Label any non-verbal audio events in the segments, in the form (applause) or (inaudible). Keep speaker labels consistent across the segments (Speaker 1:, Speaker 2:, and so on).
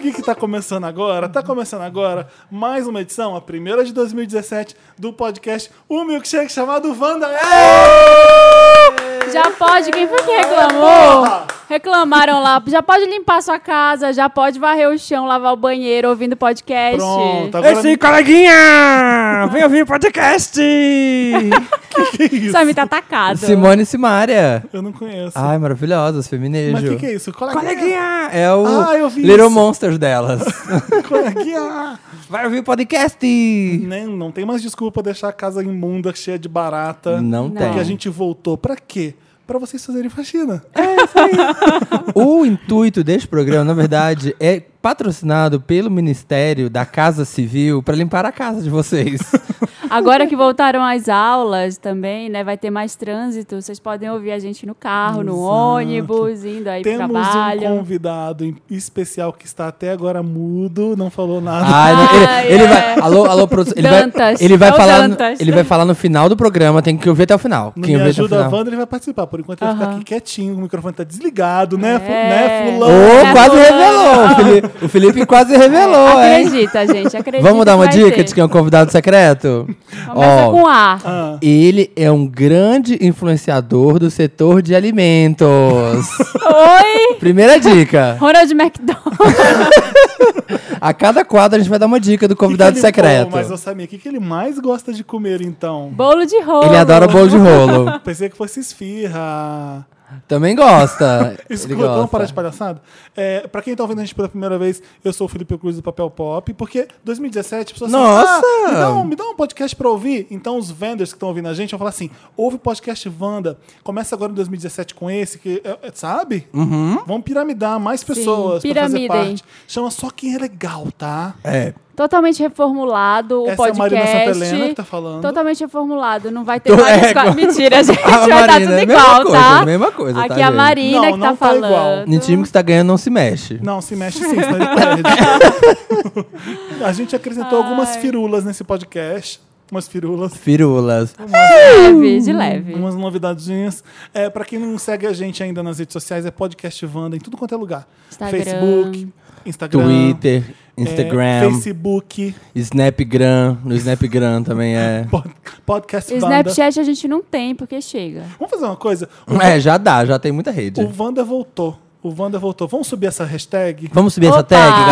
Speaker 1: que que tá começando agora? Tá começando agora mais uma edição, a primeira de 2017, do podcast O Milkshake chamado Wanda. É!
Speaker 2: Já pode, quem foi que reclamou? Reclamaram lá. Já pode limpar sua casa, já pode varrer o chão, lavar o banheiro, ouvindo podcast.
Speaker 1: Pronto,
Speaker 3: É
Speaker 1: agora
Speaker 3: sim, coleguinha! Vem ouvir o podcast!
Speaker 2: Sami tá atacado.
Speaker 4: (laughs) Simone Simaria.
Speaker 1: é eu não conheço.
Speaker 4: Ai, maravilhosas, feminejo.
Speaker 1: Mas o que, que é isso? Coleguinha.
Speaker 4: Coleguinha! É o
Speaker 1: Ah, eu vi
Speaker 4: Little
Speaker 1: isso.
Speaker 4: Monsters delas.
Speaker 1: (laughs) Coleguinha.
Speaker 4: Vai ouvir o podcast!
Speaker 1: Nem, não tem mais desculpa deixar a casa imunda, cheia de barata.
Speaker 4: Não
Speaker 2: Não.
Speaker 1: Porque
Speaker 4: tem.
Speaker 1: a gente É, voltou. Pra quê? Pra vocês fazerem faxina.
Speaker 4: (laughs) O intuito deste programa, na verdade, é patrocinado pelo Ministério da Casa Civil para limpar a casa de vocês.
Speaker 2: Agora que voltaram as aulas também, né? Vai ter mais trânsito. Vocês podem ouvir a gente no carro, no ônibus, indo aí pro
Speaker 1: Temos
Speaker 2: trabalho.
Speaker 1: um convidado em- especial que está até agora mudo, não falou nada.
Speaker 4: Ai, não, ele,
Speaker 2: Ai,
Speaker 4: ele
Speaker 2: é.
Speaker 4: vai. Alô, alô, produção. Ele vai,
Speaker 2: Dantas.
Speaker 4: ele vai
Speaker 2: É o
Speaker 4: falar. no-
Speaker 2: Dantas.
Speaker 4: Ele vai falar no final do programa, tem que ouvir até o final.
Speaker 1: Não
Speaker 4: Quem
Speaker 1: me
Speaker 4: ouvir até o
Speaker 1: ajuda a
Speaker 4: final.
Speaker 1: Wanda, ele vai participar. Por enquanto ele vai ficar
Speaker 2: Aham.
Speaker 1: aqui quietinho, o microfone tá desligado, né, fu-
Speaker 2: É.
Speaker 1: né
Speaker 4: Ô,
Speaker 1: fulano?
Speaker 2: É, fulano.
Speaker 4: quase revelou! O Felipe, o Felipe quase revelou, hein?
Speaker 2: Acredita, gente, acredita.
Speaker 4: Vamos dar
Speaker 2: que
Speaker 4: uma
Speaker 2: vai
Speaker 4: dica
Speaker 2: ter.
Speaker 4: de quem é o convidado secreto?
Speaker 2: Começa
Speaker 4: Ó,
Speaker 2: com um. A.
Speaker 1: Ah,
Speaker 4: Ele é um grande influenciador do setor
Speaker 2: (laughs)
Speaker 4: de alimentos.
Speaker 2: Oi!
Speaker 4: Primeira dica.
Speaker 2: Ronald McDonald.
Speaker 4: A cada quadro a gente vai dar uma dica do convidado
Speaker 1: que que ele-
Speaker 4: secreto.
Speaker 1: Pô, mas, ô, Samir, o que, que ele mais gosta de comer, então?
Speaker 2: Bolo de rolo.
Speaker 4: Ele adora bolo de rolo.
Speaker 1: Pensei que fosse esfirra.
Speaker 4: Também gosta. Ele
Speaker 1: (laughs) Escuta, vamos parar
Speaker 4: gosta.
Speaker 1: de palhaçada? É, pra quem tá ouvindo a gente pela primeira vez, eu sou o Felipe Cruz do Papel Pop, porque 2017 as pessoas
Speaker 4: Nossa!
Speaker 1: ah, me, dá um, me dá um podcast pra ouvir. Então os vendors que estão ouvindo a gente vão falar assim, ouve o podcast Wanda, começa agora em 2017 com esse, que é, é, sabe?
Speaker 4: Uhum.
Speaker 1: Vão piramidar mais pessoas pra fazer
Speaker 2: piramidem.
Speaker 1: parte. Chama só quem é legal, tá?
Speaker 4: É.
Speaker 2: Totalmente reformulado o
Speaker 1: Essa é a
Speaker 2: podcast.
Speaker 1: Marina Santa Helena que tá falando.
Speaker 2: Totalmente reformulado. Não vai ter
Speaker 4: Tô-
Speaker 2: várias
Speaker 4: é,
Speaker 2: co-
Speaker 4: igual-
Speaker 2: Mentira,
Speaker 4: (laughs)
Speaker 2: gente.
Speaker 4: A
Speaker 2: vai estar
Speaker 4: Marina,
Speaker 2: tudo
Speaker 4: é a mesma
Speaker 2: igual,
Speaker 4: coisa,
Speaker 2: tá?
Speaker 4: a mesma coisa,
Speaker 2: Aqui
Speaker 4: tá,
Speaker 2: é a
Speaker 4: gente?
Speaker 2: Marina
Speaker 1: Não,
Speaker 2: que
Speaker 1: não
Speaker 2: tá,
Speaker 1: tá igual.
Speaker 2: falando.
Speaker 4: No time que está ganhando não se mexe.
Speaker 1: Não, se mexe sim, senão ele perde. (laughs) a gente acrescentou algumas firulas nesse podcast. Umas firulas.
Speaker 4: Firulas.
Speaker 2: De leve, de leve.
Speaker 1: Umas novidadinhas. É, pra quem não segue a gente ainda nas redes sociais, é Podcast Wanda em tudo quanto é lugar.
Speaker 2: Instagram.
Speaker 1: Facebook, Instagram.
Speaker 4: Twitter,
Speaker 1: é,
Speaker 4: Instagram,
Speaker 1: Facebook,
Speaker 4: Snapgram. No Snapgram também é.
Speaker 1: pod- Podcast Wanda.
Speaker 2: Snapchat a gente não tem, porque chega.
Speaker 1: Vamos fazer uma coisa?
Speaker 4: É, já dá, já tem muita rede.
Speaker 1: O Wanda voltou. O Wanda voltou. Vamos subir essa hashtag?
Speaker 4: Vamos subir essa
Speaker 2: Opa!
Speaker 4: tag,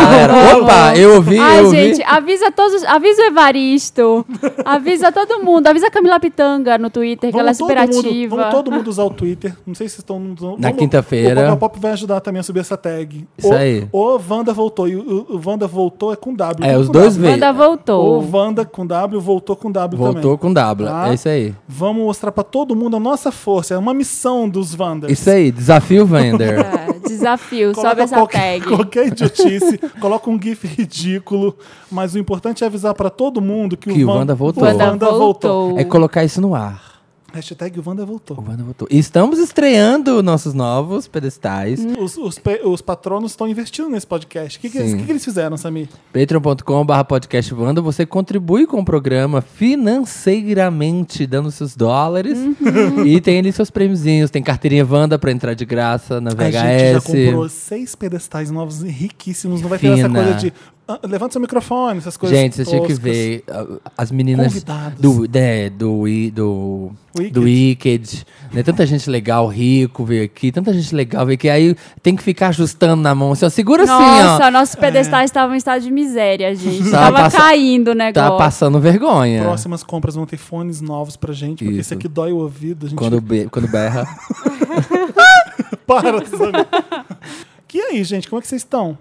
Speaker 2: (laughs)
Speaker 4: galera? Opa, eu ouvi,
Speaker 2: Ai,
Speaker 4: eu ouvi.
Speaker 2: gente, avisa todos, avisa o
Speaker 1: (laughs)
Speaker 2: Evaristo, avisa todo mundo, avisa a Camila Pitanga no Twitter, que ela é
Speaker 1: Vamos
Speaker 2: super
Speaker 1: todo mundo,
Speaker 2: ativa.
Speaker 1: vamos todo mundo usar o Twitter. Não sei se estão.
Speaker 4: Na
Speaker 1: vamos-
Speaker 4: quinta-feira.
Speaker 1: O Papel Pop vai ajudar também a subir essa tag.
Speaker 4: Isso
Speaker 1: o,
Speaker 4: aí.
Speaker 1: O Wanda voltou. E o, o Wanda voltou é com W.
Speaker 4: É,
Speaker 1: tudo
Speaker 4: os
Speaker 1: com
Speaker 4: dois
Speaker 1: W.
Speaker 4: veio.
Speaker 2: Wanda
Speaker 1: O
Speaker 2: voltou.
Speaker 1: Wanda com W voltou com W também.
Speaker 4: Voltou com W.
Speaker 2: Ah.
Speaker 1: Tá?
Speaker 4: É isso aí.
Speaker 1: Vamos mostrar pra todo mundo a nossa força. É uma missão dos Wanders.
Speaker 4: Isso aí, desafio
Speaker 2: (laughs)
Speaker 4: Vender.
Speaker 2: É, desafio,
Speaker 1: Coloca
Speaker 2: sobe essa
Speaker 1: qualquer,
Speaker 2: tag.
Speaker 1: (laughs) qualquer idiotice, coloca um gif ridículo, mas o importante é avisar pra todo mundo que,
Speaker 4: Que
Speaker 1: o
Speaker 4: o
Speaker 1: Wan-
Speaker 4: Wanda voltou.
Speaker 1: o Wanda voltou.
Speaker 4: é colocar isso no ar.
Speaker 1: Hashtag o Wanda voltou.
Speaker 4: O Wanda voltou. E Estamos estreando nossos novos pedestais.
Speaker 2: Hum.
Speaker 1: Os, os, pe- os patronos estão investindo nesse podcast. O que, que, eles,
Speaker 4: Sim.
Speaker 1: que que eles fizeram, Samir?
Speaker 4: patreon.com.br podcast Wanda. Você contribui com o programa financeiramente, dando seus dólares.
Speaker 2: Uhum.
Speaker 4: E tem ali seus prêmiozinhos. Tem carteirinha Wanda pra entrar de graça na VHS.
Speaker 1: A gente já comprou seis pedestais novos e riquíssimos. Não vai ter essa
Speaker 4: Fina.
Speaker 1: coisa de. "Ah, levanta seu microfone, essas coisas.
Speaker 4: Gente, você tinha que
Speaker 1: toscas.
Speaker 4: ver ah, as meninas
Speaker 1: Convidados.
Speaker 4: do, né, do, Wi- do,
Speaker 1: Wicked.
Speaker 4: do Wicked. Né? Tanta gente legal, rico veio aqui, tanta gente legal veio aqui. Aí tem que ficar ajustando na mão, assim, ó, segura assim,
Speaker 2: Nossa,
Speaker 4: ó.
Speaker 1: É.
Speaker 2: nossos pedestais estavam em estado de miséria, gente.
Speaker 4: Tava
Speaker 2: Tava
Speaker 4: passa-
Speaker 2: caindo o
Speaker 4: Tá
Speaker 2: negócio.
Speaker 4: passando vergonha.
Speaker 1: Próximas compras vão ter fones novos pra gente, porque
Speaker 4: Isso.
Speaker 1: esse aqui dói o ouvido. A gente
Speaker 4: Quando, be- quando berra.
Speaker 1: Para, Samir. (laughs) Que aí, gente, como é que vocês estão?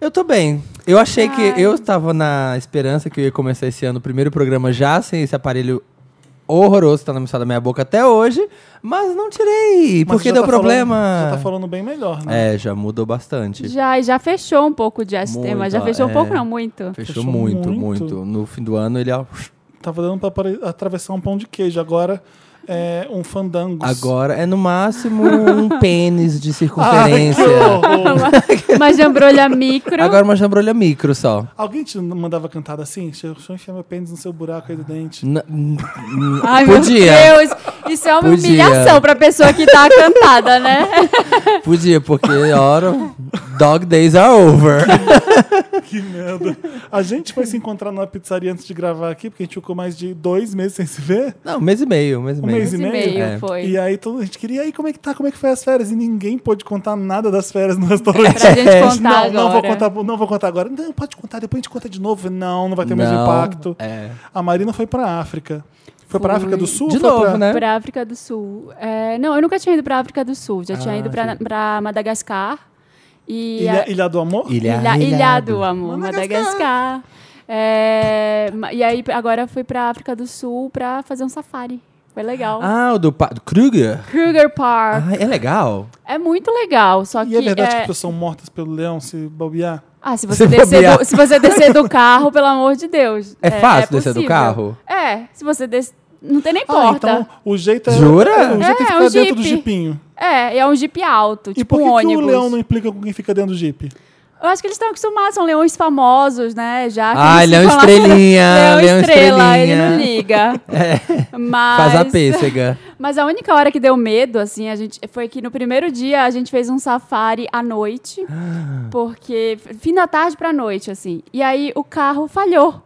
Speaker 4: Eu tô bem. Eu achei que eu estava na esperança que eu ia começar esse ano o primeiro programa já sem esse aparelho horroroso que tá na missão da minha boca até hoje, mas não tirei,
Speaker 1: Mas
Speaker 4: porque
Speaker 1: já
Speaker 4: deu
Speaker 1: tá
Speaker 4: problema.
Speaker 1: Falando, já tá falando bem melhor, né?
Speaker 4: É, já mudou bastante.
Speaker 2: Já, e já fechou um pouco de tema.
Speaker 4: Muito,
Speaker 2: Já fechou um
Speaker 4: é.
Speaker 2: pouco, não, muito.
Speaker 4: Fechou,
Speaker 1: Fechou
Speaker 4: muito,
Speaker 1: muito.
Speaker 4: muito, No fim do ano ele ó,
Speaker 1: Tava dando pra apare- atravessar um pão de queijo. Agora é um fandango.
Speaker 4: agora é no máximo um pênis de
Speaker 1: Ai, que
Speaker 4: circunferência.
Speaker 1: horror. (laughs)
Speaker 2: Uma jambrolha micro.
Speaker 4: agora uma jambrolha micro só.
Speaker 1: Alguém te mandava cantada assim? Deixa eu deixa eu enfiar meu pênis no seu buraco aí do dente.
Speaker 4: N- n- n-
Speaker 2: Ai,
Speaker 4: Podia.
Speaker 2: meu Deus. Isso é uma
Speaker 4: Podia.
Speaker 2: humilhação pra pessoa que tá cantada, né?
Speaker 1: (laughs)
Speaker 4: Podia, porque hora. Dog days are over.
Speaker 1: Que merda. A gente foi se encontrar numa pizzaria antes de gravar aqui, porque a gente ficou mais de dois meses sem se ver.
Speaker 4: Não, mês e meio, mês e
Speaker 1: Um
Speaker 4: meio.
Speaker 1: mês
Speaker 2: Esse
Speaker 1: e-mail?
Speaker 2: e-mail
Speaker 4: É.
Speaker 2: foi.
Speaker 1: E aí todo, a gente queria, e aí como é que tá, como é que foi as férias? E ninguém pôde contar nada das férias no restaurante.
Speaker 2: Pra
Speaker 4: É.
Speaker 2: gente É, contar
Speaker 1: não,
Speaker 2: agora.
Speaker 1: não vou contar, não vou contar agora. Não, pode contar, depois a gente conta de novo. Não, não vai ter mais
Speaker 4: Não,
Speaker 1: impacto.
Speaker 4: é.
Speaker 1: A Marina foi pra África. Foi pra África do Sul?
Speaker 4: De
Speaker 1: Foi
Speaker 4: novo,
Speaker 1: pra-
Speaker 4: né?
Speaker 2: Pra África do Sul. É, não, eu nunca tinha ido pra África do Sul. Já
Speaker 1: Ah,
Speaker 2: tinha ido pra, pra Madagascar. E
Speaker 1: Ilha,
Speaker 2: a-
Speaker 1: Ilha do Amor?
Speaker 4: Ilha-
Speaker 2: Ilha- Ilhado,
Speaker 4: Ilhado.
Speaker 2: amor.
Speaker 1: Madagascar.
Speaker 2: Madagascar. É, ma- e aí agora fui pra África do Sul pra fazer um safari. Foi legal.
Speaker 4: Ah, o do, pa- do Kruger?
Speaker 2: Kruger Park.
Speaker 4: Ah, é legal.
Speaker 2: É muito legal, só que...
Speaker 1: E é verdade que as
Speaker 2: é-
Speaker 1: pessoas são mortas pelo leão se bobear?
Speaker 2: Ah, se você,
Speaker 4: Se
Speaker 2: descer
Speaker 4: bobear.
Speaker 2: do, se você descer do carro, pelo amor de Deus.
Speaker 4: É fácil descer do
Speaker 2: possível.
Speaker 4: carro?
Speaker 2: É, se você descer... Não tem nem
Speaker 1: Ah,
Speaker 2: porta.
Speaker 1: então o jeito é.
Speaker 4: Jura?
Speaker 1: é, O jeito é,
Speaker 2: É,
Speaker 1: ficar
Speaker 2: é um
Speaker 1: dentro
Speaker 2: Jeep.
Speaker 1: do jipinho.
Speaker 2: É, é um jipe alto,
Speaker 1: E
Speaker 2: tipo
Speaker 1: por que,
Speaker 2: um
Speaker 1: que
Speaker 2: ônibus.
Speaker 1: o leão não implica com quem fica dentro do jipe?
Speaker 2: Eu acho que eles estão acostumados, são leões famosos, né? Já que
Speaker 4: Ah,
Speaker 2: eles
Speaker 4: leão
Speaker 2: ficam lá-
Speaker 4: estrelinha,
Speaker 2: leão,
Speaker 4: leão
Speaker 2: estrela,
Speaker 4: estrelinha.
Speaker 2: ele não liga. Mas...
Speaker 4: Faz a pêssega.
Speaker 2: Mas a única hora que deu medo, assim, a gente foi que no primeiro dia a gente fez um safari à noite, porque fim da tarde pra noite, assim. E aí o carro falhou.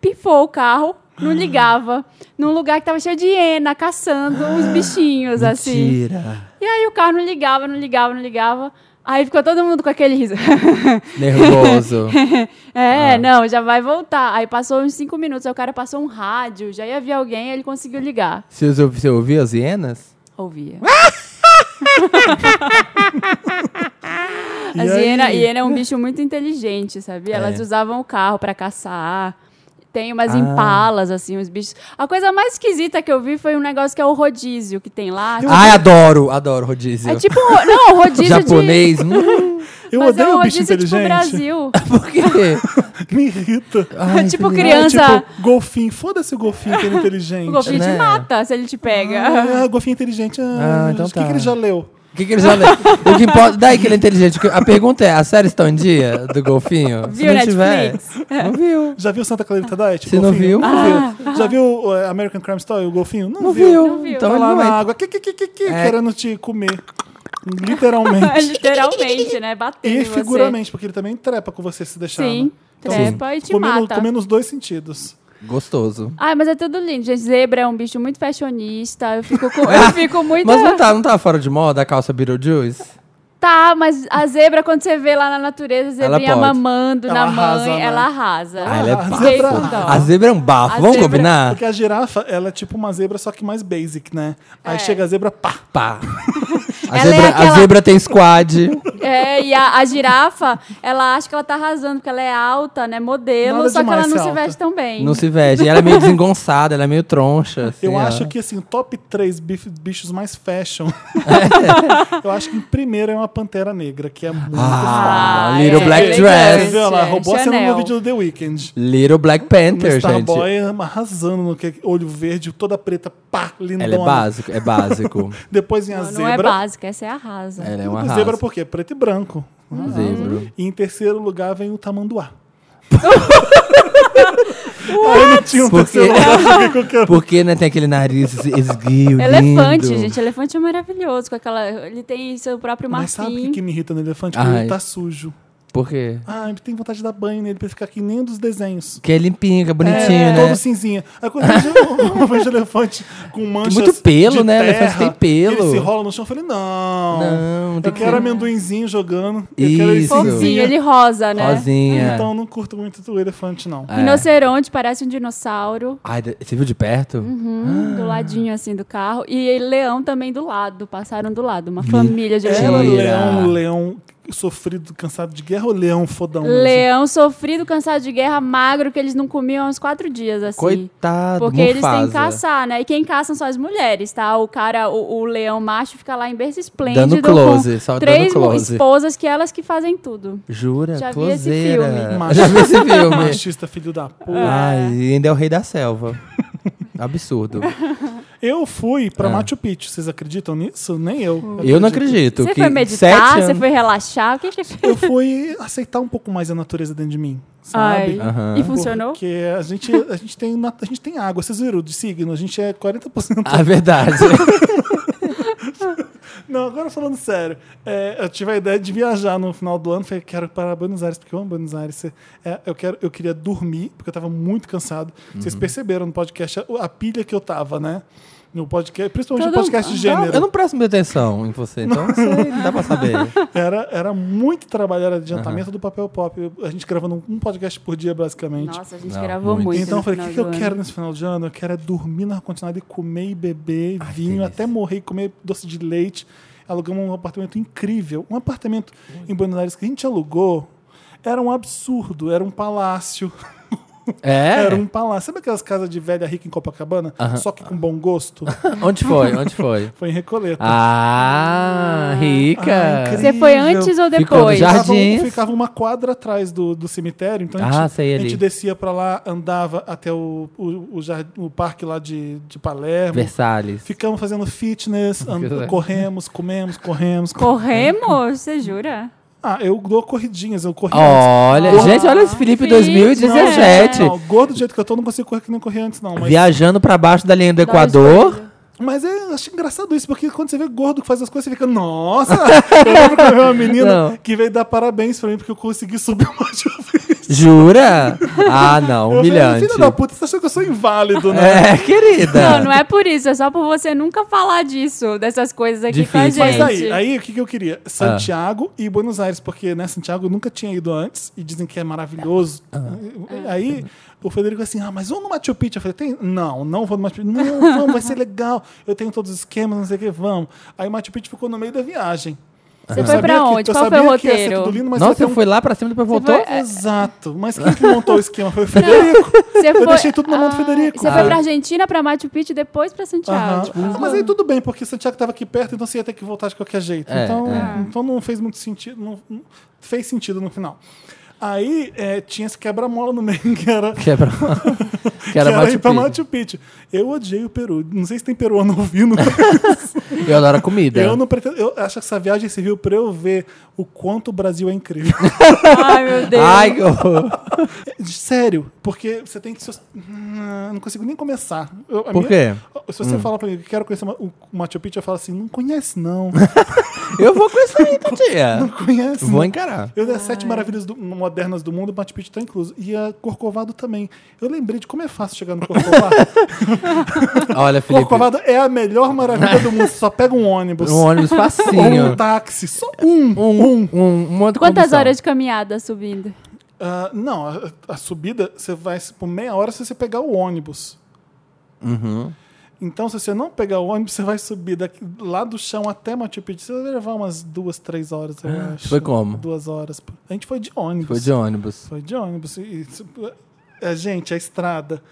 Speaker 2: Pifou o carro, não ligava. Num lugar que tava cheio de hiena, caçando uns bichinhos, assim.
Speaker 4: Mentira.
Speaker 2: E aí o carro não ligava, não ligava, não ligava. Aí ficou todo mundo com aquele riso. (laughs)
Speaker 4: Nervoso.
Speaker 2: é, não, já vai voltar. Aí passou uns cinco minutos, aí o cara passou um rádio, já ia ver alguém, aí ele conseguiu ligar.
Speaker 4: Você, você ouviu as hienas?
Speaker 2: Ouvia.
Speaker 1: E
Speaker 2: As
Speaker 1: aí?
Speaker 2: hiena, hiena é um bicho muito inteligente, sabia? Elas
Speaker 4: É.
Speaker 2: usavam o carro pra caçar. Tem umas
Speaker 4: Ah.
Speaker 2: impalas, assim, os bichos. A coisa mais esquisita que eu vi foi um negócio que é o rodízio que tem lá.
Speaker 4: Ai, adoro, adoro rodízio.
Speaker 2: é tipo. Não, o rodízio de.
Speaker 4: Japonês. hum,
Speaker 1: Eu
Speaker 2: mas
Speaker 1: odeio
Speaker 2: é um
Speaker 1: o bicho
Speaker 2: rodízio tipo
Speaker 1: inteligente.
Speaker 2: Brasil.
Speaker 4: por
Speaker 2: (laughs)
Speaker 4: quê?
Speaker 1: (laughs) Me irrita.
Speaker 4: Ai,
Speaker 2: Tipo
Speaker 4: que
Speaker 1: É
Speaker 2: (laughs) Criança-
Speaker 1: tipo, golfinho. Foda-se o golfinho
Speaker 2: (laughs)
Speaker 1: que ele é inteligente.
Speaker 2: O golfinho te
Speaker 4: né?
Speaker 2: mata se ele te (laughs) pega.
Speaker 1: Ah, golfinho inteligente. Ah,
Speaker 4: Ah, então
Speaker 1: o que,
Speaker 4: tá.
Speaker 1: que ele já leu?
Speaker 4: O que, que ele já leu? O que importa. Daí que ele é inteligente. A pergunta é: as séries estão em dia do golfinho?
Speaker 2: Viu, Netflix? (laughs)
Speaker 4: Não viu.
Speaker 1: Já viu Santa Clarita
Speaker 2: Ah.
Speaker 1: Diet?
Speaker 4: Se não
Speaker 1: Golfinho?
Speaker 4: viu?
Speaker 1: viu. Já viu é, American Crime Story, o golfinho? Não,
Speaker 4: Não
Speaker 1: viu.
Speaker 4: viu.
Speaker 2: Não viu.
Speaker 4: Então
Speaker 1: Tá
Speaker 4: ele
Speaker 1: lá
Speaker 4: não
Speaker 1: na
Speaker 4: é.
Speaker 1: água, que, que, que, que, que,
Speaker 4: É.
Speaker 1: querendo te comer.
Speaker 2: (laughs)
Speaker 1: Literalmente.
Speaker 2: Literalmente, né? Batendo
Speaker 1: e
Speaker 2: em tá você.
Speaker 1: figuramente, porque ele também trepa com você se deixar.
Speaker 2: Sim,
Speaker 1: né?
Speaker 2: trepa e te
Speaker 1: comendo,
Speaker 2: mata.
Speaker 1: comendo os dois sentidos.
Speaker 4: Gostoso.
Speaker 2: Ai, mas é tudo lindo, gente. Zebra é um bicho muito fashionista. Eu fico,
Speaker 1: (laughs)
Speaker 2: com- eu fico muito.
Speaker 4: Mas não tá, não tá fora de moda a calça Beetlejuice?
Speaker 2: Tá, mas a zebra, quando você vê lá na natureza, a
Speaker 4: Ela
Speaker 2: zebrinha
Speaker 4: pode.
Speaker 2: mamando
Speaker 1: Ela
Speaker 2: na mãe,
Speaker 1: arrasa, né?
Speaker 2: ela arrasa. então,
Speaker 4: Ah, ela é
Speaker 1: a zebra-
Speaker 4: bafo.
Speaker 2: Não.
Speaker 4: A zebra é um bafo.
Speaker 2: A
Speaker 4: Vamos
Speaker 2: zebra-
Speaker 4: combinar?
Speaker 1: Porque a girafa, ela é tipo uma zebra, só que mais basic, né? Aí
Speaker 2: É.
Speaker 1: chega a zebra, pá!
Speaker 4: Pá. A
Speaker 2: Ela é
Speaker 4: zebra,
Speaker 2: aquela-
Speaker 4: a zebra tem squad.
Speaker 2: É, e a, a girafa, ela acha que ela tá arrasando, porque ela é alta, né? Modelo,
Speaker 1: Nada
Speaker 2: só que
Speaker 1: demais
Speaker 2: ela não
Speaker 1: ser
Speaker 2: se
Speaker 1: alta.
Speaker 2: veste tão bem.
Speaker 4: Não se veste. Ela é meio desengonçada, ela é meio troncha. assim,
Speaker 1: Eu
Speaker 4: ó.
Speaker 1: acho que, assim, o top 3 bichos mais fashion. (laughs) eu acho que em primeiro é uma pantera negra, que é muito
Speaker 4: Ah,
Speaker 2: Ah,
Speaker 4: Little
Speaker 2: é,
Speaker 4: Black
Speaker 2: elegante.
Speaker 1: Você
Speaker 4: Dress.
Speaker 1: viu lá,
Speaker 2: é,
Speaker 1: roubou a cena
Speaker 2: Chanel.
Speaker 1: no vídeo do The Weeknd.
Speaker 4: Little Black
Speaker 1: No
Speaker 4: Panther, gente.
Speaker 1: Starboy arrasando no que- é olho verde, toda preta, pá, lindona.
Speaker 4: Ela é básico,
Speaker 1: (laughs)
Speaker 4: é básico.
Speaker 1: Depois vem a
Speaker 2: Não, não é
Speaker 1: zebra.
Speaker 2: básica, essa é arrasa.
Speaker 4: Ela é uma
Speaker 1: Zebra
Speaker 4: arraso.
Speaker 1: por quê? Preto e branco.
Speaker 4: Zebra.
Speaker 1: E em terceiro lugar vem o
Speaker 2: (laughs)
Speaker 1: tamanduá. Eu não tinha um
Speaker 4: Por
Speaker 1: terceiro
Speaker 4: quê? (laughs)
Speaker 1: lugar, eu fiquei com que eu-
Speaker 4: Porque né, tem aquele nariz esguio.
Speaker 2: Elefante,
Speaker 4: lindo.
Speaker 2: gente. Elefante é maravilhoso. Com aquela, ele tem seu próprio
Speaker 1: Mas sabe o que
Speaker 2: marfim.
Speaker 1: que me irrita no elefante? Quando ele
Speaker 4: Ai.
Speaker 1: tá sujo.
Speaker 4: Por quê?
Speaker 1: Ai, tem vontade de dar banho nele pra ele ficar que nem um dos desenhos.
Speaker 4: Que é limpinho, que é bonitinho,
Speaker 1: É,
Speaker 4: né?
Speaker 1: Todo cinzinha. Aí quando eu vejo, eu vejo elefante com manchas
Speaker 4: muito pelo,
Speaker 1: de
Speaker 4: né?
Speaker 1: terra,
Speaker 4: Elefante tem pelo.
Speaker 1: Ele se rola no chão. Eu falei, não.
Speaker 4: Não, tem
Speaker 1: eu
Speaker 4: que
Speaker 1: quero
Speaker 4: ser-
Speaker 1: amendoinzinho jogando. Eu quero ele
Speaker 4: Um Isso.
Speaker 2: Fofinho,
Speaker 1: cinzinha.
Speaker 2: ele rosa, né?
Speaker 4: Rosinha.
Speaker 1: Então eu não curto muito o elefante, não.
Speaker 4: É.
Speaker 2: Rinoceronte, parece um dinossauro.
Speaker 4: Ai, de- você viu de perto?
Speaker 2: Hum,
Speaker 4: Ah.
Speaker 2: do ladinho assim do carro. E leão também do lado, passaram do lado. Uma família de
Speaker 1: Ela é
Speaker 2: leão.
Speaker 4: Mentira.
Speaker 1: leão, leão sofrido, cansado de guerra ou leão fodão? mesmo?
Speaker 2: Leão sofrido, cansado de guerra, magro, que eles não comiam há uns quatro dias, assim.
Speaker 4: Coitado,
Speaker 2: Porque eles têm que
Speaker 4: Mufasa.
Speaker 2: caçar, né? E quem caçam são as mulheres, tá? O cara, o, o leão macho fica lá em berço esplêndido
Speaker 4: Dando close,
Speaker 2: com
Speaker 4: só dando
Speaker 2: três mu-
Speaker 4: close.
Speaker 2: esposas que elas que fazem tudo.
Speaker 4: Jura?
Speaker 2: Já vi esse
Speaker 4: Closeira.
Speaker 2: filme.
Speaker 1: (laughs)
Speaker 2: É.
Speaker 1: Macho.
Speaker 4: Já vi esse filme. Ah.
Speaker 1: Machista, filho da puta. (laughs)
Speaker 4: Ai, ainda é o rei da selva. Absurdo.
Speaker 1: Eu fui pra Machu Picchu, vocês acreditam nisso? Nem eu.
Speaker 2: Hum.
Speaker 4: Eu não acredito.
Speaker 2: Você
Speaker 4: que
Speaker 2: foi
Speaker 4: sete
Speaker 2: meditar, você
Speaker 4: anos-
Speaker 2: foi relaxar, o que que fez?
Speaker 1: Eu fui aceitar um pouco mais a natureza dentro de mim, sabe?
Speaker 2: Ai. E
Speaker 1: Porque
Speaker 2: funcionou?
Speaker 1: Porque a gente, a, gente tem, na- a gente tem água, vocês viram de signo? A gente é 40%.
Speaker 4: A Ah, verdade.
Speaker 1: Não, agora falando sério, é, eu tive a ideia de viajar no final do ano. Falei, quero ir para Buenos Aires, porque eu amo Buenos Aires. É, eu, quero, eu queria dormir, porque eu estava muito cansado. Vocês perceberam no podcast a, a pilha que eu tava, né? No podcast, principalmente
Speaker 2: Todo-
Speaker 1: no podcast de
Speaker 4: Não,
Speaker 1: (laughs) gênero.
Speaker 4: eu não presto minha atenção em você, então você dá
Speaker 1: (laughs)
Speaker 4: pra saber.
Speaker 1: Era, era muito trabalho, era adiantamento do papel pop. A gente gravando um podcast por dia, basicamente.
Speaker 2: (laughs) Nossa, a gente
Speaker 4: Não,
Speaker 2: gravou
Speaker 4: muito.
Speaker 2: muito.
Speaker 1: Então eu
Speaker 2: no
Speaker 1: falei, o
Speaker 2: final
Speaker 1: que, que eu
Speaker 2: do ano.
Speaker 1: quero nesse final de ano? Eu quero é dormir no ar-condicionado e comer e beber e vinho
Speaker 4: delícia.
Speaker 1: até morrer e comer doce de leite. Alugamos um apartamento incrível. Um apartamento em Buenos Aires que a gente alugou era um absurdo, era um palácio.
Speaker 4: (laughs) É?
Speaker 1: Era um palácio. Sabe aquelas casas de velha rica em Copacabana?
Speaker 4: Aham.
Speaker 1: Só que com bom gosto? (laughs)
Speaker 4: Onde foi? Onde foi?
Speaker 1: Foi em Recoleta.
Speaker 4: Ah,
Speaker 1: Ah,
Speaker 4: rica.
Speaker 1: incrível.
Speaker 2: Você foi antes ou
Speaker 4: Ficou no
Speaker 2: depois?
Speaker 4: jardim.
Speaker 1: Ficava, um-
Speaker 4: Jardins.
Speaker 1: ficava uma quadra atrás do, do cemitério, então a
Speaker 4: Ah,
Speaker 1: gente,
Speaker 4: sei
Speaker 1: a
Speaker 4: ali.
Speaker 1: gente descia pra lá, andava até o, o, o jar- o parque lá de, de Palermo.
Speaker 4: Versalhes.
Speaker 1: Ficamos fazendo
Speaker 4: (laughs)
Speaker 1: fitness, and-
Speaker 4: Verdade.
Speaker 1: corremos, comemos, corremos. co-
Speaker 2: Corremos? Você jura?
Speaker 1: Ah, eu dou corridinhas, eu corri antes.
Speaker 4: Olha,
Speaker 2: Ah,
Speaker 4: gente, olha esse Felipe
Speaker 2: Felipe.
Speaker 1: Não,
Speaker 4: é, 2017.
Speaker 1: não, gordo do jeito que eu tô, eu não consigo correr que nem eu corri antes, não. Mas,
Speaker 4: Viajando pra baixo da linha do Equador.
Speaker 1: mas é, eu acho engraçado isso, porque quando você vê gordo que faz as coisas, você fica,
Speaker 4: (laughs)
Speaker 1: nossa! eu lembro que eu vi uma menina
Speaker 4: Não.
Speaker 1: que veio dar parabéns pra mim, porque eu consegui subir uma de uma vez. (laughs)
Speaker 4: Jura? Ah, não,
Speaker 1: Eu falei,
Speaker 4: humilhante.
Speaker 1: Filha da puta, você achou que eu sou inválido, né?
Speaker 4: É,
Speaker 2: Não,
Speaker 4: querida.
Speaker 2: não é por isso, é só por você nunca falar disso, dessas coisas aqui com a
Speaker 4: Difícil.
Speaker 1: Mas aí,
Speaker 2: gente.
Speaker 1: aí o que, que eu queria? Santiago e Buenos Aires, porque né, Santiago eu nunca tinha ido antes e dizem que é maravilhoso.
Speaker 2: Ah.
Speaker 1: Aí o Federico assim: ah, mas vamos no Machu Picchu. Eu falei: tem? Não, não vou no Machu Picchu.
Speaker 2: (laughs)
Speaker 1: Não, vamos, vai ser legal. Eu tenho todos os esquemas, não sei o que, vamos. Aí o Machu Picchu ficou no meio da viagem.
Speaker 2: Você
Speaker 1: Eu
Speaker 2: foi
Speaker 1: sabia
Speaker 2: pra
Speaker 1: que-
Speaker 2: onde?
Speaker 1: eu
Speaker 2: Qual foi
Speaker 1: sabia
Speaker 2: o
Speaker 1: que ia ser
Speaker 2: roteiro?
Speaker 1: tudo lindo, mas
Speaker 4: Não,
Speaker 1: vai ter
Speaker 4: você
Speaker 1: um- é.
Speaker 4: foi lá pra cima e depois voltou?
Speaker 2: foi-
Speaker 1: Exato, mas quem que montou o esquema foi o Federico.
Speaker 2: (laughs) Você
Speaker 1: Eu deixei tudo na mão do Federico.
Speaker 2: Você
Speaker 1: Ah.
Speaker 2: foi pra Argentina, pra Machu Picchu, depois pra Santiago.
Speaker 1: Aham.
Speaker 2: Tipo,
Speaker 1: Ah, Mas aí tudo bem, porque Santiago tava aqui perto, então você ia ter que voltar de qualquer jeito.
Speaker 4: É,
Speaker 1: então,
Speaker 4: é.
Speaker 1: então não fez muito sentido. Não, não fez sentido no final. Aí é, tinha esse quebra-mola no meio, (laughs) que era, que
Speaker 4: Que era, que
Speaker 1: era
Speaker 4: era
Speaker 1: ir
Speaker 4: Machu
Speaker 1: pra
Speaker 4: Picchu.
Speaker 1: Machu Picchu. Eu odiei o Peru. Não sei se tem peruano ouvindo.
Speaker 4: (laughs)
Speaker 1: (laughs)
Speaker 4: Eu adoro a comida.
Speaker 1: eu não pretendo. Eu acho que essa viagem serviu pra eu ver o quanto o Brasil é incrível. (laughs)
Speaker 2: Ai, meu Deus.
Speaker 4: Ai, que horror.
Speaker 1: Sério, porque você tem que. se- Hum, Não consigo nem começar. Eu- a
Speaker 4: Por
Speaker 1: minha-
Speaker 4: quê? Hum.
Speaker 1: Se você fala pra mim que quero conhecer Ma- o Machu Picchu, eu falo assim: não conhece, não. (laughs)
Speaker 4: Eu vou com isso aí, Tatia. (laughs)
Speaker 1: Não conhece.
Speaker 4: Vou encarar.
Speaker 1: Eu das sete maravilhas do- modernas do mundo, o Machu Picchu tá incluso. E a Corcovado também. Eu lembrei de como é fácil chegar no
Speaker 4: (laughs)
Speaker 1: Corcovado.
Speaker 4: Olha, Felipe.
Speaker 1: Corcovado é a melhor maravilha do mundo. Você só pega um ônibus.
Speaker 4: Um ônibus
Speaker 1: Ou
Speaker 4: facinho.
Speaker 1: (laughs) um táxi. Só um.
Speaker 4: Um, um, um monte de
Speaker 2: Quantas
Speaker 4: condução.
Speaker 2: horas de caminhada subindo?
Speaker 1: Ah, não, a, a subida, você vai por meia hora se você pegar o ônibus.
Speaker 4: Uhum.
Speaker 1: Então, se você não pegar o ônibus, você vai subir daqui- lá do chão até Machu Picchu. Você vai levar umas duas, três horas, eu acho.
Speaker 4: Foi como?
Speaker 1: Duas horas. A gente foi de ônibus.
Speaker 4: Foi de ônibus.
Speaker 1: Foi de ônibus. E isso- a gente, a estrada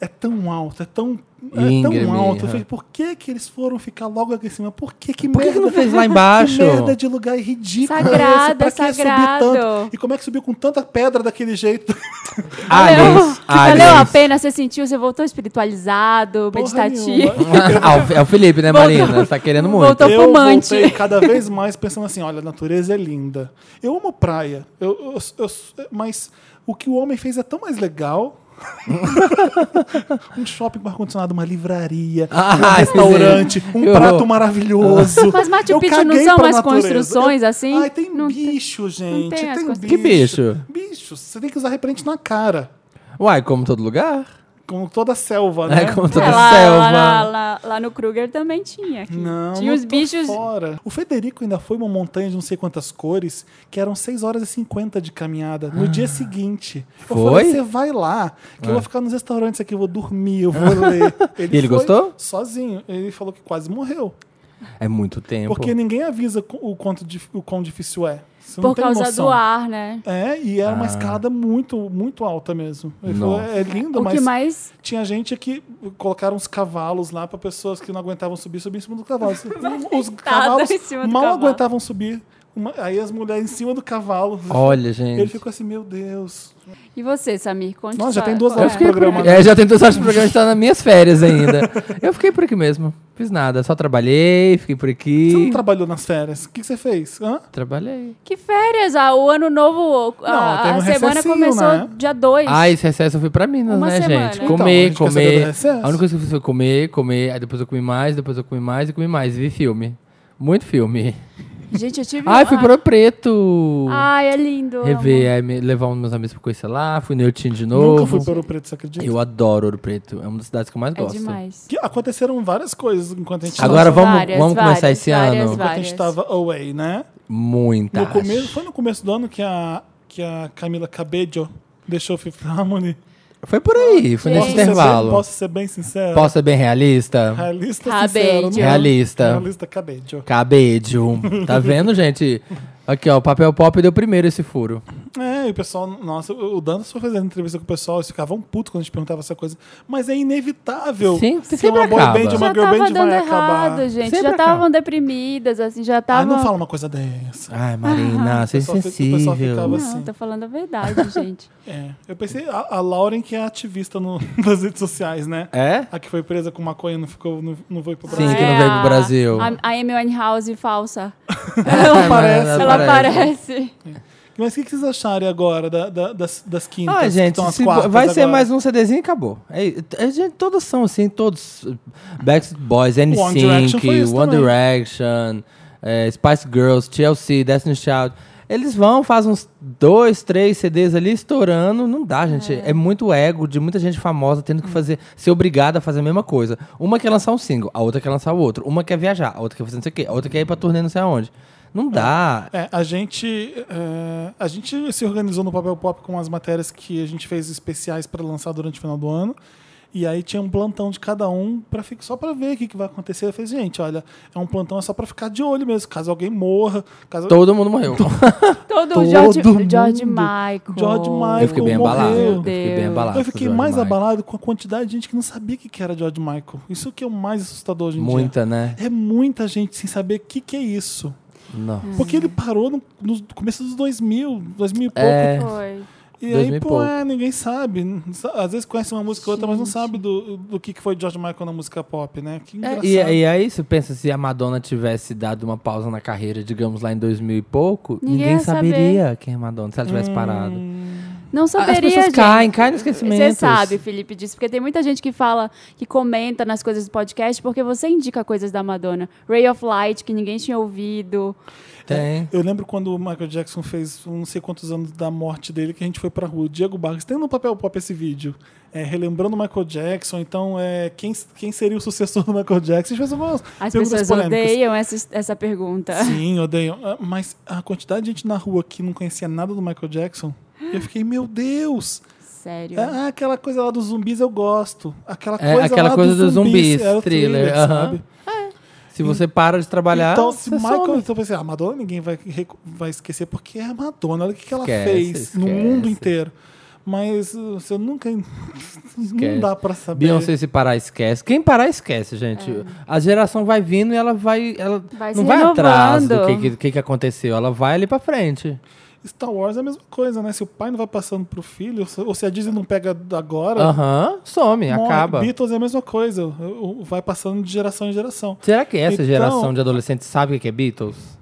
Speaker 1: é tão alta, é tão, é
Speaker 4: Íngreme,
Speaker 1: tão alta. Eu
Speaker 4: aham.
Speaker 1: falei, por que, que eles foram ficar logo aqui em cima? Por que que
Speaker 4: Por que, que
Speaker 1: merda?
Speaker 4: não fez lá
Speaker 1: Que
Speaker 4: embaixo?
Speaker 1: merda de lugar ridículo. é esse?
Speaker 2: Sagrado,
Speaker 1: Pra que subir
Speaker 2: sagrado.
Speaker 1: tanto? E como é que subiu com tanta pedra daquele jeito? (laughs)
Speaker 4: Aliens.
Speaker 2: Valeu, valeu a
Speaker 4: Aliens.
Speaker 2: pena, você sentiu, você voltou espiritualizado,
Speaker 1: Porra
Speaker 2: meditativo.
Speaker 1: nenhuma.
Speaker 4: (laughs) Ah, o- é o Felipe, né,
Speaker 2: Voltou.
Speaker 4: Marina? Tá querendo muito.
Speaker 2: Voltou. (laughs) Tô
Speaker 1: eu
Speaker 2: fumante.
Speaker 1: voltei cada vez mais pensando assim, olha, a natureza é linda. Eu amo praia, eu, eu- eu- mas o que o homem fez é tão mais legal. (laughs) um shopping com ar-condicionado, uma livraria, um
Speaker 4: Ah,
Speaker 1: restaurante,
Speaker 4: sim.
Speaker 1: um
Speaker 4: Eu-
Speaker 1: prato maravilhoso.
Speaker 2: Mas Machu
Speaker 1: Eu
Speaker 2: Picchu não
Speaker 1: caguei
Speaker 2: são
Speaker 1: pra
Speaker 2: umas
Speaker 1: natureza.
Speaker 2: construções, assim?
Speaker 1: Ai, tem
Speaker 2: Não tem-
Speaker 1: bicho, gente.
Speaker 2: tem as
Speaker 1: tem bicho.
Speaker 2: construções.
Speaker 4: Que bicho?
Speaker 1: Bicho, você tem que usar repelente na cara.
Speaker 4: Uai, como todo lugar?
Speaker 1: Como toda selva, né?
Speaker 4: É, como
Speaker 2: É,
Speaker 4: toda
Speaker 2: lá,
Speaker 4: selva.
Speaker 2: lá, lá, lá- lá no Kruger também tinha. aqui.
Speaker 1: Não,
Speaker 2: tinha
Speaker 1: não
Speaker 2: os
Speaker 1: tô
Speaker 2: bichos.
Speaker 1: fora. O Federico ainda foi uma montanha de não sei quantas cores, que eram 6 horas e 50 de caminhada no dia seguinte. Eu
Speaker 4: Ah. Foi?
Speaker 1: falei, você vai lá, que eu vou ficar nos restaurantes aqui, eu vou dormir, eu vou ler.
Speaker 4: (laughs) E ele
Speaker 1: foi
Speaker 4: gostou?
Speaker 1: Sozinho. Ele falou que quase morreu.
Speaker 4: É muito tempo.
Speaker 1: Porque ninguém avisa co- o, quanto dif- o quão difícil é. Você não
Speaker 2: por
Speaker 1: tem
Speaker 2: causa
Speaker 1: noção.
Speaker 2: do ar, né?
Speaker 1: É, e era uma escalada muito, muito alta mesmo. Ele falou,
Speaker 4: Ah. Nossa.
Speaker 1: é lindo,
Speaker 2: o que
Speaker 1: mas
Speaker 2: mais.
Speaker 1: tinha gente que colocaram uns cavalos lá para pessoas que não aguentavam subir, subir em cima do
Speaker 2: (laughs)
Speaker 1: cavalo. Os cavalos
Speaker 2: em cima do
Speaker 1: mal
Speaker 2: cavalo.
Speaker 1: aguentavam subir. Uma- aí as mulheres em cima do cavalo.
Speaker 4: Olha,
Speaker 1: Ele
Speaker 4: gente.
Speaker 1: ficou assim, meu Deus.
Speaker 2: E você, Samir? Conte
Speaker 1: Nossa, já
Speaker 2: sua-
Speaker 1: tem duas
Speaker 2: qual
Speaker 1: horas
Speaker 2: é?
Speaker 1: de programa.
Speaker 4: É, já tentou sorte do programa estar nas minhas férias ainda. Eu fiquei por aqui mesmo. Fiz nada, só trabalhei, fiquei por
Speaker 1: Você não
Speaker 4: aqui.
Speaker 1: trabalhou nas férias? O que, que você fez? Hã?
Speaker 4: Trabalhei.
Speaker 2: Que férias? Ah, o ano novo, a,
Speaker 1: Não, tem um
Speaker 2: a semana
Speaker 1: recessinho,
Speaker 2: começou
Speaker 1: né?
Speaker 2: dia 2.
Speaker 4: Ah, esse recesso eu fui pra Minas,
Speaker 2: Uma
Speaker 4: né,
Speaker 2: semana.
Speaker 4: gente?
Speaker 2: Então,
Speaker 1: a
Speaker 4: Comer,
Speaker 1: gente quer saber do
Speaker 4: comer.
Speaker 1: recesso.
Speaker 4: A única coisa que eu fiz foi comer, comer. Aí depois eu comi mais, depois eu comi mais e comi mais. Vi filme. Muito filme.
Speaker 2: Gente, eu tive.
Speaker 4: Ai, fui
Speaker 2: ah,
Speaker 4: pro Preto.
Speaker 2: Ai, é lindo.
Speaker 4: Rever,
Speaker 2: amo.
Speaker 4: aí me- levar uns meus amigos pra conhecer lá. Fui no Eutin de novo.
Speaker 1: Nunca fui para o Preto, você acredita?
Speaker 4: Eu adoro Ouro Preto. É uma das cidades que eu mais
Speaker 2: É
Speaker 4: gosto.
Speaker 2: demais.
Speaker 1: Que aconteceram várias coisas enquanto a gente
Speaker 4: Agora
Speaker 1: tava-
Speaker 4: vamos,
Speaker 2: várias,
Speaker 4: vamos começar
Speaker 2: várias,
Speaker 4: esse
Speaker 2: várias,
Speaker 4: ano.
Speaker 2: várias.
Speaker 1: enquanto a gente estava away, né?
Speaker 4: Muitas.
Speaker 1: No começo, foi no começo do ano que a, que a Camila Cabello deixou o Fifth Harmony.
Speaker 4: Foi por aí, foi
Speaker 2: Gente.
Speaker 1: Posso
Speaker 4: nesse
Speaker 1: ser, bem,
Speaker 4: intervalo.
Speaker 1: posso ser bem sincero?
Speaker 4: Posso ser bem realista?
Speaker 1: Realista
Speaker 2: Cabello.
Speaker 1: sincero, não.
Speaker 4: Realista.
Speaker 1: Realista Cabello.
Speaker 4: Cabedio. Tá vendo, gente? Aqui, ó, o papel pop deu primeiro esse furo.
Speaker 1: É, e o pessoal, nossa, o Dantas foi fazendo entrevista com o pessoal, eles ficavam putos quando a gente perguntava essa coisa. Mas é inevitável.
Speaker 4: Sim,
Speaker 1: Se
Speaker 4: sempre
Speaker 1: uma boy
Speaker 4: acaba.
Speaker 1: band e uma
Speaker 2: Já
Speaker 1: girl
Speaker 2: tava
Speaker 1: band
Speaker 2: dando
Speaker 1: vai acabar.
Speaker 2: errado, gente.
Speaker 4: Sempre
Speaker 2: já estavam
Speaker 4: acaba.
Speaker 2: deprimidas, assim, já
Speaker 1: Ah,
Speaker 2: estavam.
Speaker 1: não fala uma coisa dessa.
Speaker 4: Ai, Marina, você é
Speaker 1: pessoal fica- o pessoal ficava
Speaker 4: sensível.
Speaker 1: assim.
Speaker 2: Não, tô falando
Speaker 1: (laughs)
Speaker 2: a verdade, gente.
Speaker 1: É. Eu pensei, a, a Lauren, que é ativista no- (laughs) nas redes sociais, né?
Speaker 4: É?
Speaker 1: A que foi presa com maconha não ficou, não, não foi pro
Speaker 4: Sim,
Speaker 1: Brasil.
Speaker 4: que não veio pro Brasil.
Speaker 2: É A, a Amy Winehouse
Speaker 1: (laughs)
Speaker 2: falsa.
Speaker 4: Ela
Speaker 1: aparece.
Speaker 2: Ela aparece.
Speaker 1: Mas o que, que vocês acharem agora da- da- das, das quintas?
Speaker 4: Ah,
Speaker 1: que
Speaker 4: gente,
Speaker 1: estão às
Speaker 4: se-
Speaker 1: quartas
Speaker 4: vai ser
Speaker 1: agora?
Speaker 4: mais um CDzinho e acabou. É, é, gente, todos são assim, todos. Backstreet Boys,
Speaker 1: One Direction foi
Speaker 4: NSYNC,
Speaker 1: isso
Speaker 4: One
Speaker 1: também.
Speaker 4: Direction, é, Spice Girls, TLC, Destiny Child. Eles vão, fazem uns dois, três CDs ali estourando. Não dá, gente. É. muito ego de muita gente famosa tendo que
Speaker 1: Hum.
Speaker 4: fazer, ser obrigada a fazer a mesma coisa. Uma quer lançar um single, a outra quer lançar o outro. Uma quer viajar, a outra quer fazer não sei o quê, a outra quer ir pra turnê não sei aonde. Não dá.
Speaker 1: É, a gente, é, a gente se organizou no Papel Pop com as matérias que a gente fez especiais para lançar durante o final do ano. E aí tinha um plantão de cada um pra, fi- só para ver o que, que vai acontecer. Eu falei, gente, olha, é um plantão é só para ficar de olho mesmo. Caso alguém morra, caso
Speaker 4: Todo
Speaker 1: (laughs)
Speaker 4: mundo morreu.
Speaker 2: Todo,
Speaker 1: Todo
Speaker 2: George,
Speaker 1: mundo.
Speaker 2: George Michael.
Speaker 1: George Michael.
Speaker 4: Eu fiquei bem
Speaker 1: morreu.
Speaker 4: abalado.
Speaker 2: Meu
Speaker 4: Eu fiquei
Speaker 2: Deus.
Speaker 4: bem abalado.
Speaker 1: eu fiquei
Speaker 4: George
Speaker 1: mais
Speaker 4: Michael.
Speaker 1: abalado com a quantidade de gente que não sabia o que, que era George Michael. Isso que é o mais assustador hoje em
Speaker 4: Muita, né?
Speaker 1: dia. É muita gente sem saber o que, que é isso.
Speaker 4: Não.
Speaker 2: Hum.
Speaker 1: Porque ele parou no, no começo dos 2000, 2000 e pouco.
Speaker 4: É.
Speaker 2: Foi.
Speaker 1: E
Speaker 4: 2000
Speaker 1: aí,
Speaker 4: e
Speaker 1: pô,
Speaker 4: pouco.
Speaker 1: é, ninguém sabe. Às vezes conhece uma música ou outra, mas não sabe do, do que que foi George Michael na música pop, né? Que
Speaker 4: É,
Speaker 1: engraçado.
Speaker 4: e, e aí você pensa, se a Madonna tivesse dado uma pausa na carreira, digamos lá em 2000 e pouco,
Speaker 2: Ninguém
Speaker 4: ninguém,
Speaker 2: ia
Speaker 4: saberia quem é Madonna, se ela
Speaker 1: Hum.
Speaker 4: tivesse parado.
Speaker 2: Não saberia,
Speaker 4: As pessoas
Speaker 2: gente.
Speaker 4: caem, caem no esquecimento.
Speaker 2: Você sabe, Felipe, disso, porque tem muita gente que fala, que comenta nas coisas do podcast, porque você indica coisas da Madonna. Ray of Light, que ninguém tinha ouvido. É.
Speaker 4: Tem.
Speaker 1: Eu lembro quando o Michael Jackson fez um não sei quantos anos da morte dele que a gente foi pra rua. Diego Barros, tem no papel pop esse vídeo. É, relembrando o Michael Jackson, então é, quem, quem seria o sucessor do Michael Jackson? A gente fez algumas
Speaker 2: As
Speaker 1: perguntas
Speaker 2: pessoas
Speaker 1: polêmicas.
Speaker 2: odeiam essa, essa pergunta.
Speaker 1: Sim, odeiam. Ah, Mas a quantidade de gente na rua que não conhecia nada do Michael Jackson, eu fiquei, meu Deus!
Speaker 2: Sério.
Speaker 1: Ah, aquela coisa lá dos zumbis eu gosto. Aquela
Speaker 4: É,
Speaker 1: coisa,
Speaker 4: aquela
Speaker 1: lá
Speaker 4: coisa
Speaker 1: dos
Speaker 4: dos
Speaker 1: zumbis,
Speaker 4: zumbis,
Speaker 1: era o thriller,
Speaker 4: thriller, aham.
Speaker 1: sabe?
Speaker 4: Se você para de trabalhar,
Speaker 1: então, se
Speaker 4: você é um-
Speaker 1: Michael.
Speaker 4: some.
Speaker 1: Então, eu pensei, a Madonna ninguém vai, recu- vai esquecer, porque é a Madonna, olha o que, que ela
Speaker 4: Esquece,
Speaker 1: fez no
Speaker 4: esquece.
Speaker 1: mundo inteiro. Mas uh, você nunca. (laughs) Não dá pra saber.
Speaker 4: Beyoncé se parar, esquece. Quem parar, esquece, gente. A geração vai vindo e ela vai. Ela
Speaker 2: É. Vai
Speaker 4: não
Speaker 2: se
Speaker 4: vai atrás do que,
Speaker 2: renovando.
Speaker 4: que, que que aconteceu. Ela vai ali pra frente.
Speaker 1: Star Wars é a mesma coisa, né? Se o pai não vai passando pro filho, ou se a Disney não pega agora.
Speaker 4: Aham, some,
Speaker 1: morre.
Speaker 4: acaba.
Speaker 1: Beatles é a mesma coisa. o- o- Vai passando de geração em geração.
Speaker 4: Será que essa
Speaker 1: Então-
Speaker 4: geração de adolescentes sabe o que é Beatles?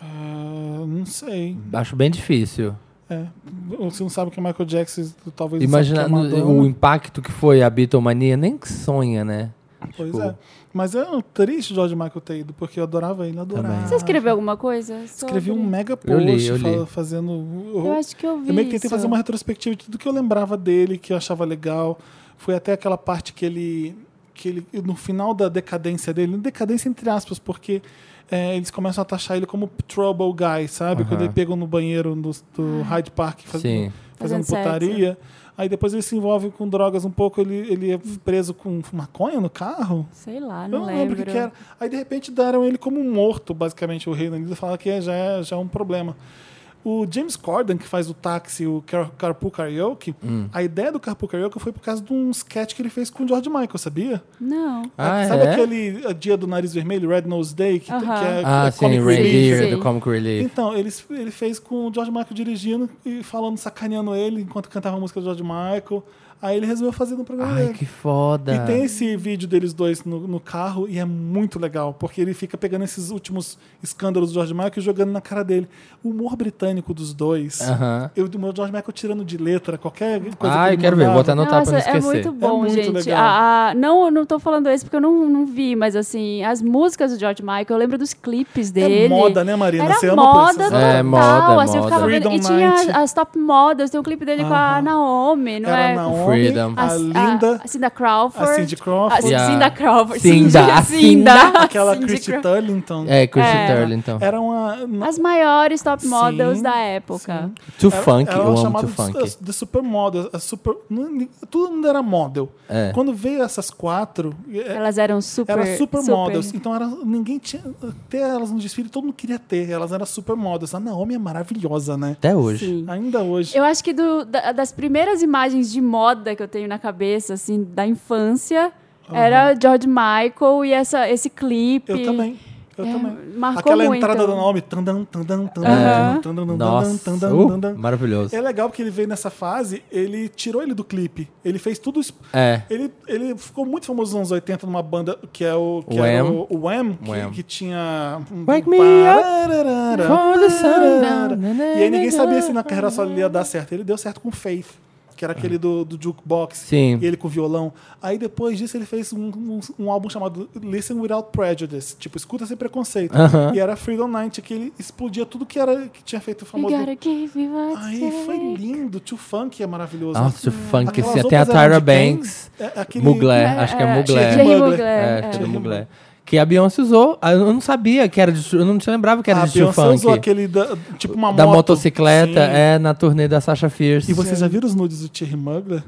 Speaker 1: Ah, não sei.
Speaker 4: Acho bem difícil.
Speaker 1: É. Você não sabe o que é Michael Jackson, talvez
Speaker 4: Imagina
Speaker 1: não sabe o que é
Speaker 4: o
Speaker 1: Madonna.
Speaker 4: impacto que foi a Beatlemania, nem que sonha, né?
Speaker 1: Pois
Speaker 4: Tipo,
Speaker 1: é. Mas é um triste George Michael ter ido, porque eu adorava ele, adorava.
Speaker 4: Também.
Speaker 2: Você escreveu alguma coisa? sobre-
Speaker 1: Escrevi um mega post
Speaker 4: Eu li, eu li.
Speaker 1: fa- fazendo. Eu,
Speaker 2: Eu acho que eu vi.
Speaker 1: eu meio que tentei
Speaker 2: isso.
Speaker 1: fazer uma retrospectiva de tudo que eu lembrava dele, que eu achava legal. Foi até aquela parte que ele. que ele, no final da decadência dele, decadência entre aspas, porque é, eles começam a taxar ele como trouble guy, sabe? Quando ele pegam no banheiro do, do Hyde Park faz- é,
Speaker 4: Sim.
Speaker 1: fazendo
Speaker 2: Tá Fazendo sexo. né?
Speaker 1: putaria. Aí depois ele se envolve com drogas um pouco, ele, ele é preso com maconha no carro.
Speaker 2: Sei lá,
Speaker 1: Eu
Speaker 2: não,
Speaker 1: não lembro o que, que era. Aí, de repente, deram ele como um morto, basicamente, o Reino Unido. Falaram que é- já é, já é um problema. O James Corden, que faz o táxi, o Car Carpool Karaoke,
Speaker 4: Hum.
Speaker 1: a ideia do Carpool Karaoke foi por causa de um sketch que ele fez com o George Michael, sabia?
Speaker 2: Não.
Speaker 4: Ah,
Speaker 1: Sabe
Speaker 4: é?
Speaker 1: aquele eh, dia do nariz vermelho, Red Nose Day, que, que
Speaker 2: Aham.
Speaker 1: é,
Speaker 4: Ah,
Speaker 1: é
Speaker 4: sim,
Speaker 1: comic
Speaker 2: Rain
Speaker 1: relief?
Speaker 2: Deer.
Speaker 4: Reindeer
Speaker 2: Sim.
Speaker 4: do Comic Relief.
Speaker 1: Então, ele, ele fez com o George Michael dirigindo e falando, sacaneando ele enquanto cantava a música do George Michael. Aí ele resolveu fazer no programa
Speaker 4: Ai,
Speaker 1: dele.
Speaker 4: que foda.
Speaker 1: Então, é. E tem esse vídeo deles dois no, no carro e é muito legal, porque ele fica pegando esses últimos escândalos do George Michael e jogando na cara dele. O humor britânico dos dois.
Speaker 4: Aham.
Speaker 1: Eu do meu George Michael tirando de letra qualquer coisa.
Speaker 4: Ai,
Speaker 1: que ele
Speaker 4: quero ver, vou
Speaker 1: mandava.
Speaker 4: botar anotar pra não
Speaker 2: Nossa, é
Speaker 4: esquecer.
Speaker 2: muito bom,
Speaker 1: É muito
Speaker 2: gente.
Speaker 1: legal.
Speaker 2: A- a- não, eu não tô falando isso porque eu não, não vi, mas assim, as músicas do George Michael, eu lembro dos clipes dele.
Speaker 1: É moda, né, Marina?
Speaker 2: Era
Speaker 1: Você ama né? por
Speaker 2: moda
Speaker 1: essas
Speaker 2: total.
Speaker 1: coisas.
Speaker 4: É, moda,
Speaker 2: assim, eu
Speaker 4: moda.
Speaker 2: ficava vendo, e
Speaker 1: Freedom
Speaker 2: tinha as,
Speaker 1: Night.
Speaker 2: as top models, tem um clipe dele com a
Speaker 1: Aham.
Speaker 2: Naomi, não
Speaker 1: Era
Speaker 2: é?
Speaker 1: a Naomi,
Speaker 4: Freedom.
Speaker 1: a Linda,
Speaker 2: A, Cinda Crawford.
Speaker 1: a Cindy Crawford.
Speaker 2: A
Speaker 4: E a-
Speaker 2: Cinda Crawford.
Speaker 4: Cinda,
Speaker 2: (laughs)
Speaker 4: a
Speaker 2: Cinda.
Speaker 4: Cinda.
Speaker 1: aquela
Speaker 2: Cindy
Speaker 1: Christy
Speaker 2: Crawford.
Speaker 1: Turlington.
Speaker 4: É, Chris
Speaker 2: É.
Speaker 4: Turley, então.
Speaker 1: Era uma... na-
Speaker 2: As maiores top
Speaker 1: Sim,
Speaker 2: models da época.
Speaker 4: Too
Speaker 1: Ela-
Speaker 4: Funk,
Speaker 1: ela
Speaker 4: eu
Speaker 1: era
Speaker 4: amo
Speaker 1: chamada
Speaker 4: Too
Speaker 1: é de-
Speaker 4: Funk.
Speaker 1: de supermodel, a super, não- todo mundo era model.
Speaker 4: É.
Speaker 1: Quando veio essas quatro, é-
Speaker 2: Elas eram super.
Speaker 1: Elas supermodels. Então era, ninguém tinha. Ter elas no desfile, todo mundo queria ter. Elas eram supermodels. A Naomi é maravilhosa, né?
Speaker 4: Até hoje.
Speaker 2: Sim.
Speaker 1: Ainda hoje.
Speaker 2: Eu acho que do- da- das primeiras imagens de moda que eu tenho na cabeça, assim, da infância, era George Michael e essa, esse clipe.
Speaker 1: Eu, também. Eu
Speaker 2: É,
Speaker 1: também.
Speaker 2: marcou
Speaker 1: Aquela
Speaker 2: muito.
Speaker 1: entrada da Naomi. Tandam, tandam, tandam,
Speaker 4: Ah.
Speaker 2: Aham.
Speaker 1: tandam, tandam,
Speaker 4: Nossa,
Speaker 1: tandam,
Speaker 4: uh,
Speaker 1: tandam.
Speaker 4: maravilhoso.
Speaker 1: É legal porque ele veio nessa fase, ele tirou ele do clipe. Ele fez tudo isso.
Speaker 4: É.
Speaker 1: Ele, ele ficou muito famoso nos anos 80 numa banda que é o que
Speaker 4: Wham.
Speaker 1: era o, o Wham, que,
Speaker 4: Wham.
Speaker 1: que tinha um
Speaker 4: Wake me
Speaker 1: Pararara,
Speaker 4: from the sundown.
Speaker 1: pararara. E aí ninguém sabia se na carreira só ele ia dar certo. Ele deu certo com Faith, que era aquele do, do jukebox.
Speaker 4: Sim.
Speaker 1: E ele com violão. Aí depois disso ele fez um, um, um álbum chamado Listen Without Prejudice, tipo escuta sem preconceito.
Speaker 4: Aham.
Speaker 1: E era Freedom Night que ele explodia tudo que era que tinha feito
Speaker 2: You
Speaker 1: famoso.
Speaker 2: gotta give me what's
Speaker 1: Aí foi
Speaker 2: there.
Speaker 1: lindo. Tio Funk é maravilhoso.
Speaker 4: Nossa, Too Funk,
Speaker 1: Aquelas
Speaker 4: assim, tem a
Speaker 1: roupas eram
Speaker 4: Tyra
Speaker 1: de quem?
Speaker 4: Banks.
Speaker 1: É, aquele-
Speaker 4: Mugler, acho que é Mugler.
Speaker 2: Jerry
Speaker 1: Mugler.
Speaker 2: Mugler,
Speaker 4: É,
Speaker 2: é.
Speaker 4: acho que é
Speaker 1: Cherry
Speaker 4: Mugler. Que a Beyoncé usou. Ah, Eu não sabia que era de. Tru- Eu não te lembrava que era
Speaker 1: A
Speaker 4: de Too
Speaker 1: Beyoncé
Speaker 4: Funk.
Speaker 1: usou aquele da, tipo uma
Speaker 4: da
Speaker 1: moto.
Speaker 4: motocicleta,
Speaker 1: Sim.
Speaker 4: é, na turnê da Sasha Fierce.
Speaker 1: E vocês já viram os nudes do Thierry Mugler?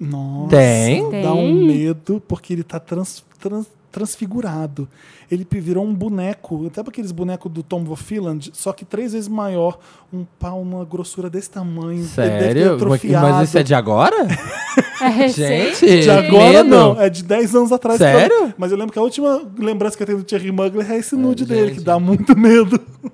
Speaker 1: Nossa.
Speaker 4: Tem.
Speaker 1: Dá um
Speaker 2: Tem.
Speaker 1: medo, porque ele tá trans, trans- transfigurado. Ele virou um boneco, até aqueles bonecos do Tom Finland, só que três vezes maior. Um pau, uma grossura desse tamanho. Ele deve ter
Speaker 4: Sério? Mas-
Speaker 1: atrofiado.
Speaker 4: Mas isso é de agora?
Speaker 1: (laughs)
Speaker 2: É recente.
Speaker 4: Gente,
Speaker 1: De agora
Speaker 4: medo.
Speaker 1: não, é de 10 anos atrás.
Speaker 4: Sério?
Speaker 1: Quando- Mas eu lembro que a última lembrança que eu tenho do Thierry Mugler é esse nude dele,
Speaker 4: gente.
Speaker 1: que dá muito medo.
Speaker 4: Amo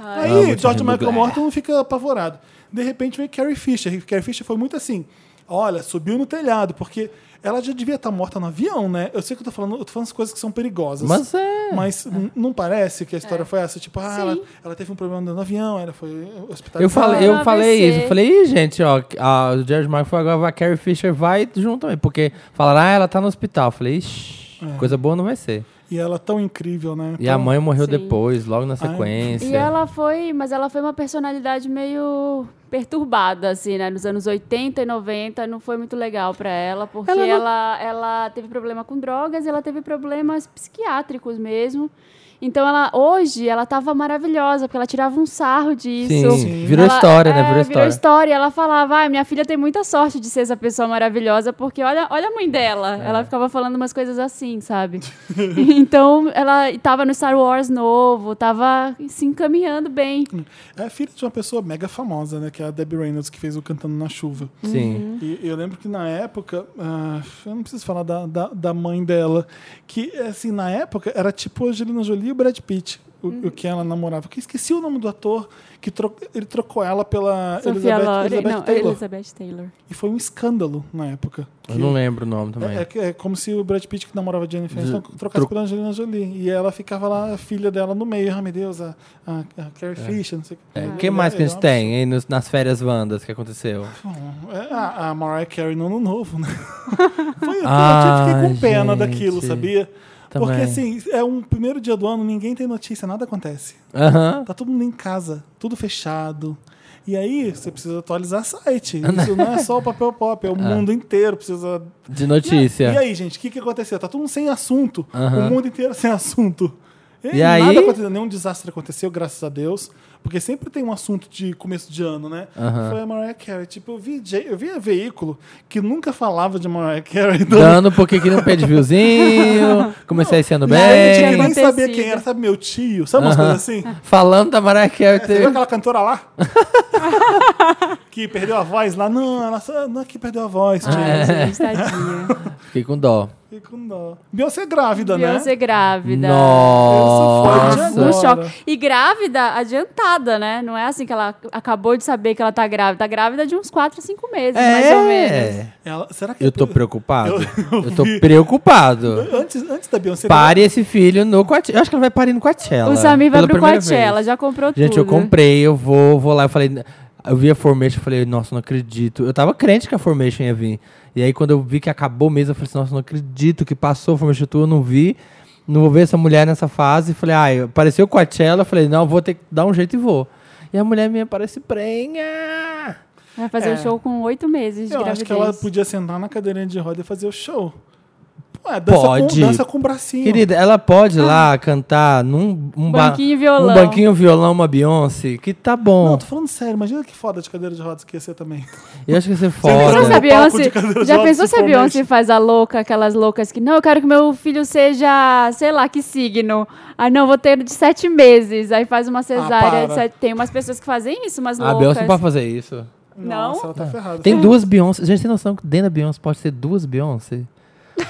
Speaker 1: Aí,
Speaker 4: Thierry
Speaker 1: George Michael
Speaker 4: Mugler.
Speaker 1: Morton fica apavorado. De repente vem Carrie Fisher. E Carrie Fisher foi muito assim: olha, subiu no telhado, porque ela já devia estar morta no avião, né? Eu sei que eu tô falando, eu tô falando as coisas que são perigosas.
Speaker 4: Mas é.
Speaker 1: Mas n- não parece que a história foi essa, tipo, ah,
Speaker 2: Sim.
Speaker 1: ela, ela teve um problema no avião, ela foi hospitalizada.
Speaker 4: Eu falei,
Speaker 2: Ah,
Speaker 4: eu falei
Speaker 2: ABC.
Speaker 4: isso. Eu falei, Ih, gente, ó, a o George Michael foi agora, a Carrie Fisher vai junto também. Porque falaram, ah, ela tá no hospital. Eu falei, ixi,
Speaker 1: É.
Speaker 4: coisa boa não vai ser.
Speaker 1: E ela é tão incrível, né?
Speaker 4: E a mãe morreu
Speaker 2: Então, Sim.
Speaker 4: depois, logo na sequência.
Speaker 2: E ela foi, mas ela foi uma personalidade meio perturbada, assim, né? Nos anos 80 e 90 não foi muito legal pra ela, porque
Speaker 4: Ela
Speaker 2: ela,
Speaker 4: não-
Speaker 2: ela, teve problema com drogas, ela teve problemas psiquiátricos mesmo. Então ela hoje ela tava maravilhosa, porque ela tirava um sarro disso.
Speaker 4: Sim,
Speaker 1: Sim.
Speaker 4: virou
Speaker 2: Ela-
Speaker 4: história, né?
Speaker 2: é,
Speaker 4: Virou história.
Speaker 2: história. Ela falava, ai, minha filha tem muita sorte de ser essa pessoa maravilhosa, porque olha, olha a mãe dela.
Speaker 4: É.
Speaker 2: Ela ficava falando umas coisas assim, sabe? (laughs) então, ela tava no Star Wars novo, tava se encaminhando bem.
Speaker 1: É filha de uma pessoa mega famosa, né? Que é a Debbie Reynolds, que fez o Cantando na Chuva.
Speaker 2: Uhum.
Speaker 4: Sim.
Speaker 1: E eu lembro que na época, ah, eu não preciso falar da, da, da mãe dela, que assim, na época era tipo a Angelina Jolie e o Brad Pitt, o,
Speaker 2: Uhum.
Speaker 1: o que ela namorava. Que eu esqueci o nome do ator, que tro- ele trocou ela pela
Speaker 2: Sofia
Speaker 1: Elizabeth,
Speaker 2: Loren.
Speaker 1: Elizabeth
Speaker 2: não,
Speaker 1: Taylor.
Speaker 2: Elizabeth Taylor.
Speaker 1: E foi um escândalo na época.
Speaker 4: Eu não lembro o nome também.
Speaker 1: É, é- é como se o Brad Pitt, que namorava a Jennifer Aniston, trocasse
Speaker 4: tro-
Speaker 1: pela Angelina Jolie. E ela ficava lá, a filha dela, no meio. Ah, meu Deus, a, a, a Carrie Fisher, não sei o
Speaker 4: É, O que mais que a gente
Speaker 1: É,
Speaker 4: tem aí nos- nas férias Wandas que aconteceu?
Speaker 1: É, A, a Mariah Carey no ano novo,
Speaker 4: (laughs)
Speaker 1: né? Foi, eu,
Speaker 4: Ah,
Speaker 1: eu fiquei com pena
Speaker 4: gente.
Speaker 1: daquilo, sabia?
Speaker 4: Também.
Speaker 1: Porque assim, é um primeiro dia do ano, ninguém tem notícia, nada acontece.
Speaker 4: Aham.
Speaker 1: Tá todo mundo em casa, tudo fechado. E aí você precisa atualizar
Speaker 4: (laughs)
Speaker 1: site. Isso não é só o papel pop,
Speaker 4: Ah.
Speaker 1: é o mundo inteiro precisa.
Speaker 4: De
Speaker 1: E,
Speaker 4: notícia.
Speaker 1: e aí, gente, o que, que aconteceu? Tá todo mundo sem assunto.
Speaker 4: Aham.
Speaker 1: O mundo inteiro (laughs) sem assunto.
Speaker 4: E aí?
Speaker 1: Nada aconteceu, nenhum desastre aconteceu, graças a Deus. Porque sempre tem um assunto de começo de ano, né?
Speaker 4: Aham.
Speaker 1: Foi a Mariah Carey. Tipo, eu vi, je- eu via veículo que nunca falava de Mariah Carey.
Speaker 4: (laughs) Dando porque queria um pé de viewzinho, comecei sendo
Speaker 1: Não, eu
Speaker 2: tinha
Speaker 4: bem.
Speaker 1: tipo, nem sabia
Speaker 2: acontecido. Ah.
Speaker 1: quem era, sabe? Meu tio, sabe umas coisas assim?
Speaker 4: Falando da Mariah Carey.
Speaker 1: Você viu aquela cantora lá?
Speaker 2: (laughs)
Speaker 1: que perdeu a voz lá? Não, ela só- não é que perdeu a voz,
Speaker 4: Ah,
Speaker 1: tio.
Speaker 4: é.
Speaker 2: Ai,
Speaker 4: (laughs)
Speaker 2: gente, tadinha.
Speaker 1: (laughs)
Speaker 4: Fiquei com dó.
Speaker 1: Fiquei com dó. Beyoncé é grávida,
Speaker 2: Beyoncé
Speaker 1: né?
Speaker 2: grávida.
Speaker 1: Essa foi
Speaker 4: Nossa.
Speaker 1: de
Speaker 2: Um
Speaker 1: Agora.
Speaker 2: choque. E grávida, adiantada, né? Não é assim que ela acabou de saber que ela tá grávida. Tá grávida de uns 4, 5 meses, mais ou menos.
Speaker 4: É.
Speaker 1: Ela, será que
Speaker 4: Eu tô preocupado.
Speaker 1: Eu- eu
Speaker 4: Eu tô
Speaker 1: vi.
Speaker 4: preocupado.
Speaker 1: Antes, antes da Beyoncé...
Speaker 4: Pare esse filho no Coachella. Eu acho que ele vai parir no Coachella.
Speaker 2: O Samir vai
Speaker 4: pela
Speaker 2: pro
Speaker 4: primeira vez.
Speaker 2: Coachella, já comprou tudo.
Speaker 4: Gente, eu comprei, eu vou, vou lá. Eu falei, eu vi a Formation, eu falei, nossa, não acredito. Eu tava crente que a Formation ia vir. E aí, quando eu vi que acabou mesmo, eu falei assim, nossa, não acredito que passou a Formation Tour, eu não vi. Não vou ver essa mulher nessa fase. Falei, ai, apareceu com a Tchela. Falei, não, vou ter que dar um jeito e vou. E a mulher minha parece prenha.
Speaker 2: Vai fazer o
Speaker 1: É.
Speaker 2: show com 8 meses de
Speaker 1: Eu
Speaker 2: gravidez.
Speaker 1: acho que ela podia sentar na cadeirinha de roda e fazer o show. Ué, dança
Speaker 4: Pode.
Speaker 1: Com, dança com o bracinho.
Speaker 4: Querida, ela pode lá cantar num um ba-
Speaker 2: Ah. Banquinho e violão.
Speaker 4: Um banquinho, violão, uma Beyoncé, que tá bom.
Speaker 1: Não, tô falando sério. Imagina que foda de cadeira de rodas que ia ser também.
Speaker 4: Eu acho que você
Speaker 2: Pensou se
Speaker 4: foda.
Speaker 1: no né?
Speaker 2: a
Speaker 1: palco de
Speaker 2: Beyoncé,
Speaker 1: cadeira de
Speaker 2: já
Speaker 1: rodas
Speaker 2: pensou se
Speaker 1: se
Speaker 2: a
Speaker 1: for
Speaker 2: Beyoncé
Speaker 1: mesmo?
Speaker 2: faz a louca, aquelas loucas que não, eu quero que meu filho seja, sei lá, que signo. Ah, não, vou ter de sete meses. Aí faz uma cesárea.
Speaker 1: Ah, para.
Speaker 2: de sete- Tem umas pessoas que fazem isso, umas
Speaker 4: A
Speaker 2: loucas.
Speaker 4: Beyoncé não pode fazer isso.
Speaker 2: Não?
Speaker 1: Nossa, ela tá ferrada.
Speaker 4: É.
Speaker 2: Uhum.
Speaker 4: Tem duas Beyoncé. Gente, tem noção que dentro da Beyoncé pode ser duas Beyoncé?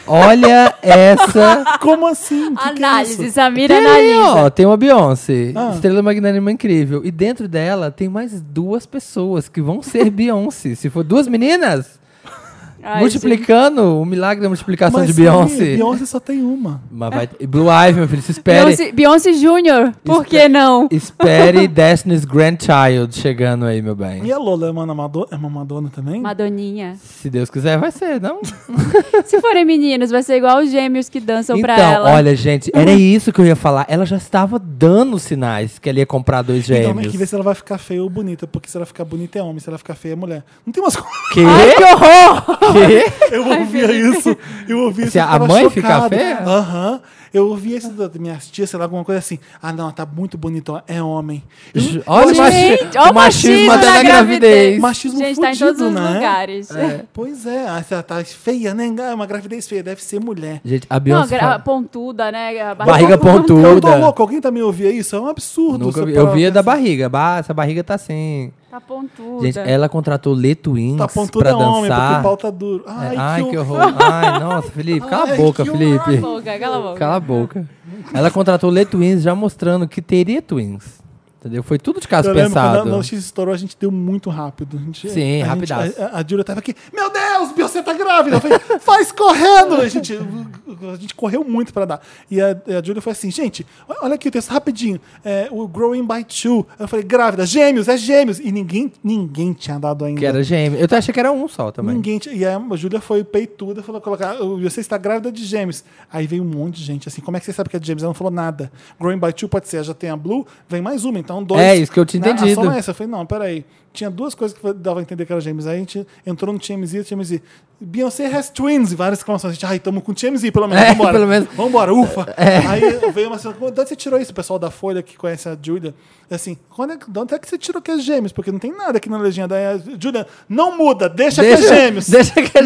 Speaker 4: Olha
Speaker 2: (laughs)
Speaker 4: essa.
Speaker 1: Como assim? Que que é
Speaker 2: Análise,
Speaker 1: isso?
Speaker 2: Samira
Speaker 4: Tem ali,
Speaker 2: analisa.
Speaker 4: ó, tem uma Beyoncé,
Speaker 1: Ah.
Speaker 4: estrela magnânima incrível. E dentro dela tem mais duas pessoas que
Speaker 2: (laughs)
Speaker 4: vão ser Beyoncé. Se for duas meninas,
Speaker 2: Ai,
Speaker 4: multiplicando o milagre da multiplicação
Speaker 1: Mas,
Speaker 4: de
Speaker 1: Samir,
Speaker 4: Beyoncé.
Speaker 1: Beyoncé só tem uma.
Speaker 4: Mas vai, e Blue Ivy, meu filho, se
Speaker 2: gente.
Speaker 4: espere.
Speaker 2: Beyoncé, Beyoncé Júnior, por
Speaker 4: é
Speaker 2: que não? (laughs)
Speaker 4: Espere Destiny's Grandchild chegando aí, meu bem.
Speaker 1: E a Lola é uma Madonna, é uma Madonna também?
Speaker 2: Madoninha.
Speaker 4: Se Deus quiser, vai ser, não?
Speaker 2: Se forem meninos, vai ser igual os gêmeos que dançam pra
Speaker 4: Então,
Speaker 2: ela. Uhum.
Speaker 4: olha, gente, era isso que eu ia falar. Ela já estava dando sinais que ela ia comprar dois
Speaker 1: Então tem
Speaker 4: gêmeos.
Speaker 1: que
Speaker 4: (laughs)
Speaker 1: ver se ela vai ficar feia ou bonita, porque se ela ficar bonita é homem, se ela ficar feia é mulher. Não tem umas coisas.
Speaker 4: Que?
Speaker 2: Ai, que horror!
Speaker 4: Que?
Speaker 1: (laughs) Eu ouvia isso. Eu ouvia isso.
Speaker 4: Se
Speaker 1: eu
Speaker 4: a
Speaker 1: ficava
Speaker 4: mãe ficar
Speaker 1: chocado.
Speaker 4: feia?
Speaker 1: Aham. Eu ouvia isso da- das minhas tias, sei lá, alguma coisa assim. Ah, não, ela tá muito bonita, ó, é homem. Eu-
Speaker 4: Ju- Olha o
Speaker 2: Gente, olha
Speaker 4: machismo, o machismo até na gravidez.
Speaker 1: Machismo
Speaker 2: Gente, tá em
Speaker 1: fudido,
Speaker 2: todos os
Speaker 1: né?
Speaker 2: lugares.
Speaker 1: (laughs) Pois é, ah, se ela tá feia, né? Ah, É uma gravidez feia, deve ser mulher.
Speaker 4: Gente, a
Speaker 2: Não,
Speaker 4: Beyoncé...
Speaker 2: gra-
Speaker 4: fala-
Speaker 2: pontuda, né? A
Speaker 4: Barriga
Speaker 1: Eu tô
Speaker 4: pontuda.
Speaker 1: louco, alguém também ouvia isso? É um absurdo. assim.
Speaker 4: Nunca
Speaker 1: Você
Speaker 4: vi-
Speaker 1: para
Speaker 4: eu via
Speaker 1: pensar.
Speaker 4: da barriga. Bah, essa barriga tá assim.
Speaker 2: Tá pontuda.
Speaker 4: Gente, ela contratou Lê Twins
Speaker 1: Tá
Speaker 4: pra
Speaker 1: pontuda é
Speaker 4: dançar. É.
Speaker 1: homem, porque o pau tá duro. Ai,
Speaker 4: Ai, que
Speaker 1: horror.
Speaker 4: horror. Ai, nossa, Felipe, cala a
Speaker 1: Ai,
Speaker 4: boca,
Speaker 1: que
Speaker 2: Cala a
Speaker 4: Felipe.
Speaker 2: boca, cala a boca.
Speaker 4: Cala a boca. Ela contratou Lê Twins já mostrando que teria Twins. Entendeu? Foi tudo de caso
Speaker 1: Eu lembro
Speaker 4: pensado.
Speaker 1: quando a Notícia estourou, a gente deu muito rápido. A gente,
Speaker 4: Sim,
Speaker 1: a
Speaker 4: rapidaço.
Speaker 1: gente- a, a Júlia tava aqui, meu Deus, Beyoncé tá grávida. Eu falei, (laughs) faz correndo. A gente, a gente correu muito pra dar. E a, a Júlia foi assim, gente, o- olha aqui o texto rapidinho. É, o Growing by Two. Eu falei, grávida, gêmeos, é gêmeos. E ninguém, ninguém tinha dado ainda.
Speaker 4: Que era gêmeo. Eu achei que era um só também.
Speaker 1: Ninguém tinha- E a Júlia foi peituda, falou: "Ah, colocar, você está grávida de gêmeos. Aí veio um monte de gente assim: como é que você sabe que é de gêmeos? Ela não falou nada. Growing by Two pode ser, já tem a Blue, vem mais uma, então dois.
Speaker 4: É, isso que eu tinha
Speaker 1: Né?
Speaker 4: entendido.
Speaker 1: A soma é essa. Eu falei: não, peraí. Tinha duas coisas que dava a entender que era gêmeos. Aí a gente entrou no TMZ, o TMZ. Beyoncé has twins, e várias exclamações. A gente, ai, tamo com TMZ, pelo menos,
Speaker 4: (laughs) É,
Speaker 1: vambora.
Speaker 4: pelo menos.
Speaker 1: Vambora, ufa.
Speaker 4: É,
Speaker 1: Aí veio uma. De onde você tirou isso? O pessoal da Folha que conhece a Júlia. Assim, quando é, de onde é que você tirou que é gêmeos? Porque não tem nada aqui na legenda. Aí a Júlia, não muda, deixa, que é gêmeos.
Speaker 4: Deixa que é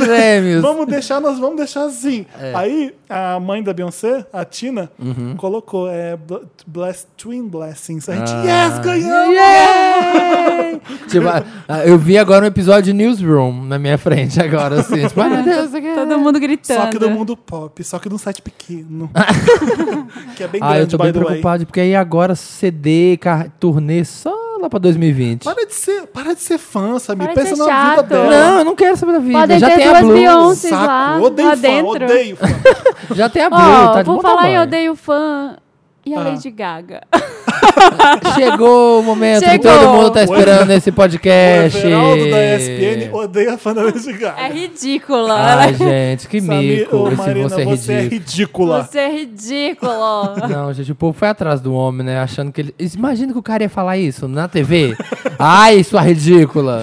Speaker 1: (laughs)
Speaker 4: gêmeos.
Speaker 1: Vamos deixar, nós vamos deixar assim.
Speaker 4: É.
Speaker 1: Aí a mãe da Beyoncé, a Tina,
Speaker 4: Uhum.
Speaker 1: colocou é, bl- bless, Twin Blessings. A gente,
Speaker 4: Ah.
Speaker 1: yes, ganhamos!
Speaker 4: Yay! tipo, a- a- eu vi agora um episódio de Newsroom na minha frente agora, assim. Tipo, ai, meu Deus, isso aqui é-
Speaker 2: Todo mundo gritando.
Speaker 1: Só que do mundo pop, só que de um site
Speaker 4: (laughs)
Speaker 1: pequeno. que é bem
Speaker 4: Ah, eu
Speaker 1: grande,
Speaker 4: tô bem
Speaker 1: by the way.
Speaker 4: preocupado, porque aí agora CD, car... turnê só lá pra 2020.
Speaker 1: Para de ser, para de ser fã, Samir.
Speaker 2: Para de
Speaker 1: Pensa
Speaker 2: ser
Speaker 1: na vida
Speaker 2: chato.
Speaker 1: dela.
Speaker 4: Não, eu não quero saber da vida.
Speaker 2: Podem
Speaker 4: já
Speaker 2: ter
Speaker 4: tem a
Speaker 2: duas
Speaker 4: Blue.
Speaker 2: Beyoncé. vocês
Speaker 1: Saco,
Speaker 2: lá,
Speaker 1: odeio
Speaker 2: lá
Speaker 1: fã,
Speaker 4: (laughs)
Speaker 2: dentro.
Speaker 1: odeio fã.
Speaker 4: Já tem a Blue,
Speaker 2: Ó,
Speaker 4: tá de
Speaker 2: por
Speaker 4: bom
Speaker 2: falar em
Speaker 4: tamanho.
Speaker 2: odeio fã, E a
Speaker 1: Ah.
Speaker 2: Lady Gaga?
Speaker 4: Chegou o momento que
Speaker 2: Chegou.
Speaker 4: todo mundo tá esperando esse podcast.
Speaker 1: O Everaldo da ESPN odeia fã da Lady Gaga.
Speaker 2: É ridícula. Ela-
Speaker 4: Ai, gente, que
Speaker 1: Samir-
Speaker 4: mico
Speaker 1: Ô,
Speaker 4: esse
Speaker 1: Marina,
Speaker 4: você é ridículo.
Speaker 1: ridícula.
Speaker 2: Você é
Speaker 1: (laughs)
Speaker 2: ridículo.
Speaker 4: (laughs) Não, gente, o povo foi atrás do homem, né? Achando que ele. Imagina que o cara ia falar isso
Speaker 1: (laughs)
Speaker 4: na TV. Ai, sua ridícula.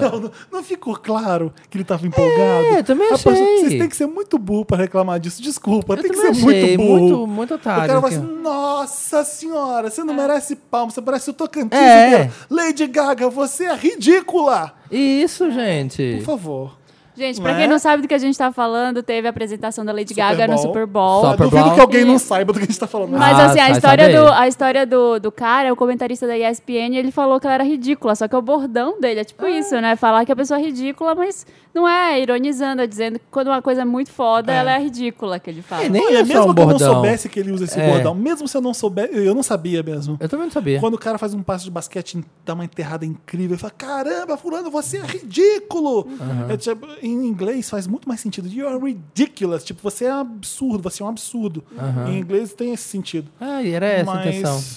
Speaker 2: é
Speaker 1: Não, não- não ficou claro que ele tava empolgado?
Speaker 4: É, eu também
Speaker 1: Ah, pastor,
Speaker 4: achei.
Speaker 1: Vocês têm que ser muito burro pra reclamar disso. Desculpa, tem que ser
Speaker 4: também achei,
Speaker 1: muito burro.
Speaker 4: Muito, muito
Speaker 1: O
Speaker 4: otário.
Speaker 1: cara fala
Speaker 4: aqui, ó.
Speaker 1: assim, nossa senhora, você
Speaker 2: É.
Speaker 1: não merece palma, você parece o Tocantins
Speaker 4: É.
Speaker 1: inteiro. Lady Gaga, você é ridícula!
Speaker 4: Isso, gente.
Speaker 1: Por favor.
Speaker 2: Gente, pra
Speaker 1: Não
Speaker 2: quem
Speaker 1: é?
Speaker 2: não sabe do que a gente tá falando, teve a apresentação da Lady Gaga no
Speaker 1: Bowl.
Speaker 2: Super Bowl.
Speaker 4: Só
Speaker 1: Eu
Speaker 4: Super
Speaker 1: duvido
Speaker 4: Bowl.
Speaker 1: que alguém
Speaker 2: E-
Speaker 1: não saiba do que a gente tá falando.
Speaker 2: Mas
Speaker 4: Ah,
Speaker 2: assim, a
Speaker 4: vai
Speaker 2: história,
Speaker 4: saber.
Speaker 2: do, a história do, do cara, o comentarista da ESPN, ele falou que ela era ridícula, só que o bordão dele é
Speaker 1: Ah.
Speaker 2: tipo isso, né? Falar que a pessoa é ridícula, mas não é ironizando, é dizendo que quando uma coisa é muito foda, ela é ridícula que ele fala.
Speaker 4: É, nem
Speaker 1: Olha,
Speaker 4: é só
Speaker 1: mesmo
Speaker 4: um
Speaker 1: que eu não
Speaker 4: bordão.
Speaker 1: soubesse que ele usa esse
Speaker 4: É.
Speaker 1: bordão, mesmo se eu não soubesse, eu não sabia mesmo.
Speaker 4: Eu também não sabia.
Speaker 1: Quando o cara faz um passo de basquete, e dá uma enterrada incrível, fala: Caramba, Fulano, você é ridículo! É, tipo, em inglês faz muito mais sentido. You are ridiculous. Tipo, você é um absurdo, você é um absurdo. Em inglês tem esse sentido.
Speaker 4: Ah, era essa a intenção.
Speaker 1: Mas...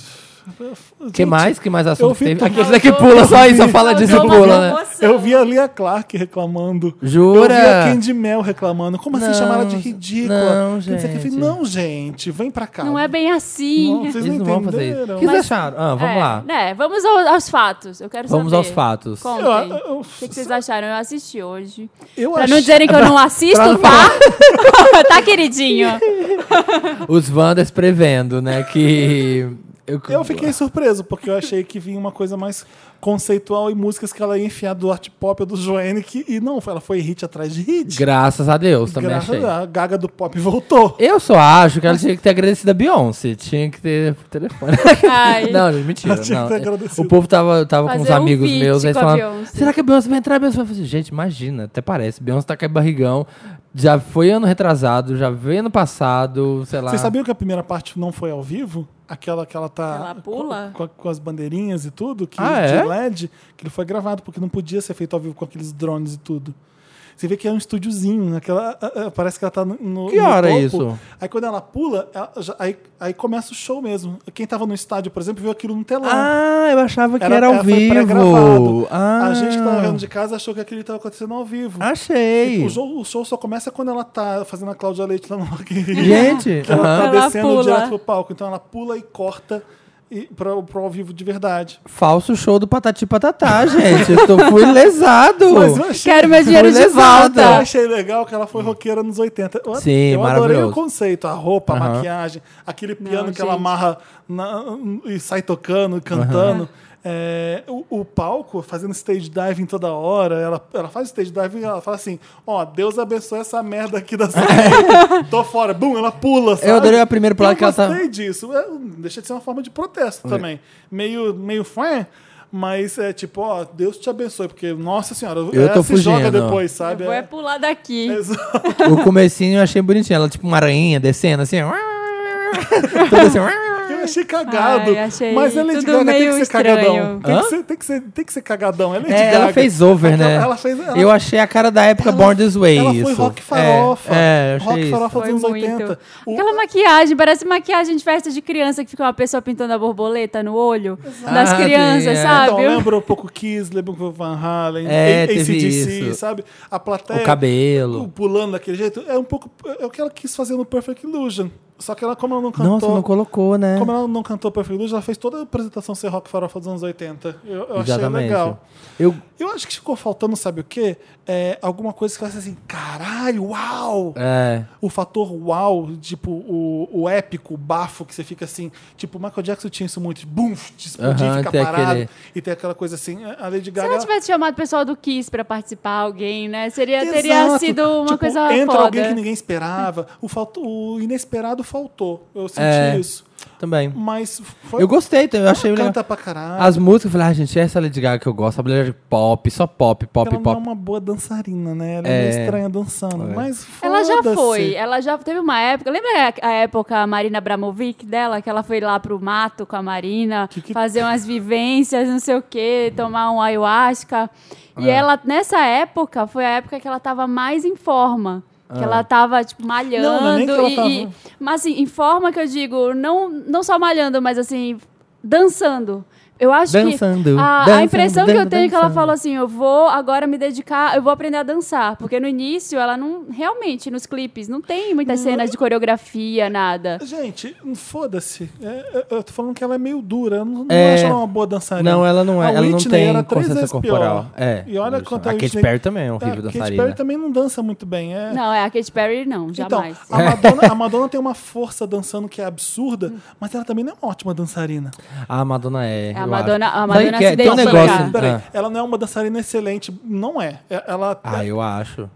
Speaker 4: que mais? Que mais assunto
Speaker 1: eu vi
Speaker 4: teve?
Speaker 1: tudo.
Speaker 4: Aquele daqui pula só isso, só fala
Speaker 2: Causou
Speaker 4: disso e
Speaker 2: uma
Speaker 4: pula, né?
Speaker 2: comoção.
Speaker 1: Eu vi a Lia Clark reclamando.
Speaker 4: Jura?
Speaker 1: Eu vi a Candy Mel reclamando. Como assim
Speaker 4: Não,
Speaker 1: chamar ela de ridícula?
Speaker 4: não,
Speaker 1: Quer dizer que eu falei,
Speaker 4: gente.
Speaker 1: não, gente, vem pra cá.
Speaker 2: Não é bem assim.
Speaker 1: Não, vocês
Speaker 4: Eles
Speaker 1: não
Speaker 4: não vão fazer isso.
Speaker 1: entenderam.
Speaker 4: O que vocês acharam? Ah, vamos
Speaker 2: É,
Speaker 4: lá.
Speaker 2: Né? Vamos ao- aos, fatos. Eu quero
Speaker 4: Vamos
Speaker 2: saber.
Speaker 4: aos fatos.
Speaker 2: Contem.
Speaker 1: Eu- eu-
Speaker 2: o que, que vocês acharam? Eu assisti hoje.
Speaker 1: Eu
Speaker 2: Pra
Speaker 1: achei-
Speaker 2: não dizerem que
Speaker 4: (laughs)
Speaker 2: eu não assisto, tá? (laughs) tá, queridinho?
Speaker 4: Os Wanders prevendo, né?
Speaker 1: (laughs)
Speaker 4: Que.
Speaker 1: Eu fiquei surpreso, porque eu achei que vinha uma coisa mais conceitual e músicas que ela ia enfiar do art pop ou do Joanic. E não, ela foi hit atrás de hit.
Speaker 4: Graças a Deus, também
Speaker 1: Graças
Speaker 4: achei.
Speaker 1: a Gaga do pop voltou.
Speaker 4: Eu só acho que ela tinha que ter agradecido a Beyoncé. Tinha que ter
Speaker 2: (laughs)
Speaker 4: telefone.
Speaker 2: Ai.
Speaker 4: (laughs) Não, gente, mentira.
Speaker 1: Ela tinha
Speaker 4: não.
Speaker 1: que ter agradecido.
Speaker 4: O povo tava, tava com
Speaker 2: Fazer
Speaker 4: uns
Speaker 2: um
Speaker 4: amigos
Speaker 2: feat
Speaker 4: meus, aí
Speaker 2: com a
Speaker 4: falando,
Speaker 2: Beyoncé.
Speaker 4: será que a Beyoncé vai entrar? A Beyoncé vai fazer, gente, imagina, até parece. Beyoncé tá com barrigão, já foi ano retrasado, já veio ano passado, sei lá.
Speaker 1: Vocês sabiam que a primeira parte não foi ao vivo? Aquela que ela tá.
Speaker 2: Ela pula?
Speaker 1: Com, com- com as bandeirinhas e tudo, que
Speaker 4: Ah,
Speaker 1: de
Speaker 4: é?
Speaker 1: LED, que ele foi gravado, porque não podia ser feito ao vivo com aqueles drones e tudo. Você vê que é um estúdiozinho, aquela, ah, ah, parece que ela tá no. no-
Speaker 4: Que
Speaker 1: no
Speaker 4: hora é
Speaker 1: topo.
Speaker 4: isso?
Speaker 1: Aí quando ela pula, ela já- aí, aí começa o show mesmo. Quem tava no estádio, por exemplo, viu aquilo no telão. é,
Speaker 4: Ah, eu achava que era, ao
Speaker 1: foi
Speaker 4: vivo.
Speaker 1: pré-gravado.
Speaker 4: Ah,
Speaker 1: A gente que tava vendo de casa achou que aquilo tava acontecendo ao vivo.
Speaker 4: Achei.
Speaker 1: O show, o show só começa quando ela tá fazendo a Cláudia Leite lá no Rock in Rio. (laughs)
Speaker 4: Gente,
Speaker 1: Que ela tá
Speaker 2: Ela
Speaker 1: descendo
Speaker 2: pula.
Speaker 1: direto pro palco. Então ela pula e corta e, pra, pro ao vivo de verdade.
Speaker 4: falso show do Patati Patatá, gente. Eu tô, fui lesado.
Speaker 1: Mas eu achei,
Speaker 2: Quero meu dinheiro de
Speaker 4: lesada.
Speaker 1: eu
Speaker 2: volta.
Speaker 1: achei legal que ela foi roqueira nos 80. Eu,
Speaker 4: Sim,
Speaker 1: eu adorei
Speaker 4: maravilhoso.
Speaker 1: o conceito. A roupa, a
Speaker 4: Aham.
Speaker 1: maquiagem, aquele piano
Speaker 2: Não,
Speaker 1: que ela
Speaker 2: gente.
Speaker 1: amarra na- e sai tocando, cantando. É, o, o palco fazendo stage diving toda hora. Ela, ela faz stage diving e ela fala assim: Ó, Deus abençoe essa merda aqui da
Speaker 4: (laughs)
Speaker 1: sua vida. Tô fora. Bum, ela pula. Sabe?
Speaker 4: Eu adorei a primeira
Speaker 1: Eu
Speaker 4: placa que ela tá.
Speaker 1: gostei disso. É, deixa de ser uma forma de protesto também. Meio, meio fã, mas é tipo, ó, Deus te abençoe, porque, nossa senhora,
Speaker 4: Eu
Speaker 1: ela
Speaker 4: tô
Speaker 1: se joga
Speaker 4: fugindo.
Speaker 1: depois, sabe?
Speaker 2: Vou é
Speaker 1: É.
Speaker 2: pular daqui.
Speaker 1: (laughs) Exato.
Speaker 4: O comecinho eu achei bonitinho. Ela, tipo, uma aranha descendo, assim. ó. Tudo assim. ó.
Speaker 1: Eu achei cagado.
Speaker 2: Ai, achei
Speaker 1: mas a Lady
Speaker 2: tudo
Speaker 1: Gaga tem
Speaker 2: meio
Speaker 1: que ser
Speaker 2: estranho.
Speaker 1: cagadão. Tem
Speaker 4: Hã?
Speaker 1: que, ser, tem, que ser, tem que ser cagadão. É Lady
Speaker 4: É,
Speaker 1: Gaga.
Speaker 4: ela fez over, né?
Speaker 1: Ela, ela fez. Ela,
Speaker 4: eu achei a cara da época
Speaker 1: ela-
Speaker 4: Born This Way.
Speaker 1: ela
Speaker 4: isso.
Speaker 1: foi rock farofa.
Speaker 4: É, é eu achei
Speaker 1: rock
Speaker 4: isso.
Speaker 1: farofa dos
Speaker 2: Foi
Speaker 1: anos
Speaker 2: muito.
Speaker 1: 80. O-
Speaker 2: Aquela maquiagem, parece maquiagem de festa de criança que fica uma pessoa pintando a borboleta no olho das
Speaker 4: Ah,
Speaker 2: crianças,
Speaker 4: tem, é.
Speaker 2: sabe?
Speaker 1: Então, lembra um pouco Kiss, lembra um pouco Van Halen,
Speaker 4: É,
Speaker 1: A-
Speaker 4: teve
Speaker 1: AC/DC,
Speaker 4: isso.
Speaker 1: sabe? A plateia.
Speaker 4: O cabelo.
Speaker 1: pulando daquele jeito, é um pouco. É o que ela quis fazer no Perfect Illusion. Só que ela, como ela não cantou.
Speaker 4: Nossa, não colocou, né?
Speaker 1: Como ela não cantou Perfect Illusion, ela fez toda a apresentação ser rock farofa dos anos 80. Eu, eu achei
Speaker 4: Exatamente.
Speaker 1: legal.
Speaker 4: Eu,
Speaker 1: Eu acho que ficou faltando, sabe o quê? É, alguma coisa que ela assim, caralho, uau!
Speaker 4: é,
Speaker 1: O fator uau, tipo, o, o épico, o bafo, que você fica assim. Tipo, o Michael Jackson tinha isso muito, de bum, de explodir,
Speaker 4: Aham,
Speaker 1: ficar
Speaker 4: tem
Speaker 1: parado.
Speaker 4: aquele-
Speaker 1: E tem aquela coisa assim, a Lady
Speaker 2: Se
Speaker 1: Gaga.
Speaker 2: ela tivesse chamado o pessoal do Kiss pra participar, alguém, né? Seria,
Speaker 1: Exato.
Speaker 2: teria sido uma
Speaker 1: Tipo,
Speaker 2: coisa
Speaker 1: entra
Speaker 2: foda.
Speaker 1: alguém que ninguém esperava. O, falto, o inesperado faltou. Eu senti
Speaker 4: É.
Speaker 1: isso.
Speaker 4: também.
Speaker 1: Mas foi.
Speaker 4: Eu gostei, eu achei legal.
Speaker 1: Canta pra caralho.
Speaker 4: As músicas, eu falei, ah, gente, essa é a Lady Gaga que eu gosto. A Lady Gaga é pop, só pop, pop,
Speaker 1: ela não é
Speaker 4: pop.
Speaker 1: uma boa dançarina, né? Ela é,
Speaker 4: É.
Speaker 1: meio estranha dançando.
Speaker 4: É.
Speaker 1: Mas foda
Speaker 2: Ela já foi, ela já teve uma época. Lembra a- a época a Marina Abramovic dela, que ela foi lá pro mato com a Marina,
Speaker 1: Que tá? que-
Speaker 2: fazer umas vivências, não sei o quê, tomar um
Speaker 1: É.
Speaker 2: ayahuasca. E ela, nessa época, foi a época que ela tava mais em forma. Que ela tava, tipo, malhando.
Speaker 1: É. Não, não é nem que ela
Speaker 2: e,
Speaker 1: tava-
Speaker 2: e- mas assim, em forma que eu digo, não, não só malhando, mas assim, dançando. Eu acho
Speaker 4: Dançando,
Speaker 2: que a, a
Speaker 4: dançando,
Speaker 2: impressão que eu
Speaker 4: dan-
Speaker 2: tenho é que ela
Speaker 4: dançando.
Speaker 2: falou assim, eu vou agora me dedicar, eu vou aprender a dançar, porque no início ela não realmente nos clipes não tem muitas cenas de coreografia, nada.
Speaker 1: Gente, foda-se. É, eu tô falando que ela é meio dura. Eu não, não
Speaker 4: É.
Speaker 1: acho ela uma boa dançarina.
Speaker 4: Não, ela não é.
Speaker 1: A
Speaker 4: ela não
Speaker 1: Whitney
Speaker 4: tem
Speaker 1: era três
Speaker 4: consciência
Speaker 1: vezes
Speaker 4: corporal.
Speaker 1: Pior.
Speaker 4: É.
Speaker 1: E olha
Speaker 4: isso.
Speaker 1: quanto
Speaker 4: A
Speaker 1: a
Speaker 4: Katy
Speaker 1: Whitney-
Speaker 4: Perry também é
Speaker 1: a
Speaker 4: horrível
Speaker 1: Katy
Speaker 4: dançarina.
Speaker 1: Perry também não dança muito bem. É,
Speaker 2: Não, é a Katy Perry não,
Speaker 1: Então,
Speaker 2: jamais.
Speaker 4: É.
Speaker 1: a Madonna, a Madonna tem uma força dançando que é absurda,
Speaker 2: Hum.
Speaker 1: mas ela também não é uma ótima dançarina.
Speaker 4: A Madonna
Speaker 2: A
Speaker 4: é. eu
Speaker 2: Madonna-
Speaker 4: acho.
Speaker 2: a
Speaker 4: Sabe
Speaker 2: Madonna
Speaker 4: que é?
Speaker 2: se
Speaker 4: Tem um
Speaker 2: deixa
Speaker 4: negócio.
Speaker 2: jogar.
Speaker 1: Peraí,
Speaker 4: Ah.
Speaker 1: ela não é uma dançarina excelente, não é. É- Ela,
Speaker 4: Ah, eu acho.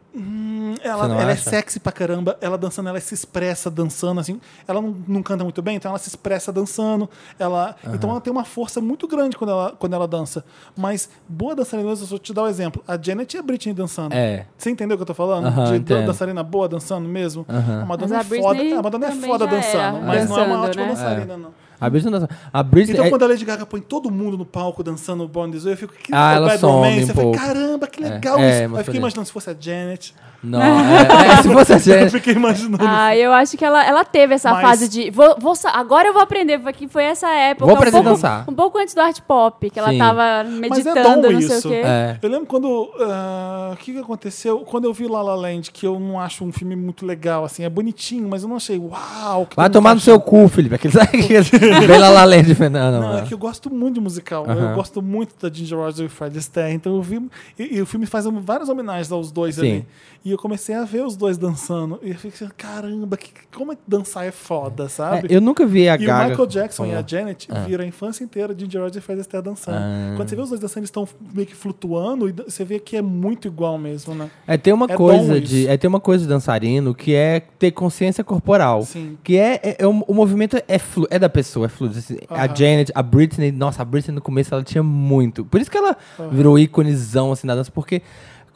Speaker 1: ela,
Speaker 4: você não
Speaker 1: ela é
Speaker 4: acha?
Speaker 1: sexy pra caramba, ela dançando, ela se expressa dançando, assim. Ela não, não canta muito bem, então ela se expressa dançando. Ela, Então ela tem uma força muito grande quando ela, quando ela dança. Mas boa dançarina, eu só te dar o exemplo. A Janet e a Britney dançando.
Speaker 4: É.
Speaker 1: Você entendeu o que eu tô falando?
Speaker 4: Aham,
Speaker 1: de
Speaker 4: entendo.
Speaker 1: dançarina boa dançando mesmo. A Madonna
Speaker 2: Mas a
Speaker 1: é foda,
Speaker 2: Britney
Speaker 1: a Madonna é
Speaker 2: também
Speaker 1: foda
Speaker 2: já era
Speaker 1: dançando, mas não é uma
Speaker 2: dançando,
Speaker 1: ótima
Speaker 2: né?
Speaker 1: dançarina, não.
Speaker 4: A Britney não dança. A Britney.
Speaker 1: Então,
Speaker 4: é-
Speaker 1: quando a Lady Gaga põe todo mundo no palco dançando o Born This Way, eu fico que
Speaker 4: Ah,
Speaker 1: o
Speaker 4: ela
Speaker 1: Bad
Speaker 4: some um
Speaker 1: Romance. eu falei,
Speaker 4: pouco.
Speaker 1: caramba, que
Speaker 4: É,
Speaker 1: legal
Speaker 4: é,
Speaker 1: isso.
Speaker 4: mas
Speaker 1: Aí eu fiquei
Speaker 4: falei-
Speaker 1: imaginando se fosse a
Speaker 4: (laughs)
Speaker 1: Janet. (laughs)
Speaker 4: Não, é, é, se fosse a
Speaker 1: Eu
Speaker 4: Janet.
Speaker 1: fiquei imaginando.
Speaker 2: Ah, eu acho que ela, ela teve essa
Speaker 1: Mas-
Speaker 2: fase de. Vou, vou sa- agora eu vou aprender, porque foi essa época.
Speaker 4: Vou
Speaker 2: um
Speaker 4: aprender a
Speaker 2: pouco,
Speaker 4: dançar.
Speaker 2: Um pouco antes do art pop, que ela
Speaker 4: Sim.
Speaker 2: tava
Speaker 1: Mas é
Speaker 2: meditando,
Speaker 1: bom
Speaker 2: não sei
Speaker 1: isso.
Speaker 2: o quê.
Speaker 4: É.
Speaker 1: Eu lembro quando. ah, O que, que aconteceu? Quando eu vi La La Land, que eu não acho um filme muito legal, assim. É bonitinho, mas eu não achei. Uau! Que
Speaker 4: Vai
Speaker 1: tem
Speaker 4: tomar no
Speaker 1: muita
Speaker 4: seu cu, Felipe. Aquele sabe aqueles. Bem lá lá Land. Não, não,
Speaker 1: Não, é
Speaker 4: não.
Speaker 1: que eu gosto muito de musical.
Speaker 4: né?
Speaker 1: né?
Speaker 4: Aham.
Speaker 1: Eu gosto muito da Ginger Rogers e o Fred Astaire. Então eu vi. E, e o filme faz um- várias homenagens aos dois
Speaker 4: Sim.
Speaker 1: ali. E eu comecei a ver os dois dançando. E eu fiquei assim, caramba, que- como é que dançar é foda,
Speaker 4: É,
Speaker 1: sabe?
Speaker 4: eu nunca vi a
Speaker 1: E
Speaker 4: Gaga.
Speaker 1: o Michael Jackson é e a
Speaker 4: Ah.
Speaker 1: Janet viram a infância inteira de Ginger Rogers e Fred Astaire dançando.
Speaker 4: Ah.
Speaker 1: Quando você vê os dois dançando, eles estão meio que flutuando e você vê que é muito igual mesmo, né?
Speaker 4: É tem uma
Speaker 1: É
Speaker 4: coisa
Speaker 1: dom
Speaker 4: de,
Speaker 1: isso.
Speaker 4: é ter uma coisa de dançarino que é ter consciência corporal,
Speaker 1: Sim.
Speaker 4: que é, é- é um- o movimento é flu, é da pessoa, é fluido. assim. A
Speaker 1: Aham.
Speaker 4: Janet, a Britney, nossa, a Britney no começo ela tinha muito. Por isso que ela virou íconezão assim da dança, porque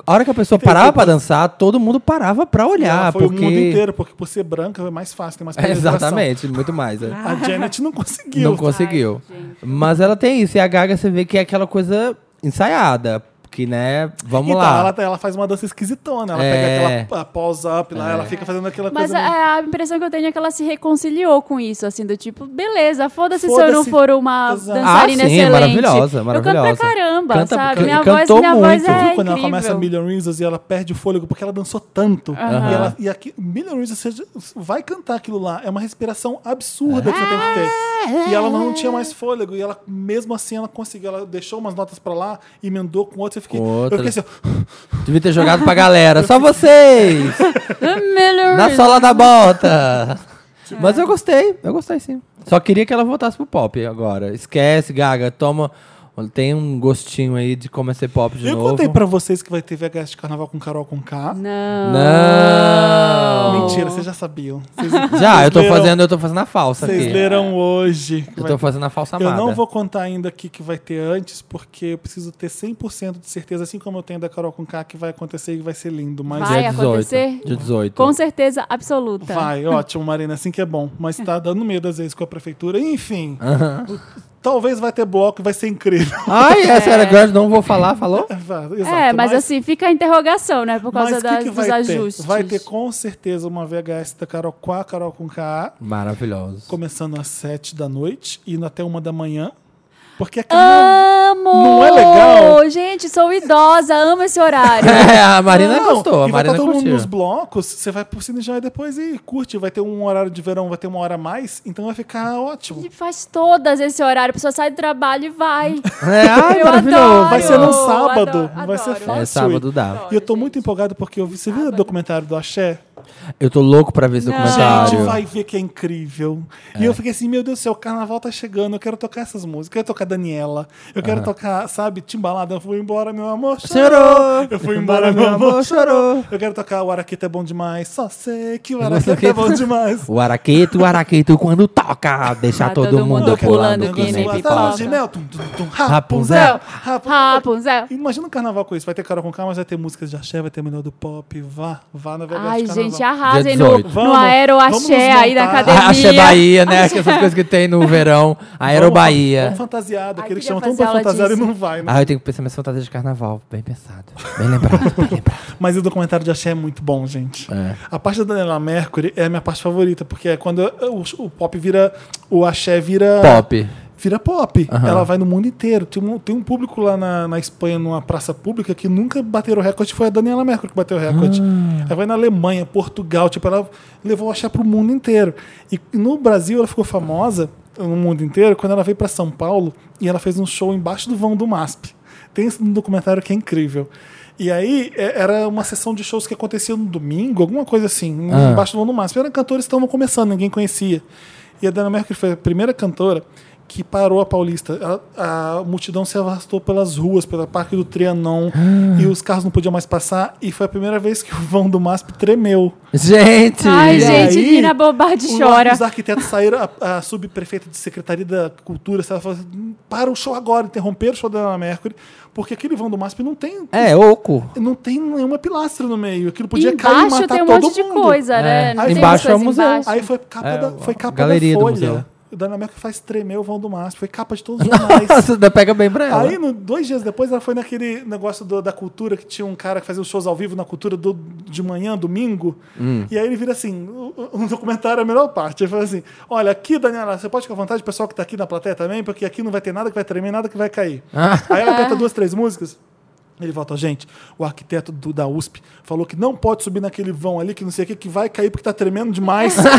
Speaker 4: a hora que a pessoa parava pra dançar, todo mundo parava pra
Speaker 1: E
Speaker 4: olhar,
Speaker 1: ela foi
Speaker 4: porque
Speaker 1: o mundo inteiro, porque por ser branca é mais fácil, tem mais
Speaker 4: (laughs) É,
Speaker 1: penetração.
Speaker 4: (laughs) exatamente, muito mais. é.
Speaker 1: A Janet não conseguiu.
Speaker 4: Não conseguiu.
Speaker 2: Ai, gente.
Speaker 4: Mas ela tem isso e a Gaga você vê que é aquela coisa ensaiada, que né, vamos
Speaker 1: então,
Speaker 4: lá.
Speaker 1: Ela, ela faz uma dança esquisitona. Ela
Speaker 4: É.
Speaker 1: pega aquela ah, pause up lá, ela fica fazendo aquela
Speaker 2: Mas
Speaker 1: coisa. meio-
Speaker 2: a, a impressão que eu tenho é que ela se reconciliou com isso, assim, do tipo, beleza, foda-se se eu
Speaker 1: Foda-se.
Speaker 2: não for uma
Speaker 1: Exato.
Speaker 2: dançarina
Speaker 4: Ah, sim, é
Speaker 2: excelente.
Speaker 4: maravilhosa,
Speaker 2: Eu
Speaker 4: maravilhosa.
Speaker 2: canto pra caramba,
Speaker 4: Canta-
Speaker 2: sabe?
Speaker 4: can-
Speaker 2: minha voz,
Speaker 4: cantou
Speaker 2: minha voz
Speaker 4: muito.
Speaker 2: é
Speaker 4: Você
Speaker 1: Você viu
Speaker 2: incrível.
Speaker 1: quando ela começa a Million Reasons e ela perde o fôlego porque ela dançou tanto. E, ela, e aqui, Million Reasons, você vai cantar aquilo lá. É uma respiração absurda que você tem que ter. E ela não tinha mais fôlego. E ela, mesmo assim, ela conseguiu. Ela deixou umas notas pra lá, emendou com outras. Eu fiquei,
Speaker 4: Com
Speaker 1: eu
Speaker 4: outras.
Speaker 1: fiquei assim, ó,
Speaker 4: Devia ter jogado pra galera,
Speaker 1: (laughs)
Speaker 4: só vocês.
Speaker 2: (laughs) Miller.
Speaker 4: Na sola da bota!
Speaker 2: É.
Speaker 4: Mas eu gostei, eu gostei sim. Só queria que ela voltasse pro pop agora. Esquece, Gaga, toma. Tem um gostinho aí de como é ser pop de
Speaker 1: eu
Speaker 4: novo.
Speaker 1: contei pra vocês que vai ter VHS de carnaval com Carol com K.
Speaker 2: Não.
Speaker 4: Né? Não!
Speaker 1: Mentira, vocês já sabiam. Vocês,
Speaker 4: Já, eu tô
Speaker 1: leram-
Speaker 4: fazendo, eu tô fazendo a falsa
Speaker 1: vocês
Speaker 4: aqui.
Speaker 1: leram hoje. que
Speaker 4: Eu
Speaker 1: vai
Speaker 4: tô fazendo a falsa amada.
Speaker 1: Eu não vou contar ainda aqui que vai ter antes, porque eu preciso ter 100% de certeza, assim como eu tenho da Carol com K, que vai acontecer e vai ser lindo. Mas
Speaker 2: Vai
Speaker 4: Dia 18.
Speaker 2: acontecer?
Speaker 4: Dia 18.
Speaker 2: Com certeza absoluta.
Speaker 1: vai, ótimo, Marina, assim que é bom. Mas
Speaker 4: (laughs)
Speaker 1: tá dando medo às vezes com a prefeitura. Enfim, talvez vai ter bloco e vai ser incrível. (laughs)
Speaker 4: Ai, (laughs) essa era grande, não vou falar, falou?
Speaker 1: Vai,
Speaker 2: É,
Speaker 1: exato,
Speaker 2: mas, assim, fica a interrogação, né? Por causa
Speaker 1: mas que
Speaker 2: das-
Speaker 1: que
Speaker 2: dos
Speaker 1: vai
Speaker 2: ajustes.
Speaker 1: Ter? Vai ter com certeza uma VHS da Carol com a Carol com K,
Speaker 4: Maravilhoso.
Speaker 1: começando às 7 da noite, indo até uma da manhã. Porque é
Speaker 2: Ah!
Speaker 1: carnaval.
Speaker 2: Amo!
Speaker 1: Não é legal?
Speaker 2: Gente, sou idosa, amo esse
Speaker 4: (laughs)
Speaker 2: horário.
Speaker 4: (laughs) É, a Marina
Speaker 1: Não,
Speaker 4: gostou, a
Speaker 1: e vai
Speaker 4: Marina
Speaker 1: tá todo mundo
Speaker 4: curtiu.
Speaker 1: nos blocos, você vai pro Cinejoy depois e curte. Vai ter um horário de verão, vai ter uma hora a mais, então vai ficar ótimo.
Speaker 2: Ele faz todas esse horário, a pessoa sai do trabalho e vai.
Speaker 4: É, ai,
Speaker 2: Eu
Speaker 4: maravilhoso.
Speaker 2: adoro.
Speaker 1: Vai ser num
Speaker 2: Adoro,
Speaker 1: sábado,
Speaker 2: adoro.
Speaker 1: vai ser
Speaker 2: É,
Speaker 1: fácil.
Speaker 4: É, sábado dá.
Speaker 1: E eu tô muito empolgado porque eu vi. Você viu o documentário do Axé?
Speaker 4: Eu tô louco pra ver esse
Speaker 2: Não.
Speaker 4: documentário. É.
Speaker 1: Gente, vai ver que é incrível. E eu fiquei assim, meu Deus do céu, o carnaval tá chegando, eu quero tocar essas músicas. Eu quero tocar Daniela, eu quero tocar, sabe, Timbalada. Eu fui embora, meu amor, chorou.
Speaker 4: Chorou!
Speaker 1: Eu fui embora, meu amor,
Speaker 4: chorou!
Speaker 1: Eu quero tocar o Araqueta é bom demais, só sei que o Araqueta é bom demais.
Speaker 4: O araqueto, o araqueto, quando toca, deixa
Speaker 2: Tá
Speaker 4: todo,
Speaker 2: todo
Speaker 4: mundo,
Speaker 2: mundo
Speaker 4: pulando,
Speaker 2: pulando
Speaker 4: que nem
Speaker 2: pipoca.
Speaker 1: Tá de
Speaker 4: pipoca.
Speaker 1: mel, tum, tum, tum,
Speaker 4: Rapunzel.
Speaker 1: Rapunzel.
Speaker 2: Rapunzel. é.
Speaker 1: Imagina um carnaval com isso. Vai ter Carol com K, mas vai ter músicas de axé, vai ter melhor do pop. Vá, vá na verdade.
Speaker 2: Ai, gente, gente. Arrasem
Speaker 4: Dia
Speaker 2: no,
Speaker 4: 18.
Speaker 2: no
Speaker 1: Vamos,
Speaker 2: Aero
Speaker 1: vamos
Speaker 2: Axé
Speaker 1: nos
Speaker 2: aí da
Speaker 1: montar.
Speaker 2: academia.
Speaker 4: Axé Bahia, né? Que essas coisas que tem no verão. Aero
Speaker 1: Vamos-
Speaker 4: Bahia.
Speaker 1: Vamos fantasiado,
Speaker 2: Ai,
Speaker 1: aquele que
Speaker 2: queria
Speaker 1: chama todo mundo
Speaker 2: fazer
Speaker 1: pra
Speaker 2: aula
Speaker 1: fantasiado e
Speaker 2: disso.
Speaker 1: não vai, né?
Speaker 4: Ah, eu tenho que pensar minhas fantasias de carnaval. Bem pensado. Bem lembrado. bem lembrado.
Speaker 1: Mas o documentário de Axé é muito bom, gente.
Speaker 4: É.
Speaker 1: A parte da Daniela Mercury é a minha parte favorita, porque é quando o, o pop vira. O Axé vira.
Speaker 4: Pop.
Speaker 1: Vira pop. Ela vai no mundo inteiro. Tem um, tem um público lá na, na Espanha, numa praça pública, que nunca bateram o recorde. Foi a Daniela Mercury que bateu o recorde. Ela vai na Alemanha, Portugal. Tipo, ela levou o axé pro mundo inteiro. E no Brasil, ela ficou famosa eh, no mundo inteiro quando ela veio para São Paulo e ela fez um show embaixo do vão do MASP. Tem esse documentário que é incrível. E aí, é- era uma sessão de shows que acontecia no domingo, alguma coisa assim, embaixo do vão do MASP. Eram cantores que estavam começando, ninguém conhecia. E a Dana Mercury foi a primeira cantora que parou a Paulista. Ela- A, multidão se arrastou pelas ruas, pelo Parque do Trianon,
Speaker 2: Ah.
Speaker 1: e os carros não podiam mais passar. E foi a primeira vez que o vão do MASP tremeu.
Speaker 4: Gente!
Speaker 2: Ai, gente,
Speaker 1: aí,
Speaker 2: Nina Bobardi
Speaker 1: O-
Speaker 2: chora.
Speaker 1: Os arquitetos saíram, a, a subprefeita de Secretaria da Cultura, ela falou assim, para o show agora, interromper o show da Dana Mercury, porque aquele vão do MASP não tem,
Speaker 4: É, oco.
Speaker 1: não tem nenhuma pilastra no meio. Aquilo podia cair e
Speaker 2: Embaixo
Speaker 1: matar
Speaker 2: tem um
Speaker 1: todo
Speaker 2: monte de
Speaker 1: mundo.
Speaker 2: coisa,
Speaker 4: É.
Speaker 2: né? Não tem umas
Speaker 4: Embaixo é o
Speaker 2: coisas
Speaker 4: museu.
Speaker 2: embaixo.
Speaker 1: Aí foi capa
Speaker 4: É,
Speaker 1: da,
Speaker 4: a
Speaker 1: foi capa
Speaker 4: galeria
Speaker 1: da
Speaker 4: do
Speaker 1: Folha.
Speaker 4: museu.
Speaker 1: O Dana Mercury faz tremer o vão do MASP. Foi capa de
Speaker 4: (laughs)
Speaker 1: todos os jornais.
Speaker 4: Nossa, ainda Tá, pega bem pra é ela.
Speaker 1: Aí, no- dois dias depois, ela foi naquele negócio do- da cultura que tinha um cara que fazia os shows ao vivo na cultura do- de manhã, domingo.
Speaker 4: Hum.
Speaker 1: E aí ele vira assim: o- o- um documentário é a melhor parte. Ele fala assim: olha, aqui, Daniela, você pode ficar à vontade, o pessoal que tá aqui na plateia também, porque aqui não vai ter nada que vai tremer, nada que vai
Speaker 4: (laughs)
Speaker 1: cair.
Speaker 4: Ah.
Speaker 1: Aí ela canta duas, três músicas. Ele volta, gente, o arquiteto do- da USP falou que não pode subir naquele vão ali, que não sei o que, que vai cair porque tá tremendo
Speaker 4: (laughs)
Speaker 1: demais. (laughs)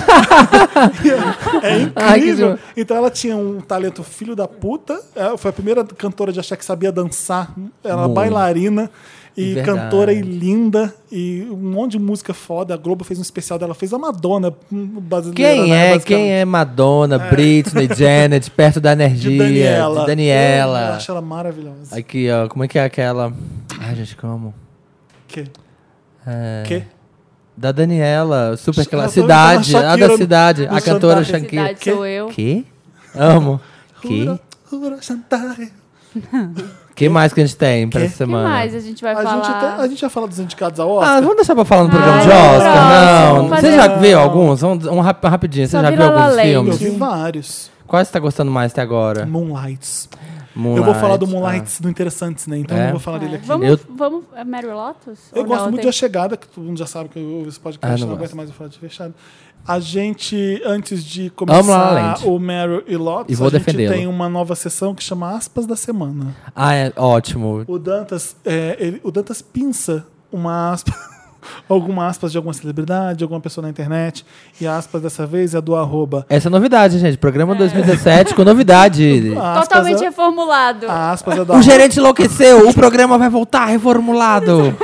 Speaker 1: É
Speaker 4: Ai, que
Speaker 1: incrível.
Speaker 4: demais.
Speaker 1: então ela tinha um talento filho da puta. Ela foi a primeira cantora de achar que sabia dançar. Ela
Speaker 4: Muito.
Speaker 1: bailarina e
Speaker 4: Verdade.
Speaker 1: cantora e linda. E um monte de música foda. A Globo fez um especial dela. Fez a Madonna hum, brasileira. né,
Speaker 4: Quem é? Quem
Speaker 1: basicamente.
Speaker 4: é Madonna,
Speaker 1: (laughs)
Speaker 4: Britney, Janet, perto da energia?
Speaker 1: De Daniela.
Speaker 4: de Daniela.
Speaker 1: Eu acho ela maravilhosa.
Speaker 4: Aqui, ó. Como é que é aquela? Ai, gente, como?
Speaker 1: Que?
Speaker 4: É,
Speaker 1: Que?
Speaker 4: Da Daniela, super
Speaker 1: Eu tô
Speaker 4: clara.
Speaker 1: me
Speaker 4: Cidade,
Speaker 1: falando tá
Speaker 4: a
Speaker 1: Shakira
Speaker 4: da
Speaker 1: no-
Speaker 4: cidade,
Speaker 1: no
Speaker 4: a cantora
Speaker 1: Santa
Speaker 4: Shakira.
Speaker 2: Cidade sou eu.
Speaker 4: Que? Amo. Que?
Speaker 1: Hura, hura, Shantari.
Speaker 4: Que mais que a gente tem pra
Speaker 1: Que?
Speaker 4: essa
Speaker 2: O que
Speaker 4: semana?
Speaker 2: mais a gente vai
Speaker 1: A
Speaker 2: falar?
Speaker 1: gente, até- a gente vai falar dos indicados ao
Speaker 4: Ah,
Speaker 1: Oscar.
Speaker 4: vamos deixar pra falar no programa
Speaker 2: Ai,
Speaker 4: de
Speaker 2: vamos
Speaker 4: Oscar?
Speaker 2: pra
Speaker 4: não.
Speaker 2: próxima.
Speaker 4: Você já
Speaker 1: Não.
Speaker 4: viu alguns? Um, um rap- rapidinho, você
Speaker 2: Só
Speaker 4: já
Speaker 2: vi
Speaker 4: viu
Speaker 2: La La
Speaker 4: alguns
Speaker 2: Land.
Speaker 1: eu
Speaker 4: filmes?
Speaker 1: vi vários.
Speaker 4: Quais você tá gostando mais até agora?
Speaker 1: Moonlights. Eu vou
Speaker 4: Moonlight,
Speaker 1: falar do
Speaker 4: ah.
Speaker 1: Moonlights do Interessante, né? Então
Speaker 4: É?
Speaker 1: eu não vou falar dele aqui.
Speaker 2: Vamos,
Speaker 4: Eu-
Speaker 2: vamos é Mary Lotus?
Speaker 1: Eu
Speaker 2: Ou
Speaker 1: gosto
Speaker 2: não?
Speaker 1: muito
Speaker 2: Tem-
Speaker 1: da chegada, que todo mundo já sabe que eu ouvi esse
Speaker 4: Ah,
Speaker 1: podcast,
Speaker 4: não
Speaker 1: não, aguento
Speaker 4: gosto.
Speaker 1: mais eu falar de fechado. A gente, antes de
Speaker 4: Amo La La Land.
Speaker 1: começar o Meryl e Lotus,
Speaker 4: E vou
Speaker 1: a gente
Speaker 4: defendê-lo.
Speaker 1: tem uma nova sessão que chama Aspas da Semana.
Speaker 4: Ah, é ótimo.
Speaker 1: O Dantas, é, ele- o Dantas pinça uma aspa, (laughs) alguma aspas de alguma celebridade, de alguma pessoa na internet, e a aspas dessa vez é do arroba.
Speaker 4: Essa é novidade, gente. Programa 2017
Speaker 1: (laughs)
Speaker 4: com novidade.
Speaker 1: A aspas
Speaker 2: Totalmente
Speaker 1: é,
Speaker 2: reformulado.
Speaker 1: a aspas é do
Speaker 4: O
Speaker 1: arroba.
Speaker 4: gerente enlouqueceu, o programa vai voltar reformulado.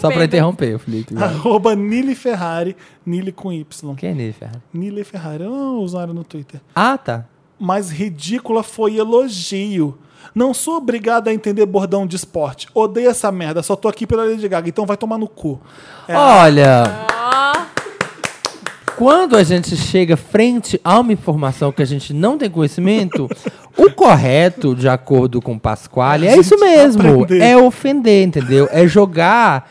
Speaker 4: Só pra interromper, Felipe.
Speaker 1: (laughs) Arroba Nili Ferrari, Nili com Y.
Speaker 4: Quem é Nili Ferrari?
Speaker 1: Nili Ferrari, é um usuário no Twitter.
Speaker 4: Ah, tá.
Speaker 1: mas ridícula foi elogio. Não sou obrigada a entender bordão de esporte. Odeio essa merda, só tô aqui pela Lady Gaga, então vai tomar no cu. É,
Speaker 4: Olha. Quando a gente chega frente a uma informação que a gente não tem conhecimento, o correto, de acordo com Pasquale, é
Speaker 1: tá
Speaker 4: isso mesmo.
Speaker 1: aprender.
Speaker 4: É ofender, entendeu? É jogar,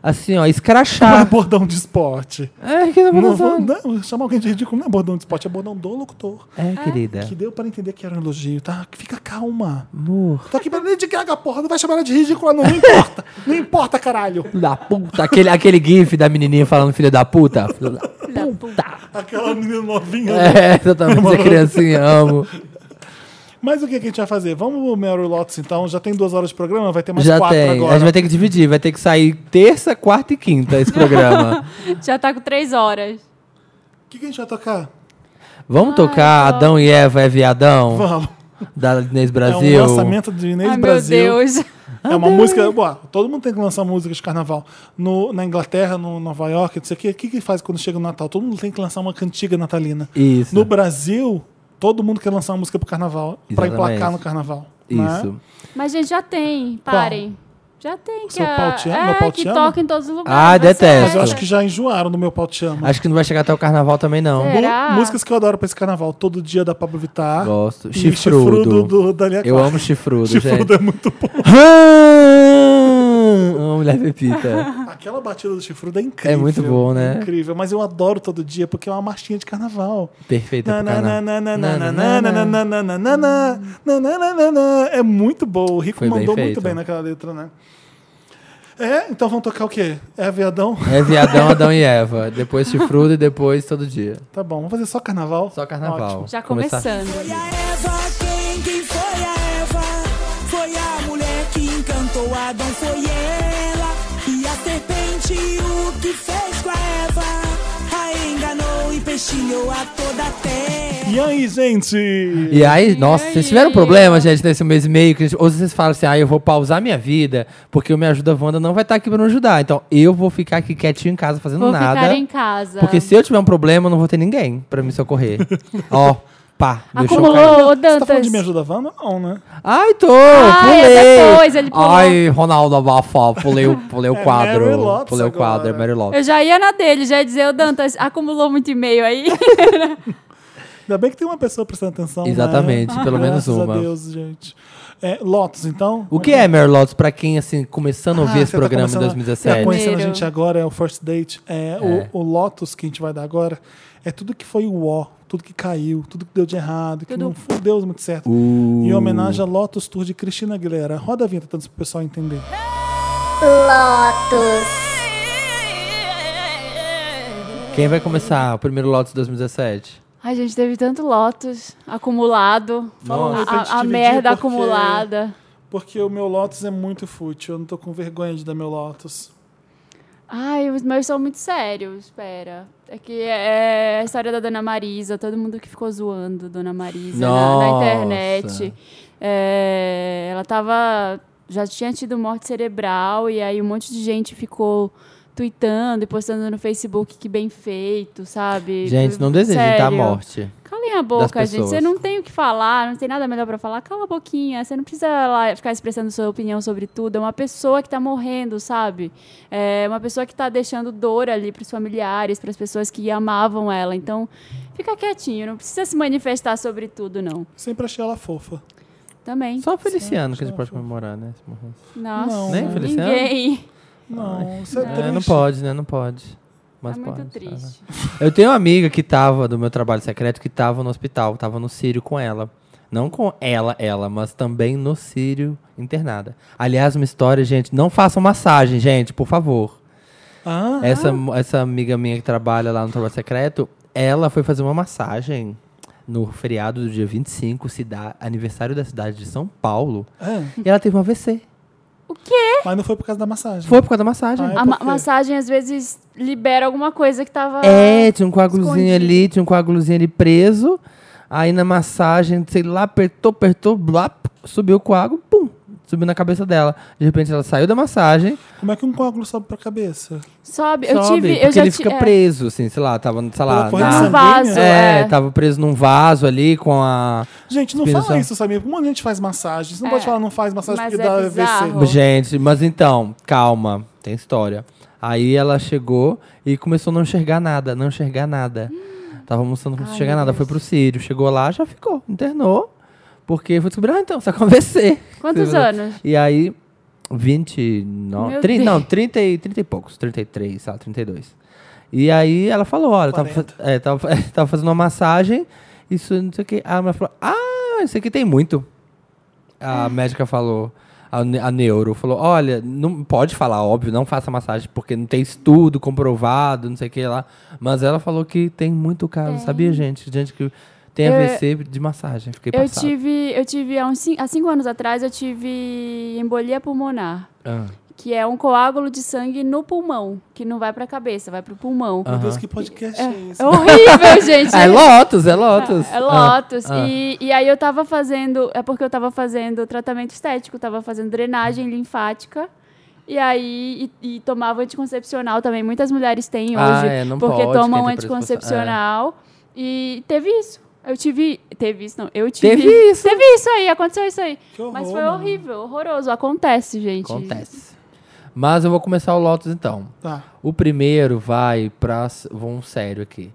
Speaker 4: assim, ó,
Speaker 1: Não é
Speaker 4: escrachar.
Speaker 1: bordão de esporte.
Speaker 4: É, que tá
Speaker 1: Não, vou,
Speaker 4: acontecendo?
Speaker 1: não, chamar alguém de ridículo não é bordão de esporte, é bordão do locutor.
Speaker 4: É, querida.
Speaker 1: Ah, Que deu pra entender que era um elogio, tá? Fica calma.
Speaker 4: Amor.
Speaker 1: Tô aqui pela Lady Gaga, porra, não vai chamar ela de ridícula, não, não importa. Não importa, caralho.
Speaker 4: Da puta, aquele, aquele gif da menininha falando filho da puta. Filho da (laughs) puta.
Speaker 1: Aquela menina novinha. né?
Speaker 4: É, exatamente, essa criancinha, amo.
Speaker 1: Mas o que, que a gente vai fazer? Vamos o Meryl Lotus, então. Já tem duas horas de programa, vai ter mais
Speaker 4: Já
Speaker 1: quatro
Speaker 4: tem,
Speaker 1: agora.
Speaker 4: a gente vai ter que dividir, vai ter que sair terça, quarta e quinta
Speaker 1: (laughs)
Speaker 4: esse programa.
Speaker 2: Já tá com três horas.
Speaker 1: O que, que a gente vai tocar?
Speaker 4: Vamos tocar
Speaker 2: eu tô-
Speaker 4: Adão e Eva é viadão,
Speaker 1: Vamos.
Speaker 4: da Inês
Speaker 1: É
Speaker 4: Brasil.
Speaker 1: um lançamento de Inês
Speaker 2: Ai,
Speaker 1: Brasil.
Speaker 2: Ah, meu Deus.
Speaker 1: É uma música. Boa, todo mundo tem que lançar música de carnaval. No, na Inglaterra, no Nova York, não sei o quê. O que, que faz quando chega o Natal? Todo mundo tem que lançar uma cantiga natalina.
Speaker 4: Isso.
Speaker 1: No Brasil, todo mundo quer lançar uma música pro carnaval, pra
Speaker 4: Exatamente.
Speaker 1: emplacar no carnaval. né?
Speaker 4: Isso.
Speaker 2: Mas, gente, já tem. Parem. Já tem. Que
Speaker 1: Seu
Speaker 2: a-
Speaker 1: pau te ama? Meu
Speaker 2: É,
Speaker 1: pau
Speaker 2: que
Speaker 1: te ama?
Speaker 2: toca em todos os lugares.
Speaker 4: Ah,
Speaker 2: Vai ser
Speaker 4: detesto.
Speaker 1: Mas eu
Speaker 2: essa.
Speaker 1: acho que já enjoaram no meu pau te ama.
Speaker 4: Acho que não vai chegar até o carnaval também, não.
Speaker 2: É.
Speaker 1: Mu-
Speaker 2: Será?
Speaker 1: Músicas que eu adoro pra esse carnaval. Todo dia da Pablo Vittar.
Speaker 4: Gosto.
Speaker 1: E
Speaker 4: Chifrudo.
Speaker 1: do Daniel é
Speaker 4: Eu
Speaker 1: Clark. (laughs)
Speaker 4: amo chifrudo,
Speaker 1: Chifrudo
Speaker 4: gente.
Speaker 1: é muito bom.
Speaker 4: Ah, amo Mulher
Speaker 1: (laughs)
Speaker 4: Pepita.
Speaker 1: Aquela batida do chifrudo é incrível.
Speaker 4: É muito bom, né?
Speaker 1: Incrível. Mas eu adoro todo dia porque é uma marchinha de carnaval.
Speaker 4: Perfeita pro canal.
Speaker 1: É muito bom. O Rico
Speaker 4: Foi bem
Speaker 1: mandou muito
Speaker 4: feito.
Speaker 1: bem naquela letra, né? É, então vamos tocar o quê? É Viadão?
Speaker 4: É Viadão, Adão e Eva. Depois Chifrudo e depois Todo Dia.
Speaker 1: Tá bom, vamos fazer só carnaval?
Speaker 4: Só carnaval.
Speaker 1: Ótimo.
Speaker 2: Já
Speaker 4: Começar-
Speaker 2: começando.
Speaker 5: Foi a Eva quem? Quem foi a Eva? Foi a mulher que encantou Adão, foi ela. E a serpente o que fez com a Eva? A enganou e pestilhou a toda a terra.
Speaker 1: E aí, gente?
Speaker 4: E aí, nossa,
Speaker 2: aí?
Speaker 4: vocês tiveram problema, gente, nesse mês e meio? Que, ou vocês falam assim, ah, eu vou pausar minha vida, porque o Me Ajuda Wanda não vai estar aqui pra me ajudar. Então, eu vou ficar aqui quietinho em casa fazendo
Speaker 2: Vou
Speaker 4: nada.
Speaker 2: ficar em casa.
Speaker 4: Porque se eu tiver um problema, eu não vou ter ninguém pra
Speaker 2: (laughs)
Speaker 4: me socorrer. Ó, pá, deixou cair.
Speaker 2: Acumulou, ô
Speaker 1: Você tá falando
Speaker 2: Dantas.
Speaker 1: de Me Ajuda Vanda? Não, né?
Speaker 4: Ai, tô,
Speaker 2: Ai, é
Speaker 4: pulei.
Speaker 2: depois, ele pulou.
Speaker 4: Ai, Ronaldo abafó, pulei, o- pulei
Speaker 1: (laughs)
Speaker 4: o
Speaker 1: É
Speaker 4: quadro.
Speaker 1: Mary Lotz
Speaker 4: pulei o
Speaker 1: agora.
Speaker 4: quadro, é Mary Lotz.
Speaker 2: Eu já ia na dele, já ia dizer, ô Dantas, acumulou muito
Speaker 1: (laughs)
Speaker 2: e-mail aí.
Speaker 1: Ainda bem que tem uma pessoa prestando atenção. né?
Speaker 4: Exatamente, pelo menos
Speaker 1: Graças
Speaker 4: uma.
Speaker 1: A Deus, gente. É, Lotus, então?
Speaker 4: O que é Mary Lotz pra quem, assim, começando a ouvir
Speaker 1: Ah,
Speaker 4: esse
Speaker 1: você tá
Speaker 4: programa em
Speaker 1: começando a- Tá
Speaker 4: 2017?
Speaker 1: conhecendo a
Speaker 2: Primeiro.
Speaker 1: gente agora, é o First Date. É,
Speaker 4: É.
Speaker 1: O, o Lotus que a gente vai dar agora é tudo que foi o ó, tudo que caiu, tudo que deu de errado, que
Speaker 2: Tudo.
Speaker 1: não não deu muito certo.
Speaker 4: Uh.
Speaker 1: Em homenagem a Lotus Tour de Cristina Aguilera. Roda a vinheta tanto pro pessoal entender.
Speaker 4: Quem vai começar o primeiro Lotus 2017?
Speaker 2: Ai, gente, teve tanto Lotus acumulado.
Speaker 1: Fala
Speaker 4: Nossa.
Speaker 1: pra gente
Speaker 2: A, a
Speaker 1: dividir,
Speaker 2: merda
Speaker 1: é porque-
Speaker 2: acumulada.
Speaker 1: Porque o meu Lotus é muito fútil, eu não tô com vergonha de dar meu Lotus.
Speaker 2: Ai, os meus são muito sérios, espera. É que é a história da Dona Marisa, todo mundo que ficou zoando Dona Marisa na, na
Speaker 4: Nossa.
Speaker 2: internet. É, ela tava. Já tinha tido morte cerebral, e aí um monte de gente ficou tweetando e postando no Facebook que bem feito, sabe?
Speaker 4: Gente, não desejem, tá? A
Speaker 2: Sério.
Speaker 4: morte.
Speaker 2: Calem a boca,
Speaker 4: Das
Speaker 2: gente. Você
Speaker 4: pessoas.
Speaker 2: não tem o que falar, não tem nada melhor pra falar. Cala a boquinha. Você não precisa lá ficar expressando sua opinião sobre tudo. É uma pessoa que tá morrendo, sabe? É uma pessoa que tá deixando dor ali pros familiares, pras pessoas que amavam ela. Então, fica quietinho. Não precisa se manifestar sobre tudo, não.
Speaker 1: Sempre achei ela fofa.
Speaker 2: Também.
Speaker 4: Só o Feliciano que a gente pode comemorar, né? se morrer.
Speaker 2: Nossa.
Speaker 1: Não.
Speaker 4: Nem Feliciano?
Speaker 2: Ninguém.
Speaker 1: Não, você é,
Speaker 4: É, não
Speaker 1: triste.
Speaker 4: pode, né? Não pode. Mas
Speaker 2: é
Speaker 4: pode. tá.
Speaker 2: muito triste.
Speaker 4: Eu tenho uma amiga que tava, do meu trabalho secreto, que tava no hospital, tava no Sírio com ela. Não com ela, ela, mas também no Sírio internada. Aliás, uma história, gente, não façam massagem, gente, por favor.
Speaker 1: Ah,
Speaker 4: Essa, essa amiga minha que trabalha lá no trabalho secreto, ela foi fazer uma massagem no feriado do dia 25, cida- aniversário da cidade de São Paulo,
Speaker 1: é.
Speaker 4: e ela teve um AVC.
Speaker 1: Mas não foi por causa da massagem.
Speaker 4: Foi por causa da massagem.
Speaker 1: Ah, É
Speaker 2: A ma-
Speaker 1: porque-
Speaker 2: massagem, às vezes, libera alguma coisa que tava...
Speaker 4: É, tinha um coágulozinho
Speaker 2: escondido.
Speaker 4: ali, tinha um coágulozinho ali preso. Aí na massagem, sei lá, apertou, apertou, blá, subiu o coágulo, pum, subiu na cabeça dela. De repente ela saiu da massagem,
Speaker 1: Como é que um coágulo sobe pra cabeça?
Speaker 2: Sobe. Eu
Speaker 4: sobe,
Speaker 2: tive...
Speaker 4: porque
Speaker 2: Eu já
Speaker 4: ele
Speaker 2: ti-
Speaker 4: fica
Speaker 2: é.
Speaker 4: preso, assim, sei lá, tava, sei lá,
Speaker 1: Pela corrente
Speaker 2: Num
Speaker 1: sanguínea?
Speaker 2: vaso,
Speaker 4: é,
Speaker 2: é.
Speaker 4: tava preso num vaso ali com a...
Speaker 1: Gente, não
Speaker 4: Inspiração.
Speaker 1: fala isso, Samir. Um monte de gente faz massagem. Você não
Speaker 2: É.
Speaker 1: pode falar não faz massagem
Speaker 2: Mas
Speaker 1: porque
Speaker 2: é
Speaker 1: dá
Speaker 2: bizarro.
Speaker 1: AVC.
Speaker 4: Gente, mas então, calma, tem história. Aí ela chegou e começou a não enxergar nada, não enxergar nada. Tava almoçando, não
Speaker 2: Ai,
Speaker 4: conseguia enxergar
Speaker 2: meu
Speaker 4: nada. Foi
Speaker 2: Deus.
Speaker 4: pro Sírio, chegou lá, já ficou, internou. Porque foi descobrir, ah, então, só conversei. (laughs)
Speaker 2: Quantos anos?
Speaker 4: E aí, 29,
Speaker 2: Meu
Speaker 4: 30, não,
Speaker 2: Deus.
Speaker 4: 30 e, 30 e poucos, 33, sei lá, 32. E aí ela falou, olha, eu tava, fa- é, tava, fa- (laughs) tava fazendo uma massagem, isso não sei o que. A mulher falou, ah, isso aqui tem muito. A médica falou, a, ne- a neuro falou, olha, não pode falar, óbvio, não faça massagem, porque não tem estudo comprovado, não sei o que lá. Mas ela falou que tem muito caso, sabia, gente? Gente que tem
Speaker 2: Eu-
Speaker 4: AVC de massagem, fiquei
Speaker 2: Eu
Speaker 4: passado.
Speaker 2: tive, eu tive há, uns cin- há cinco anos atrás, eu tive embolia pulmonar,
Speaker 4: Ah,
Speaker 2: que é um coágulo de sangue no pulmão, que não vai pra cabeça, vai pro pulmão.
Speaker 1: Meu
Speaker 4: aham.
Speaker 1: Deus, que podcast é esse?
Speaker 2: É
Speaker 4: (laughs)
Speaker 2: horrível, gente.
Speaker 4: Ah, é Lotus, é Lotus.
Speaker 2: É Lotus.
Speaker 4: Ah, ah.
Speaker 2: E, e aí eu tava fazendo. É porque eu tava fazendo tratamento estético, tava fazendo drenagem linfática. E aí, e, e tomava anticoncepcional também. Muitas mulheres têm hoje,
Speaker 4: Ah, é, não
Speaker 2: porque
Speaker 4: pode,
Speaker 2: tomam
Speaker 4: quem tem é. predisposição-
Speaker 2: anticoncepcional. E teve isso. Eu tive. Teve isso, não. Eu tive.
Speaker 4: Teve isso.
Speaker 2: Teve isso aí, aconteceu isso aí.
Speaker 1: Que horror,
Speaker 2: Mas foi
Speaker 1: mano.
Speaker 2: horrível, horroroso. Acontece, gente.
Speaker 4: Acontece. Mas eu vou começar o Lotus então.
Speaker 1: Tá.
Speaker 4: um O primeiro vai para. Vamos sério aqui.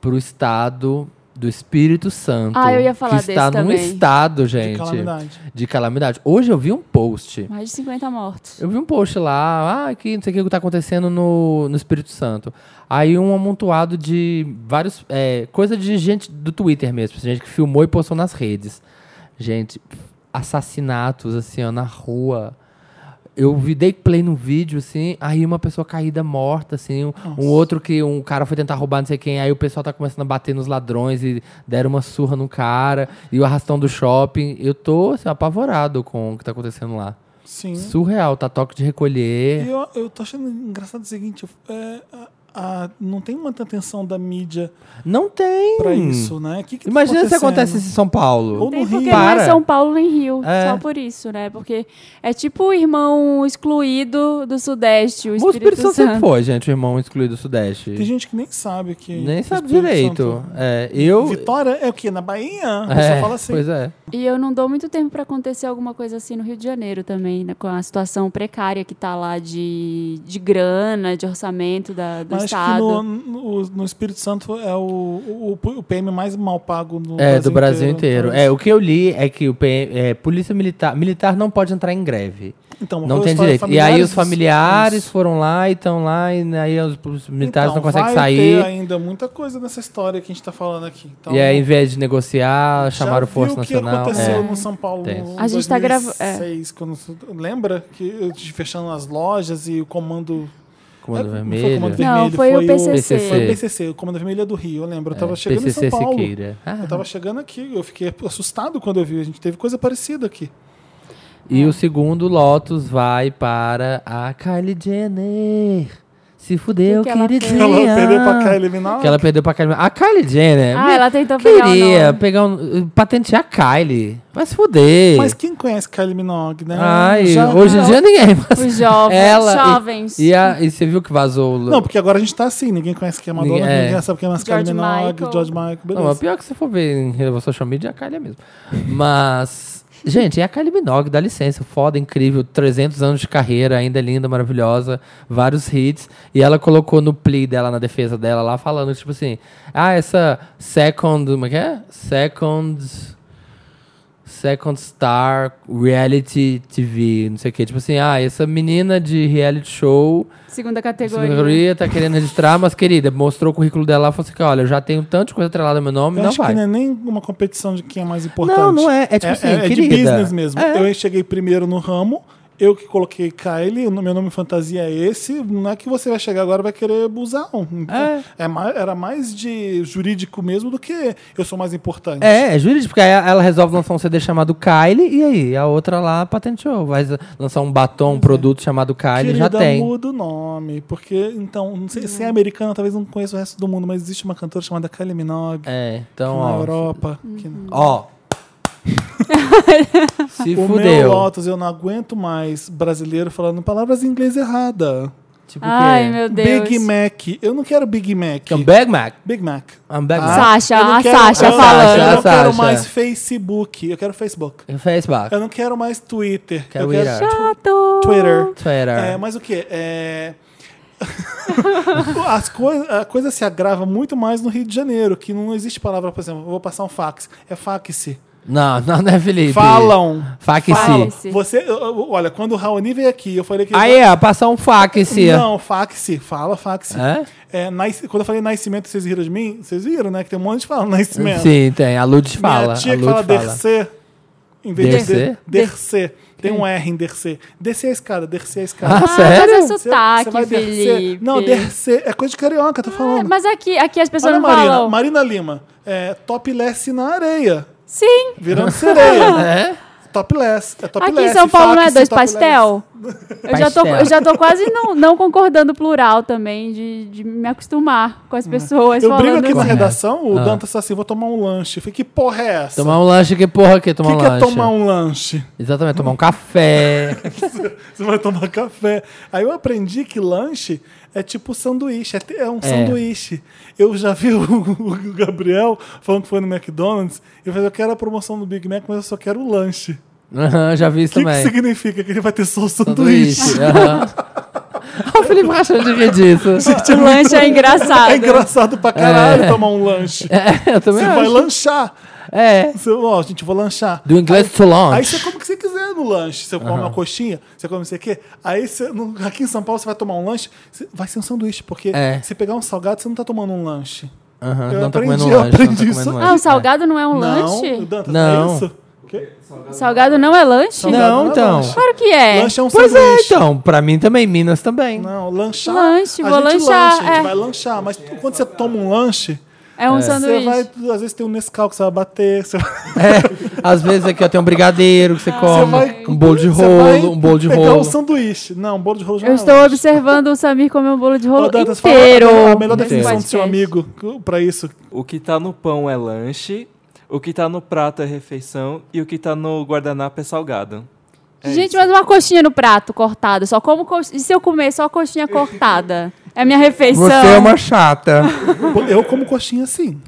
Speaker 4: Pro estado do Espírito Santo.
Speaker 2: Ah, eu ia falar
Speaker 4: Que está
Speaker 2: desse
Speaker 4: num
Speaker 2: também.
Speaker 4: estado, gente.
Speaker 1: calamidade.
Speaker 4: de calamidade. Hoje eu vi um post.
Speaker 2: Mais de 50 mortos.
Speaker 4: Eu vi um post lá, ah, que não sei o que tá acontecendo no, no Espírito Santo. Aí um amontoado de vários. É, coisa de gente do Twitter mesmo, assim, gente que filmou e postou nas redes. Gente, assassinatos, assim, ó, na rua. Eu vi, dei play no vídeo, assim, aí uma pessoa caída morta, assim, um, um outro que um cara foi tentar roubar não sei quem, aí o pessoal tá começando a bater nos ladrões e deram uma surra no cara, e o arrastão do shopping. Eu tô, assim, apavorado com o que tá acontecendo lá.
Speaker 1: Sim.
Speaker 4: Surreal, tá toque de
Speaker 1: E
Speaker 4: recolher.
Speaker 1: eu, eu tô achando engraçado o seguinte, é, a- a- não tem muita atenção da mídia
Speaker 4: Não tem.
Speaker 1: pra isso, né? O Que que tá
Speaker 4: Imagina se
Speaker 1: acontecendo?
Speaker 4: acontece isso em São Paulo.
Speaker 1: Ou-
Speaker 2: Tem
Speaker 1: No
Speaker 2: porque
Speaker 1: Rio.
Speaker 2: não
Speaker 4: Para.
Speaker 2: é São Paulo nem Rio.
Speaker 4: É.
Speaker 2: Só por isso, né? Porque é tipo o irmão excluído do Sudeste, o
Speaker 4: O
Speaker 2: Espírito,
Speaker 4: Espírito Santo sempre
Speaker 2: Santo.
Speaker 4: foi, gente, o irmão excluído do Sudeste.
Speaker 1: Tem gente que nem sabe que. que
Speaker 4: Nem sabe
Speaker 1: Espírito
Speaker 4: direito.
Speaker 1: Santo-
Speaker 4: É, eu.
Speaker 1: Vitória é o quê? Na Bahia?
Speaker 4: É,
Speaker 1: Só fala assim.
Speaker 4: Pois é.
Speaker 2: E eu não dou muito tempo pra acontecer alguma coisa assim no Rio de Janeiro também, né? com a situação precária que tá lá de, de grana, de orçamento da, do
Speaker 1: Mas acho que
Speaker 2: Estado.
Speaker 1: no, no, no Espírito Santo é o, o, o PM mais mal pago no
Speaker 4: É, do Brasil inteiro.
Speaker 1: Então,
Speaker 4: É, o que eu li é que o PM, é, Polícia Militar. Militar não pode entrar em greve.
Speaker 1: Então,
Speaker 4: É, não
Speaker 1: foi
Speaker 4: tem
Speaker 1: os fa-
Speaker 4: direito. E aí os
Speaker 1: dos-
Speaker 4: familiares
Speaker 1: dos-
Speaker 4: foram lá e estão lá, e aí os os militares
Speaker 1: Então,
Speaker 4: não conseguem
Speaker 1: vai
Speaker 4: sair.
Speaker 1: Ter ainda muita coisa nessa história que a gente tá falando aqui. Então,
Speaker 4: E aí, em vez de negociar,
Speaker 1: já
Speaker 4: chamaram
Speaker 1: viu
Speaker 4: Força
Speaker 1: o que
Speaker 4: Nacional.
Speaker 1: aconteceu
Speaker 4: É.
Speaker 1: no São Paulo
Speaker 4: Tenso.
Speaker 1: no
Speaker 2: A gente tá grava-
Speaker 1: 2006, quando lembra que eu te fechando as lojas e o comando
Speaker 4: Comando
Speaker 1: É, não foi o
Speaker 4: Vermelho.
Speaker 1: Comando
Speaker 2: Não,
Speaker 1: Vermelho,
Speaker 2: foi o
Speaker 4: PCC.
Speaker 1: Foi o PCC, o Comando Vermelho é do Rio, eu lembro. Eu tava
Speaker 4: É,
Speaker 1: chegando
Speaker 4: PCC
Speaker 1: em São Paulo.
Speaker 4: Siqueira. Ah.
Speaker 1: Eu tava chegando aqui, eu fiquei assustado quando eu vi. A gente teve coisa parecida aqui.
Speaker 4: E o segundo Lotus vai para a Kylie Jenner. Se fudeu,
Speaker 2: Que que ela
Speaker 4: queridinha.
Speaker 2: fez?
Speaker 1: Ela perdeu pra cá eliminar.
Speaker 4: Que ela perdeu pra Kylie. A Kylie Jenner.
Speaker 2: Ah,
Speaker 4: me-
Speaker 2: ela tentou pegar o
Speaker 4: queria
Speaker 2: nome.
Speaker 4: pegar um, patentear a Kylie. Vai se fuder.
Speaker 1: Mas quem conhece Kylie Minogue, né?
Speaker 4: Ai,
Speaker 1: Já-
Speaker 4: hoje em dia ninguém. Mas
Speaker 2: Os jovens,
Speaker 4: ela e-
Speaker 2: jovens.
Speaker 4: E, a- e você viu que vazou o.
Speaker 1: Não, porque agora a gente tá assim, ninguém conhece quem é Madonna,
Speaker 4: Ninguém- é.
Speaker 1: ninguém, sabe quem é mais
Speaker 2: George
Speaker 1: Kylie Minogue,
Speaker 2: Michael.
Speaker 1: George Michael,
Speaker 4: Não,
Speaker 1: beleza.
Speaker 4: mas pior que se for ver em relação social media, a Kylie é mesmo. Mas, (laughs) gente, é a Kylie Minogue, dá licença, foda, incrível, 300 anos de carreira, ainda é linda, maravilhosa, vários hits. E ela colocou no plea dela, na defesa dela lá, falando, tipo assim, ah, essa second, como é que é? Second... Second Star Reality TV, não sei o que. Tipo assim, ah, essa menina de reality show
Speaker 2: Segunda
Speaker 4: Segunda
Speaker 2: categoria.
Speaker 4: categoria, tá querendo registrar, mas querida, mostrou o currículo dela lá, falou assim, que, olha, eu já tenho tanto de coisa atrelada ao meu nome,
Speaker 1: Eu
Speaker 4: não
Speaker 1: acho que
Speaker 4: vai.
Speaker 1: não é nem uma competição de quem é mais importante.
Speaker 4: Não, não é. É tipo assim,
Speaker 1: de
Speaker 4: querida.
Speaker 1: business mesmo.
Speaker 4: É.
Speaker 1: Eu cheguei primeiro no ramo, eu que coloquei Kylie, o meu nome fantasia é esse. Não é que você vai chegar agora e vai querer abusar, não. Então,
Speaker 4: É.
Speaker 1: é mais- era mais de jurídico mesmo do que eu sou mais importante.
Speaker 4: É, é jurídico, porque aí ela resolve lançar um CD chamado Kylie, e aí a outra lá patenteou, vai lançar um batom, um produto chamado Kylie, já
Speaker 1: é. Querida,
Speaker 4: tem.
Speaker 1: muda o nome. Porque, então, não sei, se é americana, talvez não conheça o resto do mundo, mas existe uma cantora chamada Kylie Minogue
Speaker 4: É, então,
Speaker 1: na
Speaker 4: ó.
Speaker 1: Europa. que-
Speaker 2: (laughs)
Speaker 4: Ó. Se
Speaker 1: o meu
Speaker 4: fudeu.
Speaker 1: Lotus, eu não aguento mais brasileiro falando palavras em inglês errada.
Speaker 4: Tipo o quê?
Speaker 2: Ai, meu Deus.
Speaker 1: é Big Mac. Eu não quero Big Mac.
Speaker 4: Então, Big Mac.
Speaker 1: Big Mac.
Speaker 4: I'm Big Mac.
Speaker 2: Sasha,
Speaker 1: Eu não
Speaker 2: a
Speaker 1: quero-
Speaker 2: Sasha
Speaker 1: eu não-
Speaker 2: falando.
Speaker 1: Eu não
Speaker 4: Sasha,
Speaker 1: quero
Speaker 4: Sasha.
Speaker 1: mais Facebook. Eu quero Facebook.
Speaker 4: Facebook.
Speaker 1: Eu não quero mais Twitter.
Speaker 4: Quero
Speaker 1: eu
Speaker 4: Twitter.
Speaker 1: quero Tw-
Speaker 2: Chato.
Speaker 1: Twitter.
Speaker 4: Twitter.
Speaker 1: É, mas o quê? É... (laughs) As coi a coisa se agrava muito mais no Rio de Janeiro, que não existe palavra, por exemplo, eu vou passar um fax. É fax.
Speaker 4: Não, não, não é Felipe.
Speaker 1: Falam.
Speaker 4: Faxi.
Speaker 2: Falam.
Speaker 1: Você, eu- eu- olha, quando o Raoni veio aqui, eu falei que.
Speaker 4: Aí, ó, passar um faxi.
Speaker 1: Não, fax, fala fax.
Speaker 4: É?
Speaker 1: É, nasce- quando eu falei nascimento, vocês riram de mim? Vocês viram, né? Que tem um monte de fala nascimento.
Speaker 4: Sim, tem. A Lud fala.
Speaker 1: Minha tia
Speaker 4: a
Speaker 1: que
Speaker 4: Lud
Speaker 1: fala
Speaker 4: fala.
Speaker 1: Dercê, em vez
Speaker 4: Dercê?
Speaker 1: de Dercê. Tem um R em Dercê. Descer a escada, descer a
Speaker 4: Ah,
Speaker 1: escada.
Speaker 2: Ah,
Speaker 4: sério?
Speaker 2: mas é sotaque,
Speaker 1: vai descer.
Speaker 2: Felipe.
Speaker 1: Não, Dercê é coisa de carioca, tô
Speaker 2: Ah,
Speaker 1: falando.
Speaker 2: Mas aqui, aqui as pessoas
Speaker 1: Olha a
Speaker 2: não
Speaker 1: Marina,
Speaker 2: falam.
Speaker 1: Marina Lima. É, topless na areia,
Speaker 2: Sim.
Speaker 1: virando
Speaker 4: (laughs)
Speaker 1: sereia. Topless, é topless.
Speaker 2: Aqui em São Paulo não é
Speaker 1: fax,
Speaker 2: dois
Speaker 1: topless. (laughs)
Speaker 2: pastel? Eu já, tô,
Speaker 4: Pastel.
Speaker 2: eu já tô quase não, não concordando plural também, de, de me acostumar com as pessoas
Speaker 1: É. Eu
Speaker 2: falando
Speaker 1: brigo aqui na
Speaker 2: assim.
Speaker 1: redação,
Speaker 4: Ah.
Speaker 1: o Dantas tá assim, vou tomar um lanche. Eu falei, que porra é essa?
Speaker 4: Tomar um lanche, que porra que é
Speaker 1: o
Speaker 4: tomar
Speaker 1: que,
Speaker 4: um
Speaker 1: que é
Speaker 4: lanche?
Speaker 1: tomar um lanche? (laughs)
Speaker 4: Exatamente, tomar um café.
Speaker 1: Você vai tomar café. Aí eu aprendi que lanche é tipo sanduíche, é, te- é um sanduíche. Eu já vi (laughs) o, o Gabriel falando que foi no McDonald's e falei, eu quero a promoção do Big Mac, mas eu só quero o lanche.
Speaker 4: Aham, já vi isso
Speaker 1: O que, que
Speaker 4: também.
Speaker 1: (laughs)
Speaker 4: (laughs)
Speaker 1: significa? Que ele vai ter só o sanduíche.
Speaker 4: Sanduíche. aham. Ah, o Felipe Rachão devia disso.
Speaker 2: O lanche é engraçado.
Speaker 1: (laughs) É engraçado pra caralho tomar um lanche.
Speaker 4: (laughs) É, eu também
Speaker 1: Você
Speaker 4: acho.
Speaker 1: vai lanchar.
Speaker 4: É.
Speaker 1: Você, ó, gente, eu vou lanchar.
Speaker 4: Do inglês to lunch.
Speaker 1: Aí você come o que você quiser no lanche. Você come uma coxinha, você come não sei o quê. Aí você, no- aqui em São Paulo você vai tomar um lanche, você- vai ser um sanduíche, porque
Speaker 4: É.
Speaker 1: se pegar um salgado, você não tá tomando um lanche.
Speaker 4: Aham,
Speaker 1: Eu
Speaker 4: não tá
Speaker 1: aprendi,
Speaker 4: comendo
Speaker 1: eu
Speaker 4: lanche. não
Speaker 1: aprendi
Speaker 4: tá
Speaker 1: isso.
Speaker 4: comendo
Speaker 2: Ah, o
Speaker 4: lanche.
Speaker 2: salgado não é um
Speaker 1: Não,
Speaker 2: lanche?
Speaker 1: Dantas,
Speaker 4: Não.
Speaker 1: é isso? Que-
Speaker 2: Salgado não é lanche?
Speaker 1: Salgado
Speaker 4: Não,
Speaker 1: é
Speaker 4: então.
Speaker 1: lanche.
Speaker 2: Claro que é.
Speaker 1: Lanche é um
Speaker 4: Pois é,
Speaker 1: sanduíche.
Speaker 4: então. Pra mim também, Minas também.
Speaker 1: Não, lanchar.
Speaker 2: Lanche,
Speaker 1: a
Speaker 2: vou
Speaker 1: gente
Speaker 2: lanchar,
Speaker 1: Lancha, a gente
Speaker 2: é.
Speaker 1: vai lanchar, mas quando você toma um lanche,
Speaker 2: É um
Speaker 1: você
Speaker 2: sanduíche.
Speaker 1: vai. Às vezes tem um Nescau que você vai bater. Você vai,
Speaker 4: É, às vezes aqui ó, tem um brigadeiro que você
Speaker 1: você
Speaker 4: come,
Speaker 1: vai-
Speaker 4: um bolo
Speaker 1: (laughs)
Speaker 4: de
Speaker 1: você vai
Speaker 4: rolo, um bolo de
Speaker 1: pegar
Speaker 4: rolo.
Speaker 1: um sanduíche. Não, um bolo de rolo já
Speaker 2: Eu
Speaker 1: é
Speaker 2: estou
Speaker 1: lanche.
Speaker 2: observando o Samir comer um bolo de
Speaker 1: Ô,
Speaker 2: rolo
Speaker 1: Dantas, fala é
Speaker 2: inteiro.
Speaker 1: A melhor
Speaker 4: Inteiro.
Speaker 1: definição do seu
Speaker 2: Podcast.
Speaker 1: amigo pra isso.
Speaker 6: O que tá no pão é lanche, o que tá no prato é refeição e o que tá no guardanapo é salgado. É
Speaker 2: Gente,
Speaker 6: isso.
Speaker 2: mas uma coxinha no prato cortada. Só como co... E se eu comer só coxinha cortada? É minha refeição.
Speaker 4: Você é uma chata.
Speaker 1: Eu como coxinha assim.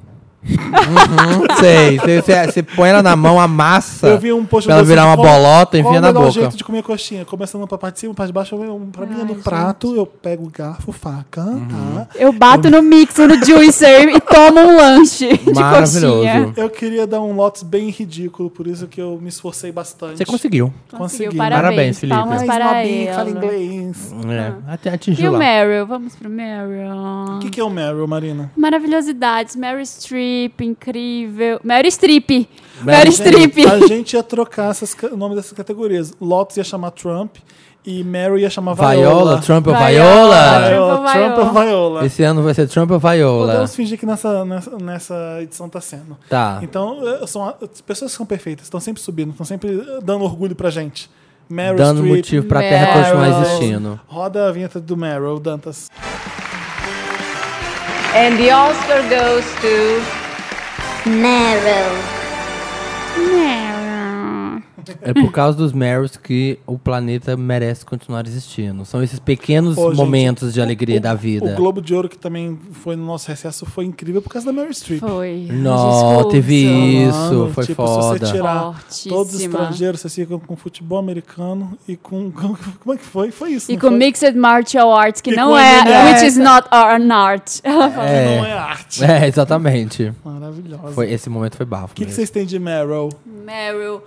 Speaker 4: Não sei. Você, você- você põe ela na mão, amassa.
Speaker 1: Eu vi um post
Speaker 4: pra ela
Speaker 1: do
Speaker 4: virar uma
Speaker 1: Qual-
Speaker 4: bolota e
Speaker 1: qual
Speaker 4: enfia
Speaker 1: o
Speaker 4: na
Speaker 1: melhor
Speaker 4: boca.
Speaker 1: jeito de comer coxinha? Começando pra parte de cima, parte de baixo, eu- pra mim é no prato, eu pego garfo, faca,
Speaker 4: Uhum.
Speaker 1: tá?
Speaker 2: Eu bato no mixer, no juicer e tomo um lanche de coxinha.
Speaker 4: Maravilhoso.
Speaker 1: Eu queria dar um lotus bem ridículo, por isso que eu me esforcei bastante.
Speaker 4: Você conseguiu. né?
Speaker 1: Consegui.
Speaker 2: Parabéns,
Speaker 4: Parabéns, Felipe.
Speaker 2: Palmas
Speaker 1: Mas
Speaker 2: para
Speaker 1: Nobinho, fala
Speaker 2: ele.
Speaker 1: inglês. Ah.
Speaker 4: É, até
Speaker 2: E
Speaker 4: atingiu
Speaker 2: o
Speaker 4: lá.
Speaker 2: Meryl? Vamos pro
Speaker 1: O
Speaker 2: Meryl.
Speaker 1: que, que é o Meryl, Marina?
Speaker 2: Maravilhosidades. Meryl Streep, incrível. Meryl Streep.
Speaker 4: Meryl
Speaker 2: Meryl Streep.
Speaker 1: Gente, a gente ia trocar essas, ca- o nome dessas categorias. Lotus ia chamar Trump e Meryl ia chamar Viola.
Speaker 4: Viola, Trump ou
Speaker 2: Viola.
Speaker 4: Viola?
Speaker 1: Viola,
Speaker 2: Trump
Speaker 1: Trump
Speaker 2: ou
Speaker 1: ou Viola.
Speaker 4: Esse ano vai ser Trump ou Viola?
Speaker 1: Podemos fingir que nessa, nessa, nessa edição tá sendo.
Speaker 4: Tá.
Speaker 1: Então, eh, são a- as pessoas que são perfeitas, estão sempre subindo, estão sempre eh, dando orgulho pra gente. Meryl
Speaker 4: Dando
Speaker 1: Streep,
Speaker 4: motivo pra terra continuar
Speaker 2: Meryl.
Speaker 4: existindo.
Speaker 1: Roda a vinheta do Meryl, Dantas.
Speaker 7: And the Oscar goes to
Speaker 8: Meryl.
Speaker 2: Meryl.
Speaker 4: É por causa dos Meryls que o planeta merece continuar existindo. São esses pequenos
Speaker 1: Ô, gente,
Speaker 4: momentos de alegria
Speaker 1: o-
Speaker 4: da vida.
Speaker 1: O Globo de Ouro, que também foi no nosso recesso, foi incrível por causa da Meryl Streep.
Speaker 2: Foi.
Speaker 4: Não,
Speaker 2: Discurso.
Speaker 4: teve isso,
Speaker 1: Mano,
Speaker 4: foi
Speaker 1: tipo, Se
Speaker 4: foda.
Speaker 1: você tirar
Speaker 2: Fortíssima.
Speaker 1: todos os estrangeiros, vocês ficam com futebol americano e com. (laughs) Como é que foi? Foi isso.
Speaker 2: E
Speaker 1: não
Speaker 2: com
Speaker 1: foi?
Speaker 2: Mixed Martial Arts, que
Speaker 1: E
Speaker 2: não
Speaker 1: com
Speaker 2: é.
Speaker 1: MMA.
Speaker 2: Which is not an art. Ela fala.
Speaker 1: Que não é arte.
Speaker 4: É, exatamente.
Speaker 1: Maravilhosa.
Speaker 4: Foi, esse momento foi bafo.
Speaker 1: O que, que
Speaker 4: mesmo.
Speaker 1: vocês têm de Meryl?
Speaker 2: Meryl.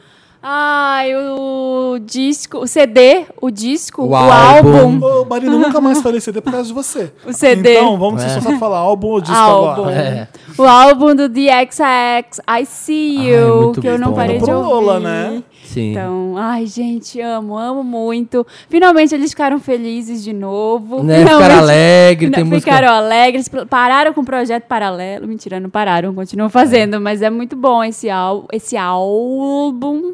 Speaker 2: Ai, o disco. O CD, o disco,
Speaker 4: O
Speaker 2: o, álbum.
Speaker 4: álbum.
Speaker 1: Ô, Marina, eu nunca mais falei CD por causa de você.
Speaker 2: Uhum. O CD.
Speaker 1: Então, vamos
Speaker 4: É.
Speaker 1: só falar álbum ou disco
Speaker 2: Álbum.
Speaker 1: agora.
Speaker 4: É.
Speaker 2: O álbum do DXX, I See
Speaker 4: Ai,
Speaker 2: You,
Speaker 4: muito
Speaker 2: que eu não
Speaker 4: bom.
Speaker 2: parei de
Speaker 1: Pro Lola,
Speaker 2: ouvir.
Speaker 1: né?
Speaker 4: Sim.
Speaker 2: Então, ai, gente, amo, amo muito. Finalmente eles ficaram felizes de novo.
Speaker 4: né, ficaram
Speaker 2: Finalmente-
Speaker 4: alegres, tem
Speaker 2: Não,
Speaker 4: música.
Speaker 2: Ficaram alegres, pl- pararam com o projeto paralelo. Mentira, não pararam, continuam fazendo, mas é muito bom esse, ál- esse álbum.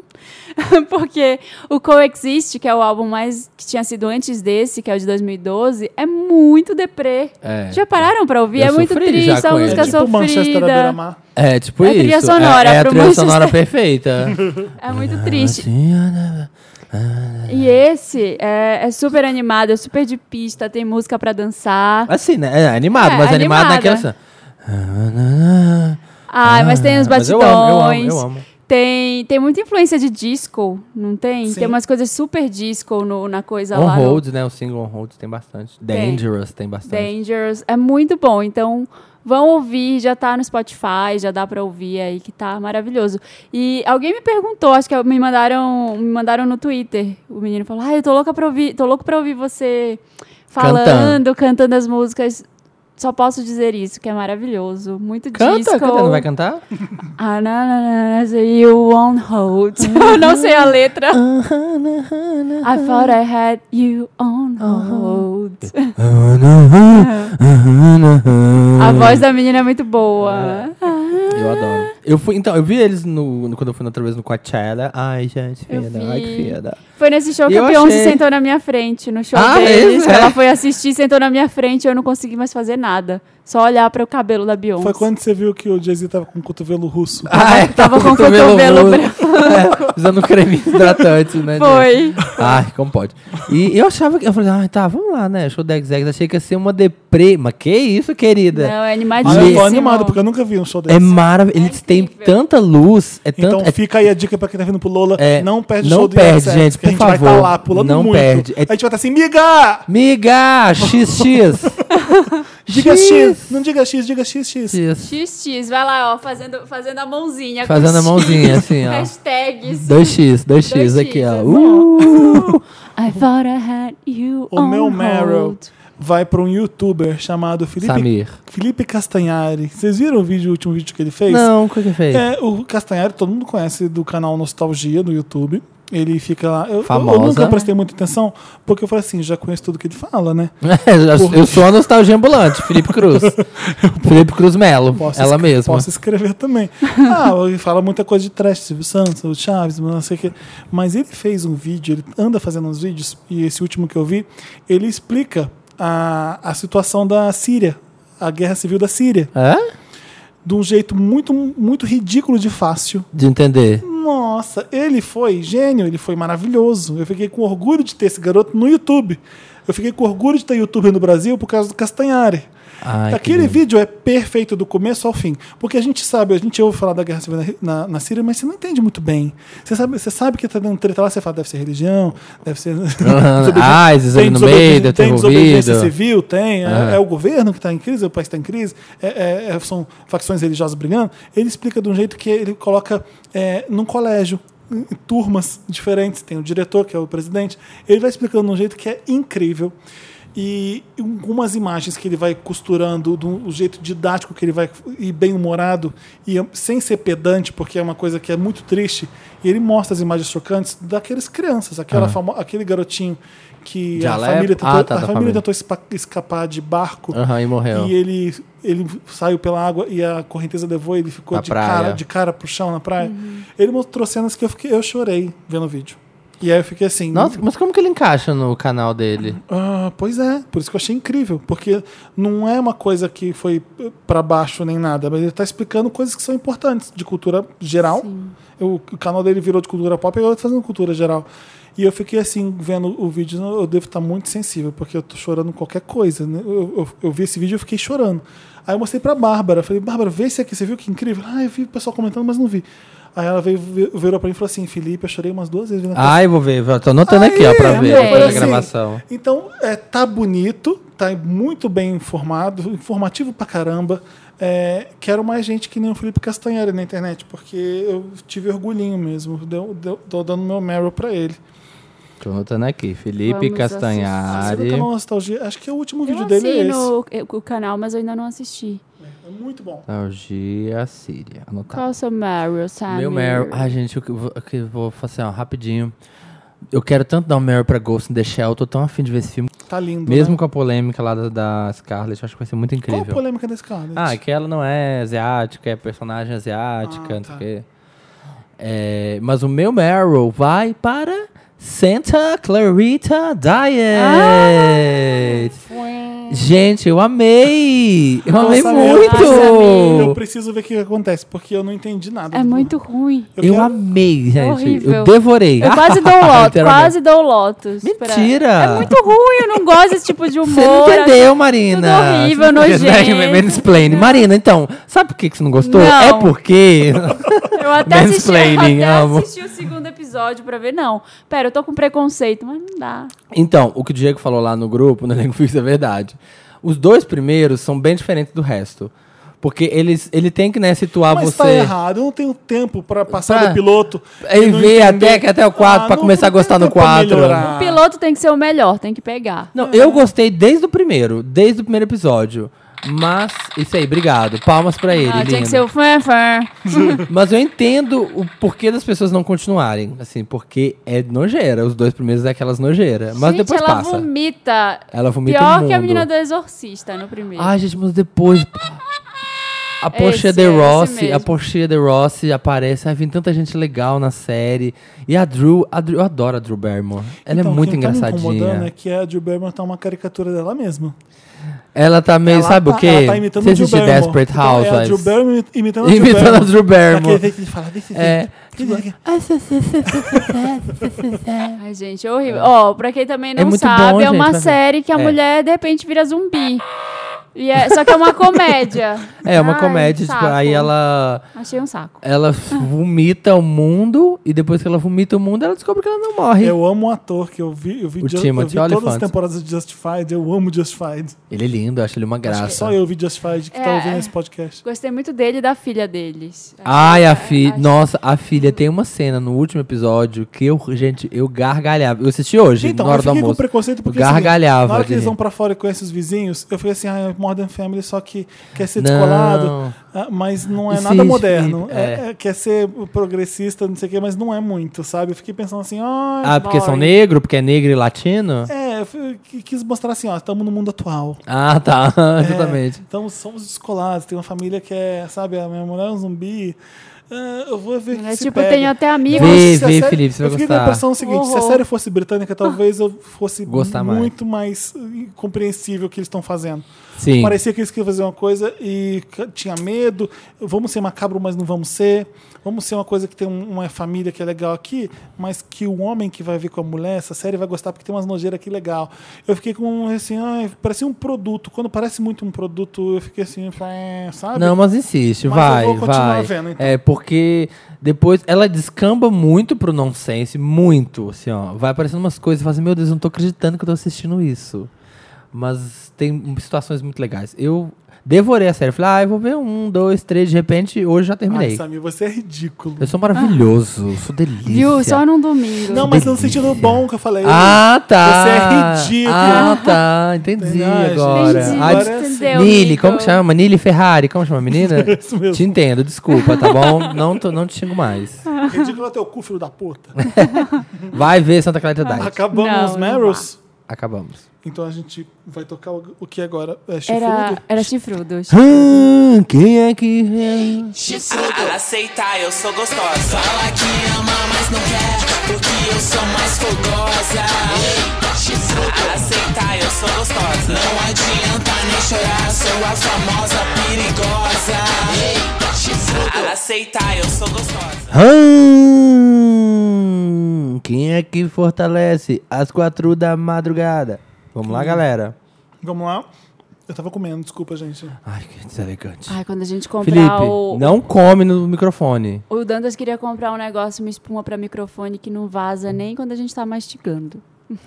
Speaker 2: (laughs) Porque o Coexist, que é o álbum mais que tinha sido antes desse, que é o de 2012, é muito deprê.
Speaker 4: É.
Speaker 2: já pararam pra ouvir?
Speaker 4: Eu
Speaker 2: é muito
Speaker 4: sofri já
Speaker 2: triste, é
Speaker 4: com
Speaker 1: É
Speaker 2: uma
Speaker 4: ele.
Speaker 2: música
Speaker 1: tipo Manchester à
Speaker 2: sofrida.
Speaker 1: beira-mar.
Speaker 4: É, tipo
Speaker 2: É
Speaker 4: isso.
Speaker 2: trilha sonora
Speaker 4: é, é a
Speaker 2: pro
Speaker 4: trilha
Speaker 2: Manchester. (laughs)
Speaker 4: sonora perfeita.
Speaker 2: É muito triste.
Speaker 4: Sim, né?
Speaker 2: E esse é, é super animado, é super de pista, tem música pra dançar.
Speaker 4: assim, né? É animado,
Speaker 2: É,
Speaker 4: mas animado
Speaker 2: animada.
Speaker 4: naquela. assim,
Speaker 2: Ai, mas tem os
Speaker 4: Ah, mas
Speaker 2: batidões.
Speaker 4: eu amo, eu amo, eu amo.
Speaker 2: Tem, tem muita influência de disco, não tem?
Speaker 1: Sim.
Speaker 2: Tem umas coisas super disco no- na coisa
Speaker 4: On
Speaker 2: lá. no
Speaker 4: Hold, né? O single On Hold tem bastante.
Speaker 2: Tem.
Speaker 4: Dangerous tem bastante.
Speaker 2: Dangerous. É muito bom. Então, vão ouvir, já tá no Spotify, já dá pra ouvir aí, que tá maravilhoso. E alguém me perguntou, acho que me mandaram, me mandaram no Twitter. O menino falou: Ah, eu tô louca pra ouvir, tô louco pra ouvir você falando,
Speaker 4: Cantando.
Speaker 2: cantando, as músicas. Só posso dizer isso, que é maravilhoso. Muito
Speaker 4: Canta,
Speaker 2: disco.
Speaker 4: canta, não vai cantar?
Speaker 2: Ah, na, na, na, so you on
Speaker 4: (laughs)
Speaker 2: hold. Eu não sei a letra. I thought I had you on hold.
Speaker 4: É
Speaker 2: A voz da menina é muito boa. Ah.
Speaker 4: Eu adoro. Eu fui, então, eu vi eles no, no- quando eu fui na outra vez no Coachella. Ai, gente,
Speaker 2: Eu
Speaker 4: feda. Ai, que
Speaker 2: vi.
Speaker 4: feda.
Speaker 2: Foi nesse show que
Speaker 4: Eu
Speaker 2: a Beyoncé
Speaker 4: achei.
Speaker 2: sentou na minha frente, no show
Speaker 4: Ah,
Speaker 2: deles.
Speaker 4: mesmo?
Speaker 2: Ela
Speaker 4: É.
Speaker 2: foi assistir, sentou na minha frente e eu não consegui mais fazer nada. Só olhar para o
Speaker 4: Então,
Speaker 2: cabelo da Beyoncé.
Speaker 4: Ah,
Speaker 1: Foi quando você viu que o Jay-Z tava com o cotovelo russo.
Speaker 4: Ai, (laughs)
Speaker 2: Tava com o cotovelo branco.
Speaker 4: Usando creme hidratante,
Speaker 2: (laughs)
Speaker 4: né?
Speaker 2: Foi.
Speaker 4: Ai, como pode? E eu achava que. Eu falei, ah, tá, vamos lá, né? Show da Exex. Achei que ia ser uma deprê. Mas que isso, querida?
Speaker 2: Não, é
Speaker 1: Mas
Speaker 2: animadíssimo.
Speaker 1: Ah, eu tô animado, porque eu nunca vi um show desse.
Speaker 4: É maravilhoso. Eles têm tanta luz. É tanto,
Speaker 1: Então
Speaker 4: é
Speaker 1: fica aí a dica pra quem tá vindo pro Lola.
Speaker 4: É,
Speaker 1: não perde
Speaker 4: não
Speaker 1: o show do
Speaker 4: perde,
Speaker 1: IXX,
Speaker 4: gente,
Speaker 1: que a
Speaker 4: por
Speaker 1: gente vai
Speaker 4: favor,
Speaker 1: tá lá pulando
Speaker 4: não
Speaker 1: muito.
Speaker 4: perde. É-
Speaker 1: A gente vai estar assim, miga!
Speaker 4: Miga! XX!
Speaker 1: Diga X.
Speaker 4: X.
Speaker 1: Não diga X, diga XX.
Speaker 4: X.
Speaker 2: XX, vai lá, ó, fazendo, fazendo a mãozinha. com
Speaker 4: Fazendo a
Speaker 2: X.
Speaker 4: mãozinha, assim, ó.
Speaker 2: Hashtags.
Speaker 4: 2x, 2x,
Speaker 2: 2x,
Speaker 4: aqui, ó.
Speaker 2: exato.
Speaker 4: Uh!
Speaker 2: I thought I had you
Speaker 1: O
Speaker 2: on
Speaker 1: meu
Speaker 2: hold.
Speaker 1: Meryl vai pra um youtuber chamado Felipe,
Speaker 4: Samir.
Speaker 1: Felipe Castanhari. Vocês viram o, vídeo, o último vídeo que ele fez?
Speaker 4: Não, o que que fez?
Speaker 1: É, o Castanhari todo mundo conhece do canal Nostalgia no YouTube. Ele fica lá. Eu, eu-
Speaker 4: Famosa.
Speaker 1: eu nunca prestei muita atenção, porque eu falei assim, já conheço tudo que ele fala, né?
Speaker 4: (laughs) eu, eu sou a nostalgia ambulante,
Speaker 1: (laughs)
Speaker 4: Felipe Cruz. Felipe Cruz Melo,
Speaker 1: Posso
Speaker 4: ela
Speaker 1: escre-
Speaker 4: mesma.
Speaker 1: Posso escrever também. (laughs) Ah, ele fala muita coisa de trash, Silvio Santos, o Chaves, não sei o quê. Mas ele fez um vídeo, ele anda fazendo uns vídeos, e esse último que eu vi, ele explica a, a situação da Síria, a guerra civil da Síria,
Speaker 4: Hã?
Speaker 1: de um jeito muito, muito ridículo de fácil.
Speaker 4: De entender.
Speaker 1: Nossa, ele foi gênio, ele foi maravilhoso. Eu fiquei com orgulho de ter esse garoto no YouTube. Eu fiquei com orgulho de ter youtuber no Brasil por causa do Castanhari.
Speaker 4: Ai, que
Speaker 1: Aquele
Speaker 4: lindo.
Speaker 1: vídeo é perfeito do começo ao fim. Porque a gente sabe, a gente ouve falar da guerra civil na, na, na Síria, mas você não entende muito bem. Você sabe, você sabe que tá dando treta lá, você fala, deve ser religião, deve ser. (laughs)
Speaker 4: Ah, ISIS ali no meio, deve ter
Speaker 1: tem desobediência
Speaker 4: envolvido.
Speaker 1: civil, tem. É-
Speaker 4: Ah.
Speaker 1: É, o governo que está em crise, o país está em crise, é- é- é- são facções religiosas brigando. Ele explica de um jeito que ele coloca é, num colégio. em Turmas diferentes, tem o diretor, que é o presidente. Ele vai explicando de um jeito que é incrível. E algumas imagens que ele vai costurando, do o jeito didático que ele vai e bem humorado, e é- sem ser pedante, porque é uma coisa que é muito triste. E ele mostra as imagens chocantes daqueles crianças, aquela famo- aquele garotinho que
Speaker 4: De
Speaker 1: a
Speaker 4: Alepo?
Speaker 1: família, tentou,
Speaker 4: É.
Speaker 1: a
Speaker 4: Ah, tá, da
Speaker 1: família
Speaker 4: família.
Speaker 1: tentou espa- escapar de barco
Speaker 4: Aham, é, e morreu.
Speaker 1: e ele, ele saiu pela água e a correnteza levou e ele ficou
Speaker 4: Na
Speaker 1: de
Speaker 4: praia.
Speaker 1: cara, de cara pro chão na praia. Ele mostrou cenas que eu, fiquei, eu chorei vendo o vídeo. E aí eu fiquei assim.
Speaker 4: Nossa, mas como que ele encaixa no canal dele?
Speaker 1: Ah, pois é, por isso que eu achei incrível, porque não é uma coisa que foi pra baixo nem nada, mas ele tá explicando coisas que são importantes de cultura geral. Eu- o canal dele virou de cultura pop e eu tô fazendo cultura geral. E eu fiquei assim, vendo o vídeo, eu devo estar muito sensível, porque eu tô chorando qualquer coisa. né? Eu, eu- eu vi esse vídeo e eu fiquei chorando. Aí eu mostrei pra Bárbara, falei, Bárbara, vê esse aqui, você viu que incrível? Ah, eu vi o pessoal comentando, mas não vi. Aí ela veio, virou pra mim e falou assim, Felipe, eu chorei umas duas vezes vendo
Speaker 4: Ai, vou ver. Tô anotando aqui, ó, pra
Speaker 1: Aí,
Speaker 4: ver
Speaker 1: eu
Speaker 2: É,
Speaker 4: depois
Speaker 1: falei
Speaker 4: da
Speaker 1: assim,
Speaker 4: gravação.
Speaker 1: Então, é, tá bonito, tá muito bem informado, informativo pra caramba. É, quero mais gente que nem o Felipe Castanheira na internet, porque eu tive orgulhinho mesmo. Deu, deu, tô dando meu Meryl pra ele.
Speaker 4: Tô anotando aqui. Felipe
Speaker 2: Vamos
Speaker 1: Você vê
Speaker 4: Castanhari.
Speaker 1: que é uma nostalgia. Acho que o último
Speaker 2: Eu
Speaker 1: vídeo dele é esse.
Speaker 2: assino o, o canal, mas eu ainda não assisti.
Speaker 1: É muito bom.
Speaker 4: Nostalgia Síria. Anotado.
Speaker 2: Qual o seu Meryl, Samir?
Speaker 4: Meu Meryl. Ai, gente, eu que vou, eu que vou fazer ó, rapidinho. Eu quero tanto dar um Meryl pra Ghost in the Shell. Tô tão afim de ver esse filme.
Speaker 1: Tá lindo.
Speaker 4: Mesmo
Speaker 1: né?
Speaker 4: com a polêmica lá da, da Scarlett, eu acho que vai ser muito
Speaker 1: Qual
Speaker 4: incrível.
Speaker 1: a polêmica desse cara?
Speaker 4: Ah, que ela não é asiática, é personagem asiática,
Speaker 1: Ah,
Speaker 4: não sei
Speaker 1: tá.
Speaker 4: o quê. É, mas o meu Meryl vai para Santa Clarita
Speaker 1: Ah,
Speaker 4: Diet. Gente, eu amei! Eu amei
Speaker 1: é. Nossa, meu, Eu
Speaker 4: muito!
Speaker 1: preciso ver o que acontece, porque eu não entendi nada.
Speaker 2: É muito ruim.
Speaker 1: Eu,
Speaker 4: Eu
Speaker 1: quero-
Speaker 4: amei, gente. Eu
Speaker 2: Horrível.
Speaker 4: devorei.
Speaker 2: Eu quase
Speaker 4: (laughs)
Speaker 2: dou lotus,
Speaker 4: Ah, Literalmente.
Speaker 2: quase dou lotus. pra-
Speaker 4: Mentira!
Speaker 2: É muito ruim, eu não gosto desse tipo de humor.
Speaker 4: Você não entendeu, Marina.
Speaker 2: Tudo horrível,
Speaker 4: Você não entendeu, né?
Speaker 2: nojento.
Speaker 4: Mansplaining. Marina, então, sabe por que que você não gostou?
Speaker 2: Não.
Speaker 4: É porque... (laughs)
Speaker 2: Eu até assisti, eu
Speaker 4: Mansplaining,
Speaker 2: até
Speaker 4: amo.
Speaker 2: assisti o segundo episódio pra ver. Não, pera, eu tô com preconceito, mas não dá.
Speaker 4: Então, o que o Diego falou lá no grupo, no Elenco Fixo, é verdade. Os dois primeiros são bem diferentes do resto. Porque eles, ele tem que né, situar
Speaker 1: Mas
Speaker 4: você.
Speaker 1: tá errado, eu não tenho tempo pra passar
Speaker 4: Tá.
Speaker 1: do piloto.
Speaker 4: Aí
Speaker 1: e não
Speaker 4: vê
Speaker 1: entender. Ah,
Speaker 4: até que até o quatro, pra
Speaker 1: não-
Speaker 4: começar a
Speaker 1: não tem
Speaker 4: gostar no
Speaker 1: tempo pra
Speaker 4: quatro.
Speaker 1: melhorar.
Speaker 2: O piloto tem que ser o melhor, tem que pegar.
Speaker 4: Não, eu gostei desde o primeiro, desde o primeiro episódio. Mas, isso aí, obrigado. Palmas pra ele,
Speaker 2: ah, tinha
Speaker 4: lindo.
Speaker 2: que ser o fã, fã.
Speaker 4: Mas eu entendo o porquê das pessoas não continuarem. Assim, porque é nojeira. Os dois primeiros é aquelas nojeira. Mas
Speaker 2: Gente,
Speaker 4: depois
Speaker 2: ela
Speaker 4: passa.
Speaker 2: vomita.
Speaker 4: Ela vomita
Speaker 2: Pior
Speaker 4: no
Speaker 2: que a
Speaker 4: mundo.
Speaker 2: menina do Exorcista no primeiro.
Speaker 4: Ai, gente, mas depois. A Portia
Speaker 2: Esse,
Speaker 4: de
Speaker 2: é, esse
Speaker 4: Rossi, a
Speaker 2: mesmo.
Speaker 4: Portia de Rossi aparece. Ai, vem tanta gente legal na série. E a Drew, a Drew- eu adoro a Drew Barrymore. Ela
Speaker 1: Então,
Speaker 4: é muito
Speaker 1: quem tá me incomodando
Speaker 4: engraçadinha.
Speaker 1: é que a Jill Berman tá uma caricatura dela mesma.
Speaker 4: Ela tá meio,
Speaker 1: Ela
Speaker 4: sabe
Speaker 1: tá-
Speaker 4: o quê?
Speaker 1: Ela tá imitando
Speaker 4: Você
Speaker 1: o Drew
Speaker 4: assistiu
Speaker 1: Barrymore.
Speaker 4: Desperate
Speaker 1: Então, É a Drew
Speaker 4: Housewives?
Speaker 1: Barrymore imitando a Drew
Speaker 4: Imitando a
Speaker 1: Barrymore.
Speaker 4: Drew Barrymore.
Speaker 1: Daquele jeito que ele fala, desse
Speaker 4: É.
Speaker 1: jeito. Aquele jeito que-
Speaker 2: Ai, gente, é horrível. Ó, pra quem também não
Speaker 4: muito
Speaker 2: sabe,
Speaker 4: bom,
Speaker 2: é
Speaker 4: gente,
Speaker 2: uma
Speaker 4: vai ver.
Speaker 2: série que a
Speaker 4: É.
Speaker 2: mulher de repente vira zumbi. E é- só que é uma comédia.
Speaker 4: (laughs) É, uma
Speaker 2: Ai,
Speaker 4: comédia, tipo,
Speaker 2: saco.
Speaker 4: aí ela,
Speaker 2: Achei um saco.
Speaker 4: ela vomita o mundo e depois que ela vomita o mundo, ela descobre que ela não morre.
Speaker 1: Eu amo um ator que eu vi, eu vi,
Speaker 4: O
Speaker 1: Ju- eu vi
Speaker 4: Timothy
Speaker 1: todas as
Speaker 4: Olyphant.
Speaker 1: temporadas de Justified, eu amo Justified.
Speaker 4: Ele é lindo, eu acho ele uma
Speaker 1: Acho
Speaker 4: graça.
Speaker 1: que só eu vi Justified que tá
Speaker 2: É.
Speaker 1: ouvindo esse podcast.
Speaker 2: Gostei muito dele e da filha deles.
Speaker 4: Ai,
Speaker 2: É,
Speaker 4: a
Speaker 2: acho
Speaker 4: filha.
Speaker 2: que-
Speaker 4: Nossa, a filha tem uma cena no último episódio que eu, gente, eu gargalhava. Eu assisti hoje,
Speaker 1: Então,
Speaker 4: Tipo, na
Speaker 1: eu
Speaker 4: hora do
Speaker 1: fiquei com
Speaker 4: almoço.
Speaker 1: preconceito porque
Speaker 4: gargalhava
Speaker 1: assim, na hora que
Speaker 4: de
Speaker 1: eles
Speaker 4: rir.
Speaker 1: vão pra fora e conhecem os vizinhos, eu fiquei assim, ah, é Modern Family só que quer ser
Speaker 4: Não.
Speaker 1: descolado, ah, mas não é
Speaker 4: Isso,
Speaker 1: nada
Speaker 4: isso,
Speaker 1: moderno.
Speaker 4: isso,
Speaker 1: É,
Speaker 4: é.
Speaker 1: é, quer ser progressista, não sei o quê, mas não é muito, sabe? Eu fiquei pensando assim, ó,
Speaker 4: Ah, porque são
Speaker 2: Boring.
Speaker 4: negro, porque é negro e latino?
Speaker 1: é, eu fui- qu- quis mostrar assim, ó, estamos no mundo atual.
Speaker 4: Ah, tá, (laughs)
Speaker 1: É,
Speaker 4: exatamente.
Speaker 1: então somos descolados, tem uma família que é, sabe, a minha mulher é um zumbi. Ah, eu vou ver
Speaker 2: É
Speaker 1: que se
Speaker 2: tipo,
Speaker 1: pega.
Speaker 2: tenho até amigos.
Speaker 4: Vê,
Speaker 1: Nossa, se a
Speaker 4: vê,
Speaker 1: série-
Speaker 4: Felipe, você
Speaker 1: eu
Speaker 4: vai
Speaker 1: fiquei com a
Speaker 4: gostar.
Speaker 1: impressão seguinte, se a
Speaker 2: Horror.
Speaker 1: série fosse britânica, talvez eu fosse
Speaker 4: Gostar mais.
Speaker 1: muito mais eh, compreensível o que eles estão fazendo.
Speaker 4: Sim.
Speaker 1: Parecia que eles queriam fazer uma coisa e c- tinha medo. Vamos ser macabro, mas não vamos ser. Vamos ser uma coisa que tem um- uma família que é legal aqui, mas que o homem que vai vir com a mulher, essa série vai gostar porque tem umas nojeiras aqui legal. Eu fiquei com assim, ai, parecia um produto. Quando parece muito um produto, eu fiquei assim, "É", sabe?
Speaker 4: Não, mas insiste,
Speaker 1: Mas
Speaker 4: vai,
Speaker 1: eu vou continuar
Speaker 4: vai.
Speaker 1: vendo, então.
Speaker 4: É, porque depois ela descamba muito pro nonsense, muito, assim, ó. Vai aparecendo umas coisas e fala assim, meu Deus, eu não tô acreditando que eu tô assistindo isso. Mas tem situações muito legais. Eu devorei a série, falei, ah, eu vou ver um, dois, três, de repente, hoje já
Speaker 1: Ai,
Speaker 4: terminei.
Speaker 1: Samir, você é ridículo.
Speaker 4: eu sou maravilhoso, sou delícia.
Speaker 2: Viu? Só num domingo.
Speaker 1: Não, mas no sentido bom que eu falei.
Speaker 4: Ah, tá.
Speaker 1: Você é ridículo.
Speaker 4: Ah, tá. Entendi
Speaker 1: Entendeu?
Speaker 4: agora.
Speaker 2: Entendi,
Speaker 4: Ah,
Speaker 1: Agora
Speaker 4: des-
Speaker 2: entendeu,
Speaker 4: Nili, como
Speaker 2: amigo?
Speaker 4: que chama? Nili Ferrari, como chama a menina? (laughs)
Speaker 1: Isso mesmo.
Speaker 4: Te entendo, desculpa, tá bom? Não, tô- não te xingo mais.
Speaker 1: Ridículo é teu cu, filho da puta.
Speaker 4: Vai ver Santa Clarita Diet.
Speaker 1: Acabamos
Speaker 2: Não,
Speaker 1: os
Speaker 2: não
Speaker 1: Meryls.
Speaker 4: Acabamos.
Speaker 1: Então a gente vai tocar o o que agora? É chifrudo?
Speaker 2: Era, era chifrudos.
Speaker 4: Ah, quem é que...
Speaker 5: Ela aceitar, eu sou gostosa. Fala que ama, mas não quer, porque eu sou mais fogosa. Ela aceitar, eu sou gostosa. Não adianta nem chorar, sou a famosa perigosa. Ela aceitar, eu sou gostosa.
Speaker 4: Ah, quem é que fortalece às quatro da madrugada? Vamos lá, galera.
Speaker 1: Vamos lá. Eu tava comendo, desculpa, gente.
Speaker 4: Ai, que deselegante.
Speaker 2: Ai, quando a gente comprar
Speaker 4: Felipe,
Speaker 2: Ah, o.
Speaker 4: não come no microfone.
Speaker 2: O Dantas queria comprar um negócio, uma espuma pra microfone que não vaza nem quando a gente tá mastigando.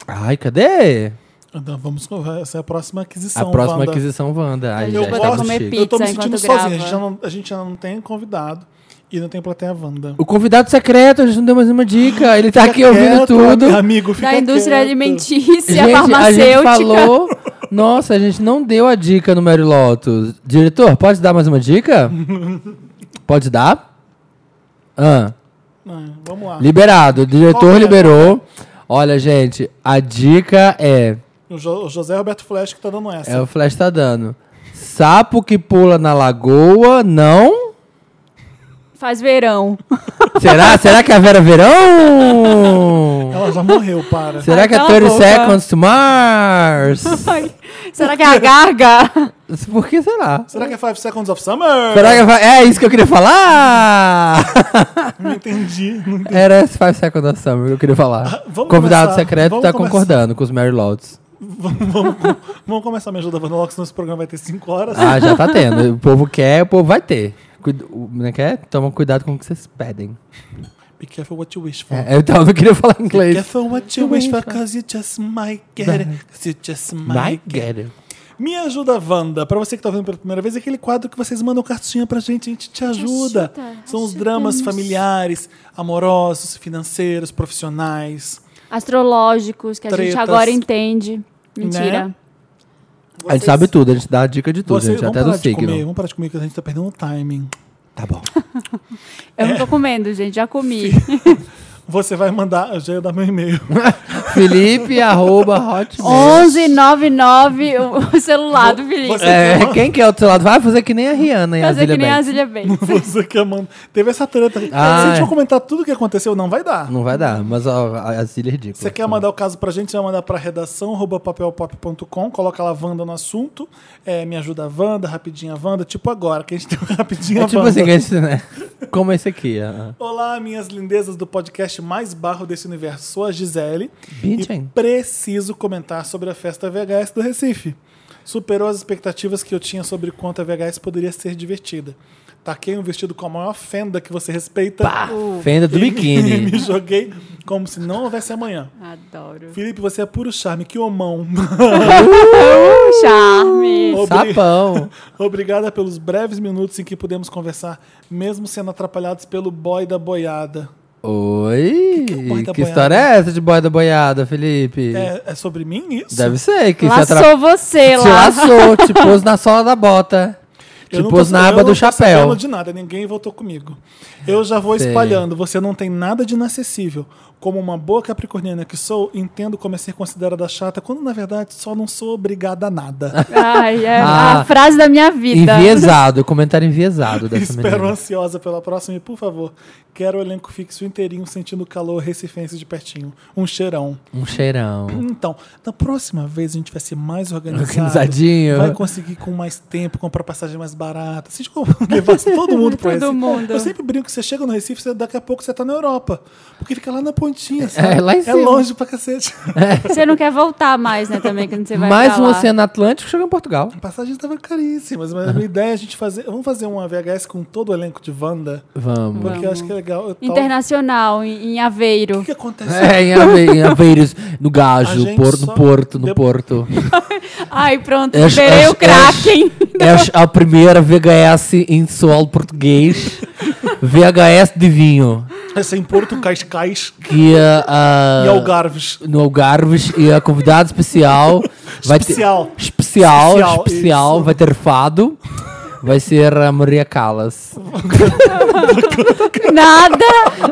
Speaker 4: Ai, cadê?
Speaker 1: Então, vamos com- essa é a próxima aquisição.
Speaker 4: A próxima
Speaker 1: Wanda.
Speaker 4: aquisição, Wanda. Ai,
Speaker 2: Eu
Speaker 4: já
Speaker 1: Eu
Speaker 2: Vai
Speaker 4: estava
Speaker 1: gosto.
Speaker 2: dar comer
Speaker 4: chique.
Speaker 1: eu tô me
Speaker 2: pizza
Speaker 1: sentindo
Speaker 2: enquanto
Speaker 1: sozinho. A
Speaker 2: grava.
Speaker 1: gente, já não, a gente já não tem convidado e não tem plateia Wanda.
Speaker 4: O convidado secreto, a gente não deu mais nenhuma dica. Ele tá aqui ouvindo
Speaker 1: Quieto,
Speaker 4: tudo.
Speaker 1: Amigo, fica
Speaker 2: da indústria
Speaker 1: quieto.
Speaker 2: alimentícia,
Speaker 4: Gente, a gente
Speaker 2: farmacêutica.
Speaker 4: falou. Nossa, a gente não deu a dica no Mary Lotus. Diretor, pode dar mais uma dica? pode dar? Ah,
Speaker 1: Ah, vamos lá.
Speaker 4: liberado. O
Speaker 1: Qual
Speaker 4: diretor
Speaker 1: é?
Speaker 4: liberou. Olha, gente, a dica é.
Speaker 1: O, Jo- o José Roberto Flash que tá dando essa.
Speaker 4: É o Flash tá dando. Sapo que pula na lagoa, não.
Speaker 2: Faz
Speaker 4: (laughs)
Speaker 2: verão.
Speaker 4: Será? (laughs) Será que é a Vera Verão?
Speaker 1: Ela já morreu, (laughs) para.
Speaker 4: Será que é
Speaker 2: cala a
Speaker 4: 30
Speaker 2: boca.
Speaker 4: Seconds to Mars?
Speaker 2: Ai, Será que é a garga?
Speaker 4: (laughs) Por que será?
Speaker 1: Será que é Five Seconds of Summer?
Speaker 4: Será que é- é isso que eu
Speaker 1: (laughs)
Speaker 4: queria falar?
Speaker 1: Não entendi. Não entendi.
Speaker 4: Era esse Five Seconds of Summer que eu queria falar.
Speaker 1: Ah, vamos
Speaker 4: Convidado
Speaker 1: começar.
Speaker 4: secreto
Speaker 1: Vamos
Speaker 4: tá
Speaker 1: começar.
Speaker 4: concordando com os Mary Louds.
Speaker 1: Vamos, vamos com- vamos começar me ajudando, Wanda, logo, senão esse programa vai ter 5 horas.
Speaker 4: Ah, já tá tendo. O povo quer, o povo vai ter. Cuida, o- não é que é? Toma cuidado com o que vocês pedem.
Speaker 1: Be careful what you wish for.
Speaker 4: É, então eu não queria falar
Speaker 1: Be
Speaker 4: inglês.
Speaker 1: careful what you wish for, cause you just might get it. Cause you just might
Speaker 4: My
Speaker 1: get it.
Speaker 4: get it.
Speaker 1: Me ajuda, Wanda. Pra você que tá vendo pela primeira vez, é aquele quadro que vocês mandam cartinha pra gente, a gente te ajuda. São os dramas familiares, amorosos, financeiros, profissionais.
Speaker 2: Astrológicos, que a gente
Speaker 1: Tretas.
Speaker 2: agora entende. Mentira.
Speaker 1: Né?
Speaker 4: A gente sabe tudo, a gente dá a dica de tudo,
Speaker 1: Vocês-
Speaker 4: gente,
Speaker 1: vamos
Speaker 4: até do
Speaker 1: parar de Comer,
Speaker 4: signo.
Speaker 1: vamos parar de comer, que a gente tá perdendo o timing.
Speaker 4: Tá
Speaker 1: (laughs)
Speaker 4: bom. (laughs)
Speaker 1: É.
Speaker 2: Eu não tô comendo, gente, já comi.
Speaker 1: Você vai mandar. Eu já ia dar meu e-mail. (laughs)
Speaker 4: Felipe, arroba, hot.
Speaker 2: 1199 o- o celular do Felipe.
Speaker 1: Você-
Speaker 4: É, quem quer outro lado? Vai fazer que nem a Rihanna em
Speaker 2: Fazer
Speaker 4: Asilha
Speaker 2: que nem a
Speaker 4: Banks.
Speaker 2: Zilia Banks.
Speaker 4: (laughs)
Speaker 1: Você que amando. Teve essa treta. Se a
Speaker 4: Ah,
Speaker 1: gente
Speaker 4: é.
Speaker 1: for comentar tudo o que aconteceu, não vai dar.
Speaker 4: Não vai dar, mas ó, a Asilha é ridícula.
Speaker 1: Você quer mandar o caso pra gente? Você vai mandar pra redação, arroba papelpop.com, coloca lá Wanda no assunto. É, me ajuda a Wanda, rapidinha Wanda, tipo agora, que a gente (laughs) tem um rapidinha
Speaker 4: É tipo
Speaker 1: Wanda.
Speaker 4: assim, que a gente, né? Como esse aqui. ó.
Speaker 1: Olá, minhas lindezas do podcast mais barro desse universo. Sou a Gisele.
Speaker 4: Bitch,
Speaker 1: e
Speaker 4: hein?
Speaker 1: preciso comentar sobre a festa VHS do Recife. Superou as expectativas que eu tinha sobre quanto a VHS poderia ser divertida. Taquei um vestido com a maior fenda que você respeita. Uh,
Speaker 4: Fenda do
Speaker 1: e me-
Speaker 4: biquíni.
Speaker 1: (laughs) me joguei como se não houvesse amanhã.
Speaker 2: Ah. Adoro.
Speaker 1: Felipe, você é puro charme, que
Speaker 4: (laughs)
Speaker 1: homão.
Speaker 2: Charme.
Speaker 1: Obri-
Speaker 4: Sapão.
Speaker 1: Obrigada pelos breves minutos em que pudemos conversar, mesmo sendo atrapalhados pelo boy da boiada.
Speaker 4: Oi!
Speaker 1: o boy da boiada?
Speaker 4: Que, história é essa de boy da boiada, Felipe?
Speaker 1: É, é sobre mim isso?
Speaker 4: Deve ser que se atrapalha.
Speaker 2: Laçou você
Speaker 4: Te
Speaker 2: lá.
Speaker 4: laçou, te pôs na sola da bota. Te
Speaker 1: Eu não
Speaker 4: pôs
Speaker 1: tô-
Speaker 4: na
Speaker 1: eu
Speaker 4: aba
Speaker 1: não
Speaker 4: do
Speaker 1: tô
Speaker 4: chapéu.
Speaker 1: sabendo é de nada, ninguém voltou comigo. Eu já vou
Speaker 4: Sei.
Speaker 1: espalhando, você não tem nada de inacessível. Como uma boa capricorniana que sou, entendo como é ser considerada chata, quando na verdade só não sou obrigada a
Speaker 4: (laughs)
Speaker 1: nada.
Speaker 2: Ai, é
Speaker 4: Ah.
Speaker 2: a frase da minha vida.
Speaker 4: Enviesado, comentário enviesado dessa
Speaker 1: Espero
Speaker 4: menina.
Speaker 1: ansiosa pela próxima e, por favor, quero o elenco fixo inteirinho sentindo o calor recifense de pertinho. Um cheirão.
Speaker 4: Um cheirão.
Speaker 1: Então, da próxima vez a gente vai ser mais organizado.
Speaker 4: Organizadinho.
Speaker 1: Vai conseguir com mais tempo, comprar passagem mais barata. Se a gente (laughs) levasse todo mundo pra
Speaker 2: (laughs) Todo
Speaker 1: Recife.
Speaker 2: mundo.
Speaker 1: Eu sempre brinco que você chega no Recife, você, daqui a pouco você tá na Europa. Porque fica lá na pontinha, sabe?
Speaker 4: É, lá em cima.
Speaker 1: longe pra cacete. (laughs)
Speaker 2: Você não quer voltar mais, né, também, quando você vai
Speaker 4: Mais
Speaker 2: pra
Speaker 4: um
Speaker 2: lá.
Speaker 4: Oceano Atlântico chegou em Portugal.
Speaker 1: Passagens estavam caríssimas, mas a minha ideia é a gente fazer. Vamos fazer uma VHS com todo o elenco de Wanda.
Speaker 4: Vamos.
Speaker 1: Porque eu acho que é legal. Eu tal-
Speaker 2: Internacional, em, em
Speaker 1: O
Speaker 2: Aveiro.
Speaker 1: que, que acontece?
Speaker 4: É, em, Ave- em Aveiros, no Gajo,
Speaker 1: A gente
Speaker 4: por-
Speaker 1: só-
Speaker 4: no Porto, no
Speaker 1: de-
Speaker 4: Porto.
Speaker 2: Ai, pronto,
Speaker 4: Eu-
Speaker 2: liberei
Speaker 4: eu-
Speaker 2: o Kraken. (laughs)
Speaker 4: É a primeira VHS em solo português. VHS de vinho.
Speaker 1: Essa em Porto, Cascais
Speaker 4: Que ah,
Speaker 1: e Algarves.
Speaker 4: no Algarves e a convidada
Speaker 1: (laughs)
Speaker 4: especial vai ter-
Speaker 1: Especial.
Speaker 4: especial
Speaker 1: Especial,
Speaker 4: especial,
Speaker 1: isso.
Speaker 4: vai ter fado vai ser a Maria Callas
Speaker 2: (laughs) Nada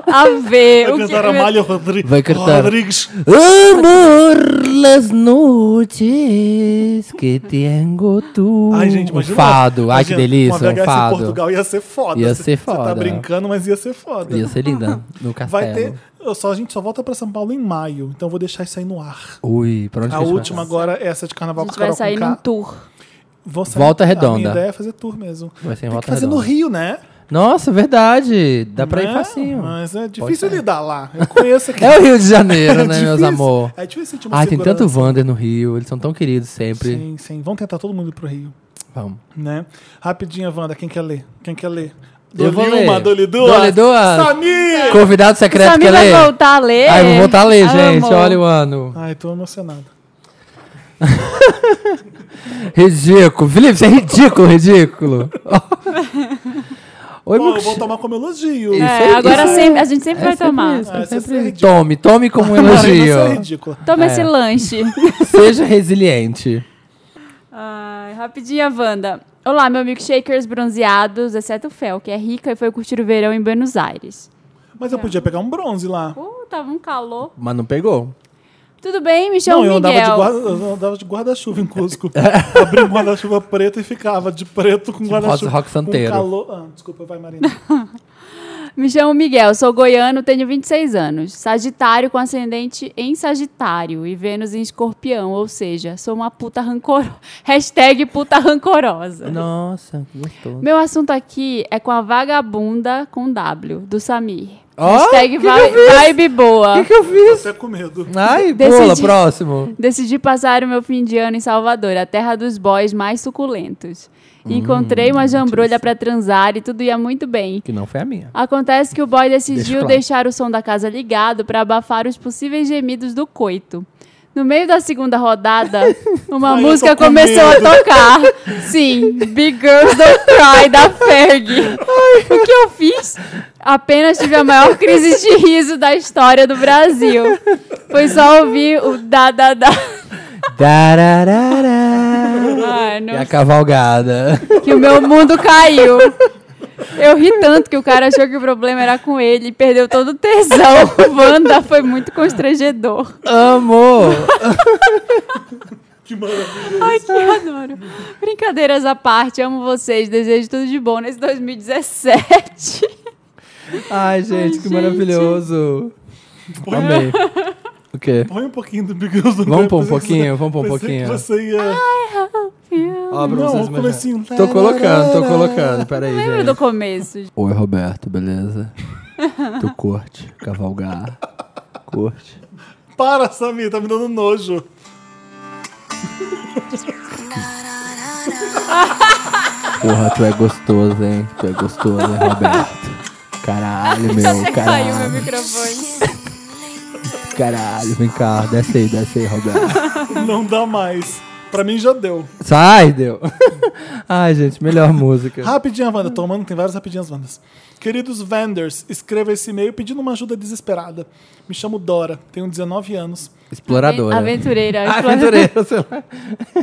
Speaker 2: a ver.
Speaker 1: Vai
Speaker 2: O que-
Speaker 1: cantar Amália Rodrigues.
Speaker 4: Vai cantar.
Speaker 1: Rodrigues.
Speaker 4: amor noites que tenho tu
Speaker 1: Ai, gente, imagina.
Speaker 4: um fado
Speaker 1: uma-
Speaker 4: ai que
Speaker 1: imagina,
Speaker 4: delícia
Speaker 1: Uma
Speaker 4: um
Speaker 1: VHS em
Speaker 4: fado
Speaker 1: Portugal ia ser foda.
Speaker 4: Ia
Speaker 1: Cê-
Speaker 4: ser
Speaker 1: Você tá
Speaker 4: foda.
Speaker 1: brincando, mas ia ser foda.
Speaker 4: ia ser é linda no castelo
Speaker 1: Vai ter. eu só, a gente só volta pra São Paulo em maio, então eu vou deixar isso aí no ar.
Speaker 4: ui pra onde
Speaker 1: A
Speaker 4: que gente
Speaker 1: última
Speaker 4: vai?
Speaker 1: agora é essa de
Speaker 2: A
Speaker 1: carnaval com
Speaker 2: gente vai
Speaker 1: Carol
Speaker 2: sair num
Speaker 1: Conká.
Speaker 2: tour.
Speaker 1: Vou sair-
Speaker 4: Volta
Speaker 1: A minha
Speaker 4: Redonda.
Speaker 1: ideia é fazer tour mesmo.
Speaker 4: Vai ser
Speaker 1: Tem
Speaker 4: em Volta
Speaker 1: que fazer no
Speaker 4: Redonda.
Speaker 1: Rio, né?
Speaker 4: nossa verdade dá pra ir
Speaker 1: Né?
Speaker 4: facinho
Speaker 1: Mas é difícil lidar lá.
Speaker 4: (laughs)
Speaker 1: Eu conheço aqui.
Speaker 4: é o Rio
Speaker 1: (laughs)
Speaker 4: de Janeiro né meus
Speaker 1: difícil.
Speaker 4: amor
Speaker 1: É difícil sentir uma
Speaker 4: ai tem tanto
Speaker 1: segurança.
Speaker 4: Wander no Rio eles são tão queridos sempre
Speaker 1: Sim, sim. Vamos tentar todo mundo ir pro Rio.
Speaker 4: vamos
Speaker 1: né? Rapidinha, Wanda, quem quer ler? Quem quer ler?
Speaker 4: Eu vou ler.
Speaker 1: uma, dole duas.
Speaker 4: Dole duas.
Speaker 1: Samir!
Speaker 4: Convidado
Speaker 2: Você
Speaker 4: secreto
Speaker 2: também
Speaker 4: quer
Speaker 2: vai
Speaker 4: ler?
Speaker 2: voltar a ler?
Speaker 4: Ai, vou voltar a ler, gente.
Speaker 2: Amo.
Speaker 4: Olha o ano.
Speaker 1: Ai, tô emocionado.
Speaker 4: Ridículo. Felipe, você é
Speaker 1: (laughs)
Speaker 4: ridículo, ridículo. Oi,
Speaker 1: Bom,
Speaker 4: meu
Speaker 1: eu vou tomar como elogio.
Speaker 4: Isso.
Speaker 2: É, agora
Speaker 4: Isso é-
Speaker 2: sempre, a gente sempre vai tomar.
Speaker 1: Ah, você é ridículo.
Speaker 4: Tome, tome
Speaker 1: (laughs)
Speaker 4: como um
Speaker 1: Marina, você é
Speaker 4: elogio.
Speaker 1: ridícula.
Speaker 2: Toma esse
Speaker 4: (laughs)
Speaker 2: lanche.
Speaker 4: Seja resiliente.
Speaker 2: Ai, rapidinha, Wanda. Olá, meu milkshakers bronzeados, exceto o Fel, que é rica e foi curtir o verão em Buenos Aires.
Speaker 1: Mas
Speaker 2: É.
Speaker 1: eu podia pegar um bronze lá.
Speaker 2: Uh, tava um calor.
Speaker 4: Mas não pegou.
Speaker 2: Tudo bem, me chamo
Speaker 1: Não, eu andava, de
Speaker 2: Miguel.
Speaker 1: guarda, eu andava de guarda-chuva em Cusco. (laughs) Abri um guarda-chuva preto e ficava de preto com guarda-chuva.
Speaker 4: Rock Santeiro.
Speaker 1: Com calor. Ah, desculpa, vai, Marina.
Speaker 2: Me chamo Miguel, sou goiano, tenho 26 anos. Sagitário com ascendente em Sagitário e Vênus em Escorpião, ou seja, sou uma puta rancorosa. (laughs) Hashtag puta rancorosa.
Speaker 4: Nossa, que gostoso.
Speaker 2: Meu assunto aqui é com a vagabunda com W, do Samir.
Speaker 4: Ó,
Speaker 2: Hashtag
Speaker 4: que que eu
Speaker 2: vai-
Speaker 4: fiz?
Speaker 2: vibe boa.
Speaker 4: O que, que eu
Speaker 1: Tô
Speaker 4: fiz?
Speaker 1: até com medo.
Speaker 4: Ai,
Speaker 2: Decidi.
Speaker 4: pula, próximo.
Speaker 2: Decidi passar o meu fim de ano em Salvador, a terra dos boys mais suculentos.
Speaker 4: Hum,
Speaker 2: Encontrei uma jambrolha pra transar e tudo ia muito bem.
Speaker 4: Que não foi a minha.
Speaker 2: Acontece que o boy
Speaker 4: Deixa
Speaker 2: decidiu
Speaker 4: claro.
Speaker 2: deixar o som da casa ligado para abafar os possíveis gemidos do coito. No meio da
Speaker 1: (laughs)
Speaker 2: segunda rodada, uma
Speaker 1: Ai, eu
Speaker 2: música
Speaker 1: tô com
Speaker 2: começou
Speaker 1: medo.
Speaker 2: a tocar. Sim, Big Girls Don't Cry da Ferg. O que eu fiz? Apenas tive a maior crise de riso da história do Brasil. Foi só ouvir o da da da.
Speaker 4: Dararara.
Speaker 2: Ai, não
Speaker 4: E a cavalgada.
Speaker 2: que o meu mundo caiu. Eu ri tanto que o cara achou que o problema era com ele e perdeu todo o tesão. Wanda foi muito constrangedor.
Speaker 4: Amor!
Speaker 1: (laughs) Que maravilha.
Speaker 2: Ai, que eu adoro. Brincadeiras à parte, amo vocês. Desejo tudo de bom nesse 2017.
Speaker 4: Ai, gente, que
Speaker 2: gente.
Speaker 4: maravilhoso.
Speaker 1: Põe,
Speaker 4: Amei. O quê?
Speaker 1: põe um pouquinho do Big Girls do
Speaker 4: Vamos
Speaker 1: Grey,
Speaker 4: pôr um
Speaker 1: pensei que
Speaker 4: pouquinho,
Speaker 1: você-
Speaker 4: vamos pôr
Speaker 1: pensei
Speaker 4: um
Speaker 1: que
Speaker 4: pouquinho.
Speaker 1: Você ia...
Speaker 4: Ó, pra
Speaker 1: Não, o
Speaker 4: vocês imaginarem.
Speaker 1: comecinho. tá
Speaker 4: Tô colocando, tô colocando. Peraí,
Speaker 2: Lembra
Speaker 4: gente.
Speaker 2: do começo?
Speaker 4: Oi, Roberto, beleza? tu curte cavalgar? Curte.
Speaker 1: Para, Samir, tá me dando nojo.
Speaker 4: Porra, tu é gostoso, hein? Tu é gostoso, hein, Roberto? Caralho,
Speaker 2: (laughs) Até
Speaker 1: É.
Speaker 4: meu,
Speaker 2: caiu meu
Speaker 4: caralho,
Speaker 2: microfone.
Speaker 4: caralho, vem cá, desce aí, desce aí, Roberto.
Speaker 1: Não dá mais. Pra mim já deu.
Speaker 4: Sai, deu. (laughs) Ai, gente, melhor música.
Speaker 1: Rapidinha, Wanda. Tomando, tem várias rapidinhas, Wandas. Queridos Vendors, escreva esse e-mail pedindo uma ajuda desesperada. Me chamo Dora, tenho 19 anos, (laughs)
Speaker 4: Exploradora.
Speaker 2: Aventureira.
Speaker 4: Aventureira, sei lá.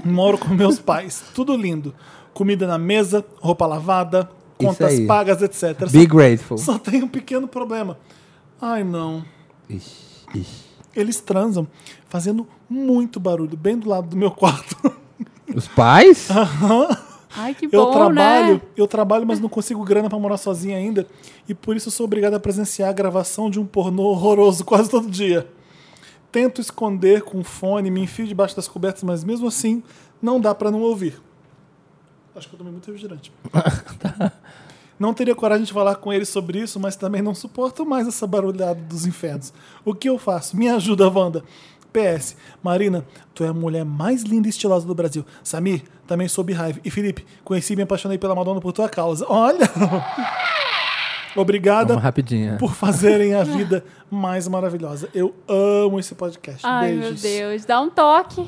Speaker 1: moro com meus pais. Tudo lindo. Comida na mesa, roupa lavada, contas
Speaker 4: aí.
Speaker 1: pagas, etc.
Speaker 4: Be grateful.
Speaker 1: Só, só tem um pequeno problema. Ai, não.
Speaker 4: Ixi, ixi.
Speaker 1: Eles transam fazendo muito barulho, bem do lado do meu quarto. (laughs)
Speaker 4: Os pais?
Speaker 1: Ah,
Speaker 2: Ai, que bom,
Speaker 1: Eu trabalho,
Speaker 2: né?
Speaker 1: eu trabalho, mas não consigo grana pra morar sozinha ainda, e por isso sou obrigado a presenciar a gravação de um pornô horroroso quase todo dia. Tento esconder com um fone, me enfio debaixo das cobertas, mas mesmo assim não dá pra não ouvir. Acho que eu tomei muito refrigerante. Não teria coragem de falar com ele sobre isso, mas também não suporto mais essa barulhada dos infernos. O que eu faço? Me ajuda, Wanda. PS, Marina, tu é a mulher mais linda e estilosa do Brasil. Samir, também sou raiva. E Felipe, conheci e me apaixonei pela Madonna por tua causa. Olha! (laughs) Obrigada
Speaker 4: Vamos rapidinha.
Speaker 1: por fazerem a vida mais maravilhosa. Eu amo esse podcast.
Speaker 2: Ai, meu
Speaker 1: Beijos.
Speaker 2: Deus. Dá um toque.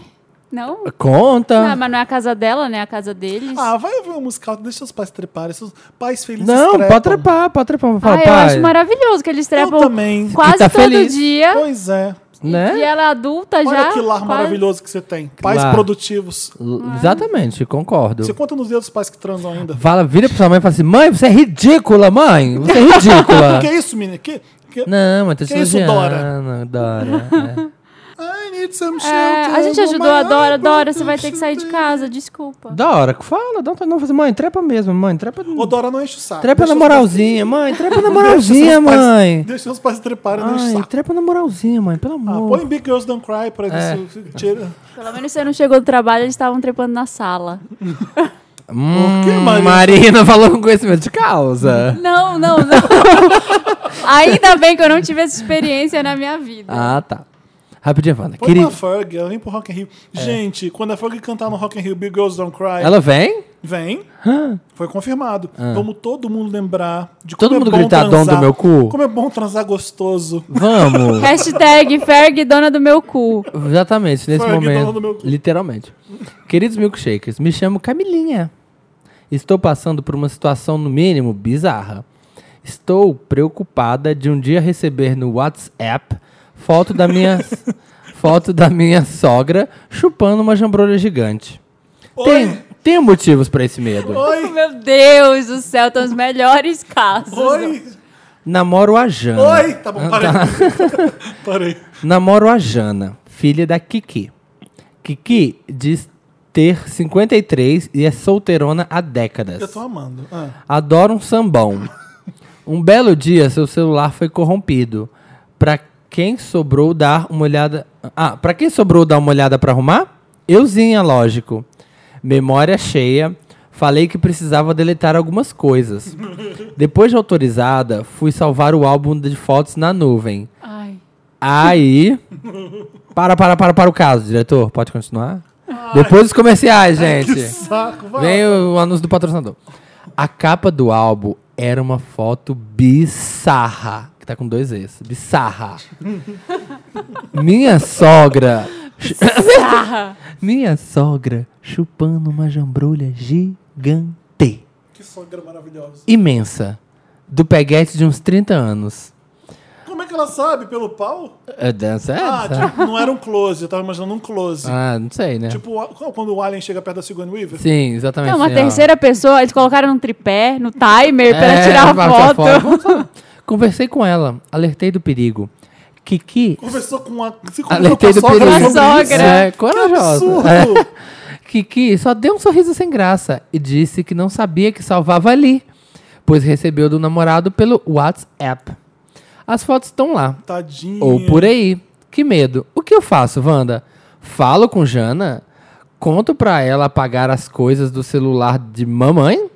Speaker 2: Não?
Speaker 4: Conta.
Speaker 2: Ah, mas não é a casa dela, né? É a casa deles.
Speaker 1: Ah, vai ouvir um musical, deixa seus pais treparem. Seus pais felizes
Speaker 4: Não,
Speaker 1: trepam.
Speaker 4: pode trepar, pode trepar.
Speaker 2: Ah,
Speaker 4: Fala,
Speaker 2: eu
Speaker 4: pai.
Speaker 2: acho maravilhoso que eles trepam
Speaker 1: também.
Speaker 2: quase
Speaker 4: E tá
Speaker 2: todo
Speaker 4: feliz.
Speaker 2: dia.
Speaker 1: Pois é.
Speaker 2: E
Speaker 4: Né?
Speaker 2: ela é adulta já.
Speaker 1: Olha que lar
Speaker 2: quase-
Speaker 1: maravilhoso que você tem. Pais
Speaker 4: lar.
Speaker 1: produtivos.
Speaker 2: Ah.
Speaker 4: L- Exatamente, concordo.
Speaker 1: Você conta nos dedos dos pais que transam ainda.
Speaker 4: Fala, vira pra sua mãe e fala assim: mãe, você é ridícula, mãe! Você
Speaker 1: (laughs)
Speaker 4: é ridícula!
Speaker 1: Que isso, menina? Que, que...
Speaker 4: Não, mas tô te
Speaker 1: Que é isso,
Speaker 4: elogiando, Dora.
Speaker 1: I need some
Speaker 2: É,
Speaker 1: shelter, oh
Speaker 2: a gente ajudou a
Speaker 1: mamãe.
Speaker 2: Dora. Dora, você vai ter que sair de casa, desculpa.
Speaker 4: É. Dora, fala, dá um não, assim, mãe, trepa mesmo, mãe, trepa.
Speaker 1: Ô, Dora, não enche o saco.
Speaker 4: Trepa
Speaker 1: Deixa
Speaker 4: na
Speaker 1: os-
Speaker 4: moralzinha, mãe, trepa na moralzinha,
Speaker 1: (laughs) deixa os pais-
Speaker 4: mãe!
Speaker 1: Deixa os pais treparem, não enche o
Speaker 4: Ai, então.
Speaker 1: saco.
Speaker 4: trepa na moralzinha, mãe, pelo
Speaker 1: Ah,
Speaker 4: amor.
Speaker 1: põe Big Girls Don't Cry pra
Speaker 4: É.
Speaker 1: isso. Tira.
Speaker 2: Pelo menos você não chegou do trabalho, eles estavam trepando na sala.
Speaker 4: Hum,
Speaker 1: Por que, Marina?
Speaker 4: Marina (laughs) falou com conhecimento de causa.
Speaker 2: Não, não, não. (laughs) Ainda bem que eu não tive essa experiência na minha vida.
Speaker 4: Ah, tá. Rapidinho, Wanda.
Speaker 1: Põe
Speaker 4: Querida,
Speaker 1: uma Ferg, ela vem pro Rock in Rio. Gente, quando a Ferg cantar no Rock in Rio Big Girls Don't Cry,
Speaker 4: É. ela vem?
Speaker 1: vem. Foi confirmado. Vamos todo mundo lembrar de
Speaker 4: Todo
Speaker 1: como
Speaker 4: mundo
Speaker 1: é bom
Speaker 4: gritar,
Speaker 1: transar,
Speaker 4: "Dom do meu cu"?
Speaker 1: Como é bom transar gostoso.
Speaker 4: Vamos.
Speaker 1: (laughs)
Speaker 2: Hashtag Ferg, dona do meu cu.
Speaker 4: Exatamente, nesse
Speaker 1: Foi aqui do lado
Speaker 4: momento.
Speaker 1: do tá meu cu.
Speaker 4: Literalmente. Queridos milkshakers, me chamo Camilinha. Estou passando por uma situação, no mínimo, bizarra. Estou preocupada de um dia receber no WhatsApp foto da
Speaker 1: (laughs)
Speaker 4: minha, foto da minha sogra chupando uma jambrolha gigante. Tem, tem motivos para esse
Speaker 2: (laughs)
Speaker 4: medo.
Speaker 1: Oi,
Speaker 2: Meu Deus do céu, estão os melhores casos.
Speaker 1: oi,
Speaker 4: Namoro a Jana.
Speaker 1: oi. Tá
Speaker 4: Ah,
Speaker 1: bom, parei. (laughs) parei.
Speaker 4: Namoro a Jana, filha da Kiki. Kiki diz ter 53 e é solteirona há décadas.
Speaker 1: Eu tô amando. Ah.
Speaker 4: Adora um sambão. Um belo dia, seu celular foi corrompido. Pra quem sobrou dar uma olhada. Ah, pra quem sobrou dar uma olhada pra arrumar? Euzinha, lógico. Memória cheia. Falei que precisava deletar
Speaker 1: (laughs)
Speaker 4: algumas coisas. Depois de autorizada, fui salvar o álbum de fotos na nuvem.
Speaker 2: Ai.
Speaker 4: Aí. Para, para, para, para o caso, diretor. Pode continuar? Depois dos comerciais, gente.
Speaker 1: Saco, vai.
Speaker 4: Vem o, o anúncio do patrocinador. A capa do álbum era uma foto bizarra. Que tá com dois E's. Bizarra. Minha sogra. (laughs) Minha sogra chupando uma jambrolha gigante
Speaker 1: Que sogra maravilhosa.
Speaker 4: imensa do peguete de uns 30 anos.
Speaker 1: Como é que ela sabe? Pelo pau?
Speaker 4: É dança
Speaker 1: Ah,
Speaker 4: essa?
Speaker 1: tipo, não era um close, eu tava imaginando um close.
Speaker 4: Ah, não sei, né?
Speaker 1: Tipo, o- quando o Alien chega perto da Sigourney Weaver.
Speaker 4: Sim, exatamente.
Speaker 2: Não, uma
Speaker 4: assim, ó.
Speaker 2: terceira pessoa, eles colocaram no tripé, no timer, pra
Speaker 4: É,
Speaker 2: tirar a
Speaker 4: pra tirar
Speaker 2: foto.
Speaker 4: foto. Conversei com ela, alertei do perigo. Kiki,
Speaker 1: Conversou com a. Se conversou com
Speaker 4: alertei
Speaker 1: a
Speaker 4: do
Speaker 1: sogra.
Speaker 4: Ah, perigo.
Speaker 2: sobre A isso. sogra.
Speaker 4: É,
Speaker 1: Que
Speaker 4: corajosa.
Speaker 1: absurdo!
Speaker 4: É. Kiki só deu um sorriso sem graça e disse que não sabia que salvava ali, pois recebeu do namorado pelo WhatsApp. As fotos estão lá,
Speaker 1: Tadinha.
Speaker 4: ou por aí. Que medo. O que eu faço, Wanda? Falo com Jana? Conto pra ela apagar as coisas do celular de mamãe?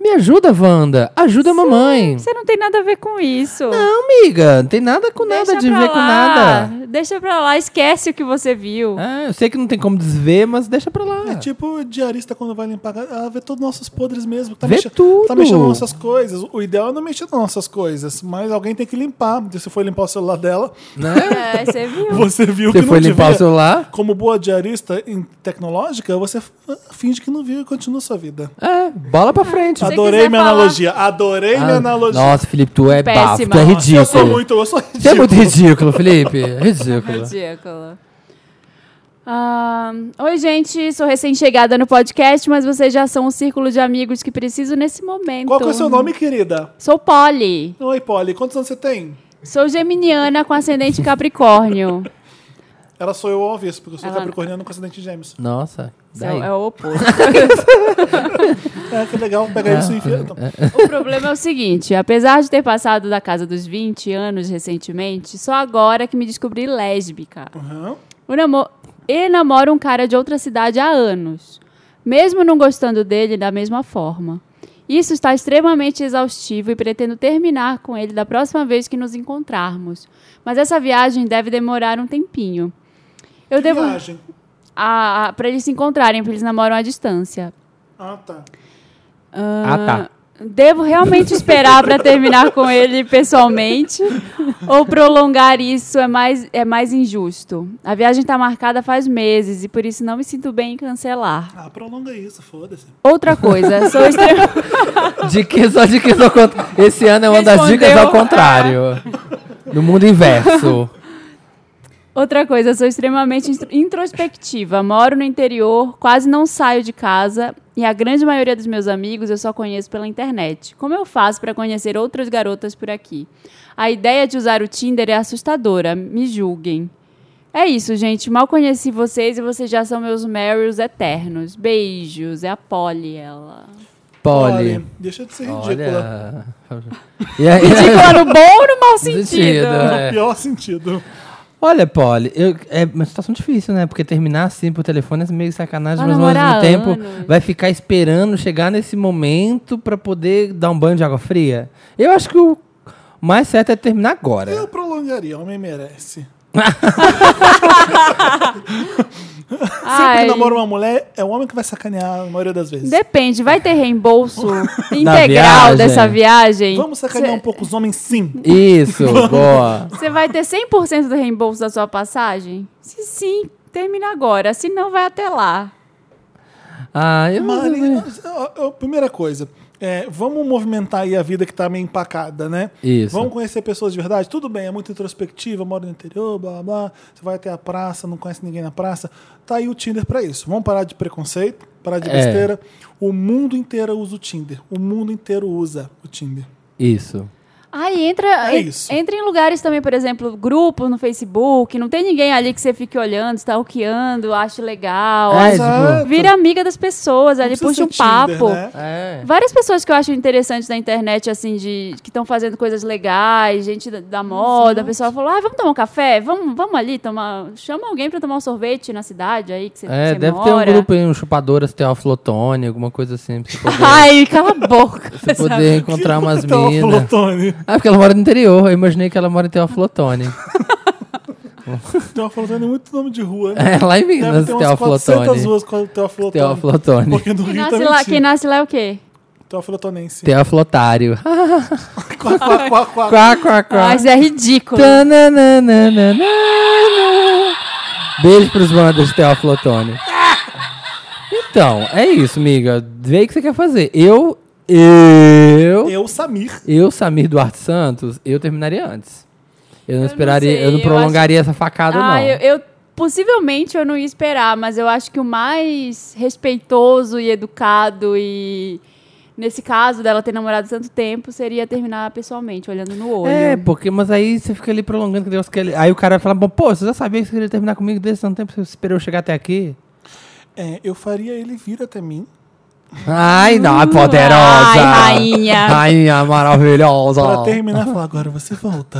Speaker 4: Me ajuda, Wanda. Ajuda a mamãe.
Speaker 2: Você não tem nada a ver com isso.
Speaker 4: Não, amiga. Não tem nada com
Speaker 2: Deixa
Speaker 4: nada de
Speaker 2: pra
Speaker 4: ver com
Speaker 2: lá.
Speaker 4: nada.
Speaker 2: Deixa pra lá, esquece o que você viu.
Speaker 4: Ah, eu sei que não tem como desver, mas deixa pra lá.
Speaker 1: É tipo o diarista quando vai limpar, ela vê todos os nossos podres mesmo. Tá
Speaker 4: Vê
Speaker 1: mexendo,
Speaker 4: tudo.
Speaker 1: Tá mexendo nas nossas coisas. O ideal é não mexer nas nossas coisas, mas alguém tem que limpar. Se for limpar o celular dela, (laughs)
Speaker 2: É, você viu.
Speaker 1: você viu
Speaker 4: Né? Você
Speaker 1: que
Speaker 4: foi
Speaker 1: não
Speaker 4: limpar
Speaker 1: devia.
Speaker 4: o celular?
Speaker 1: Como boa diarista em- tecnológica, você f- finge que não viu e continua sua vida.
Speaker 4: É, bola pra frente.
Speaker 2: Você
Speaker 1: Adorei
Speaker 2: quiser
Speaker 1: minha
Speaker 2: falar-
Speaker 1: analogia. Adorei tá minha
Speaker 4: Ah,
Speaker 1: analogia.
Speaker 4: Nossa, Felipe, tu é
Speaker 2: Péssima.
Speaker 4: bafo. Tu é
Speaker 2: Nossa,
Speaker 1: Eu sou
Speaker 4: ridículo.
Speaker 1: muito, eu sou
Speaker 4: Você é muito
Speaker 1: ridículo.
Speaker 4: ridículo, Felipe. Ridículo.
Speaker 2: Ridícula. Ah, Oi, gente, sou recém-chegada no podcast, mas vocês já são um círculo de amigos que preciso nesse momento.
Speaker 1: Qual que é o seu nome, querida?
Speaker 2: Sou Polly.
Speaker 1: Oi, Polly. Quantos anos você tem?
Speaker 2: Sou geminiana com ascendente Capricórnio.
Speaker 1: Ela sou eu ao avesso, porque eu sou
Speaker 2: Ela-
Speaker 1: capricorniano com acidente de gêmeos.
Speaker 4: Nossa.
Speaker 2: Isso
Speaker 4: daí.
Speaker 2: É, é o oposto.
Speaker 1: É, que legal. Pega isso e enfia.
Speaker 4: Ah,
Speaker 2: O problema é o seguinte: apesar de ter passado da casa dos 20 anos recentemente, só agora que me descobri lésbica.
Speaker 1: Aham.
Speaker 2: O namo- E namoro um cara de outra cidade há anos, mesmo não gostando dele da mesma forma. Isso está extremamente exaustivo e pretendo terminar com ele da próxima vez que nos encontrarmos. Mas essa viagem deve demorar um tempinho. Eu devo
Speaker 1: Viagem.
Speaker 2: a, para eles se encontrarem, porque eles namoram à distância.
Speaker 1: Ah, tá.
Speaker 4: Ah, tá.
Speaker 2: Devo realmente esperar para terminar com ele pessoalmente? Ou prolongar isso é mais, é mais injusto? A viagem está marcada faz meses e por isso não me sinto bem em cancelar.
Speaker 1: Ah, prolonga isso, foda-se.
Speaker 2: Outra coisa, sou extremamente.
Speaker 4: Diquinhas, só diquinhas ao contrário. Esse ano é uma das
Speaker 2: Respondeu,
Speaker 4: dicas ao contrário. No mundo inverso.
Speaker 2: Outra coisa, sou extremamente intro- introspectiva. Moro no interior, quase não saio de casa e a grande maioria dos meus amigos eu só conheço pela internet. Como eu faço para conhecer outras garotas por aqui? A ideia de usar o Tinder é assustadora, me julguem. É isso, gente. Mal conheci vocês e vocês já são meus Marys eternos. Beijos. É a Polly, ela.
Speaker 4: Polly.
Speaker 1: deixa de ser ridícula.
Speaker 4: Olha. E aí,
Speaker 2: Ridícula no bom ou no mau sentido?
Speaker 4: Sentido, é.
Speaker 1: No pior sentido.
Speaker 4: Olha, Polly, eu- é uma situação difícil, né? Porque terminar assim por telefone é meio sacanagem,
Speaker 2: Vai
Speaker 4: mas ao mesmo
Speaker 2: namorar
Speaker 4: tempo
Speaker 2: anos.
Speaker 4: vai ficar esperando chegar nesse momento pra poder dar um banho de água fria. Eu acho que o mais certo é terminar agora.
Speaker 1: Eu prolongaria, homem merece. Sempre
Speaker 2: Ai,
Speaker 1: que namora uma mulher, é o homem que vai sacanear a maioria das vezes.
Speaker 2: Depende, vai ter reembolso integral
Speaker 4: viagem.
Speaker 2: dessa viagem?
Speaker 1: Vamos sacanear um pouco os homens, sim.
Speaker 4: Isso, boa.
Speaker 2: Você vai ter 100% do reembolso da sua passagem? Se sim, termina agora. Se não, vai até lá.
Speaker 4: Ah, eu
Speaker 1: Mari,
Speaker 2: Uhum.
Speaker 1: ó, ó, primeira coisa, é, vamos movimentar aí a vida que tá meio empacada, né?
Speaker 4: Isso.
Speaker 1: Vamos conhecer pessoas de verdade? Tudo bem, é muito introspectiva, mora no interior, blá blá, blá. Você vai até a praça, não conhece ninguém na praça. Tá aí o Tinder pra isso. Vamos parar de preconceito, parar de
Speaker 4: É.
Speaker 1: besteira. O mundo inteiro usa o Tinder. O mundo inteiro usa o Tinder.
Speaker 4: Isso.
Speaker 2: Aí entra,
Speaker 1: É
Speaker 2: en-
Speaker 1: isso.
Speaker 2: entra em lugares também, por exemplo, grupos no Facebook. Não tem ninguém ali que você fique olhando, stalkeando, acha legal.
Speaker 4: É,
Speaker 2: acha-
Speaker 1: Exato.
Speaker 2: Vira amiga das pessoas,
Speaker 1: Não
Speaker 2: ali
Speaker 1: precisa
Speaker 2: puxa
Speaker 1: ser
Speaker 2: um
Speaker 1: Tinder,
Speaker 2: papo.
Speaker 1: né?
Speaker 4: É.
Speaker 2: Várias pessoas que eu acho interessantes na internet, assim, de que estão fazendo coisas legais, gente da, da moda, o pessoal falou: ah, vamos tomar um café? Vamos, vamos ali tomar. Chama alguém pra tomar um sorvete na cidade aí que você
Speaker 4: É,
Speaker 2: você
Speaker 4: deve
Speaker 2: mora.
Speaker 4: ter um grupo aí, um chupadoras, teoflotone, alguma coisa assim. Pra você
Speaker 2: (laughs)
Speaker 4: poder,
Speaker 2: Ai, cala a boca.
Speaker 4: pra (laughs) você
Speaker 1: (laughs)
Speaker 4: poder encontrar umas
Speaker 1: Então, falou,
Speaker 4: minas.
Speaker 1: Tony.
Speaker 4: Ah, porque ela mora no interior. Eu imaginei que ela mora em Teoflotone. (laughs)
Speaker 1: Então, ela falou, Tony, é muito nome de rua,
Speaker 4: (laughs)
Speaker 1: né?
Speaker 4: É, lá em
Speaker 1: Deve
Speaker 4: Minas,
Speaker 1: ter umas 400
Speaker 4: Teoflotone.
Speaker 1: ruas com Teoflotone.
Speaker 4: Teoflotone.
Speaker 1: Porque no
Speaker 2: Quem
Speaker 1: Rio
Speaker 2: nasce,
Speaker 1: também
Speaker 2: lá,
Speaker 1: tinha.
Speaker 2: quem nasce lá é o quê?
Speaker 1: Teoflotonense.
Speaker 4: Teoflotário.
Speaker 1: Quá, quá, quá,
Speaker 4: (laughs)
Speaker 1: quá.
Speaker 4: Quá, quá, quá. Tá,
Speaker 2: Ah, isso é ridículo.
Speaker 4: Tananana. Beijo pros bandas de Teoflotone. Então, é isso, miga. Vê aí o que você quer fazer. Eu, eu,
Speaker 1: Eu, Samir.
Speaker 4: eu, Samir Duarte Santos, eu terminaria antes. Eu não
Speaker 2: não
Speaker 4: esperaria,
Speaker 2: sei,
Speaker 4: eu não
Speaker 2: eu
Speaker 4: prolongaria essa facada,
Speaker 2: Ah,
Speaker 4: não.
Speaker 2: eu, eu- possivelmente eu não ia esperar, mas eu acho que o mais respeitoso e educado e nesse caso dela ter namorado tanto tempo seria terminar pessoalmente, olhando no olho.
Speaker 4: É, porque, mas aí você fica ali prolongando que Deus quer. ele- Aí o cara fala, bom, pô, você já sabia que você queria terminar comigo desde tanto tempo, você esperou eu chegar até aqui?
Speaker 1: É, eu faria ele vir até mim.
Speaker 4: Ai, não, é poderosa!
Speaker 2: Hum, Ai, rainha.
Speaker 4: Rainha maravilhosa!
Speaker 1: Pra terminar, falar, agora você
Speaker 4: (laughs)
Speaker 1: volta.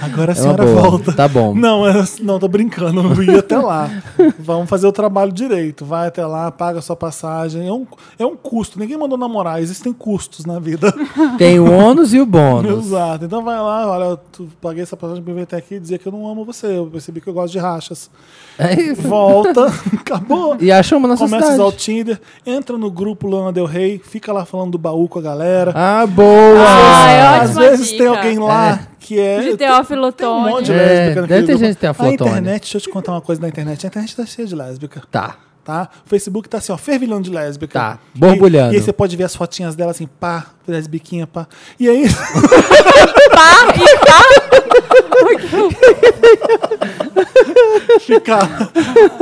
Speaker 1: agora a
Speaker 4: É uma
Speaker 1: senhora
Speaker 4: boa.
Speaker 1: volta.
Speaker 4: Tá bom.
Speaker 1: Não, eu- não, tô brincando, eu ia até lá. Vamos fazer o trabalho direito. Vai até lá, paga a sua passagem. É um, é um custo. Ninguém mandou namorar, existem custos na vida.
Speaker 4: (laughs) Tem o ônus e o bônus.
Speaker 1: Exato. Então vai lá, olha, eu tu- paguei essa passagem pra vir até aqui e dizer que eu não amo você. Eu percebi que eu gosto de rachas.
Speaker 4: É isso.
Speaker 1: Volta, (laughs) acabou.
Speaker 4: E achou uma na sua
Speaker 1: Começa a
Speaker 4: cidade.
Speaker 1: usar o Tinder, entra no grupo Lana Del Rey, fica lá falando do baú com a galera.
Speaker 4: Ah, boa!
Speaker 2: Ah, é
Speaker 1: Às
Speaker 2: ótima
Speaker 1: vezes
Speaker 2: dica.
Speaker 1: tem alguém lá que é.
Speaker 2: De
Speaker 1: Tem um monte de
Speaker 2: teofilotone.
Speaker 4: É,
Speaker 1: lésbica naquele
Speaker 4: deve ter
Speaker 1: grupo.
Speaker 4: gente que tem
Speaker 1: A
Speaker 4: aflotone.
Speaker 1: internet, deixa eu te contar uma coisa da internet. A internet tá cheia de lésbica.
Speaker 4: Tá.
Speaker 1: Tá? O Facebook tá assim, ó, fervilhão de lésbica.
Speaker 4: Tá, borbulhando.
Speaker 1: E, e aí você pode ver as fotinhas dela assim, pá, lesbiquinha, pá. E aí. (laughs) Fica.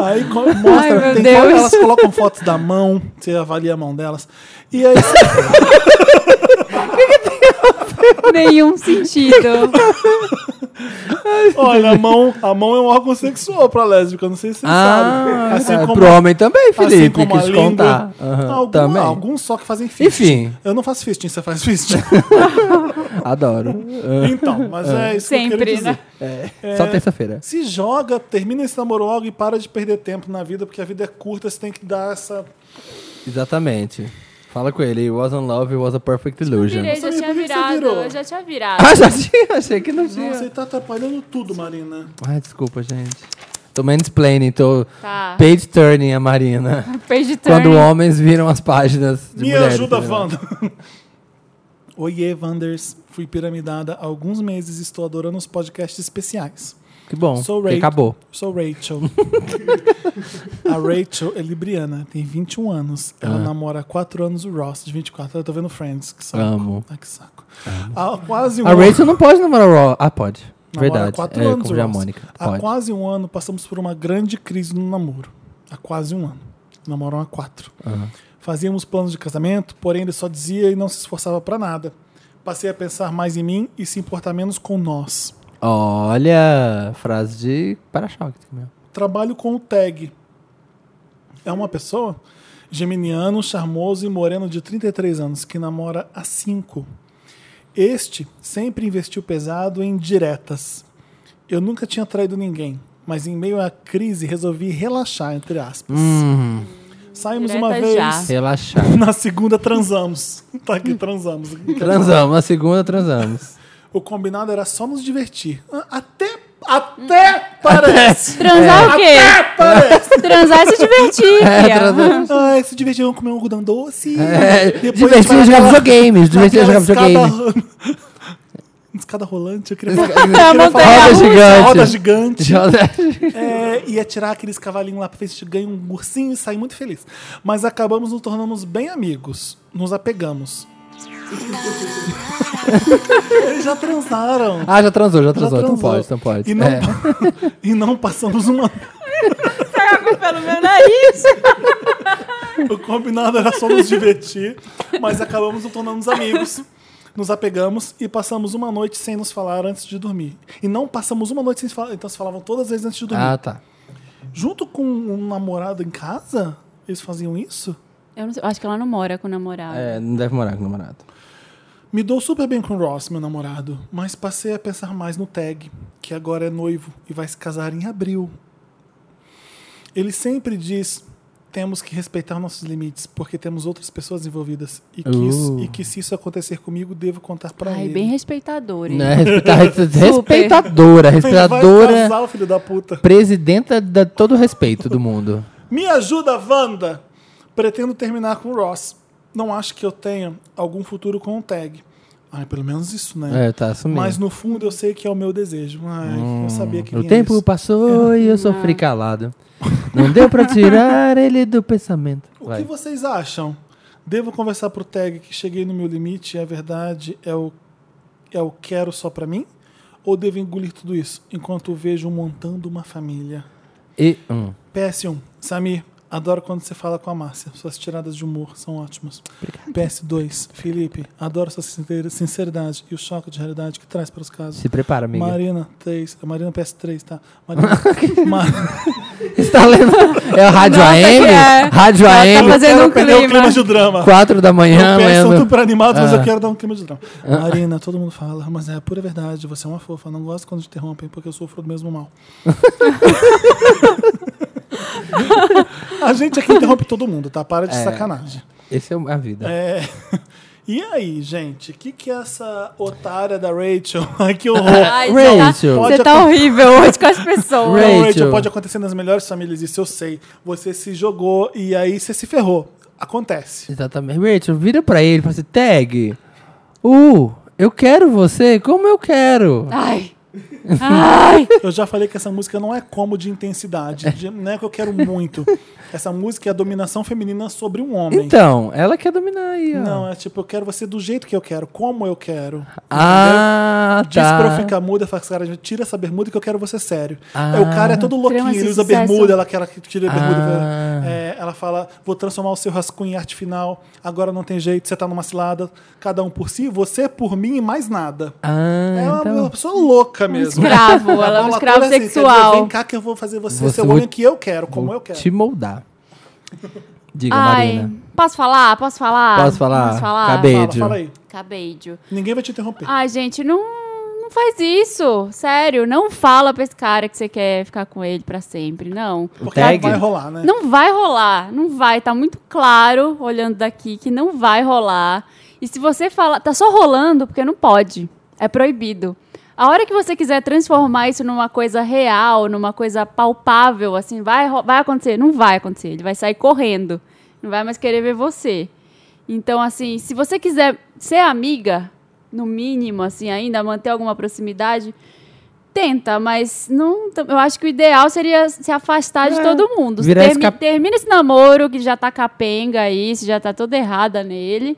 Speaker 1: Aí co- mostra,
Speaker 2: Ai, meu
Speaker 1: tem
Speaker 2: Deus.
Speaker 1: foto, elas colocam fotos da mão, você avalia a mão delas. E aí você
Speaker 2: Nenhum sentido.
Speaker 1: olha, a mão, a mão é um órgão sexual pra lésbica, não sei se você
Speaker 4: Ah,
Speaker 1: sabe. Assim
Speaker 4: é,
Speaker 1: como
Speaker 4: pro homem também, Felipe,
Speaker 1: assim como
Speaker 4: quis
Speaker 1: a língua. Então,
Speaker 4: contar. Aham,
Speaker 1: Algum-
Speaker 4: também.
Speaker 1: Alguns só que fazem fisting.
Speaker 4: Enfim.
Speaker 1: Eu não faço fisting, você faz fisting. (laughs)
Speaker 4: Adoro.
Speaker 1: então, mas é isso que eu
Speaker 2: Sempre,
Speaker 1: queria dizer.
Speaker 2: né?
Speaker 4: Só terça-feira.
Speaker 1: Se joga, termina esse namoro logo e para de perder tempo na vida, porque a vida é curta, você tem que dar essa...
Speaker 4: Exatamente. Fala com ele. It wasn't love, it was a perfect illusion.
Speaker 2: Virei, já
Speaker 1: Nossa,
Speaker 2: tinha
Speaker 1: mas por que você
Speaker 2: virado.
Speaker 1: virou?
Speaker 2: Eu já tinha virado.
Speaker 4: Ah, já tinha? Achei que
Speaker 2: É.
Speaker 4: não tinha.
Speaker 1: Nossa, você tá atrapalhando tudo, Marina.
Speaker 4: Ai, desculpa, gente. Tô mansplaining, tô
Speaker 2: Tá.
Speaker 4: page turning a Marina.
Speaker 2: Page Ah, turn.
Speaker 4: Quando homens viram as páginas de
Speaker 1: Me
Speaker 4: mulheres,
Speaker 1: ajuda,
Speaker 4: né?
Speaker 1: Wanda. (laughs) Oiê, Wanders. Fui piramidada há alguns meses e estou adorando os podcasts especiais.
Speaker 4: Que bom,
Speaker 1: Sou
Speaker 4: que
Speaker 1: Rachel.
Speaker 4: acabou.
Speaker 1: Sou Rachel. (laughs) a Rachel é libriana, tem 21 anos.
Speaker 4: Ah.
Speaker 1: Ela namora há 4 anos o Ross, de 24. Eu tô vendo Friends, que saco.
Speaker 4: Amo.
Speaker 1: Ah, que saco. Há quase um
Speaker 4: A
Speaker 1: ano.
Speaker 4: Rachel não pode namorar o Raw. Ah, pode.
Speaker 1: namora há
Speaker 4: Verdade.
Speaker 1: quatro
Speaker 4: é,
Speaker 1: anos
Speaker 4: como
Speaker 1: o
Speaker 4: já a
Speaker 1: Ross.
Speaker 4: Mônica.
Speaker 1: Há
Speaker 4: Pode.
Speaker 1: quase um ano passamos por uma grande crise no namoro. Há quase um ano. Namoram há quatro. Fazíamos planos de casamento, porém ele só dizia e não se esforçava pra nada. Passei a pensar mais em mim e se importar menos com nós.
Speaker 4: Olha, frase de para-choque. meu.
Speaker 1: Trabalho com o tag. É uma pessoa geminiano, charmoso e moreno de 33 anos que namora há 5. Este sempre investiu pesado em diretas. Eu nunca tinha traído ninguém, mas em meio à crise resolvi relaxar, entre aspas. Saímos
Speaker 2: Direta
Speaker 1: uma vez,
Speaker 2: já.
Speaker 1: (laughs)
Speaker 4: Relaxar.
Speaker 1: na segunda transamos. (laughs) Tá aqui, transamos.
Speaker 4: transamos, na segunda transamos.
Speaker 1: O combinado era só nos divertir. Até, até parece.
Speaker 2: Transar o quê?
Speaker 1: Até parece.
Speaker 2: Transar e se divertir.
Speaker 4: É,
Speaker 2: fia.
Speaker 4: transamos.
Speaker 1: Ah, se divertir, vamos comer um algodão doce.
Speaker 4: É,
Speaker 1: Depois
Speaker 4: divertido
Speaker 1: a gente vai
Speaker 4: jogar
Speaker 1: naquela-
Speaker 4: videogames, divertido jogar
Speaker 1: naquela
Speaker 4: videogame.
Speaker 1: escada- Escada rolante, eu queria
Speaker 4: (laughs)
Speaker 1: falar.
Speaker 4: Roda
Speaker 2: Montanha-russa.
Speaker 4: gigante. (laughs)
Speaker 1: Roda gigante.
Speaker 4: Roda-
Speaker 1: É, ia tirar aqueles cavalinhos lá pra ver se ganha um ursinho e sair muito feliz. Mas acabamos nos tornamos bem amigos. Nos
Speaker 4: (laughs)
Speaker 1: apegamos. Eles já transaram.
Speaker 4: Ah, já transou, já
Speaker 1: Já
Speaker 4: transou. Então
Speaker 1: transou.
Speaker 4: pode, então pode.
Speaker 1: E não,
Speaker 4: É.
Speaker 1: (laughs) e não passamos uma.
Speaker 2: Pelo meu nariz.
Speaker 1: (laughs) O combinado era só nos divertir, mas acabamos nos tornando amigos. Nos apegamos e passamos uma noite sem nos falar antes de dormir. E não passamos uma noite sem se falar, então se falavam todas as vezes antes de dormir.
Speaker 4: Ah, tá.
Speaker 1: Junto com um namorado em casa, eles faziam isso?
Speaker 2: Eu não sei, eu acho que ela não mora com o namorado.
Speaker 4: É, não deve morar com o namorado.
Speaker 1: Me dou super bem com o Ross, meu namorado, mas passei a pensar mais no Tag, que agora é noivo e vai se casar em abril. Ele sempre diz: temos que respeitar nossos limites, porque temos outras pessoas envolvidas. E que, isso-
Speaker 4: Uh.
Speaker 1: e que se isso acontecer comigo, devo contar pra
Speaker 2: Ai,
Speaker 1: ele.
Speaker 2: bem respeitador. hein?
Speaker 4: Né, respeita- res- respeitadora,
Speaker 1: ele vai
Speaker 4: respeitadora,
Speaker 1: casar, o filho da puta.
Speaker 4: presidenta de todo o respeito do mundo.
Speaker 1: Me ajuda, Wanda! Pretendo terminar com o Ross. Não acho que eu tenha algum futuro com o Tag. Ai, pelo menos isso, né?
Speaker 4: É, tá assumindo.
Speaker 1: Mas no fundo eu sei que é o meu desejo. Ai, eu sabia que
Speaker 4: o
Speaker 1: vinha
Speaker 4: tempo
Speaker 1: isso. É.
Speaker 4: passou e eu sofri calado. Não deu pra tirar ele do pensamento.
Speaker 1: O
Speaker 4: Vai.
Speaker 1: que vocês acham? Devo conversar pro Tag que cheguei no meu limite e a verdade é o, é o quero só pra mim? Ou devo engolir tudo isso enquanto vejo um montando uma família?
Speaker 4: E, hum,
Speaker 1: PS1, Samir, adoro quando você fala com a Márcia. Suas tiradas de humor são ótimas. PS2, Felipe, adoro sua sincera- sinceridade e o choque de realidade que traz para os casos.
Speaker 4: se prepara, amiga.
Speaker 1: Marina 3, Marina PS3, tá? Marina, Mar...
Speaker 4: Você tá lendo? É o Rádio
Speaker 2: Nossa,
Speaker 4: AM?
Speaker 2: que é.
Speaker 4: Rádio
Speaker 2: Ela tá
Speaker 4: AM,
Speaker 2: fazendo-
Speaker 1: quero
Speaker 2: um
Speaker 1: perder o
Speaker 2: clima.
Speaker 1: clima de drama.
Speaker 4: 4 da manhã,
Speaker 1: Eu peço
Speaker 4: amanhã.
Speaker 1: tudo para animados, mas eu quero dar um clima de drama. Marina, todo mundo fala, mas é a pura verdade, você é uma fofa, não gosto quando te interrompem, porque eu sofro do mesmo (laughs) mal. a gente aqui interrompe todo mundo, tá? Para de sacanagem.
Speaker 4: Esse é a vida.
Speaker 1: É. E aí, gente, o que, que é essa otária da Rachel? (laughs) Ai, que horror!
Speaker 2: Ai, você tá-
Speaker 4: (laughs) Rachel.
Speaker 1: Pode
Speaker 2: Você tá
Speaker 1: acontecer.
Speaker 2: horrível hoje com as pessoas.
Speaker 4: Rachel.
Speaker 1: Não, Então, Rachel, pode acontecer nas melhores famílias, isso eu sei. Você se jogou e aí você se ferrou. Acontece.
Speaker 4: Exatamente. Rachel, vira pra ele e fala assim, tag. Uh, eu quero você como eu quero.
Speaker 2: Ai. Ai.
Speaker 1: Eu já falei que essa música não é como de intensidade, de- não é que eu quero muito. Essa música é a dominação feminina sobre um homem.
Speaker 4: Então, ela quer dominar aí, ó.
Speaker 1: Não, é tipo, eu quero você do jeito que eu quero, como eu quero.
Speaker 4: Tá. ah,
Speaker 1: Diz pra eu
Speaker 4: tá.
Speaker 1: ficar muda, fala, cara, tira essa bermuda que eu quero você sério. Aí o cara é todo louquinho,
Speaker 2: Trama-se
Speaker 1: ele usa
Speaker 2: sucesso.
Speaker 1: bermuda, ela quer ela que tira a bermuda.
Speaker 4: Ah.
Speaker 1: É, ela fala, vou transformar o seu rascunho em arte final, agora não tem jeito, você tá numa cilada, cada um por si, você por mim e mais nada.
Speaker 4: Ah,
Speaker 1: É uma,
Speaker 4: então.
Speaker 1: uma pessoa louca mesmo.
Speaker 2: escravo,
Speaker 1: A
Speaker 2: ela é um
Speaker 1: bola
Speaker 2: escravo
Speaker 1: toda assim, quer dizer,
Speaker 2: sexual.
Speaker 1: Vem cá que eu vou fazer você,
Speaker 4: Você
Speaker 1: ser o
Speaker 4: vou-
Speaker 1: homem que eu quero, como
Speaker 4: Vou
Speaker 1: eu quero.
Speaker 4: te moldar. Diga,
Speaker 2: Ai.
Speaker 4: Marina.
Speaker 2: Posso falar? Posso falar?
Speaker 4: Posso falar?
Speaker 2: Posso falar?
Speaker 4: Acabei.
Speaker 1: Fala,
Speaker 4: Beijo.
Speaker 1: fala aí.
Speaker 2: Cabedio.
Speaker 1: Ninguém vai te interromper.
Speaker 2: Ai, gente, não, não faz isso. Sério, não fala pra esse cara que você quer ficar com ele pra sempre, não.
Speaker 1: porque
Speaker 4: tag.
Speaker 1: não vai rolar, né?
Speaker 2: Não vai rolar, não vai. Tá muito claro, olhando daqui, que não vai rolar. E se você fala, tá só rolando porque não pode. É proibido. A hora que você quiser transformar isso numa coisa real, numa coisa palpável, assim, vai, ro- vai acontecer? Não vai acontecer. Ele vai sair correndo. Não vai mais querer ver você. Então, assim, se você quiser ser amiga, no mínimo, assim, ainda manter alguma proximidade, tenta, mas não. tam- Eu acho que o ideal seria se afastar de todo mundo.
Speaker 4: É, virar
Speaker 2: Termi-
Speaker 4: esse cap-
Speaker 2: Termina esse namoro que já tá capenga aí, você já tá toda errada nele.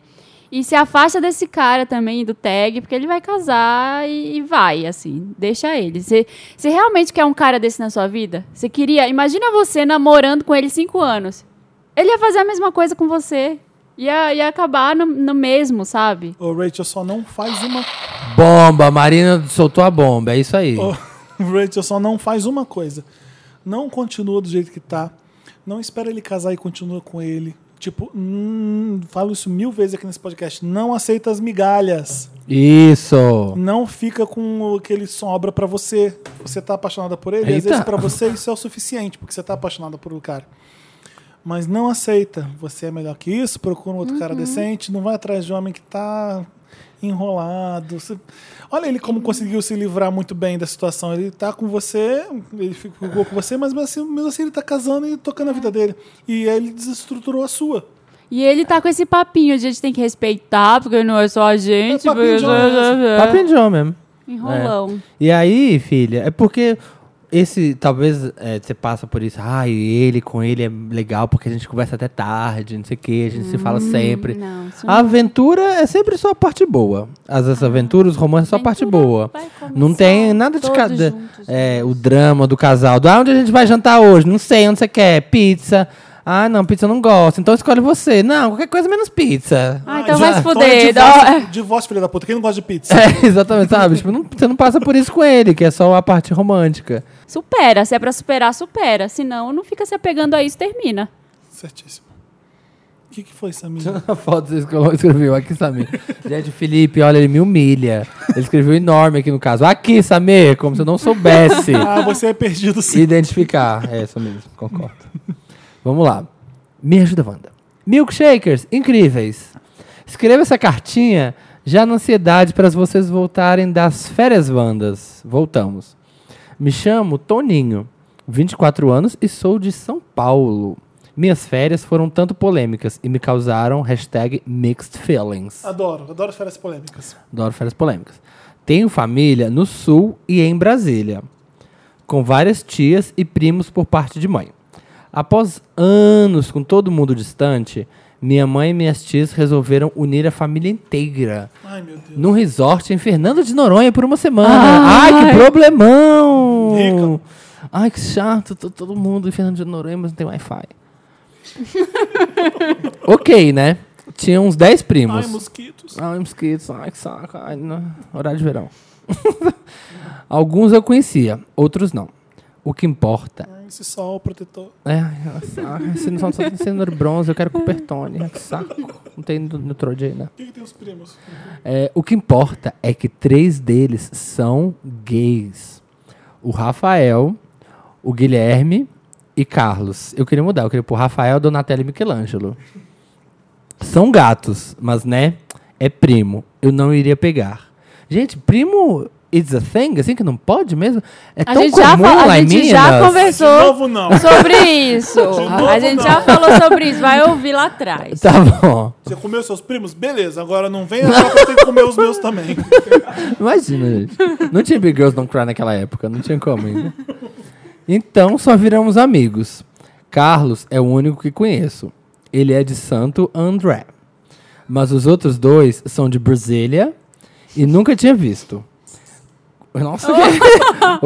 Speaker 2: E se afasta desse cara também, do tag, porque ele vai casar e, e vai, assim, deixa ele. Você você realmente quer um cara desse na sua vida? Você queria. Imagina você namorando com ele cinco anos. Ele ia fazer a mesma coisa com você. Ia, ia acabar no, no mesmo, sabe?
Speaker 1: Ô, Rachel, só não faz uma. (laughs)
Speaker 4: Bomba, Marina soltou a bomba, é isso aí.
Speaker 1: Ô, Rachel, só não faz uma coisa. Não continua do jeito que tá. Não espera ele casar e continua com ele. Tipo, hum, falo isso mil vezes aqui nesse podcast. Não aceita as migalhas.
Speaker 4: Isso.
Speaker 1: Não fica com o que ele sobra pra você. Você tá apaixonada por ele, e às
Speaker 4: Eita.
Speaker 1: vezes pra você isso é o suficiente, porque você tá apaixonada por um cara. Mas não aceita. Você é melhor que isso, procura um outro cara decente, não vai atrás de um homem que tá enrolado. Você- Olha ele como conseguiu se livrar muito bem da situação. Ele tá com você, ele ficou com você, mas mesmo assim, mesmo assim ele tá casando e tocando a vida dele. E ele desestruturou a sua.
Speaker 2: E ele tá com esse papinho de a gente tem que respeitar, porque não é só a gente.
Speaker 1: É papinho de
Speaker 2: É.
Speaker 1: homem.
Speaker 4: Papinho de homem mesmo.
Speaker 2: Enrolão.
Speaker 4: E aí, filha, é porque esse, talvez é, você passa por isso, ai, ele com ele é legal porque a gente conversa até tarde, não sei o que, a gente se fala sempre.
Speaker 2: não, isso
Speaker 4: a aventura é sempre só a parte boa. As, as aventuras, os romances, só a parte
Speaker 2: Ah. aventura
Speaker 4: boa.
Speaker 2: vai começar
Speaker 4: Não tem nada de
Speaker 2: todos
Speaker 4: cada.
Speaker 2: juntos,
Speaker 4: É, o drama do casal. Do, ah, onde a gente vai jantar hoje? Não sei, onde você quer? Pizza. Ah, não, pizza eu não gosto. Então escolhe você. Não, qualquer coisa menos pizza. (laughs)
Speaker 2: Ah, então
Speaker 1: Já-
Speaker 2: vai se
Speaker 1: Então
Speaker 2: fuder.
Speaker 1: é
Speaker 2: dá-
Speaker 1: divórcio, divórcio, filha da puta. Quem não gosta de pizza?
Speaker 4: É, exatamente, sabe? Tipo, não- você não passa por isso com ele, que é só a parte romântica.
Speaker 2: (laughs)
Speaker 4: (laughs)
Speaker 2: Supera. Se é pra superar, supera. Se não, não fica se apegando a isso, termina.
Speaker 1: Certíssimo. O que, que foi, Samir? (laughs)
Speaker 4: A foto você escreveu, escreveu aqui, Samir. Gente, o Felipe, olha, ele me humilha. Ele escreveu enorme aqui no caso. Aqui, Samir, como se eu não soubesse
Speaker 1: Ah, você é perdido sim.
Speaker 4: identificar. É isso mesmo, concordo. Vamos lá. Me ajuda, Wanda. Milkshakers incríveis. Escreva essa cartinha já na ansiedade para vocês voltarem das férias Wandas. Voltamos. Me chamo Toninho, 24 anos e sou de São Paulo. Minhas férias foram tanto polêmicas e me causaram hashtag mixed feelings.
Speaker 1: Adoro, adoro férias polêmicas.
Speaker 4: Adoro férias polêmicas. Tenho família no Sul e em Brasília, com várias tias e primos por parte de mãe. Após anos com todo mundo distante, minha mãe e minhas tias resolveram unir a família inteira
Speaker 1: Ai, meu Deus.
Speaker 4: num resort em Fernando de Noronha por uma semana. Ai, que problemão! Ai, que chato, to- todo mundo em Fernando de Noronha, mas não tem Wi-Fi. ok, né? Tinha uns 10
Speaker 1: Ai,
Speaker 4: primos.
Speaker 1: mosquitos.
Speaker 4: Ai, Ah, mosquitos, ai, que saco. Ai, não. Horário de verão. (laughs) Alguns eu conhecia, outros não. O que importa
Speaker 1: Ai, Esse sol protetor.
Speaker 4: é, ai, se não só tem cenoura bronze, eu quero Cupertone. Que saco. Não tem nitrogênio, né?
Speaker 1: Por que, que tem os primos?
Speaker 4: É, o que importa é que três deles são gays. O Rafael, o Guilherme e Carlos. Eu queria mudar, eu queria pôr Rafael, Donatello e Michelangelo. São gatos, mas né, é primo. Eu não iria pegar. Gente, primo it's a thing, assim, que não pode mesmo? É
Speaker 2: A
Speaker 4: tão
Speaker 2: gente
Speaker 4: comum
Speaker 2: já, fa-
Speaker 4: lá
Speaker 2: a
Speaker 4: em
Speaker 2: gente já
Speaker 4: Minas.
Speaker 1: De
Speaker 2: conversou
Speaker 1: novo, não.
Speaker 2: sobre isso.
Speaker 1: novo,
Speaker 2: A gente
Speaker 1: não.
Speaker 2: já falou sobre isso. Vai ouvir lá atrás.
Speaker 4: Tá bom.
Speaker 1: Você comeu seus primos? Beleza, agora não vem achar que eu tenho que comer os meus também.
Speaker 4: Imagina, gente. Não tinha Big Girls Don't Cry naquela época, não tinha como ainda. Então só viramos amigos. Carlos é o único que conheço. Ele é de Santo André. Mas os outros dois são de Brasília e nunca tinha visto. Nossa, (laughs) que...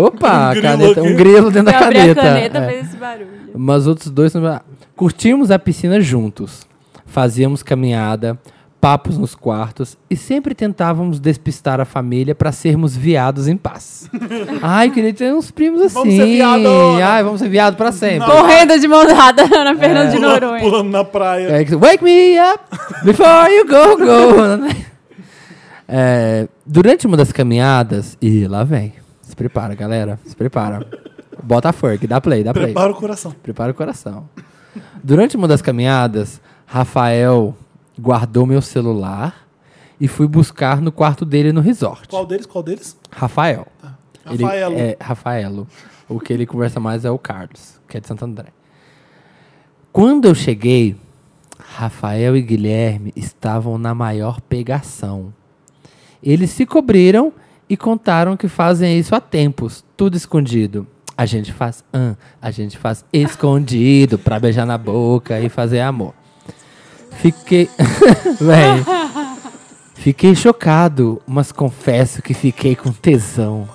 Speaker 1: Oh. Um
Speaker 4: Opa,
Speaker 1: grilo aqui.
Speaker 4: caneta, um grilo dentro da
Speaker 2: Eu abri a
Speaker 4: caneta.
Speaker 2: caneta,
Speaker 4: é.
Speaker 2: fez esse barulho.
Speaker 4: Mas outros dois. não- Ah, Curtimos a piscina juntos. Fazíamos caminhada, papos nos quartos e sempre tentávamos despistar a família para sermos viados
Speaker 1: (laughs)
Speaker 4: em paz. Ai, queria ter uns primos assim.
Speaker 1: Vamos ser viado.
Speaker 4: Ai, vamos ser viado para sempre.
Speaker 2: Correndo de mão dada (laughs) na
Speaker 1: É.
Speaker 2: Fernando de
Speaker 1: Pulando,
Speaker 2: Noronha.
Speaker 1: pulando na praia.
Speaker 4: É, que- Wake me up before you go, go. (laughs) É, durante uma das caminhadas. E lá vem. Se prepara, galera. Se prepara. Bota a fork, dá play, dá play.
Speaker 1: Prepara o coração.
Speaker 4: Prepara o coração. Durante uma das caminhadas, Rafael guardou meu celular e fui buscar no quarto dele no resort.
Speaker 1: Qual deles? Qual deles?
Speaker 4: Rafael. Ele-
Speaker 1: Rafaelo.
Speaker 4: é, Rafaelo. O que ele conversa mais é o Carlos, que é de Santo André. Quando eu cheguei, Rafael e Guilherme estavam na maior pegação. Eles se cobriram e contaram que fazem isso há tempos, tudo escondido. A gente faz hã, a gente faz escondido pra beijar na boca e fazer amor. Fiquei. (laughs)
Speaker 1: (laughs)
Speaker 4: Véi. Fiquei chocado, mas confesso que fiquei com tesão.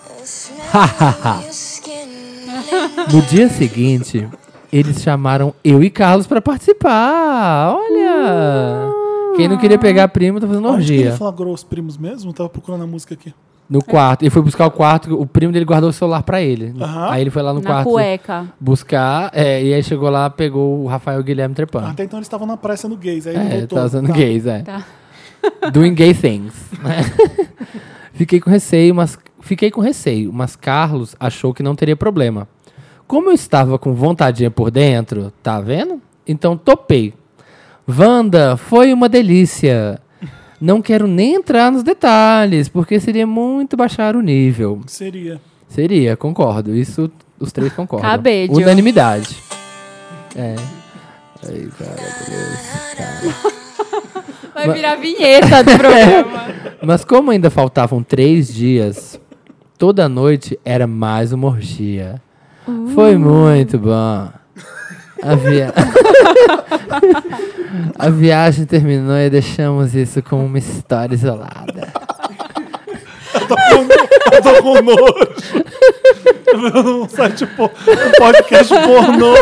Speaker 4: (laughs) no dia seguinte, eles chamaram eu e Carlos pra participar. Olha! Quem não queria pegar primo tá fazendo
Speaker 1: Onde Ah. que ele
Speaker 4: orgia.
Speaker 1: flagrou os primos mesmo? Eu tava procurando a música aqui.
Speaker 4: No quarto. Ele foi buscar o quarto, o primo dele guardou o celular pra ele.
Speaker 1: Aham.
Speaker 4: Aí ele foi lá no
Speaker 2: Na
Speaker 4: quarto
Speaker 2: cueca.
Speaker 4: buscar, é, e aí chegou lá, pegou o Rafael Guilherme trepando.
Speaker 1: Até então eles estavam na praia sendo gays. Aí ele
Speaker 4: Ah. É,
Speaker 1: voltou.
Speaker 4: tá usando
Speaker 1: Tá.
Speaker 4: gays, é.
Speaker 2: Tá.
Speaker 4: (laughs) Doing gay things. né? (laughs) fiquei com receio, mas fiquei com receio, mas Carlos achou que não teria problema. Como eu estava com vontadinha por dentro, tá vendo? Então topei. Wanda, foi uma delícia. Não quero nem entrar nos detalhes, porque seria muito baixar o nível.
Speaker 1: Seria.
Speaker 4: Seria, concordo. Isso os três concordam.
Speaker 2: Cabedio.
Speaker 4: Unanimidade.
Speaker 1: (laughs)
Speaker 4: É. Ai, cara.
Speaker 2: Vai virar vinheta
Speaker 4: (laughs)
Speaker 2: do programa.
Speaker 4: Mas como ainda faltavam três dias, toda noite era mais uma orgia. Foi muito bom. A, via- (laughs) A viagem terminou e deixamos isso como uma história isolada.
Speaker 1: Eu tô com nojo. (laughs) Virando um site por... um podcast pornô.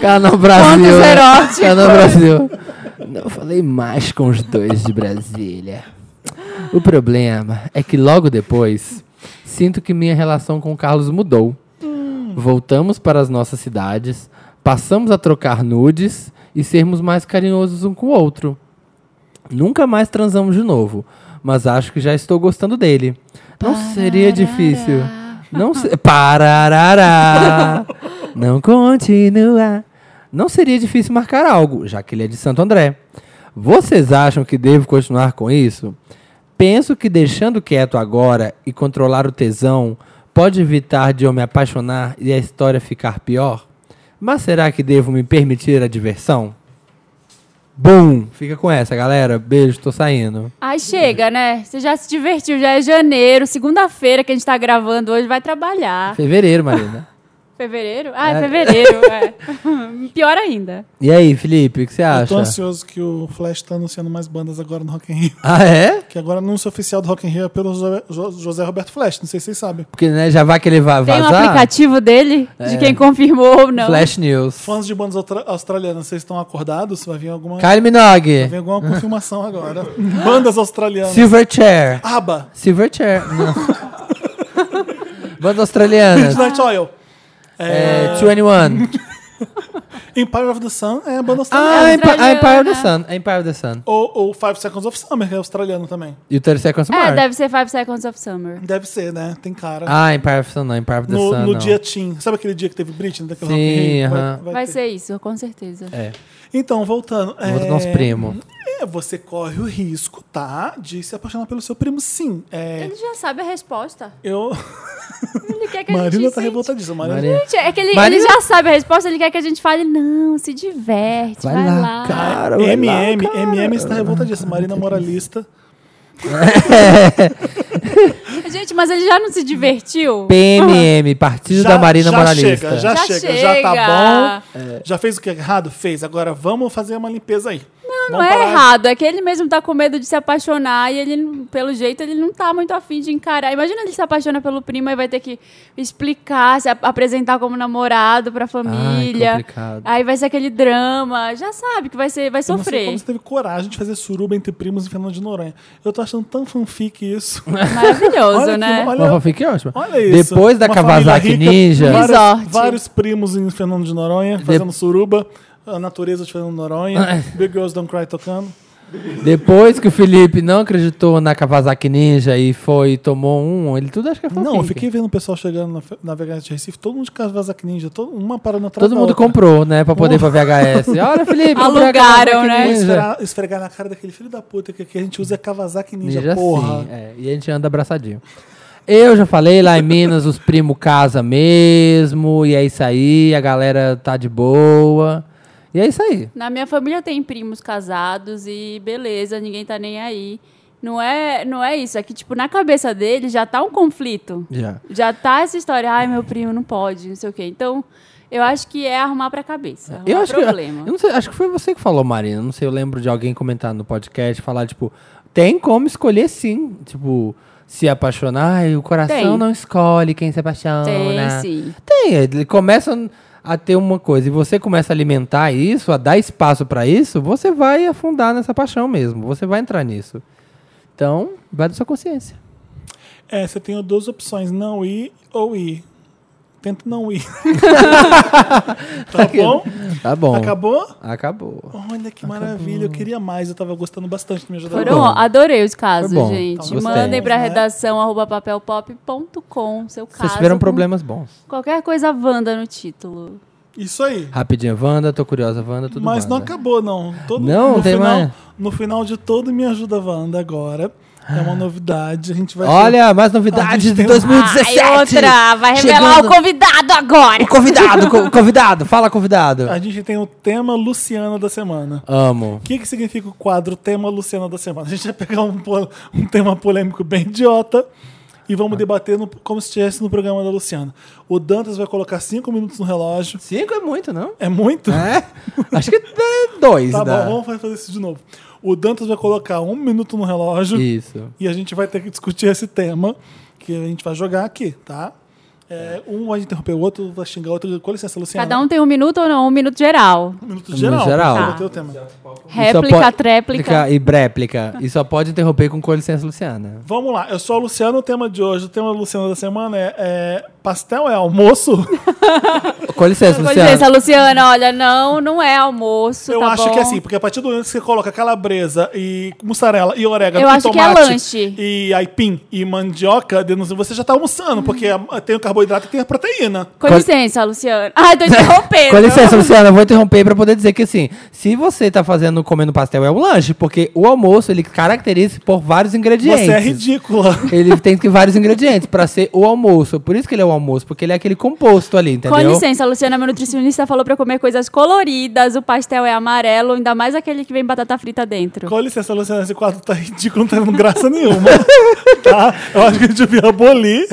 Speaker 4: Canal Brasil. né? Canal Brasil. Não falei mais com os dois de Brasília. O problema é que logo depois, sinto que minha relação com o Carlos mudou. Voltamos para as nossas cidades, passamos a trocar nudes e sermos mais carinhosos um com o outro. Nunca mais transamos de novo, mas acho que já estou gostando dele. Não seria difícil. Não se... Pararará. Não continua. Não seria difícil marcar algo, já que ele é de Santo André. Vocês acham que devo continuar com isso? Penso que deixando quieto agora e controlar o tesão pode evitar de eu me apaixonar e a história ficar pior. Mas será que devo me permitir a diversão? Bum! Fica com essa, galera. Beijo, tô saindo.
Speaker 2: Aí chega, né? Você já se divertiu, já é janeiro, segunda-feira que a gente tá gravando hoje, vai trabalhar.
Speaker 4: Fevereiro, Marina.
Speaker 2: Fevereiro? Ah, é
Speaker 4: (laughs)
Speaker 2: fevereiro, é. (laughs) Pior ainda.
Speaker 4: E aí, Felipe, o que você
Speaker 1: Eu
Speaker 4: acha?
Speaker 1: tô ansioso que o Flash tá anunciando mais bandas agora no Rock in Rio.
Speaker 4: Ah, é?
Speaker 1: Que agora o anúncio oficial do Rock in Rio é pelo Jo- Jo- José Roberto Flash, não sei se vocês sabem.
Speaker 4: Porque né, já vai que ele vai
Speaker 2: Tem um
Speaker 4: vazar. É.
Speaker 2: aplicativo dele, de quem confirmou ou não.
Speaker 4: Flash News.
Speaker 1: Fãs de bandas austra- australianas, vocês estão acordados? Vai vir alguma,
Speaker 4: Kylie Minogue.
Speaker 1: vem
Speaker 4: (laughs)
Speaker 1: alguma confirmação agora. Bandas australianas.
Speaker 4: Silverchair.
Speaker 1: ABBA,
Speaker 4: Silverchair.
Speaker 1: (laughs)
Speaker 4: Não. Banda australiana.
Speaker 1: Midnight Oil. É,
Speaker 4: É, 21.
Speaker 1: Empire of the Sun é banda australiana.
Speaker 4: Ah, Empi- ah, Empire of the
Speaker 2: Australiana.
Speaker 4: Sun. Empire of the Sun.
Speaker 1: Ou, ou Five Seconds of Summer, que é australiano também.
Speaker 4: E o 30 Seconds to
Speaker 2: É,
Speaker 4: Mars.
Speaker 2: deve ser Five Seconds of Summer.
Speaker 1: Deve ser, né? Tem cara.
Speaker 4: Ah, Empire of the Sun não. Empire of the
Speaker 1: no
Speaker 4: Sun
Speaker 1: no
Speaker 4: não.
Speaker 1: dia Team. Sabe aquele dia que teve Britney? Daquele
Speaker 4: Sim,
Speaker 1: Rock in Rio?
Speaker 4: aham.
Speaker 2: Vai ser isso, com certeza.
Speaker 4: É.
Speaker 1: Então, voltando.
Speaker 4: Volta
Speaker 1: é,
Speaker 4: com os primos.
Speaker 1: é, você corre o risco, tá? De se apaixonar pelo seu primo, sim. É,
Speaker 2: Ele já sabe a resposta.
Speaker 1: eu.
Speaker 2: Ele quer que a gente
Speaker 1: (laughs) Marina tá
Speaker 2: incite.
Speaker 1: revoltadíssima. Marina.
Speaker 4: Maria.
Speaker 2: Gente, é que ele,
Speaker 4: Marina-
Speaker 2: ele já sabe a resposta, ele quer que a gente fale, não, se diverte, vai,
Speaker 4: Vai lá,
Speaker 2: lá.
Speaker 4: cara. Cara, vai lá,
Speaker 1: MM,
Speaker 4: cara.
Speaker 1: MM está revoltadíssima. Marina moralista.
Speaker 2: Gente, mas ele já não se divertiu?
Speaker 4: PMM, Partido da Marina Moralista.
Speaker 1: Chega, já,
Speaker 2: Já
Speaker 1: chega, já tá
Speaker 2: chega.
Speaker 1: bom. Já fez o que é errado? Fez. Agora vamos fazer uma limpeza aí. Não,
Speaker 2: Não é errado, é que ele mesmo tá com medo de se apaixonar e ele, não- pelo jeito, ele não tá muito afim de encarar. Imagina ele se apaixona pelo primo e vai ter que explicar, se ap- apresentar como namorado pra família.
Speaker 4: complicado.
Speaker 2: Aí vai ser aquele drama, já sabe que vai, ser, vai
Speaker 1: Eu não sei
Speaker 2: sofrer.
Speaker 1: como você teve coragem de fazer suruba entre primos em Fernando de Noronha. Eu tô achando tão fanfic isso.
Speaker 2: (laughs) Maravilhoso,
Speaker 1: olha,
Speaker 2: né?
Speaker 1: que,
Speaker 4: Uma
Speaker 1: olha,
Speaker 4: fanfic ótima.
Speaker 1: olha isso.
Speaker 4: Depois da
Speaker 1: Uma
Speaker 4: Kawasaki
Speaker 1: família rica,
Speaker 4: Ninja.
Speaker 1: Vários,
Speaker 2: Resort.
Speaker 1: vários primos em Fernando de Noronha fazendo suruba. A natureza de Fernando de
Speaker 4: Ah, é.
Speaker 1: Noronha. Big Girls Don't Cry tocando.
Speaker 4: Tá Depois que o Felipe não acreditou na Kawasaki Ninja e foi e tomou um, ele tudo acha que é fanfic.
Speaker 1: Não, eu fiquei vendo o pessoal chegando na, na VHS de Recife, todo mundo de Kawasaki Ninja, todo, uma parando atrás
Speaker 4: Todo
Speaker 1: da
Speaker 4: mundo
Speaker 1: outra.
Speaker 4: comprou, né? Pra poder ir pra VHS.
Speaker 1: (laughs)
Speaker 4: Olha, Felipe, comprei a
Speaker 2: Alugaram,
Speaker 4: Kawasaki
Speaker 2: né?
Speaker 4: Ninja.
Speaker 1: Esfregar, esfregar na cara daquele filho da puta que aqui a gente usa é Kawasaki Ninja,
Speaker 4: Ninja
Speaker 1: porra.
Speaker 4: sim. é. E a gente anda abraçadinho. Eu já falei, lá em Minas os primos casa mesmo, e é isso aí, a galera tá de boa. E é isso aí.
Speaker 2: Na minha família tem primos casados e beleza, ninguém tá nem aí. Não é, não é isso, é que tipo na cabeça dele já tá um conflito.
Speaker 4: Já.
Speaker 2: Já tá essa história, ai, meu primo não pode, não sei o quê. Então, eu acho que é arrumar pra cabeça, arrumar
Speaker 4: Eu acho
Speaker 2: problema.
Speaker 4: que. é. Eu não sei, acho que foi você que falou, Marina. Não sei, eu lembro de alguém comentar no podcast, falar, tipo, tem como escolher sim. Tipo, se apaixonar, e o coração
Speaker 2: Tem.
Speaker 4: não escolhe quem se apaixona.
Speaker 2: Tem,
Speaker 4: né?
Speaker 2: sim.
Speaker 4: Tem, ele começa a ter uma coisa e você começa a alimentar isso, a dar espaço pra isso, você vai afundar nessa paixão mesmo, você vai entrar nisso. Então, vai da sua consciência.
Speaker 1: É, você tem duas opções, não ir ou ir. Tenta não
Speaker 4: (laughs)
Speaker 1: ir. tá bom?
Speaker 4: Tá bom.
Speaker 1: Acabou?
Speaker 4: Acabou.
Speaker 1: Olha que maravilha, eu queria mais, eu tava gostando bastante do me ajudar.
Speaker 2: Foram, ó, adorei os casos,
Speaker 4: Foi Tá bom,
Speaker 2: gente.
Speaker 4: gostei.
Speaker 2: Mandem pra
Speaker 1: Né?
Speaker 2: redação arroba papelpop.com, seu caso.
Speaker 4: Vocês tiveram
Speaker 2: com
Speaker 4: problemas bons.
Speaker 2: Qualquer coisa Wanda no título.
Speaker 1: Isso aí.
Speaker 4: Rapidinha, Wanda, tô curiosa, Wanda, tudo né?
Speaker 1: Mas não
Speaker 4: Wanda.
Speaker 1: acabou, não. Todo,
Speaker 4: Não,
Speaker 1: no
Speaker 4: tem
Speaker 1: final,
Speaker 4: mais.
Speaker 1: No final de todo Me Ajuda Wanda agora. É uma novidade, a gente vai ter-
Speaker 4: Ah. Olha, mais
Speaker 1: A
Speaker 4: novidades
Speaker 1: gente
Speaker 4: de
Speaker 1: é. tem- um-
Speaker 2: Ai,
Speaker 4: 2017.
Speaker 2: Ah, outra! Vai revelar
Speaker 4: Chegando.
Speaker 2: o É convidado agora!
Speaker 4: O convidado, co- convidado, fala convidado.
Speaker 1: A gente tem o tema Luciana da semana.
Speaker 4: Amo.
Speaker 1: O que, que significa o quadro tema Luciana da semana? A gente vai pegar um, po- um tema polêmico bem idiota e
Speaker 4: Ah.
Speaker 1: vamos debater no- como se estivesse no programa da Luciana. O Dantas vai colocar cinco minutos no relógio.
Speaker 4: Cinco é muito, não?
Speaker 1: É muito?
Speaker 4: É? Acho que é dois,
Speaker 1: Tá
Speaker 4: dá.
Speaker 1: bom, vamos fazer isso de novo. O Dantas vai colocar um minuto no relógio
Speaker 4: Isso.
Speaker 1: e a gente vai ter que discutir esse tema que a gente vai jogar aqui, tá? É, um vai interromper o outro, vai xingar o outro. Com licença, Luciana.
Speaker 2: Cada um tem um minuto ou não? Um minuto geral.
Speaker 1: um minuto geral.
Speaker 4: geral.
Speaker 1: porque
Speaker 4: Tá.
Speaker 1: eu botei o tema.
Speaker 2: Réplica,
Speaker 4: pode-
Speaker 2: tréplica.
Speaker 4: E bréplica. E só pode interromper com com licença, Luciana.
Speaker 1: Vamos lá, eu sou a Luciana, o tema de hoje, o tema da Luciana da semana é, é, pastel é almoço?
Speaker 4: Com licença,
Speaker 2: Com
Speaker 4: Luciana.
Speaker 2: licença, Luciana, olha, não, não é almoço,
Speaker 1: eu
Speaker 2: tá
Speaker 1: acho
Speaker 2: bom?
Speaker 1: que é assim, porque a partir do momento que você coloca calabresa e mussarela e orégano
Speaker 2: Eu
Speaker 1: e
Speaker 2: acho que é
Speaker 1: tomate
Speaker 2: lanche.
Speaker 1: e aipim e mandioca, dentro, você já tá almoçando, porque
Speaker 2: Hum.
Speaker 1: a- tem o carboidrato e tem a proteína.
Speaker 2: Com
Speaker 4: Co-
Speaker 2: licença, Luciana. Ai,
Speaker 4: (laughs)
Speaker 2: tô interrompendo.
Speaker 4: Com licença, Luciana, eu vou interromper pra poder dizer que assim, se você tá fazendo comendo pastel é um lanche, porque o almoço ele caracteriza por vários ingredientes.
Speaker 1: Você é ridícula.
Speaker 4: Ele tem que vários ingredientes pra ser o almoço. Por isso que ele é o o almoço, porque ele é aquele composto ali, entendeu?
Speaker 2: Com licença, a Luciana, minha nutricionista, falou pra eu comer coisas coloridas, o pastel é amarelo, ainda mais aquele que vem batata frita dentro.
Speaker 1: Com licença, Luciana, esse quadro tá ridículo, não tá dando graça nenhuma. tá? Eu acho que a gente devia abolir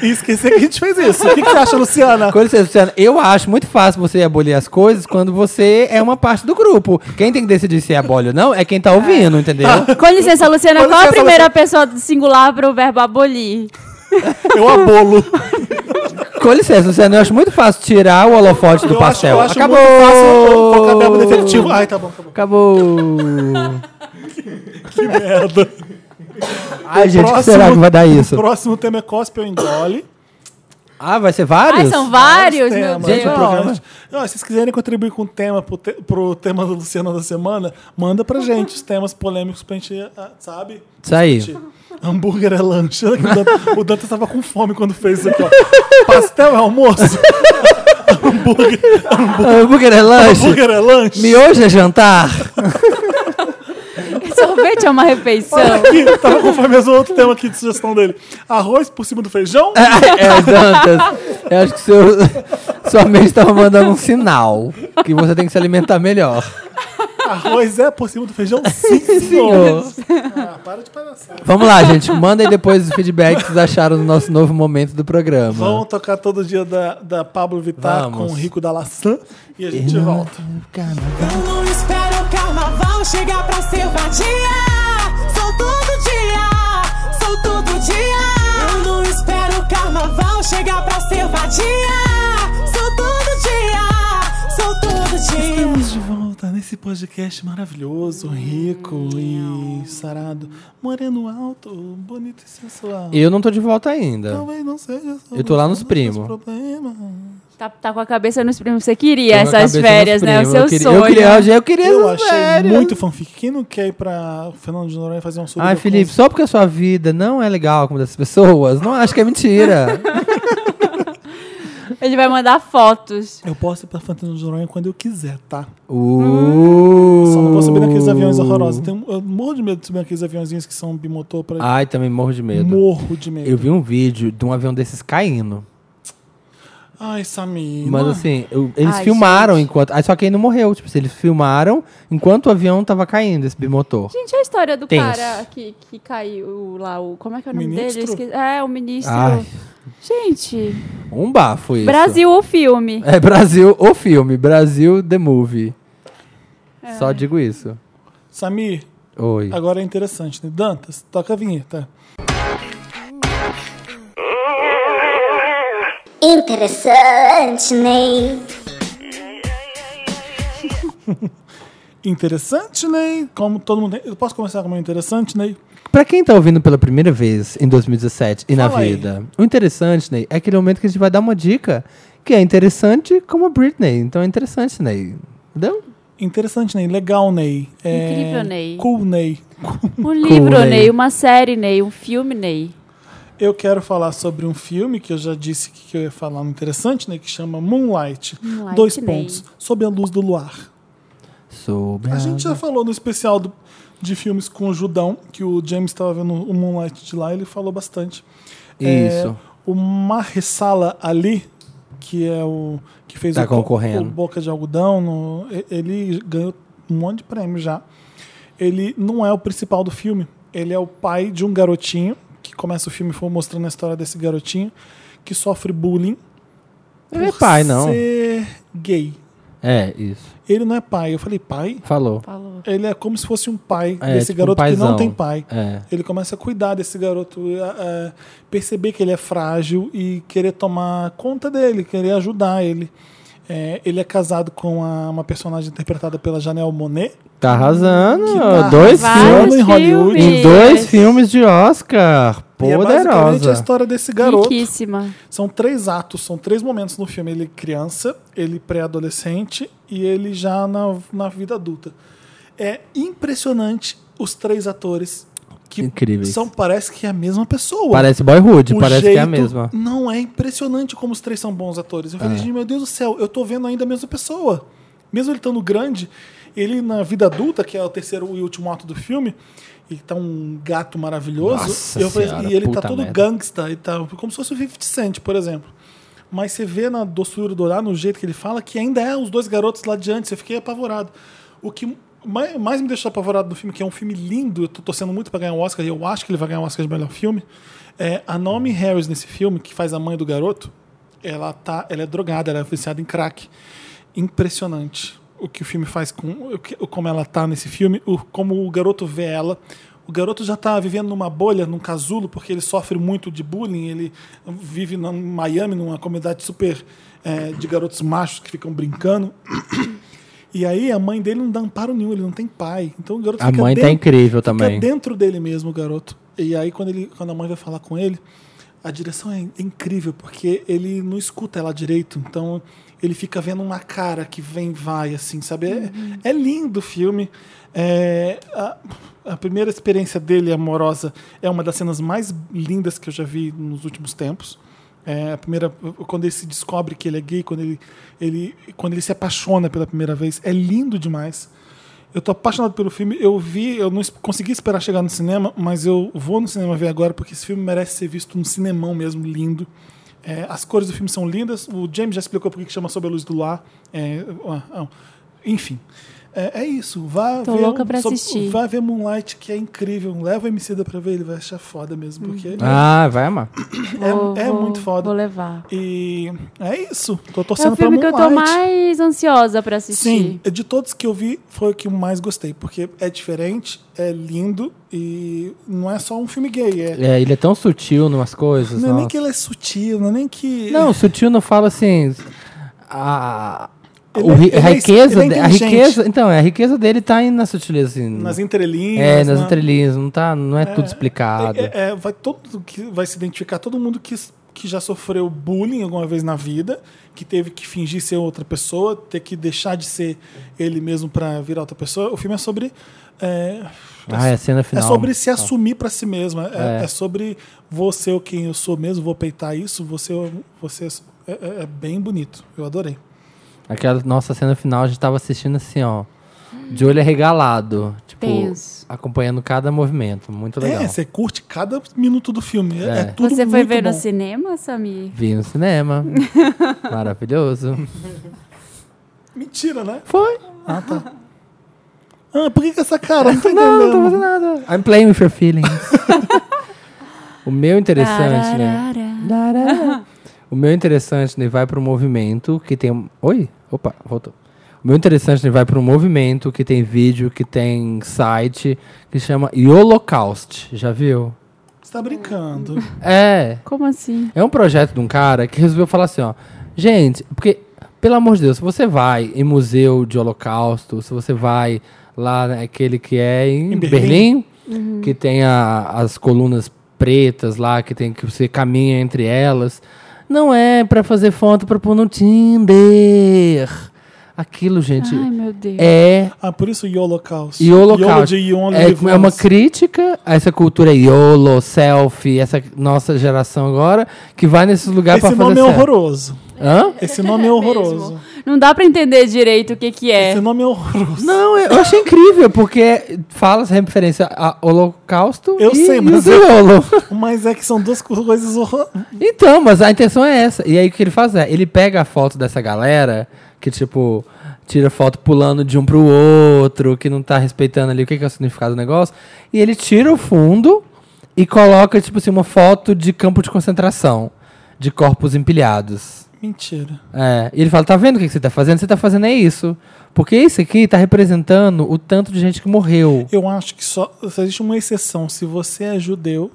Speaker 1: e esquecer que a gente fez isso. O que, que você acha, Luciana?
Speaker 4: Com licença, Luciana, eu acho muito fácil você abolir as coisas quando você é uma parte do grupo. Quem tem que decidir se abole ou não é quem tá ouvindo, entendeu?
Speaker 2: Com licença, Luciana,
Speaker 1: Com
Speaker 2: qual
Speaker 1: licença,
Speaker 2: a primeira pessoa do singular pro verbo abolir?
Speaker 1: (laughs) Eu abolo.
Speaker 4: Com licença, Luciana, eu acho muito fácil tirar o holofote do
Speaker 1: eu acho,
Speaker 4: pastel.
Speaker 1: eu acho
Speaker 4: Acabou!
Speaker 1: muito fácil colocar verbo definitivo. Ai, tá bom, tá bom.
Speaker 4: Acabou!
Speaker 1: Que merda.
Speaker 4: Ai, gente,
Speaker 1: Próximo-
Speaker 4: que será que vai dar isso?
Speaker 1: O próximo tema é cospe ou engole.
Speaker 4: Ah, vai ser
Speaker 2: Ai,
Speaker 4: vários?
Speaker 2: são vários, meu
Speaker 1: temas.
Speaker 2: Deus.
Speaker 4: Gente,
Speaker 1: do programa. Não,
Speaker 4: não.
Speaker 1: se vocês quiserem contribuir com o tema pro, te- pro tema do Luciano da semana, manda
Speaker 2: Uhum.
Speaker 1: pra gente os temas polêmicos pra gente, ah, sabe?
Speaker 4: Isso aí.
Speaker 1: Hambúrguer é lanche. O Dante- O Dantas tava com fome quando fez isso aqui, ó. Pastel é almoço? hambúrguer,
Speaker 4: Hambúrguer é lanche?
Speaker 1: hambúrguer é lanche?
Speaker 4: Miojo é jantar?
Speaker 2: Sorvete é uma refeição.
Speaker 1: Aqui, tava com fome, mas o outro tema aqui de sugestão dele. Arroz por cima do feijão?
Speaker 4: É, Dantas, eu acho que seu, sua mente estava mandando um sinal que você tem que se alimentar melhor.
Speaker 1: Arroz é por cima do feijão? Sim, senhor.
Speaker 4: Senhor.
Speaker 1: Ah, para de palhaçada.
Speaker 4: Vamos lá, gente. Mandem depois os feedbacks que vocês acharam do nosso novo momento do programa.
Speaker 1: Vamos tocar todo dia da, da Pablo Vittar
Speaker 4: Vamos.
Speaker 1: com o Rico da Laçã e a gente volta.
Speaker 5: Eu não espero o carnaval chegar pra ser vadia. Sou todo dia, sou todo dia. Eu não espero o carnaval chegar pra ser vadia. Sou todo dia, sou todo dia.
Speaker 1: Estamos de volta nesse podcast maravilhoso, rico e sarado. Moreno alto, bonito e sensual.
Speaker 4: Eu não tô de volta ainda.
Speaker 1: Talvez não seja só
Speaker 4: Eu tô lá nos
Speaker 1: um dos
Speaker 4: primo.
Speaker 1: problemas.
Speaker 2: Tá, tá com a cabeça nos primos. Você queria
Speaker 4: Tô Tá com a
Speaker 2: essas
Speaker 4: cabeça nos
Speaker 2: férias, né? O
Speaker 4: primos.
Speaker 2: seu
Speaker 4: eu queria,
Speaker 2: sonho.
Speaker 4: Eu queria, eu queria
Speaker 1: Eu
Speaker 4: essas
Speaker 1: achei
Speaker 4: férias.
Speaker 1: muito fanfic. Quem não quer ir pra Fernando de Noronha fazer um sobre
Speaker 4: Ai, Felipe, só porque a sua vida não é legal como das pessoas, não acho que
Speaker 2: (laughs)
Speaker 4: é mentira.
Speaker 2: Ele vai mandar fotos.
Speaker 1: Eu posso ir pra Fernando de Noronha quando eu quiser, tá?
Speaker 4: Uh.
Speaker 1: Só não vou subir naqueles aviões horrorosos. Tem um- eu morro de medo de subir naqueles aviãozinhos que são bimotor pra
Speaker 4: Ai, também morro de Ah, medo.
Speaker 1: Morro de medo.
Speaker 4: Eu vi um vídeo de um avião desses caindo.
Speaker 1: Ai, Samir.
Speaker 4: Mas
Speaker 1: não-
Speaker 4: assim, eu- eles
Speaker 2: Ai,
Speaker 4: filmaram
Speaker 2: gente.
Speaker 4: enquanto. Aí só que aí não morreu. Tipo, assim, eles filmaram enquanto o avião tava caindo, esse bimotor.
Speaker 2: Gente, a história do
Speaker 4: Tenso.
Speaker 2: cara que, que caiu lá, o. Como é que é o nome
Speaker 1: Ministro?
Speaker 2: dele? Esque- É, o ministro.
Speaker 4: Ai.
Speaker 2: Gente,
Speaker 4: Um bafo isso.
Speaker 2: Brasil o filme.
Speaker 4: É Brasil o filme, Brasil The Movie.
Speaker 1: É.
Speaker 4: Só digo isso.
Speaker 1: Samir,
Speaker 4: Oi.
Speaker 1: agora é interessante, né? Dantas, toca a vinheta.
Speaker 8: Interessante, Ney.
Speaker 1: (laughs) Interessante, Ney? Como todo mundo. Eu posso começar com o meu interessante, Ney?
Speaker 4: Pra quem tá ouvindo pela primeira vez em 2017 e na
Speaker 1: Fala aí.
Speaker 4: vida, o interessante, Ney, é aquele momento que a gente vai dar uma dica que é interessante como a Britney. Então é interessante, Ney. Entendeu?
Speaker 1: Interessante, Ney. Legal, Ney. É,
Speaker 2: Incrível, Ney.
Speaker 1: Cool, Ney.
Speaker 2: Um livro,
Speaker 4: Ney.
Speaker 2: Ney, uma série, Ney, um filme, Ney.
Speaker 1: Eu quero falar sobre um filme que eu já disse que que eu ia falar no interessante, Ney, que chama Moonlight.
Speaker 2: Moonlight,
Speaker 1: Dois
Speaker 2: Ney.
Speaker 1: pontos. Sob a luz do luar.
Speaker 4: Sobre
Speaker 1: A gente já falou no especial do- de filmes com o Judão, que o James estava vendo o Moonlight de lá, ele falou bastante. É,
Speaker 4: Isso.
Speaker 1: o Mahershala Ali, que é o que fez
Speaker 4: Tá
Speaker 1: o, Bo-
Speaker 4: concorrendo.
Speaker 1: o Boca de Algodão, no- e- ele ganhou um monte de prêmio já. Ele não é o principal do filme, ele é o pai de um garotinho que começa o filme foi mostrando a história desse garotinho que sofre bullying
Speaker 4: Não é
Speaker 1: por
Speaker 4: pai, não.
Speaker 1: ser gay.
Speaker 4: É, isso.
Speaker 1: Ele não é pai. Eu falei, pai?
Speaker 4: Falou.
Speaker 2: Falou.
Speaker 1: Ele é como se fosse um pai
Speaker 4: É,
Speaker 1: desse
Speaker 4: tipo um
Speaker 1: garoto que não
Speaker 4: paizão.
Speaker 1: tem pai.
Speaker 4: É.
Speaker 1: Ele começa a cuidar desse garoto, a- a perceber que ele é frágil e querer tomar conta dele, querer ajudar ele. É, ele é casado com a- uma personagem interpretada pela Janelle Monet.
Speaker 4: Tá arrasando.
Speaker 1: tá
Speaker 4: dois
Speaker 1: arrasando.
Speaker 4: filmes.
Speaker 2: Vários
Speaker 1: em Hollywood.
Speaker 2: filmes.
Speaker 4: Em dois filmes de Oscar.
Speaker 1: E é basicamente a
Speaker 4: Poderosa.
Speaker 1: história desse garoto.
Speaker 2: Riquíssima.
Speaker 1: São três atos, são três momentos no filme. Ele é criança, ele é pré-adolescente e ele já na, na vida adulta. É impressionante os três atores que
Speaker 4: Incríveis.
Speaker 1: são parece que é a mesma pessoa.
Speaker 4: Parece Boyhood,
Speaker 1: O
Speaker 4: parece que é a
Speaker 1: jeito-
Speaker 4: mesma.
Speaker 1: Não, é impressionante como os três são bons atores. Eu falei, gente, meu Deus do céu, eu tô vendo ainda a mesma pessoa. mesmo ele estando grande, ele na vida adulta, que é o terceiro e último ato do filme, ele tá um gato maravilhoso.
Speaker 4: Nossa
Speaker 1: e, eu falei-
Speaker 4: Senhora,
Speaker 1: e ele tá
Speaker 4: puta
Speaker 1: todo
Speaker 4: merda.
Speaker 1: gangsta, ele tá como se fosse o 50 Cent, por exemplo. Mas você vê na doçura do olhar, no jeito que ele fala, que ainda é os dois garotos lá de antes. Eu fiquei apavorado. O que mai- mais me deixou apavorado no filme, que é um filme lindo, eu tô torcendo muito pra ganhar o Oscar, e eu acho que ele vai ganhar o Oscar de melhor filme, é a Naomi Harris nesse filme, que faz a mãe do garoto, ela, tá, ela é drogada, ela é viciada em crack. Impressionante o que o filme faz com o que- como ela tá nesse filme, o, como o garoto vê ela. O garoto já tá vivendo numa bolha, num casulo, porque ele sofre muito de bullying. Ele vive na- em Miami, numa comunidade super eh, de garotos machos que ficam brincando. (coughs) E aí a mãe dele não dá amparo nenhum, ele não tem pai. Então o garoto
Speaker 4: A
Speaker 1: fica
Speaker 4: mãe tá
Speaker 1: dentro-
Speaker 4: incrível
Speaker 1: fica
Speaker 4: também.
Speaker 1: dentro dele mesmo, o garoto. E aí quando, ele, quando a mãe vai falar com ele, a direção é in- é incrível, porque ele não escuta ela direito. Então ele fica vendo uma cara que vem e vai, assim, sabe? É, é lindo o filme. É, a, a primeira experiência dele amorosa é uma das cenas mais lindas que eu já vi nos últimos tempos. É, a primeira, quando ele se descobre que ele é gay, quando ele, ele, quando ele se apaixona pela primeira vez, é lindo demais. Eu tô apaixonado pelo filme. Eu vi, eu não es- consegui esperar chegar no cinema, mas eu vou no cinema ver agora porque esse filme merece ser visto num cinemão mesmo lindo. É, as cores do filme são lindas. O James já explicou por que que chama Sob a Luz do Lar. É, ah, ah, enfim, é, é isso. Vá
Speaker 2: Tô
Speaker 1: ver, um
Speaker 2: louca pra
Speaker 1: Sob-
Speaker 2: assistir.
Speaker 1: Vá ver Moonlight, que é incrível. Leva o Emicida pra ver, ele vai achar foda mesmo. Porque
Speaker 2: Hum.
Speaker 4: Ah, vai amar.
Speaker 1: é,
Speaker 2: Vou-
Speaker 1: é
Speaker 2: vou-
Speaker 1: muito foda.
Speaker 2: Vou levar.
Speaker 1: E é isso. Tô
Speaker 2: É
Speaker 1: torcendo
Speaker 2: o filme
Speaker 1: pra
Speaker 2: que eu tô
Speaker 1: Moonlight.
Speaker 2: mais ansiosa pra
Speaker 1: Sim, é
Speaker 2: assistir.
Speaker 1: de todos que eu vi, foi o que eu mais gostei. Porque é diferente, é lindo e não é só um filme gay. É,
Speaker 4: É, ele é tão sutil numas coisas.
Speaker 1: não é nem
Speaker 4: nossa.
Speaker 1: que ele é sutil, não é nem que.
Speaker 4: Não, sutil não fala assim. A,
Speaker 1: Ele
Speaker 4: o
Speaker 1: é-
Speaker 4: ri-
Speaker 1: ele é
Speaker 4: a riqueza,
Speaker 1: ins- ele é
Speaker 4: de- a
Speaker 1: inteligente.
Speaker 4: riqueza, então, a riqueza dele tá aí na sutileza assim.
Speaker 1: Nas entrelinhas.
Speaker 4: é, nas
Speaker 1: né?
Speaker 4: entrelinhas, não tá, não é, tudo explicado.
Speaker 1: É, é, vai todo que vai se identificar todo mundo que, que já sofreu bullying alguma vez na vida, que teve que fingir ser outra pessoa, ter que deixar de ser ele mesmo pra virar outra pessoa. O filme é sobre é,
Speaker 4: ah, é a cena
Speaker 1: É
Speaker 4: final.
Speaker 1: sobre se assumir pra si mesmo. É, é sobre você ser quem eu sou mesmo, vou peitar isso. Você, você é, é- é bem bonito. Eu adorei.
Speaker 4: Aquela nossa cena final, a gente tava assistindo assim, ó. De olho arregalado. Tipo,
Speaker 2: Tenso.
Speaker 4: acompanhando cada movimento. Muito legal.
Speaker 1: É, você curte cada minuto do filme. É,
Speaker 4: É.
Speaker 1: é tudo
Speaker 2: Você foi
Speaker 1: muito
Speaker 2: ver
Speaker 1: bom.
Speaker 2: no cinema, Samir?
Speaker 4: Vi no cinema. Maravilhoso.
Speaker 1: Mentira, né?
Speaker 4: Foi.
Speaker 1: Ah, por que, que essa cara? Não
Speaker 2: (laughs)
Speaker 1: tô
Speaker 4: Não, não tô
Speaker 1: entendendo.
Speaker 4: fazendo nada. I'm playing with your feelings. o meu interessante, né? Dará. O meu interessante, né, vai para um movimento que tem. um- Oi? Opa, voltou. O meu interessante né, vai para um movimento que tem vídeo, que tem site, que chama Holocaust. Já viu?
Speaker 1: Você tá brincando.
Speaker 4: É.
Speaker 2: Como assim?
Speaker 4: É um projeto de um cara que resolveu falar assim, ó. Gente, porque, pelo amor de Deus, se você vai em museu de holocausto, se você vai lá naquele que é em,
Speaker 1: Em
Speaker 4: Berlim,
Speaker 2: Uhum.
Speaker 4: que tem a- as colunas pretas lá, que tem que você caminha entre elas, não é pra fazer foto pra pôr no Tinder. Aquilo, gente,
Speaker 2: Ai, meu Deus.
Speaker 4: é
Speaker 1: Ah, por isso o Holocausto.
Speaker 4: e holocausto. É,
Speaker 1: É,
Speaker 4: é uma crítica a essa cultura YOLO, selfie, essa nossa geração agora, que vai nesses lugares pra
Speaker 1: Esse
Speaker 4: fazer
Speaker 1: nome é
Speaker 4: selfie.
Speaker 1: horroroso.
Speaker 4: Hã?
Speaker 2: (laughs)
Speaker 1: Esse nome é horroroso.
Speaker 2: Não dá pra entender direito o que que é.
Speaker 1: Esse nome é horroroso.
Speaker 4: Não, eu achei incrível, porque fala essa referência a holocausto
Speaker 1: Eu
Speaker 4: e,
Speaker 1: sei,
Speaker 4: e
Speaker 1: mas
Speaker 4: o
Speaker 1: eu-
Speaker 4: YOLO.
Speaker 1: Mas é que são duas coisas horrorosas.
Speaker 4: Então, mas a intenção é essa. E aí o que ele faz é, ele pega a foto dessa galera que, tipo, tira foto pulando de um pro outro, que não tá respeitando ali o que, que é o significado do negócio, e ele tira o fundo e coloca, tipo assim, uma foto de campo de concentração, de corpos empilhados.
Speaker 1: Mentira.
Speaker 4: É, e ele fala, tá vendo o que, que você tá fazendo? Você tá fazendo é isso. Porque isso aqui tá representando o tanto de gente que morreu.
Speaker 1: Eu acho que só, só existe uma exceção. Se você é judeu,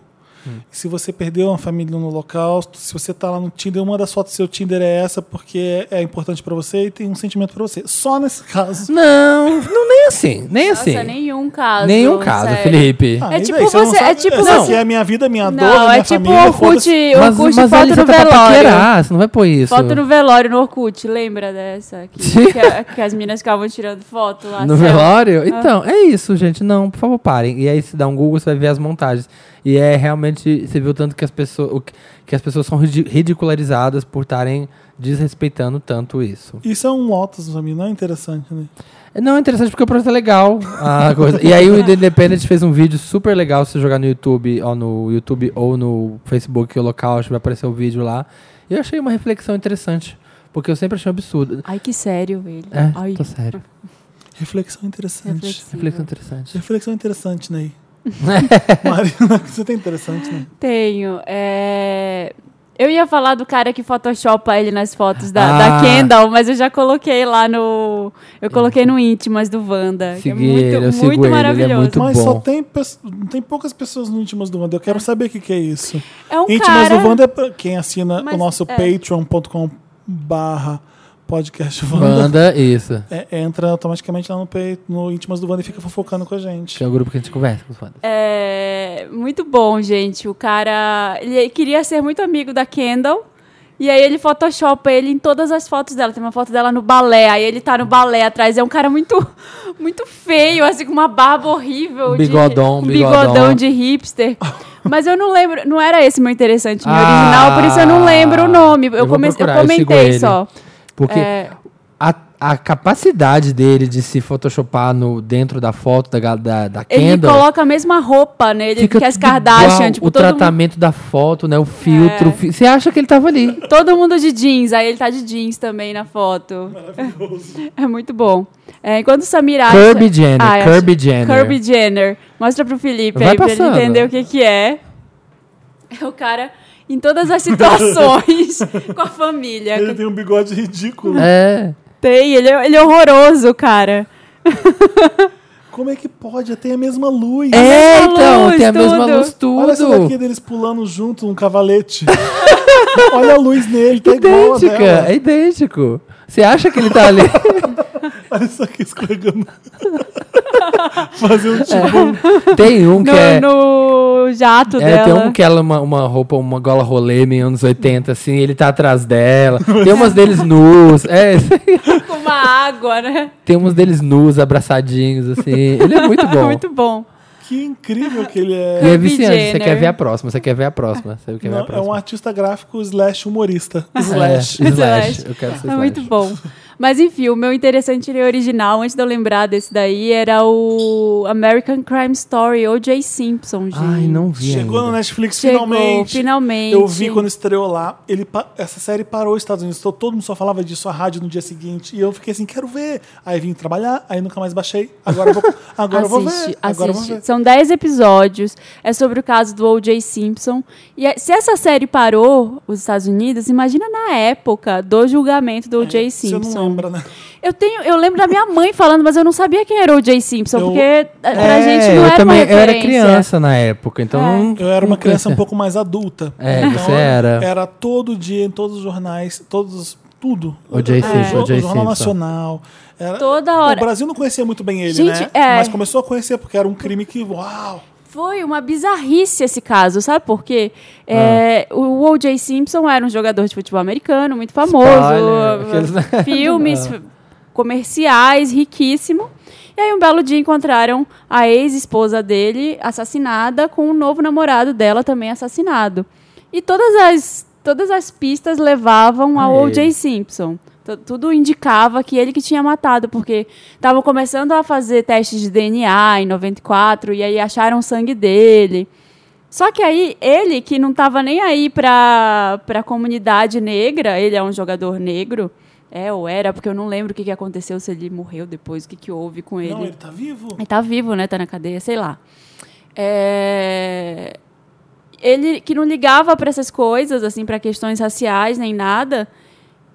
Speaker 1: se você perdeu uma família no Holocausto, se você tá lá no Tinder, uma das fotos do seu Tinder é essa porque é importante pra você e tem um sentimento pra você. Só nesse caso.
Speaker 4: Não, não nem assim, nem
Speaker 2: Nossa,
Speaker 4: assim.
Speaker 2: nenhum caso.
Speaker 4: Nenhum caso,
Speaker 2: sério.
Speaker 4: Felipe.
Speaker 1: Ah, e
Speaker 2: tipo
Speaker 1: daí? Você não
Speaker 2: você-
Speaker 1: sabe-
Speaker 2: é tipo
Speaker 1: essa
Speaker 2: você-
Speaker 1: aqui é a minha vida, minha dor,
Speaker 2: Não,
Speaker 1: minha
Speaker 2: é tipo
Speaker 1: família.
Speaker 2: Orkut,
Speaker 1: foda-se.
Speaker 2: Orkut foto
Speaker 4: ali
Speaker 2: no
Speaker 4: você tá pra
Speaker 2: velório.
Speaker 4: paquerar, você não vai pôr isso.
Speaker 2: Foto no velório no Orkut, lembra dessa? Que, que, a- que as meninas ficavam tirando foto lá. assim,
Speaker 4: No
Speaker 2: sabe?
Speaker 4: velório? Então, é isso, gente. Não, por favor, parem. E aí, se dá um Google, você vai ver as montagens. E é realmente. Você viu tanto que as pessoas, o que, que as pessoas são ridi- ridicularizadas por estarem desrespeitando tanto isso.
Speaker 1: Isso é um Lotus pra mim, não é interessante, né?
Speaker 4: Não, é interessante porque o projeto é legal. a (laughs) coisa. E aí o The Independent fez um vídeo super legal, se você jogar no YouTube, ou no YouTube ou no Facebook que é o local, acho que vai aparecer o vídeo lá. E eu achei uma reflexão interessante, porque eu sempre achei um absurdo.
Speaker 2: Ai, que sério, ele.
Speaker 4: É,
Speaker 2: Ai,
Speaker 4: tô sério.
Speaker 1: Reflexão é interessante.
Speaker 2: reflexivo.
Speaker 4: Reflexão interessante.
Speaker 1: Reflexão é interessante,
Speaker 2: (laughs)
Speaker 1: Ney. Marina, (laughs) você tem interessante, né?
Speaker 2: Tenho. é, Eu ia falar do cara que photoshopa ele nas fotos da, da
Speaker 4: Ah.
Speaker 2: Kendall, mas eu já coloquei lá no. Eu coloquei no íntimas do Wanda. que
Speaker 4: Segui
Speaker 2: é muito,
Speaker 4: Uhum. ele, eu sigo
Speaker 2: muito
Speaker 4: ele, ele é
Speaker 2: maravilhoso.
Speaker 4: muito-
Speaker 1: Mas só
Speaker 4: bom.
Speaker 1: tem, pes- tem poucas pessoas no Íntimas do Wanda. Eu quero saber o que, que é isso.
Speaker 2: É um
Speaker 1: Íntimas
Speaker 2: cara-
Speaker 1: do Wanda é pra quem assina
Speaker 2: Mas, é.
Speaker 1: o nosso patreon.com barra podcast Wanda.
Speaker 4: Banda, isso.
Speaker 1: É, entra automaticamente lá no, pe- no Íntimas do Wanda e fica fofocando com a gente.
Speaker 4: Que é o grupo que a gente conversa com os fãs.
Speaker 2: É muito bom, gente. O cara. Ele queria ser muito amigo da Kendall. E aí ele photoshopa ele em todas as fotos dela. Tem uma foto dela no balé, aí ele tá no balé atrás. É um cara muito (laughs) muito feio, assim, com uma barba horrível.
Speaker 4: Um
Speaker 2: de-
Speaker 4: bigodão,
Speaker 2: um
Speaker 4: bigodão.
Speaker 2: bigodão de hipster. Mas eu não lembro, não era esse meu interessante, meu
Speaker 4: Ah,
Speaker 2: original, por isso eu não lembro o nome. Eu,
Speaker 4: eu vou
Speaker 2: comecei,
Speaker 4: procurar, eu
Speaker 2: eu comentei
Speaker 4: sigo
Speaker 2: só.
Speaker 4: Porque
Speaker 2: É.
Speaker 4: a, a capacidade dele de se photoshopar no, dentro da foto da, ga- da, da
Speaker 2: Ele
Speaker 4: Kendall.
Speaker 2: coloca a mesma roupa nele
Speaker 4: Fica
Speaker 2: que as
Speaker 4: tudo
Speaker 2: Kardashian,
Speaker 4: igual,
Speaker 2: tipo,
Speaker 4: o
Speaker 2: todo mundo É.
Speaker 4: tratamento da foto, né? O filtro. fi- Você acha que ele tava ali.
Speaker 2: Todo mundo de jeans, aí ele tá de jeans também na foto. (laughs) É muito bom. É, enquanto Samir acha...
Speaker 4: Kirby Jenner,
Speaker 2: Ah, eu acho-
Speaker 4: Kirby Jenner.
Speaker 2: Kirby Jenner. Mostra pro Felipe
Speaker 4: Vai
Speaker 2: aí, pra
Speaker 4: passando.
Speaker 2: ele entender o que que é. É o cara em todas as
Speaker 4: (laughs)
Speaker 2: situações com a família.
Speaker 1: Ele tem um bigode ridículo.
Speaker 4: É.
Speaker 2: Tem, ele é, ele é horroroso, cara.
Speaker 1: Como é que pode? Tem a mesma luz.
Speaker 4: É,
Speaker 2: mesma
Speaker 4: então,
Speaker 2: luz,
Speaker 4: tem a mesma
Speaker 2: tudo.
Speaker 4: luz
Speaker 1: Olha essa daqui
Speaker 4: tudo.
Speaker 1: deles pulando junto num cavalete. (laughs) Olha a luz nele, tá igual a
Speaker 4: Idêntica,
Speaker 1: dela.
Speaker 4: é idêntico. Você acha que ele
Speaker 2: (laughs)
Speaker 4: tá ali?
Speaker 1: Olha isso aqui escorregando. (laughs) Fazer um tipo.
Speaker 4: tem um que
Speaker 2: No,
Speaker 4: é.
Speaker 2: no jato
Speaker 4: é,
Speaker 2: dela.
Speaker 4: tem um que ela uma, uma roupa, uma gola rolê meio anos 80, assim, ele tá
Speaker 2: (laughs)
Speaker 4: atrás dela. Tem umas deles nus. É, (laughs)
Speaker 2: Com uma água, né?
Speaker 4: tem umas deles nus, abraçadinhos, assim. Ele é muito bom.
Speaker 2: (laughs) Muito bom.
Speaker 1: Que incrível que ele é.
Speaker 4: E é
Speaker 2: Kylie
Speaker 4: viciante, você
Speaker 2: Jenner.
Speaker 4: quer ver a próxima, você quer ver a próxima. Você quer ver a
Speaker 1: Não, é um
Speaker 4: próxima.
Speaker 1: artista gráfico slash humorista.
Speaker 4: É,
Speaker 1: Slash.
Speaker 4: slash. Eu quero ser
Speaker 2: É
Speaker 4: slash.
Speaker 2: muito bom. Mas enfim, o meu interessante e original, antes de eu lembrar desse daí, era o American Crime Story, ou Jay Simpson, gente.
Speaker 4: Ai, não vi.
Speaker 1: Chegou no
Speaker 4: ainda.
Speaker 1: Netflix
Speaker 2: Chegou,
Speaker 1: finalmente.
Speaker 2: finalmente.
Speaker 1: Eu vi quando estreou lá. Ele, pa- essa série parou os Estados Unidos. to- Todo mundo só falava disso, a rádio no dia seguinte. E eu fiquei assim, quero ver. Aí vim trabalhar, aí nunca mais baixei. Agora eu
Speaker 2: (laughs)
Speaker 1: vou, agora eu vou ver.
Speaker 2: assiste,
Speaker 1: Agora eu vou ver.
Speaker 2: assiste. São 10 episódios. É sobre o caso do O.J. Simpson. E é- se essa série parou os Estados Unidos, imagina na época do julgamento do O.J. Simpson.
Speaker 1: Você não lembra, né?
Speaker 2: Eu tenho, eu lembro da minha mãe falando, mas eu não sabia quem era o O.J. Simpson,
Speaker 1: Eu-
Speaker 2: porque eh, pra
Speaker 4: É,
Speaker 2: gente não
Speaker 4: eu
Speaker 2: era uma
Speaker 4: também, Eu era
Speaker 2: referência. É.
Speaker 4: criança na época, então. não-
Speaker 1: Eu era uma
Speaker 4: não
Speaker 1: criança um
Speaker 4: conhecia.
Speaker 1: pouco mais adulta.
Speaker 4: (laughs)
Speaker 1: Então,
Speaker 4: É, você era.
Speaker 1: Era todo dia em todos os jornais, todos. Tudo.
Speaker 4: O J. Simpson, o
Speaker 1: O Jornal
Speaker 4: J. Simpson.
Speaker 1: Nacional. Era-
Speaker 2: É. Toda hora.
Speaker 1: O Brasil não conhecia muito bem ele,
Speaker 2: Gente,
Speaker 1: né?
Speaker 2: é.
Speaker 1: Mas começou a conhecer porque era um crime que. Uau!
Speaker 2: Foi uma bizarrice esse caso, sabe por quê?
Speaker 4: Ah.
Speaker 2: É, o O.J. Simpson era um jogador de futebol americano, muito famoso,
Speaker 4: Spoiler, aqueles, (laughs) né?
Speaker 2: (laughs) filmes f- comerciais, riquíssimo. E aí um belo dia encontraram a ex-esposa dele assassinada com o novo namorado dela também assassinado. E todas as, todas as pistas levavam ao
Speaker 4: Aê.
Speaker 2: O.J. Simpson. Tu- Tudo indicava que ele que tinha matado, porque estavam começando a fazer testes de DNA em 94 e aí acharam o sangue dele. Só que aí ele que não estava nem aí para para comunidade negra, ele é um jogador negro, é ou era, porque eu não lembro o que, que aconteceu se ele morreu depois, o que, que houve com ele.
Speaker 1: Não, ele tá vivo?
Speaker 2: Ele tá vivo, né? Tá na cadeia, sei lá. É, Ele que não ligava para essas coisas, assim, para questões raciais nem nada.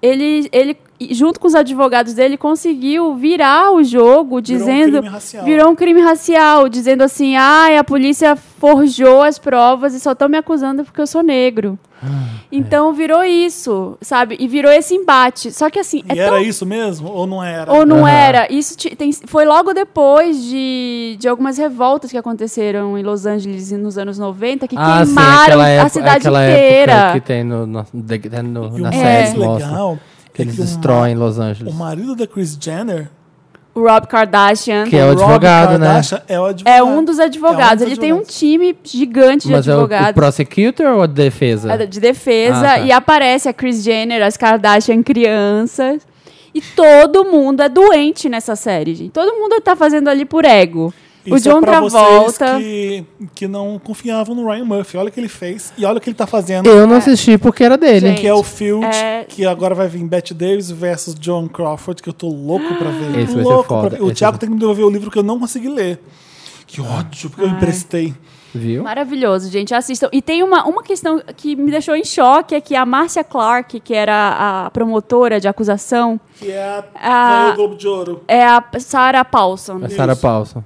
Speaker 2: Ele, ele, junto com os advogados dele, conseguiu virar o jogo
Speaker 1: Virou um
Speaker 2: dizendo.
Speaker 1: crime racial.
Speaker 2: Virou um crime racial, dizendo assim: ah, a polícia forjou as provas e só estão me acusando porque eu sou negro.
Speaker 1: Ah, é.
Speaker 2: então virou isso, sabe? E virou esse embate. Só que assim. é
Speaker 1: E
Speaker 2: tão
Speaker 1: era isso mesmo? Ou não era?
Speaker 2: ou não
Speaker 4: Aham.
Speaker 2: era. Isso ti- tem- foi logo depois de, de algumas revoltas que aconteceram em Los Angeles nos anos 90, que
Speaker 4: Ah, sim,
Speaker 2: queimaram
Speaker 4: aquela época,
Speaker 2: a cidade
Speaker 4: aquela
Speaker 2: inteira.
Speaker 4: época que tem no, no, de- que tem no-
Speaker 1: E o
Speaker 4: na
Speaker 1: mais
Speaker 4: série, mostra.
Speaker 1: legal
Speaker 4: Que
Speaker 1: é
Speaker 4: eles
Speaker 1: que o ma-
Speaker 4: destroem Los
Speaker 1: o
Speaker 4: Angeles.
Speaker 1: marido da Kris Jenner
Speaker 2: o Rob Kardashian.
Speaker 4: Que é o
Speaker 1: Rob
Speaker 4: advogado, né?
Speaker 1: Kardashian É, o advogado.
Speaker 2: É um dos advogados.
Speaker 1: É um dos
Speaker 2: Ele tem um
Speaker 1: advogados.
Speaker 2: time gigante de
Speaker 4: Mas é o, o
Speaker 2: advogados.
Speaker 4: prosecutor ou a defesa?
Speaker 2: É de defesa.
Speaker 4: Ah, tá.
Speaker 2: E aparece a Kris Jenner, as Kardashian crianças. E todo mundo é doente nessa série, gente. Todo mundo tá fazendo ali por ego. o
Speaker 1: Isso
Speaker 2: John
Speaker 1: é pra
Speaker 2: Travolta.
Speaker 1: Vocês que, que não confiavam no Ryan Murphy. Olha o que ele fez e olha o que ele tá fazendo.
Speaker 4: Eu não assisti porque era dele.
Speaker 2: É. Gente,
Speaker 1: Que é o Field,
Speaker 2: é-
Speaker 1: que agora vai vir Betty Davis versus John Crawford, que eu tô louco pra ver.
Speaker 4: Esse vai ser
Speaker 1: louco
Speaker 4: foda,
Speaker 1: pra ver. O
Speaker 4: esse
Speaker 1: Thiago
Speaker 4: vai-
Speaker 1: tem que me devolver o livro que eu não consegui ler. Que ódio, porque eu emprestei.
Speaker 4: Viu?
Speaker 2: Maravilhoso, gente. Assistam. E tem uma, uma questão que me deixou em choque, é que a Márcia Clark, que era a promotora de acusação,
Speaker 1: Que é a...
Speaker 2: Ah.
Speaker 1: ganhou o Globo de Ouro.
Speaker 2: é a Sarah Paulson.
Speaker 4: A Sarah Paulson.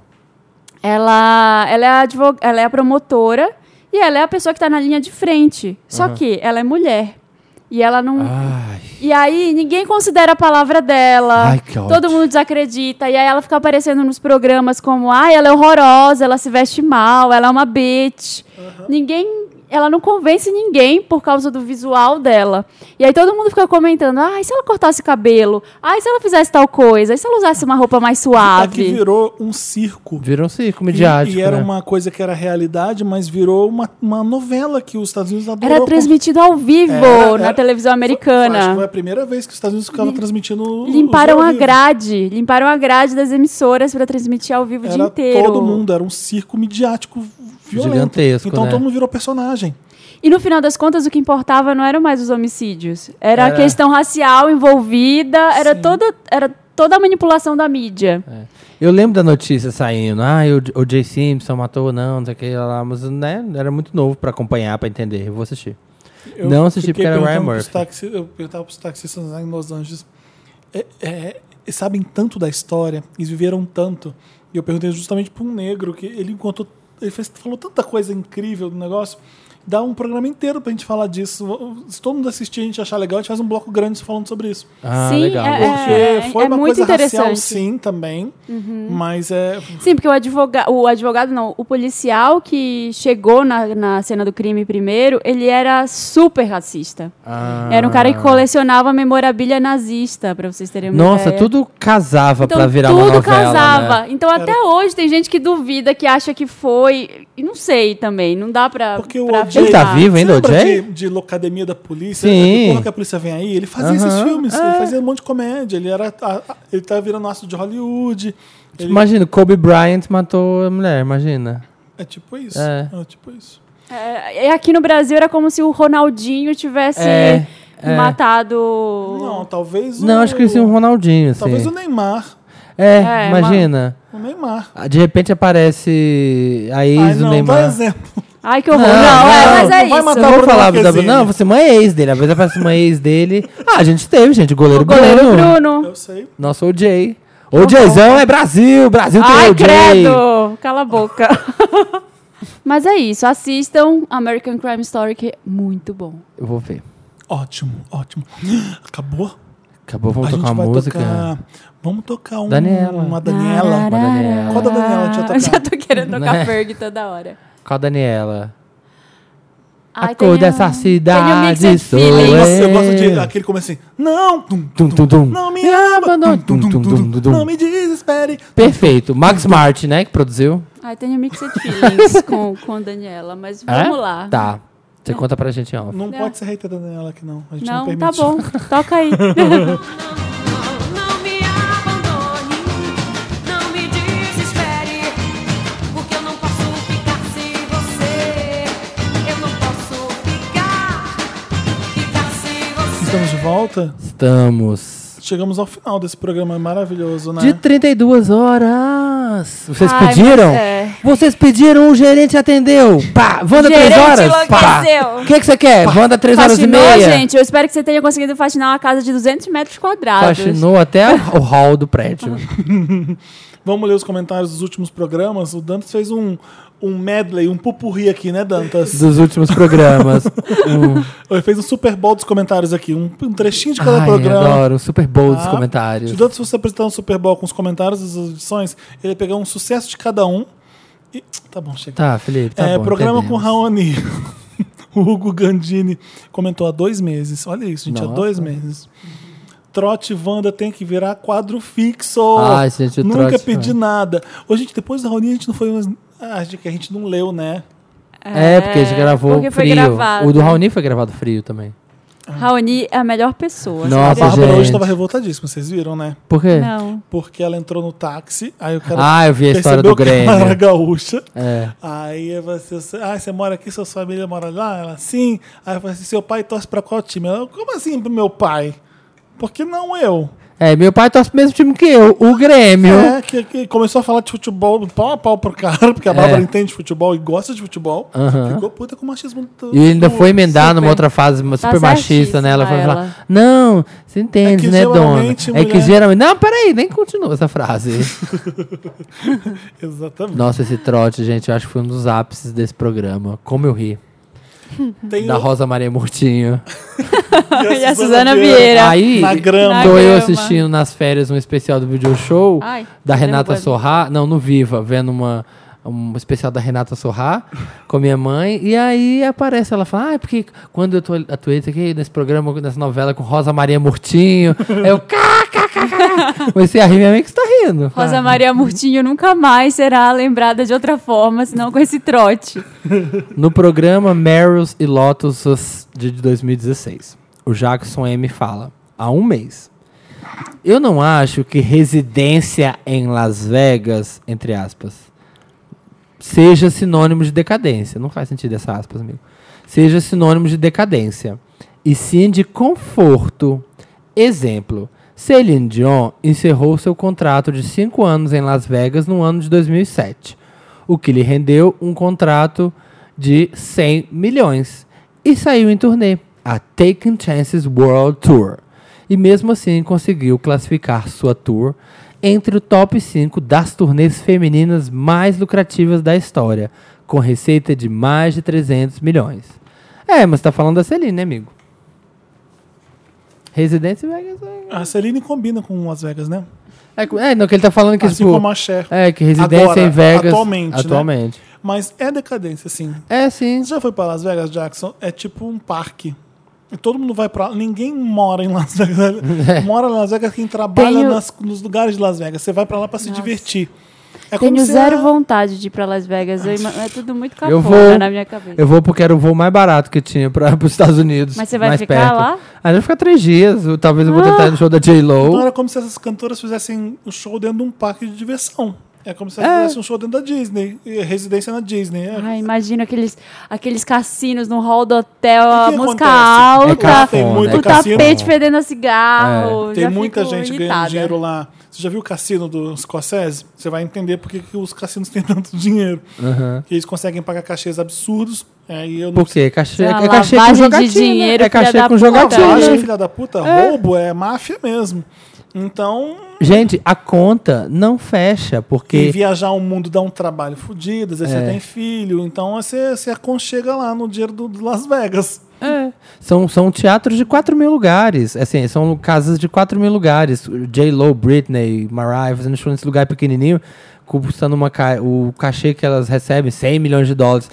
Speaker 2: Ela, ela, é a advog- ela é a promotora e ela é a pessoa que está na linha de frente. Só que ela é mulher. E ela não.
Speaker 4: Ah, Ai.
Speaker 2: E aí ninguém considera a palavra dela.
Speaker 4: Ai, que ódio.
Speaker 2: todo mundo desacredita. E aí ela fica aparecendo nos programas como: ai, ela é horrorosa, ela se veste mal, ela é uma bitch. Ninguém. Ela não convence ninguém por causa do visual dela. E aí todo mundo fica comentando: ai, se ela cortasse o cabelo, ai, se ela fizesse tal coisa, ai, se ela usasse uma roupa mais
Speaker 1: É que
Speaker 2: suave.
Speaker 1: virou um circo.
Speaker 4: Viram-se
Speaker 1: E,
Speaker 4: comediático.
Speaker 1: e era
Speaker 4: né?
Speaker 1: uma coisa que era realidade, mas virou uma, uma novela que os Estados Unidos adorou.
Speaker 2: Era transmitido ao vivo
Speaker 1: Era-
Speaker 2: na
Speaker 1: era-
Speaker 2: televisão
Speaker 1: Acho que foi
Speaker 2: americana.
Speaker 1: a primeira vez que os Estados Unidos ficaram transmitindo. os
Speaker 2: Limparam
Speaker 1: ao
Speaker 2: a
Speaker 1: vivo.
Speaker 2: grade, limparam a grade das emissoras para transmitir ao vivo o dia
Speaker 1: Era
Speaker 2: inteiro.
Speaker 1: todo mundo, era um circo midiático violento.
Speaker 4: Gigantesco,
Speaker 1: Então
Speaker 4: né?
Speaker 1: todo mundo virou personagem.
Speaker 2: E no final das contas, o que importava não eram mais os homicídios. Era a
Speaker 4: Era-
Speaker 2: questão racial envolvida, era toda, era toda a manipulação da mídia.
Speaker 4: É. Eu lembro da notícia saindo, ah, o, o Jay Simpson matou ou não, não sei o que lá, mas né, era muito novo pra acompanhar, pra entender. Eu vou assistir.
Speaker 1: Eu
Speaker 4: Não assisti
Speaker 1: fiquei
Speaker 4: porque era Ryan
Speaker 1: perguntando pros
Speaker 4: Murphy.
Speaker 1: taxi- eu perguntava para os taxistas lá em Los Angeles. é, é, eles sabem tanto da história, eles viveram tanto. E eu perguntei justamente para um negro que ele encontrou, ele fez, falou tanta coisa incrível do negócio. Dá um programa inteiro pra gente falar disso. Se todo mundo assistir e a gente achar legal, a gente faz um bloco grande falando sobre isso.
Speaker 4: Ah,
Speaker 2: Sim,
Speaker 4: legal.
Speaker 2: é-
Speaker 4: vou
Speaker 1: Porque
Speaker 4: assistir.
Speaker 2: é-
Speaker 1: foi
Speaker 2: é
Speaker 1: uma
Speaker 2: muito
Speaker 1: coisa racial,
Speaker 2: interessante. Uhum.
Speaker 1: sim, também. Mas é.
Speaker 2: Sim, porque o, advoga o advogado, não, o policial que chegou na, na cena do crime primeiro, ele era super racista.
Speaker 4: Ah.
Speaker 2: Era um cara que colecionava memorabilia nazista, pra vocês terem uma
Speaker 4: Ah. Nossa,
Speaker 2: ideia.
Speaker 4: tudo casava pra virar
Speaker 2: né? Então, tudo
Speaker 4: uma novela,
Speaker 2: casava.
Speaker 4: né?
Speaker 2: Então até hoje tem gente que duvida, que acha que foi. E não sei também, não dá pra.
Speaker 1: Porque o
Speaker 2: pra
Speaker 1: OJ
Speaker 4: Ele tá
Speaker 2: afirmar.
Speaker 4: vivo ainda, o
Speaker 1: Lembra
Speaker 4: Jay?
Speaker 1: de, de Locademia da Polícia?
Speaker 4: Sim.
Speaker 1: Porra que a polícia vem aí. Ele fazia esses
Speaker 4: Aham,
Speaker 1: filmes,
Speaker 4: é.
Speaker 1: ele fazia um monte de comédia. Ele era. a- a- ele tava virando astro de Hollywood. Ele-
Speaker 4: Imagina, Kobe Bryant matou a mulher, imagina.
Speaker 1: é tipo isso.
Speaker 4: É.
Speaker 1: É. tipo isso.
Speaker 2: É, e aqui no Brasil era como se o Ronaldinho tivesse
Speaker 4: É, é.
Speaker 2: matado.
Speaker 1: Não, talvez
Speaker 4: Não,
Speaker 1: o.
Speaker 4: acho que isso é um Ronaldinho, assim.
Speaker 1: Talvez o Neymar.
Speaker 4: É,
Speaker 2: É,
Speaker 4: imagina.
Speaker 1: O Neymar.
Speaker 4: Ah, De repente aparece a
Speaker 1: Ai,
Speaker 4: ex do
Speaker 1: não, dá
Speaker 4: Neymar.
Speaker 1: exemplo.
Speaker 2: Ai, que horror. Não, é,
Speaker 4: Não, não,
Speaker 2: mas é
Speaker 1: não vai
Speaker 2: isso.
Speaker 1: matar
Speaker 4: Eu
Speaker 1: o
Speaker 4: vou
Speaker 1: Bruno
Speaker 4: falar,
Speaker 1: Marquezine.
Speaker 4: não, você é uma ex dele. Às vezes aparece uma ex dele. Ah, a gente teve, gente, o goleiro,
Speaker 2: O goleiro
Speaker 4: Bruno.
Speaker 2: Bruno.
Speaker 1: Eu sei.
Speaker 4: Nossa, o Jay. O Jayzão é Brasil, Brasil tem
Speaker 2: Ai,
Speaker 4: o Jay.
Speaker 2: credo! Cala a boca. (laughs) mas é isso. Assistam American Crime Story, que é muito bom.
Speaker 4: Eu vou ver.
Speaker 1: Ótimo, ótimo. Acabou?
Speaker 4: Acabou, vamos
Speaker 1: a gente
Speaker 4: tocar uma
Speaker 1: vai
Speaker 4: música.
Speaker 1: tocar. Vamos tocar um,
Speaker 4: Daniela.
Speaker 1: uma Daniela.
Speaker 4: Uma Daniela.
Speaker 1: Qual da Daniela a gente vai
Speaker 4: (laughs)
Speaker 1: tocar?
Speaker 2: Ah, (laughs) Já tô querendo tocar
Speaker 4: Né?
Speaker 2: Ferg toda hora.
Speaker 4: Qual a Daniela?
Speaker 2: Ai,
Speaker 4: a cor
Speaker 2: tem
Speaker 4: dessa
Speaker 2: um- tem um
Speaker 4: cidade
Speaker 2: mixed
Speaker 4: sou
Speaker 2: feeling.
Speaker 4: eu.
Speaker 1: Nossa, eu gosto de aquele começo assim. Não! Tum,
Speaker 4: Tum, tum, tum.
Speaker 1: Não me ama!
Speaker 4: abandone.
Speaker 1: Tum, tum, tum, tum, tum.
Speaker 4: tum.
Speaker 1: Não me desespere!
Speaker 4: Perfeito. Max Martin, né, que produziu.
Speaker 2: Ai, tenho mixed feelings com, com a Daniela, mas vamos
Speaker 4: É?
Speaker 2: lá.
Speaker 4: Tá. Você conta pra gente, ó.
Speaker 1: Não
Speaker 2: É.
Speaker 1: pode ser hater da Daniela aqui, não. A gente não,
Speaker 2: Não,
Speaker 1: permite.
Speaker 2: tá bom. Toca (laughs) aí.
Speaker 9: Não me abandone, não me desespere, porque eu não posso ficar sem você. Eu não posso ficar, ficar sem você.
Speaker 1: Estamos de volta.
Speaker 4: Estamos.
Speaker 1: Chegamos ao final desse programa maravilhoso, né?
Speaker 4: De 32 horas. Vocês
Speaker 2: Ai, mas
Speaker 4: pediram?
Speaker 2: é.
Speaker 4: Vocês pediram, o gerente atendeu. Pá, Wanda
Speaker 2: Gerente
Speaker 4: 3 horas. Pá.
Speaker 2: enlouqueceu.
Speaker 4: O que que você quer? Wanda 3 horas e
Speaker 2: Fascinou,
Speaker 4: meia.
Speaker 2: gente. Ah, Eu espero que você tenha conseguido fascinar uma casa de 200 metros quadrados.
Speaker 4: Fascinou até o hall
Speaker 2: (laughs)
Speaker 4: do prédio.
Speaker 1: Vamos ler os comentários dos últimos programas. O Dantas fez um, um medley, um pupurri aqui, né, Dantas?
Speaker 4: dos últimos programas. Um-
Speaker 1: Ele fez um Super Bowl dos comentários aqui. Um, um trechinho de cada
Speaker 4: Ai,
Speaker 1: programa.
Speaker 4: adoro. o Super Bowl dos
Speaker 1: tá?
Speaker 4: comentários.
Speaker 1: Se o Dantas fosse apresentar um Super Bowl com os comentários das edições, ele ia pegar um sucesso de cada um. E... Tá bom, chega.
Speaker 4: Tá, Felipe, tá
Speaker 1: é,
Speaker 4: bom.
Speaker 1: programa com
Speaker 4: entendemos.
Speaker 1: Raoni. (laughs) O Hugo Gandini comentou há dois meses. Olha isso, gente, há
Speaker 4: Nossa.
Speaker 1: dois meses. Trote Wanda tem que virar quadro fixo.
Speaker 4: Ai, gente, o
Speaker 1: Nunca
Speaker 4: Trote
Speaker 1: pedi
Speaker 4: Wanda.
Speaker 1: nada. Ô, gente, depois da reunião a gente não foi mais. Ah, gente, que a gente não leu, né?
Speaker 4: É, porque a gente gravou
Speaker 2: porque foi
Speaker 4: frio.
Speaker 2: gravado.
Speaker 4: O do Raoni foi gravado frio também.
Speaker 2: Raoni é a melhor pessoa.
Speaker 1: A
Speaker 4: Nossa,
Speaker 1: Bárbara
Speaker 4: gente.
Speaker 1: Ah, hoje tava revoltadíssima, vocês viram, né?
Speaker 4: Por quê?
Speaker 2: Não.
Speaker 1: Porque ela entrou no táxi, aí o cara.
Speaker 4: Ah, eu vi a história
Speaker 1: percebeu
Speaker 4: do
Speaker 1: que ela era (laughs)
Speaker 4: Grêmio.
Speaker 1: gaúcha.
Speaker 4: É.
Speaker 1: Aí você, ah, você mora aqui, sua família mora lá? Ela, sim. Aí eu falei assim, seu pai torce pra qual time? Ela, como assim pro meu pai? Por que não eu?
Speaker 4: É, meu pai torce pro mesmo time que eu, o Grêmio.
Speaker 1: É, que, que começou a falar de futebol pau a pau pro cara, (laughs) porque a Bárbara entende de futebol e gosta de futebol.
Speaker 4: É. Aham.
Speaker 1: Ficou puta com o machismo do.
Speaker 4: E ele ainda
Speaker 1: do-
Speaker 4: foi emendar numa
Speaker 2: super.
Speaker 4: outra fase uma super machista,
Speaker 2: certíssima
Speaker 4: né? Ela foi
Speaker 2: ela.
Speaker 4: falar, não, você entende,
Speaker 1: É que
Speaker 4: né, dona?
Speaker 1: geralmente,
Speaker 4: É que
Speaker 1: mulher-
Speaker 4: geralmente... Não, peraí, nem continua essa frase. (laughs)
Speaker 1: Exatamente.
Speaker 4: Nossa, esse trote, gente, eu acho que foi um dos ápices desse programa. Como eu ri.
Speaker 1: Tem
Speaker 4: Da Rosa Maria Murtinho.
Speaker 2: (laughs) E a Suzana Vieira.
Speaker 4: Aí,
Speaker 1: Na grama.
Speaker 4: tô eu
Speaker 2: grama.
Speaker 4: assistindo nas férias um especial do video show
Speaker 2: Ai,
Speaker 4: da Renata
Speaker 2: derrubando.
Speaker 4: Sorrá. Não, no Viva, vendo uma, um especial da Renata Sorrá com minha mãe. E aí aparece, ela fala, ah, é porque quando eu tô atuei aqui nesse programa, nessa novela com Rosa Maria Murtinho, eu (laughs) kkkkk. Comecei a rir, minha mãe que está rindo.
Speaker 2: Rosa Maria
Speaker 1: Uhum.
Speaker 2: Murtinho nunca mais será lembrada de outra forma, senão com esse trote.
Speaker 4: No programa Meryl's e Lotus de 2016, o Jackson M fala, há um mês. Eu não acho que residência em Las Vegas, entre aspas, seja sinônimo de decadência. Não faz sentido essa aspas, amigo. Seja sinônimo de decadência. E sim de conforto. Exemplo. Celine Dion encerrou seu contrato de cinco anos em Las Vegas no ano de 2007, o que lhe rendeu um contrato de 100 milhões e saiu em turnê, a Taking Chances World Tour, e mesmo assim conseguiu classificar sua tour entre o top 5 das turnês femininas mais lucrativas da história, com receita de mais de 300 milhões. É, mas tá falando da Celine, né, amigo? Residência Vegas. é-
Speaker 1: A Celine combina com Las Vegas, né?
Speaker 4: É, co- é, não, que ele tá falando que,
Speaker 1: Assim
Speaker 4: tipo...
Speaker 1: como a Cher.
Speaker 4: É, que residência
Speaker 1: Agora,
Speaker 4: em Vegas...
Speaker 1: atualmente, né?
Speaker 4: Atualmente.
Speaker 1: Mas é decadência, sim.
Speaker 4: É, sim.
Speaker 1: Você já foi pra Las Vegas, Jackson? É tipo um parque. E todo mundo vai pra. Ninguém mora em Las
Speaker 4: (laughs)
Speaker 1: Vegas. Mora em Las Vegas quem trabalha
Speaker 2: Tenho-
Speaker 1: nas- nos lugares de Las Vegas. Você vai pra lá pra se divertir. É como
Speaker 2: Tenho
Speaker 1: se
Speaker 2: zero
Speaker 1: a-
Speaker 2: vontade de ir pra Las Vegas. Eu ima- é tudo muito cafona
Speaker 4: Eu vou-
Speaker 2: na minha cabeça.
Speaker 4: Eu vou porque era o voo mais barato que tinha (laughs) para os Estados Unidos.
Speaker 2: Mas você vai
Speaker 4: mais
Speaker 2: ficar
Speaker 4: perto.
Speaker 2: lá? Ah!
Speaker 4: Aí eu vou ficar três dias. eu- talvez eu vou tentar ir no show da
Speaker 1: Então
Speaker 2: Oh.
Speaker 4: J-Lo.
Speaker 1: era como se essas cantoras fizessem um show dentro de um parque de diversão. É como se
Speaker 4: É.
Speaker 1: elas fizessem um show dentro da Disney. E Residência na Disney. É-
Speaker 2: Ai, imagina aqueles, aqueles cassinos no hall do hotel, a
Speaker 1: que
Speaker 2: música
Speaker 1: acontece?
Speaker 4: É
Speaker 2: alta,
Speaker 4: cafona,
Speaker 1: Tem muito
Speaker 2: o
Speaker 1: cassino.
Speaker 2: tapete fedendo a cigarro.
Speaker 1: É. Tem
Speaker 2: já
Speaker 1: muita
Speaker 2: fico
Speaker 1: gente ganhando
Speaker 2: irritada.
Speaker 1: dinheiro lá. Você já viu o cassino do escocese? Você vai entender por que que os cassinos têm (laughs) tanto dinheiro. Que eles conseguem pagar cachês absurdos. Aí eu não
Speaker 4: Por quê? Cachê,
Speaker 2: Uma
Speaker 4: é cachê com
Speaker 2: lavagem de
Speaker 4: jogatina.
Speaker 2: dinheiro,
Speaker 4: é cachê
Speaker 2: filha da
Speaker 4: com
Speaker 2: puta.
Speaker 4: jogatina.
Speaker 1: Lavagem, filha da puta, roubo é máfia mesmo. Então,
Speaker 4: Gente, a conta não fecha,
Speaker 1: e
Speaker 4: porque
Speaker 1: viajar o mundo dá um trabalho fudido, às vezes você tem filho, então você se aconchega lá no dinheiro do, do Las Vegas.
Speaker 4: são, são teatros de 4 mil lugares. Assim, são casas de 4 mil lugares. J-Lo, Britney, Mariah fazendo show nesse lugar pequenininho, custando uma ca... o cachê que elas recebem, 100 milhões de dólares.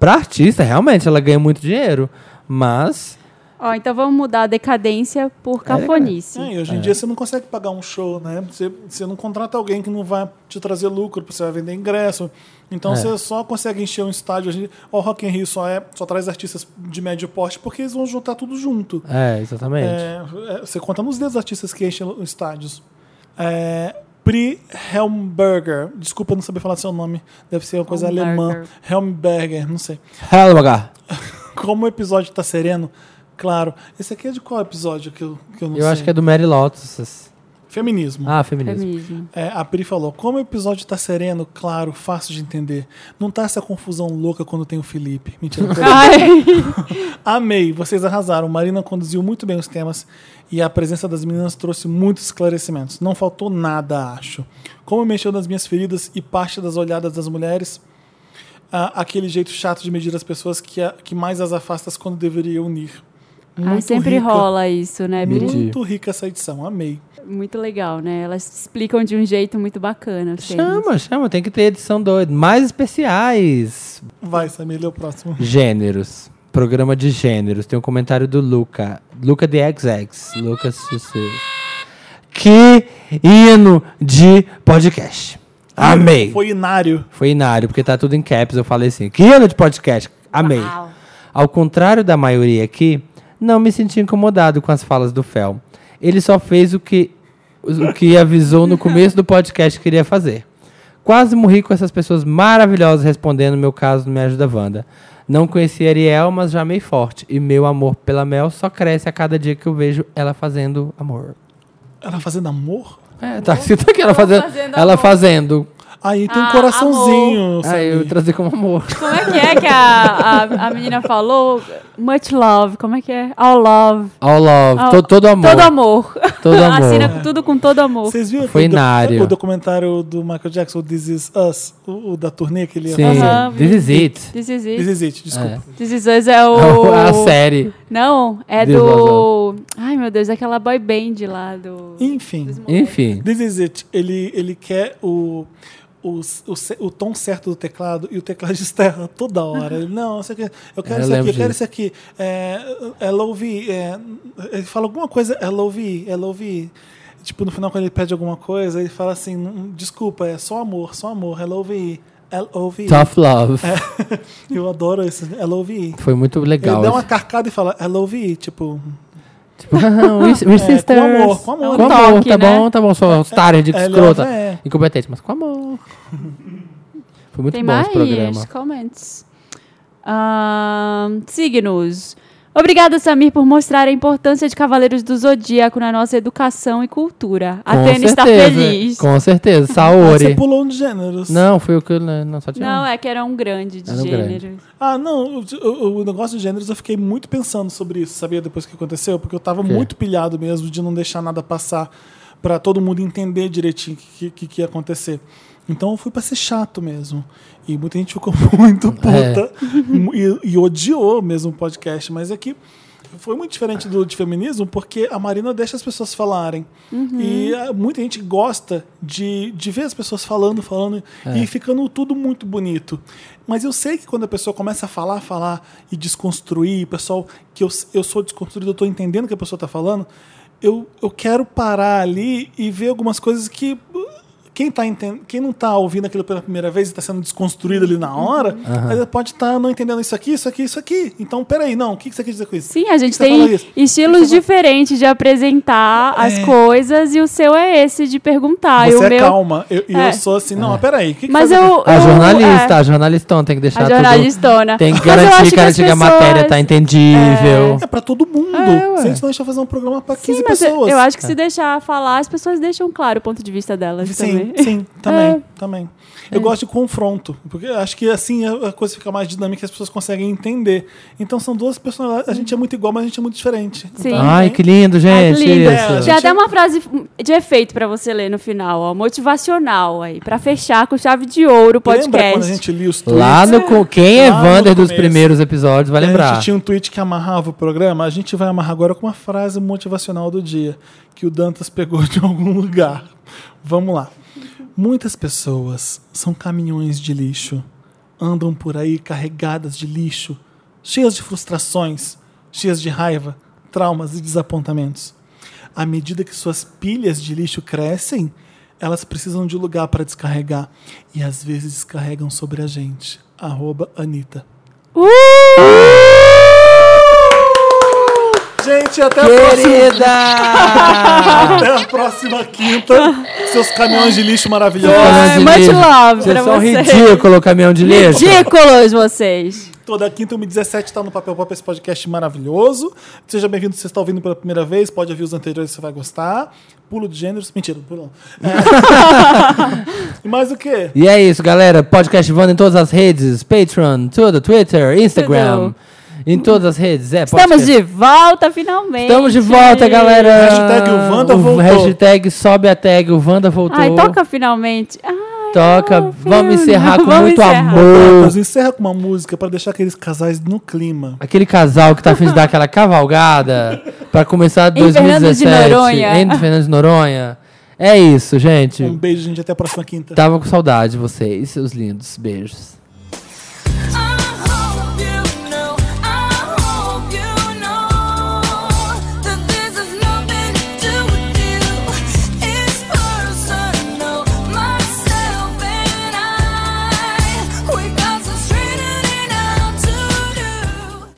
Speaker 4: Pra artista, realmente, ela ganha muito dinheiro. Mas...
Speaker 2: Ó, então vamos mudar a decadência por cafonice.
Speaker 1: É, e hoje em dia você não consegue pagar um show, né? Você, você não contrata alguém que não vai te trazer lucro, porque você vai vender ingresso. Então você só consegue encher um estádio. hoje em dia. O Rock in Rio só, é, só traz artistas de médio porte porque eles vão juntar tudo junto.
Speaker 4: É, exatamente.
Speaker 1: É, é, você conta nos dedos artistas que enchem os estádios. É, Pri Helmberger. Desculpa não saber falar seu nome. Deve ser uma coisa alemã.
Speaker 2: Helmberger.
Speaker 1: Helmberger, não sei.
Speaker 4: Hello, H.
Speaker 1: Como o episódio tá sereno, claro. Esse aqui é de qual episódio que eu, que eu não
Speaker 4: Eu
Speaker 1: sei?
Speaker 4: acho que é do Mary Lotus.
Speaker 1: Feminismo.
Speaker 4: Ah, feminismo.
Speaker 2: Feminismo.
Speaker 1: É, a Pri falou: como o episódio tá sereno, claro, fácil de entender. Não tá essa confusão louca quando tem o Felipe. Mentira, não tem.
Speaker 2: Ai,
Speaker 1: (laughs) Amei, vocês arrasaram. Marina conduziu muito bem os temas e a presença das meninas trouxe muitos esclarecimentos. Não faltou nada, acho. Como mexeu nas minhas feridas e parte das olhadas das mulheres, ah, aquele jeito chato de medir as pessoas que, a- que mais as afastas quando deveria unir.
Speaker 2: Ai, sempre
Speaker 1: rica.
Speaker 2: rola isso, né? Pri?
Speaker 4: Medi-
Speaker 1: Muito rica essa edição, amei.
Speaker 2: Muito legal, né? Elas explicam de um jeito muito bacana. os temas.
Speaker 4: Chama, chama. Tem que ter edição doida. Mais especiais.
Speaker 1: Vai, Samir, lê o próximo.
Speaker 4: Gêneros. Programa de gêneros. Tem um comentário do Luca. Luca de XX. Lucas XX. Que hino de podcast. Amei.
Speaker 1: Foi inário.
Speaker 4: Foi inário, porque tá tudo em caps. Eu falei assim, que ano de podcast? Amei. Ao contrário da maioria aqui, não me senti incomodado com as falas do Fel. Ele só fez o que, o que avisou no começo do podcast que iria fazer. Quase morri com essas pessoas maravilhosas respondendo meu caso no Me Ajuda Wanda. Não conheci Ariel, mas já amei forte. E meu amor pela Mel só cresce a cada dia que eu vejo ela fazendo amor.
Speaker 1: Ela fazendo amor?
Speaker 4: É, (laughs) tá escrito aqui, ela
Speaker 2: Ela
Speaker 4: fazendo.
Speaker 2: fazendo
Speaker 4: Ela
Speaker 2: amor.
Speaker 4: fazendo.
Speaker 1: Aí tem um
Speaker 2: Ah,
Speaker 1: coraçãozinho.
Speaker 4: Ah,
Speaker 1: sabe?
Speaker 4: eu trazer como amor.
Speaker 2: Como é que é que a, a, a menina falou? Much love, como é que é? All love.
Speaker 4: All love.
Speaker 2: All-
Speaker 4: to- todo amor.
Speaker 2: Todo amor.
Speaker 4: Todo
Speaker 2: (laughs)
Speaker 4: amor.
Speaker 2: Assina tudo com todo amor.
Speaker 1: Vocês viram
Speaker 4: Foi
Speaker 1: o, do-
Speaker 4: inário.
Speaker 1: o documentário do Michael Jackson, o This Is Us, o, o da turnê que ele ia
Speaker 4: Sim.
Speaker 1: fazer?
Speaker 2: Aham.
Speaker 4: This is it.
Speaker 2: This is
Speaker 1: This
Speaker 2: it.
Speaker 1: Is It, desculpa.
Speaker 2: This is us é o...
Speaker 4: (laughs) A série.
Speaker 2: Não, é
Speaker 4: This
Speaker 2: do... Ai, meu Deus, é aquela boy band lá do...
Speaker 1: Enfim,
Speaker 4: Enfim.
Speaker 1: This Is It, ele, ele quer o, o, o, ce- o tom certo do teclado e o teclado desterra toda hora. Ele, não, isso aqui, eu quero
Speaker 4: Eu
Speaker 1: isso aqui,
Speaker 4: lembro
Speaker 1: eu quero isso
Speaker 4: disso.
Speaker 1: aqui. É, é LOV, é, ele fala alguma coisa, é LOV, é LOV. Tipo, no final, quando ele pede alguma coisa, ele fala assim, "Não, desculpa, é só amor, só amor, é LOV, LOV.
Speaker 4: Tough Love.
Speaker 1: É. Eu adoro esse, LOV.
Speaker 4: Foi muito
Speaker 1: Ele
Speaker 4: legal.
Speaker 1: dá uma
Speaker 4: esse.
Speaker 1: carcada e fala, LOV, tipo,
Speaker 4: Tipo, (laughs) ah, we, we
Speaker 1: é, com
Speaker 4: sisters.
Speaker 1: amor, com amor.
Speaker 2: É um
Speaker 4: Com amor,
Speaker 2: toque,
Speaker 4: tá
Speaker 2: né?
Speaker 4: bom, tá bom. Sou otária de
Speaker 1: é,
Speaker 4: escrota.
Speaker 1: love, é.
Speaker 4: Incompetente, mas com amor. Foi muito
Speaker 2: Tem
Speaker 4: bom
Speaker 2: mais
Speaker 4: esse programa.
Speaker 2: comments. Ahn, signos. Obrigada, Samir, por mostrar a importância de Cavaleiros do Zodíaco na nossa educação e cultura. A
Speaker 4: com
Speaker 2: Tênis
Speaker 4: certeza.
Speaker 2: está feliz.
Speaker 4: Com certeza.
Speaker 1: Ah, Você
Speaker 4: Saori.
Speaker 1: pulou um de gêneros.
Speaker 4: Não, foi o que eu. Não, só tinha
Speaker 2: Não,
Speaker 4: um.
Speaker 2: é que era um grande de
Speaker 4: Era um
Speaker 2: gênero.
Speaker 4: grande.
Speaker 1: Ah, não, o- o, o negócio de gêneros eu fiquei muito pensando sobre isso, sabia? Depois que aconteceu, porque eu tava muito pilhado mesmo de não deixar nada passar pra todo mundo entender direitinho o que, que, que ia acontecer. Então eu fui pra ser chato mesmo. E muita gente ficou (laughs) muito
Speaker 4: É.
Speaker 1: puta (laughs) e, e odiou mesmo o podcast, mas é que foi muito diferente do de feminismo porque a Marina deixa as pessoas falarem. E ah, muita gente gosta de, de ver as pessoas falando, falando e ficando tudo muito bonito. Mas eu sei que quando a pessoa começa a falar, falar e desconstruir, o pessoal, que eu, eu sou desconstruído, eu tô entendendo o que a pessoa tá falando, eu, eu quero parar ali e ver algumas coisas que. uh, Quem, tá enten- quem não tá ouvindo aquilo pela primeira vez e está sendo desconstruído ali
Speaker 2: Uhum.
Speaker 1: na hora, ela pode estar não entendendo isso aqui, isso aqui, isso aqui. Então, peraí, não, o que, que você quer dizer com isso?
Speaker 2: Sim, a gente
Speaker 1: Você falou
Speaker 2: tem
Speaker 1: isso.
Speaker 2: estilos diferentes de apresentar as coisas e o seu é esse de perguntar. e
Speaker 1: Você
Speaker 2: o
Speaker 1: é
Speaker 2: meu...
Speaker 1: calma. Eu, e eu
Speaker 2: É.
Speaker 1: sou assim, não, mas peraí. o Que que
Speaker 2: Mas
Speaker 1: faz aqui?
Speaker 2: eu.
Speaker 4: A
Speaker 2: eu- é,
Speaker 4: jornalista, a jornalistona tem que deixar
Speaker 2: a
Speaker 4: tudo-
Speaker 2: jornalistona.
Speaker 4: Tem que
Speaker 2: Mas eu acho
Speaker 4: garantir,
Speaker 2: que as
Speaker 4: garantir que a matéria tá
Speaker 2: pessoas-
Speaker 4: entendível.
Speaker 1: É pra todo mundo. Se a gente não deixar fazer um programa pra 15
Speaker 2: Sim, mas eu-
Speaker 1: pessoas.
Speaker 2: eu acho que se deixar falar, as pessoas deixam claro o ponto de vista delas
Speaker 1: Sim,
Speaker 2: também. (laughs) É.
Speaker 1: sim, também, também. Eu gosto de confronto, porque eu acho que assim a a coisa fica mais dinâmica e as pessoas conseguem entender. Então são duas personalidades, a gente é muito igual, mas a gente é muito diferente.
Speaker 2: Uhum. Sim.
Speaker 1: Então,
Speaker 4: Ai,
Speaker 1: né?
Speaker 4: que
Speaker 2: (laughs)
Speaker 4: lindo,
Speaker 2: Ai,
Speaker 4: gente.
Speaker 2: que lindo.
Speaker 1: É,
Speaker 4: Isso.
Speaker 2: Tem
Speaker 1: gente-
Speaker 2: até uma frase de efeito pra você ler no final, ó, motivacional aí, pra fechar com chave de ouro o
Speaker 1: Então, Lembra quando a
Speaker 2: podcast.
Speaker 1: gente lia os tweets?
Speaker 4: Lá no. co- Quem é
Speaker 1: Lá no
Speaker 4: Wander dos
Speaker 1: começo.
Speaker 4: primeiros episódios vai
Speaker 1: A
Speaker 4: lembrar.
Speaker 1: gente tinha um tweet que amarrava o programa, a gente vai amarrar agora com uma frase motivacional do dia, que o Dantas pegou de (laughs) algum lugar. Vamos lá. Muitas pessoas são caminhões de lixo, andam por aí carregadas de lixo, cheias de frustrações, cheias de raiva, traumas e desapontamentos. À medida que suas pilhas de lixo crescem, elas precisam de lugar para descarregar e às vezes descarregam sobre a gente. Arroba Anitta.
Speaker 2: Uh,
Speaker 1: Gente, até a, próxima, (laughs)
Speaker 4: Querida!
Speaker 1: até a próxima quinta. Seus caminhões de lixo maravilhosos.
Speaker 2: Ai, é much love pra
Speaker 4: Vocês são
Speaker 2: vocês.
Speaker 4: ridículo, caminhão de lixo.
Speaker 2: Ridículos vocês.
Speaker 1: Toda quinta, 1h17, tá no Papel Pop, esse podcast maravilhoso. Seja bem-vindo se você está ouvindo pela primeira vez. Pode ouvir os anteriores, você vai gostar. Pulo de gêneros. Mentira, pulo não. É. (laughs) E mais o quê?
Speaker 4: E é isso, galera. Podcast Wanda em todas as redes: Patreon, tudo, Twitter, Instagram.
Speaker 2: Tudo.
Speaker 4: Em todas as redes. É,
Speaker 2: Estamos
Speaker 4: podcast.
Speaker 2: de volta finalmente.
Speaker 4: Estamos de volta, galera.
Speaker 1: Hashtag o Wanda
Speaker 4: O
Speaker 1: voltou.
Speaker 4: Hashtag sobe a tag, o Wanda voltou.
Speaker 2: Ai, toca finalmente. Ai,
Speaker 4: Toca.
Speaker 2: meu
Speaker 4: Vamos
Speaker 2: Deus.
Speaker 4: encerrar com
Speaker 2: Vamos
Speaker 4: muito
Speaker 2: encerrar.
Speaker 4: amor.
Speaker 1: Mas encerra com uma música para deixar aqueles casais no clima.
Speaker 4: Aquele casal que tá afim de dar aquela cavalgada pra começar
Speaker 2: Em Fernando
Speaker 4: 2017.
Speaker 2: de Noronha.
Speaker 4: Em Fernando de Noronha. É isso, gente.
Speaker 1: Hum. Um beijo, gente. Até a próxima quinta.
Speaker 4: Tava com saudade de vocês, seus lindos. Beijos.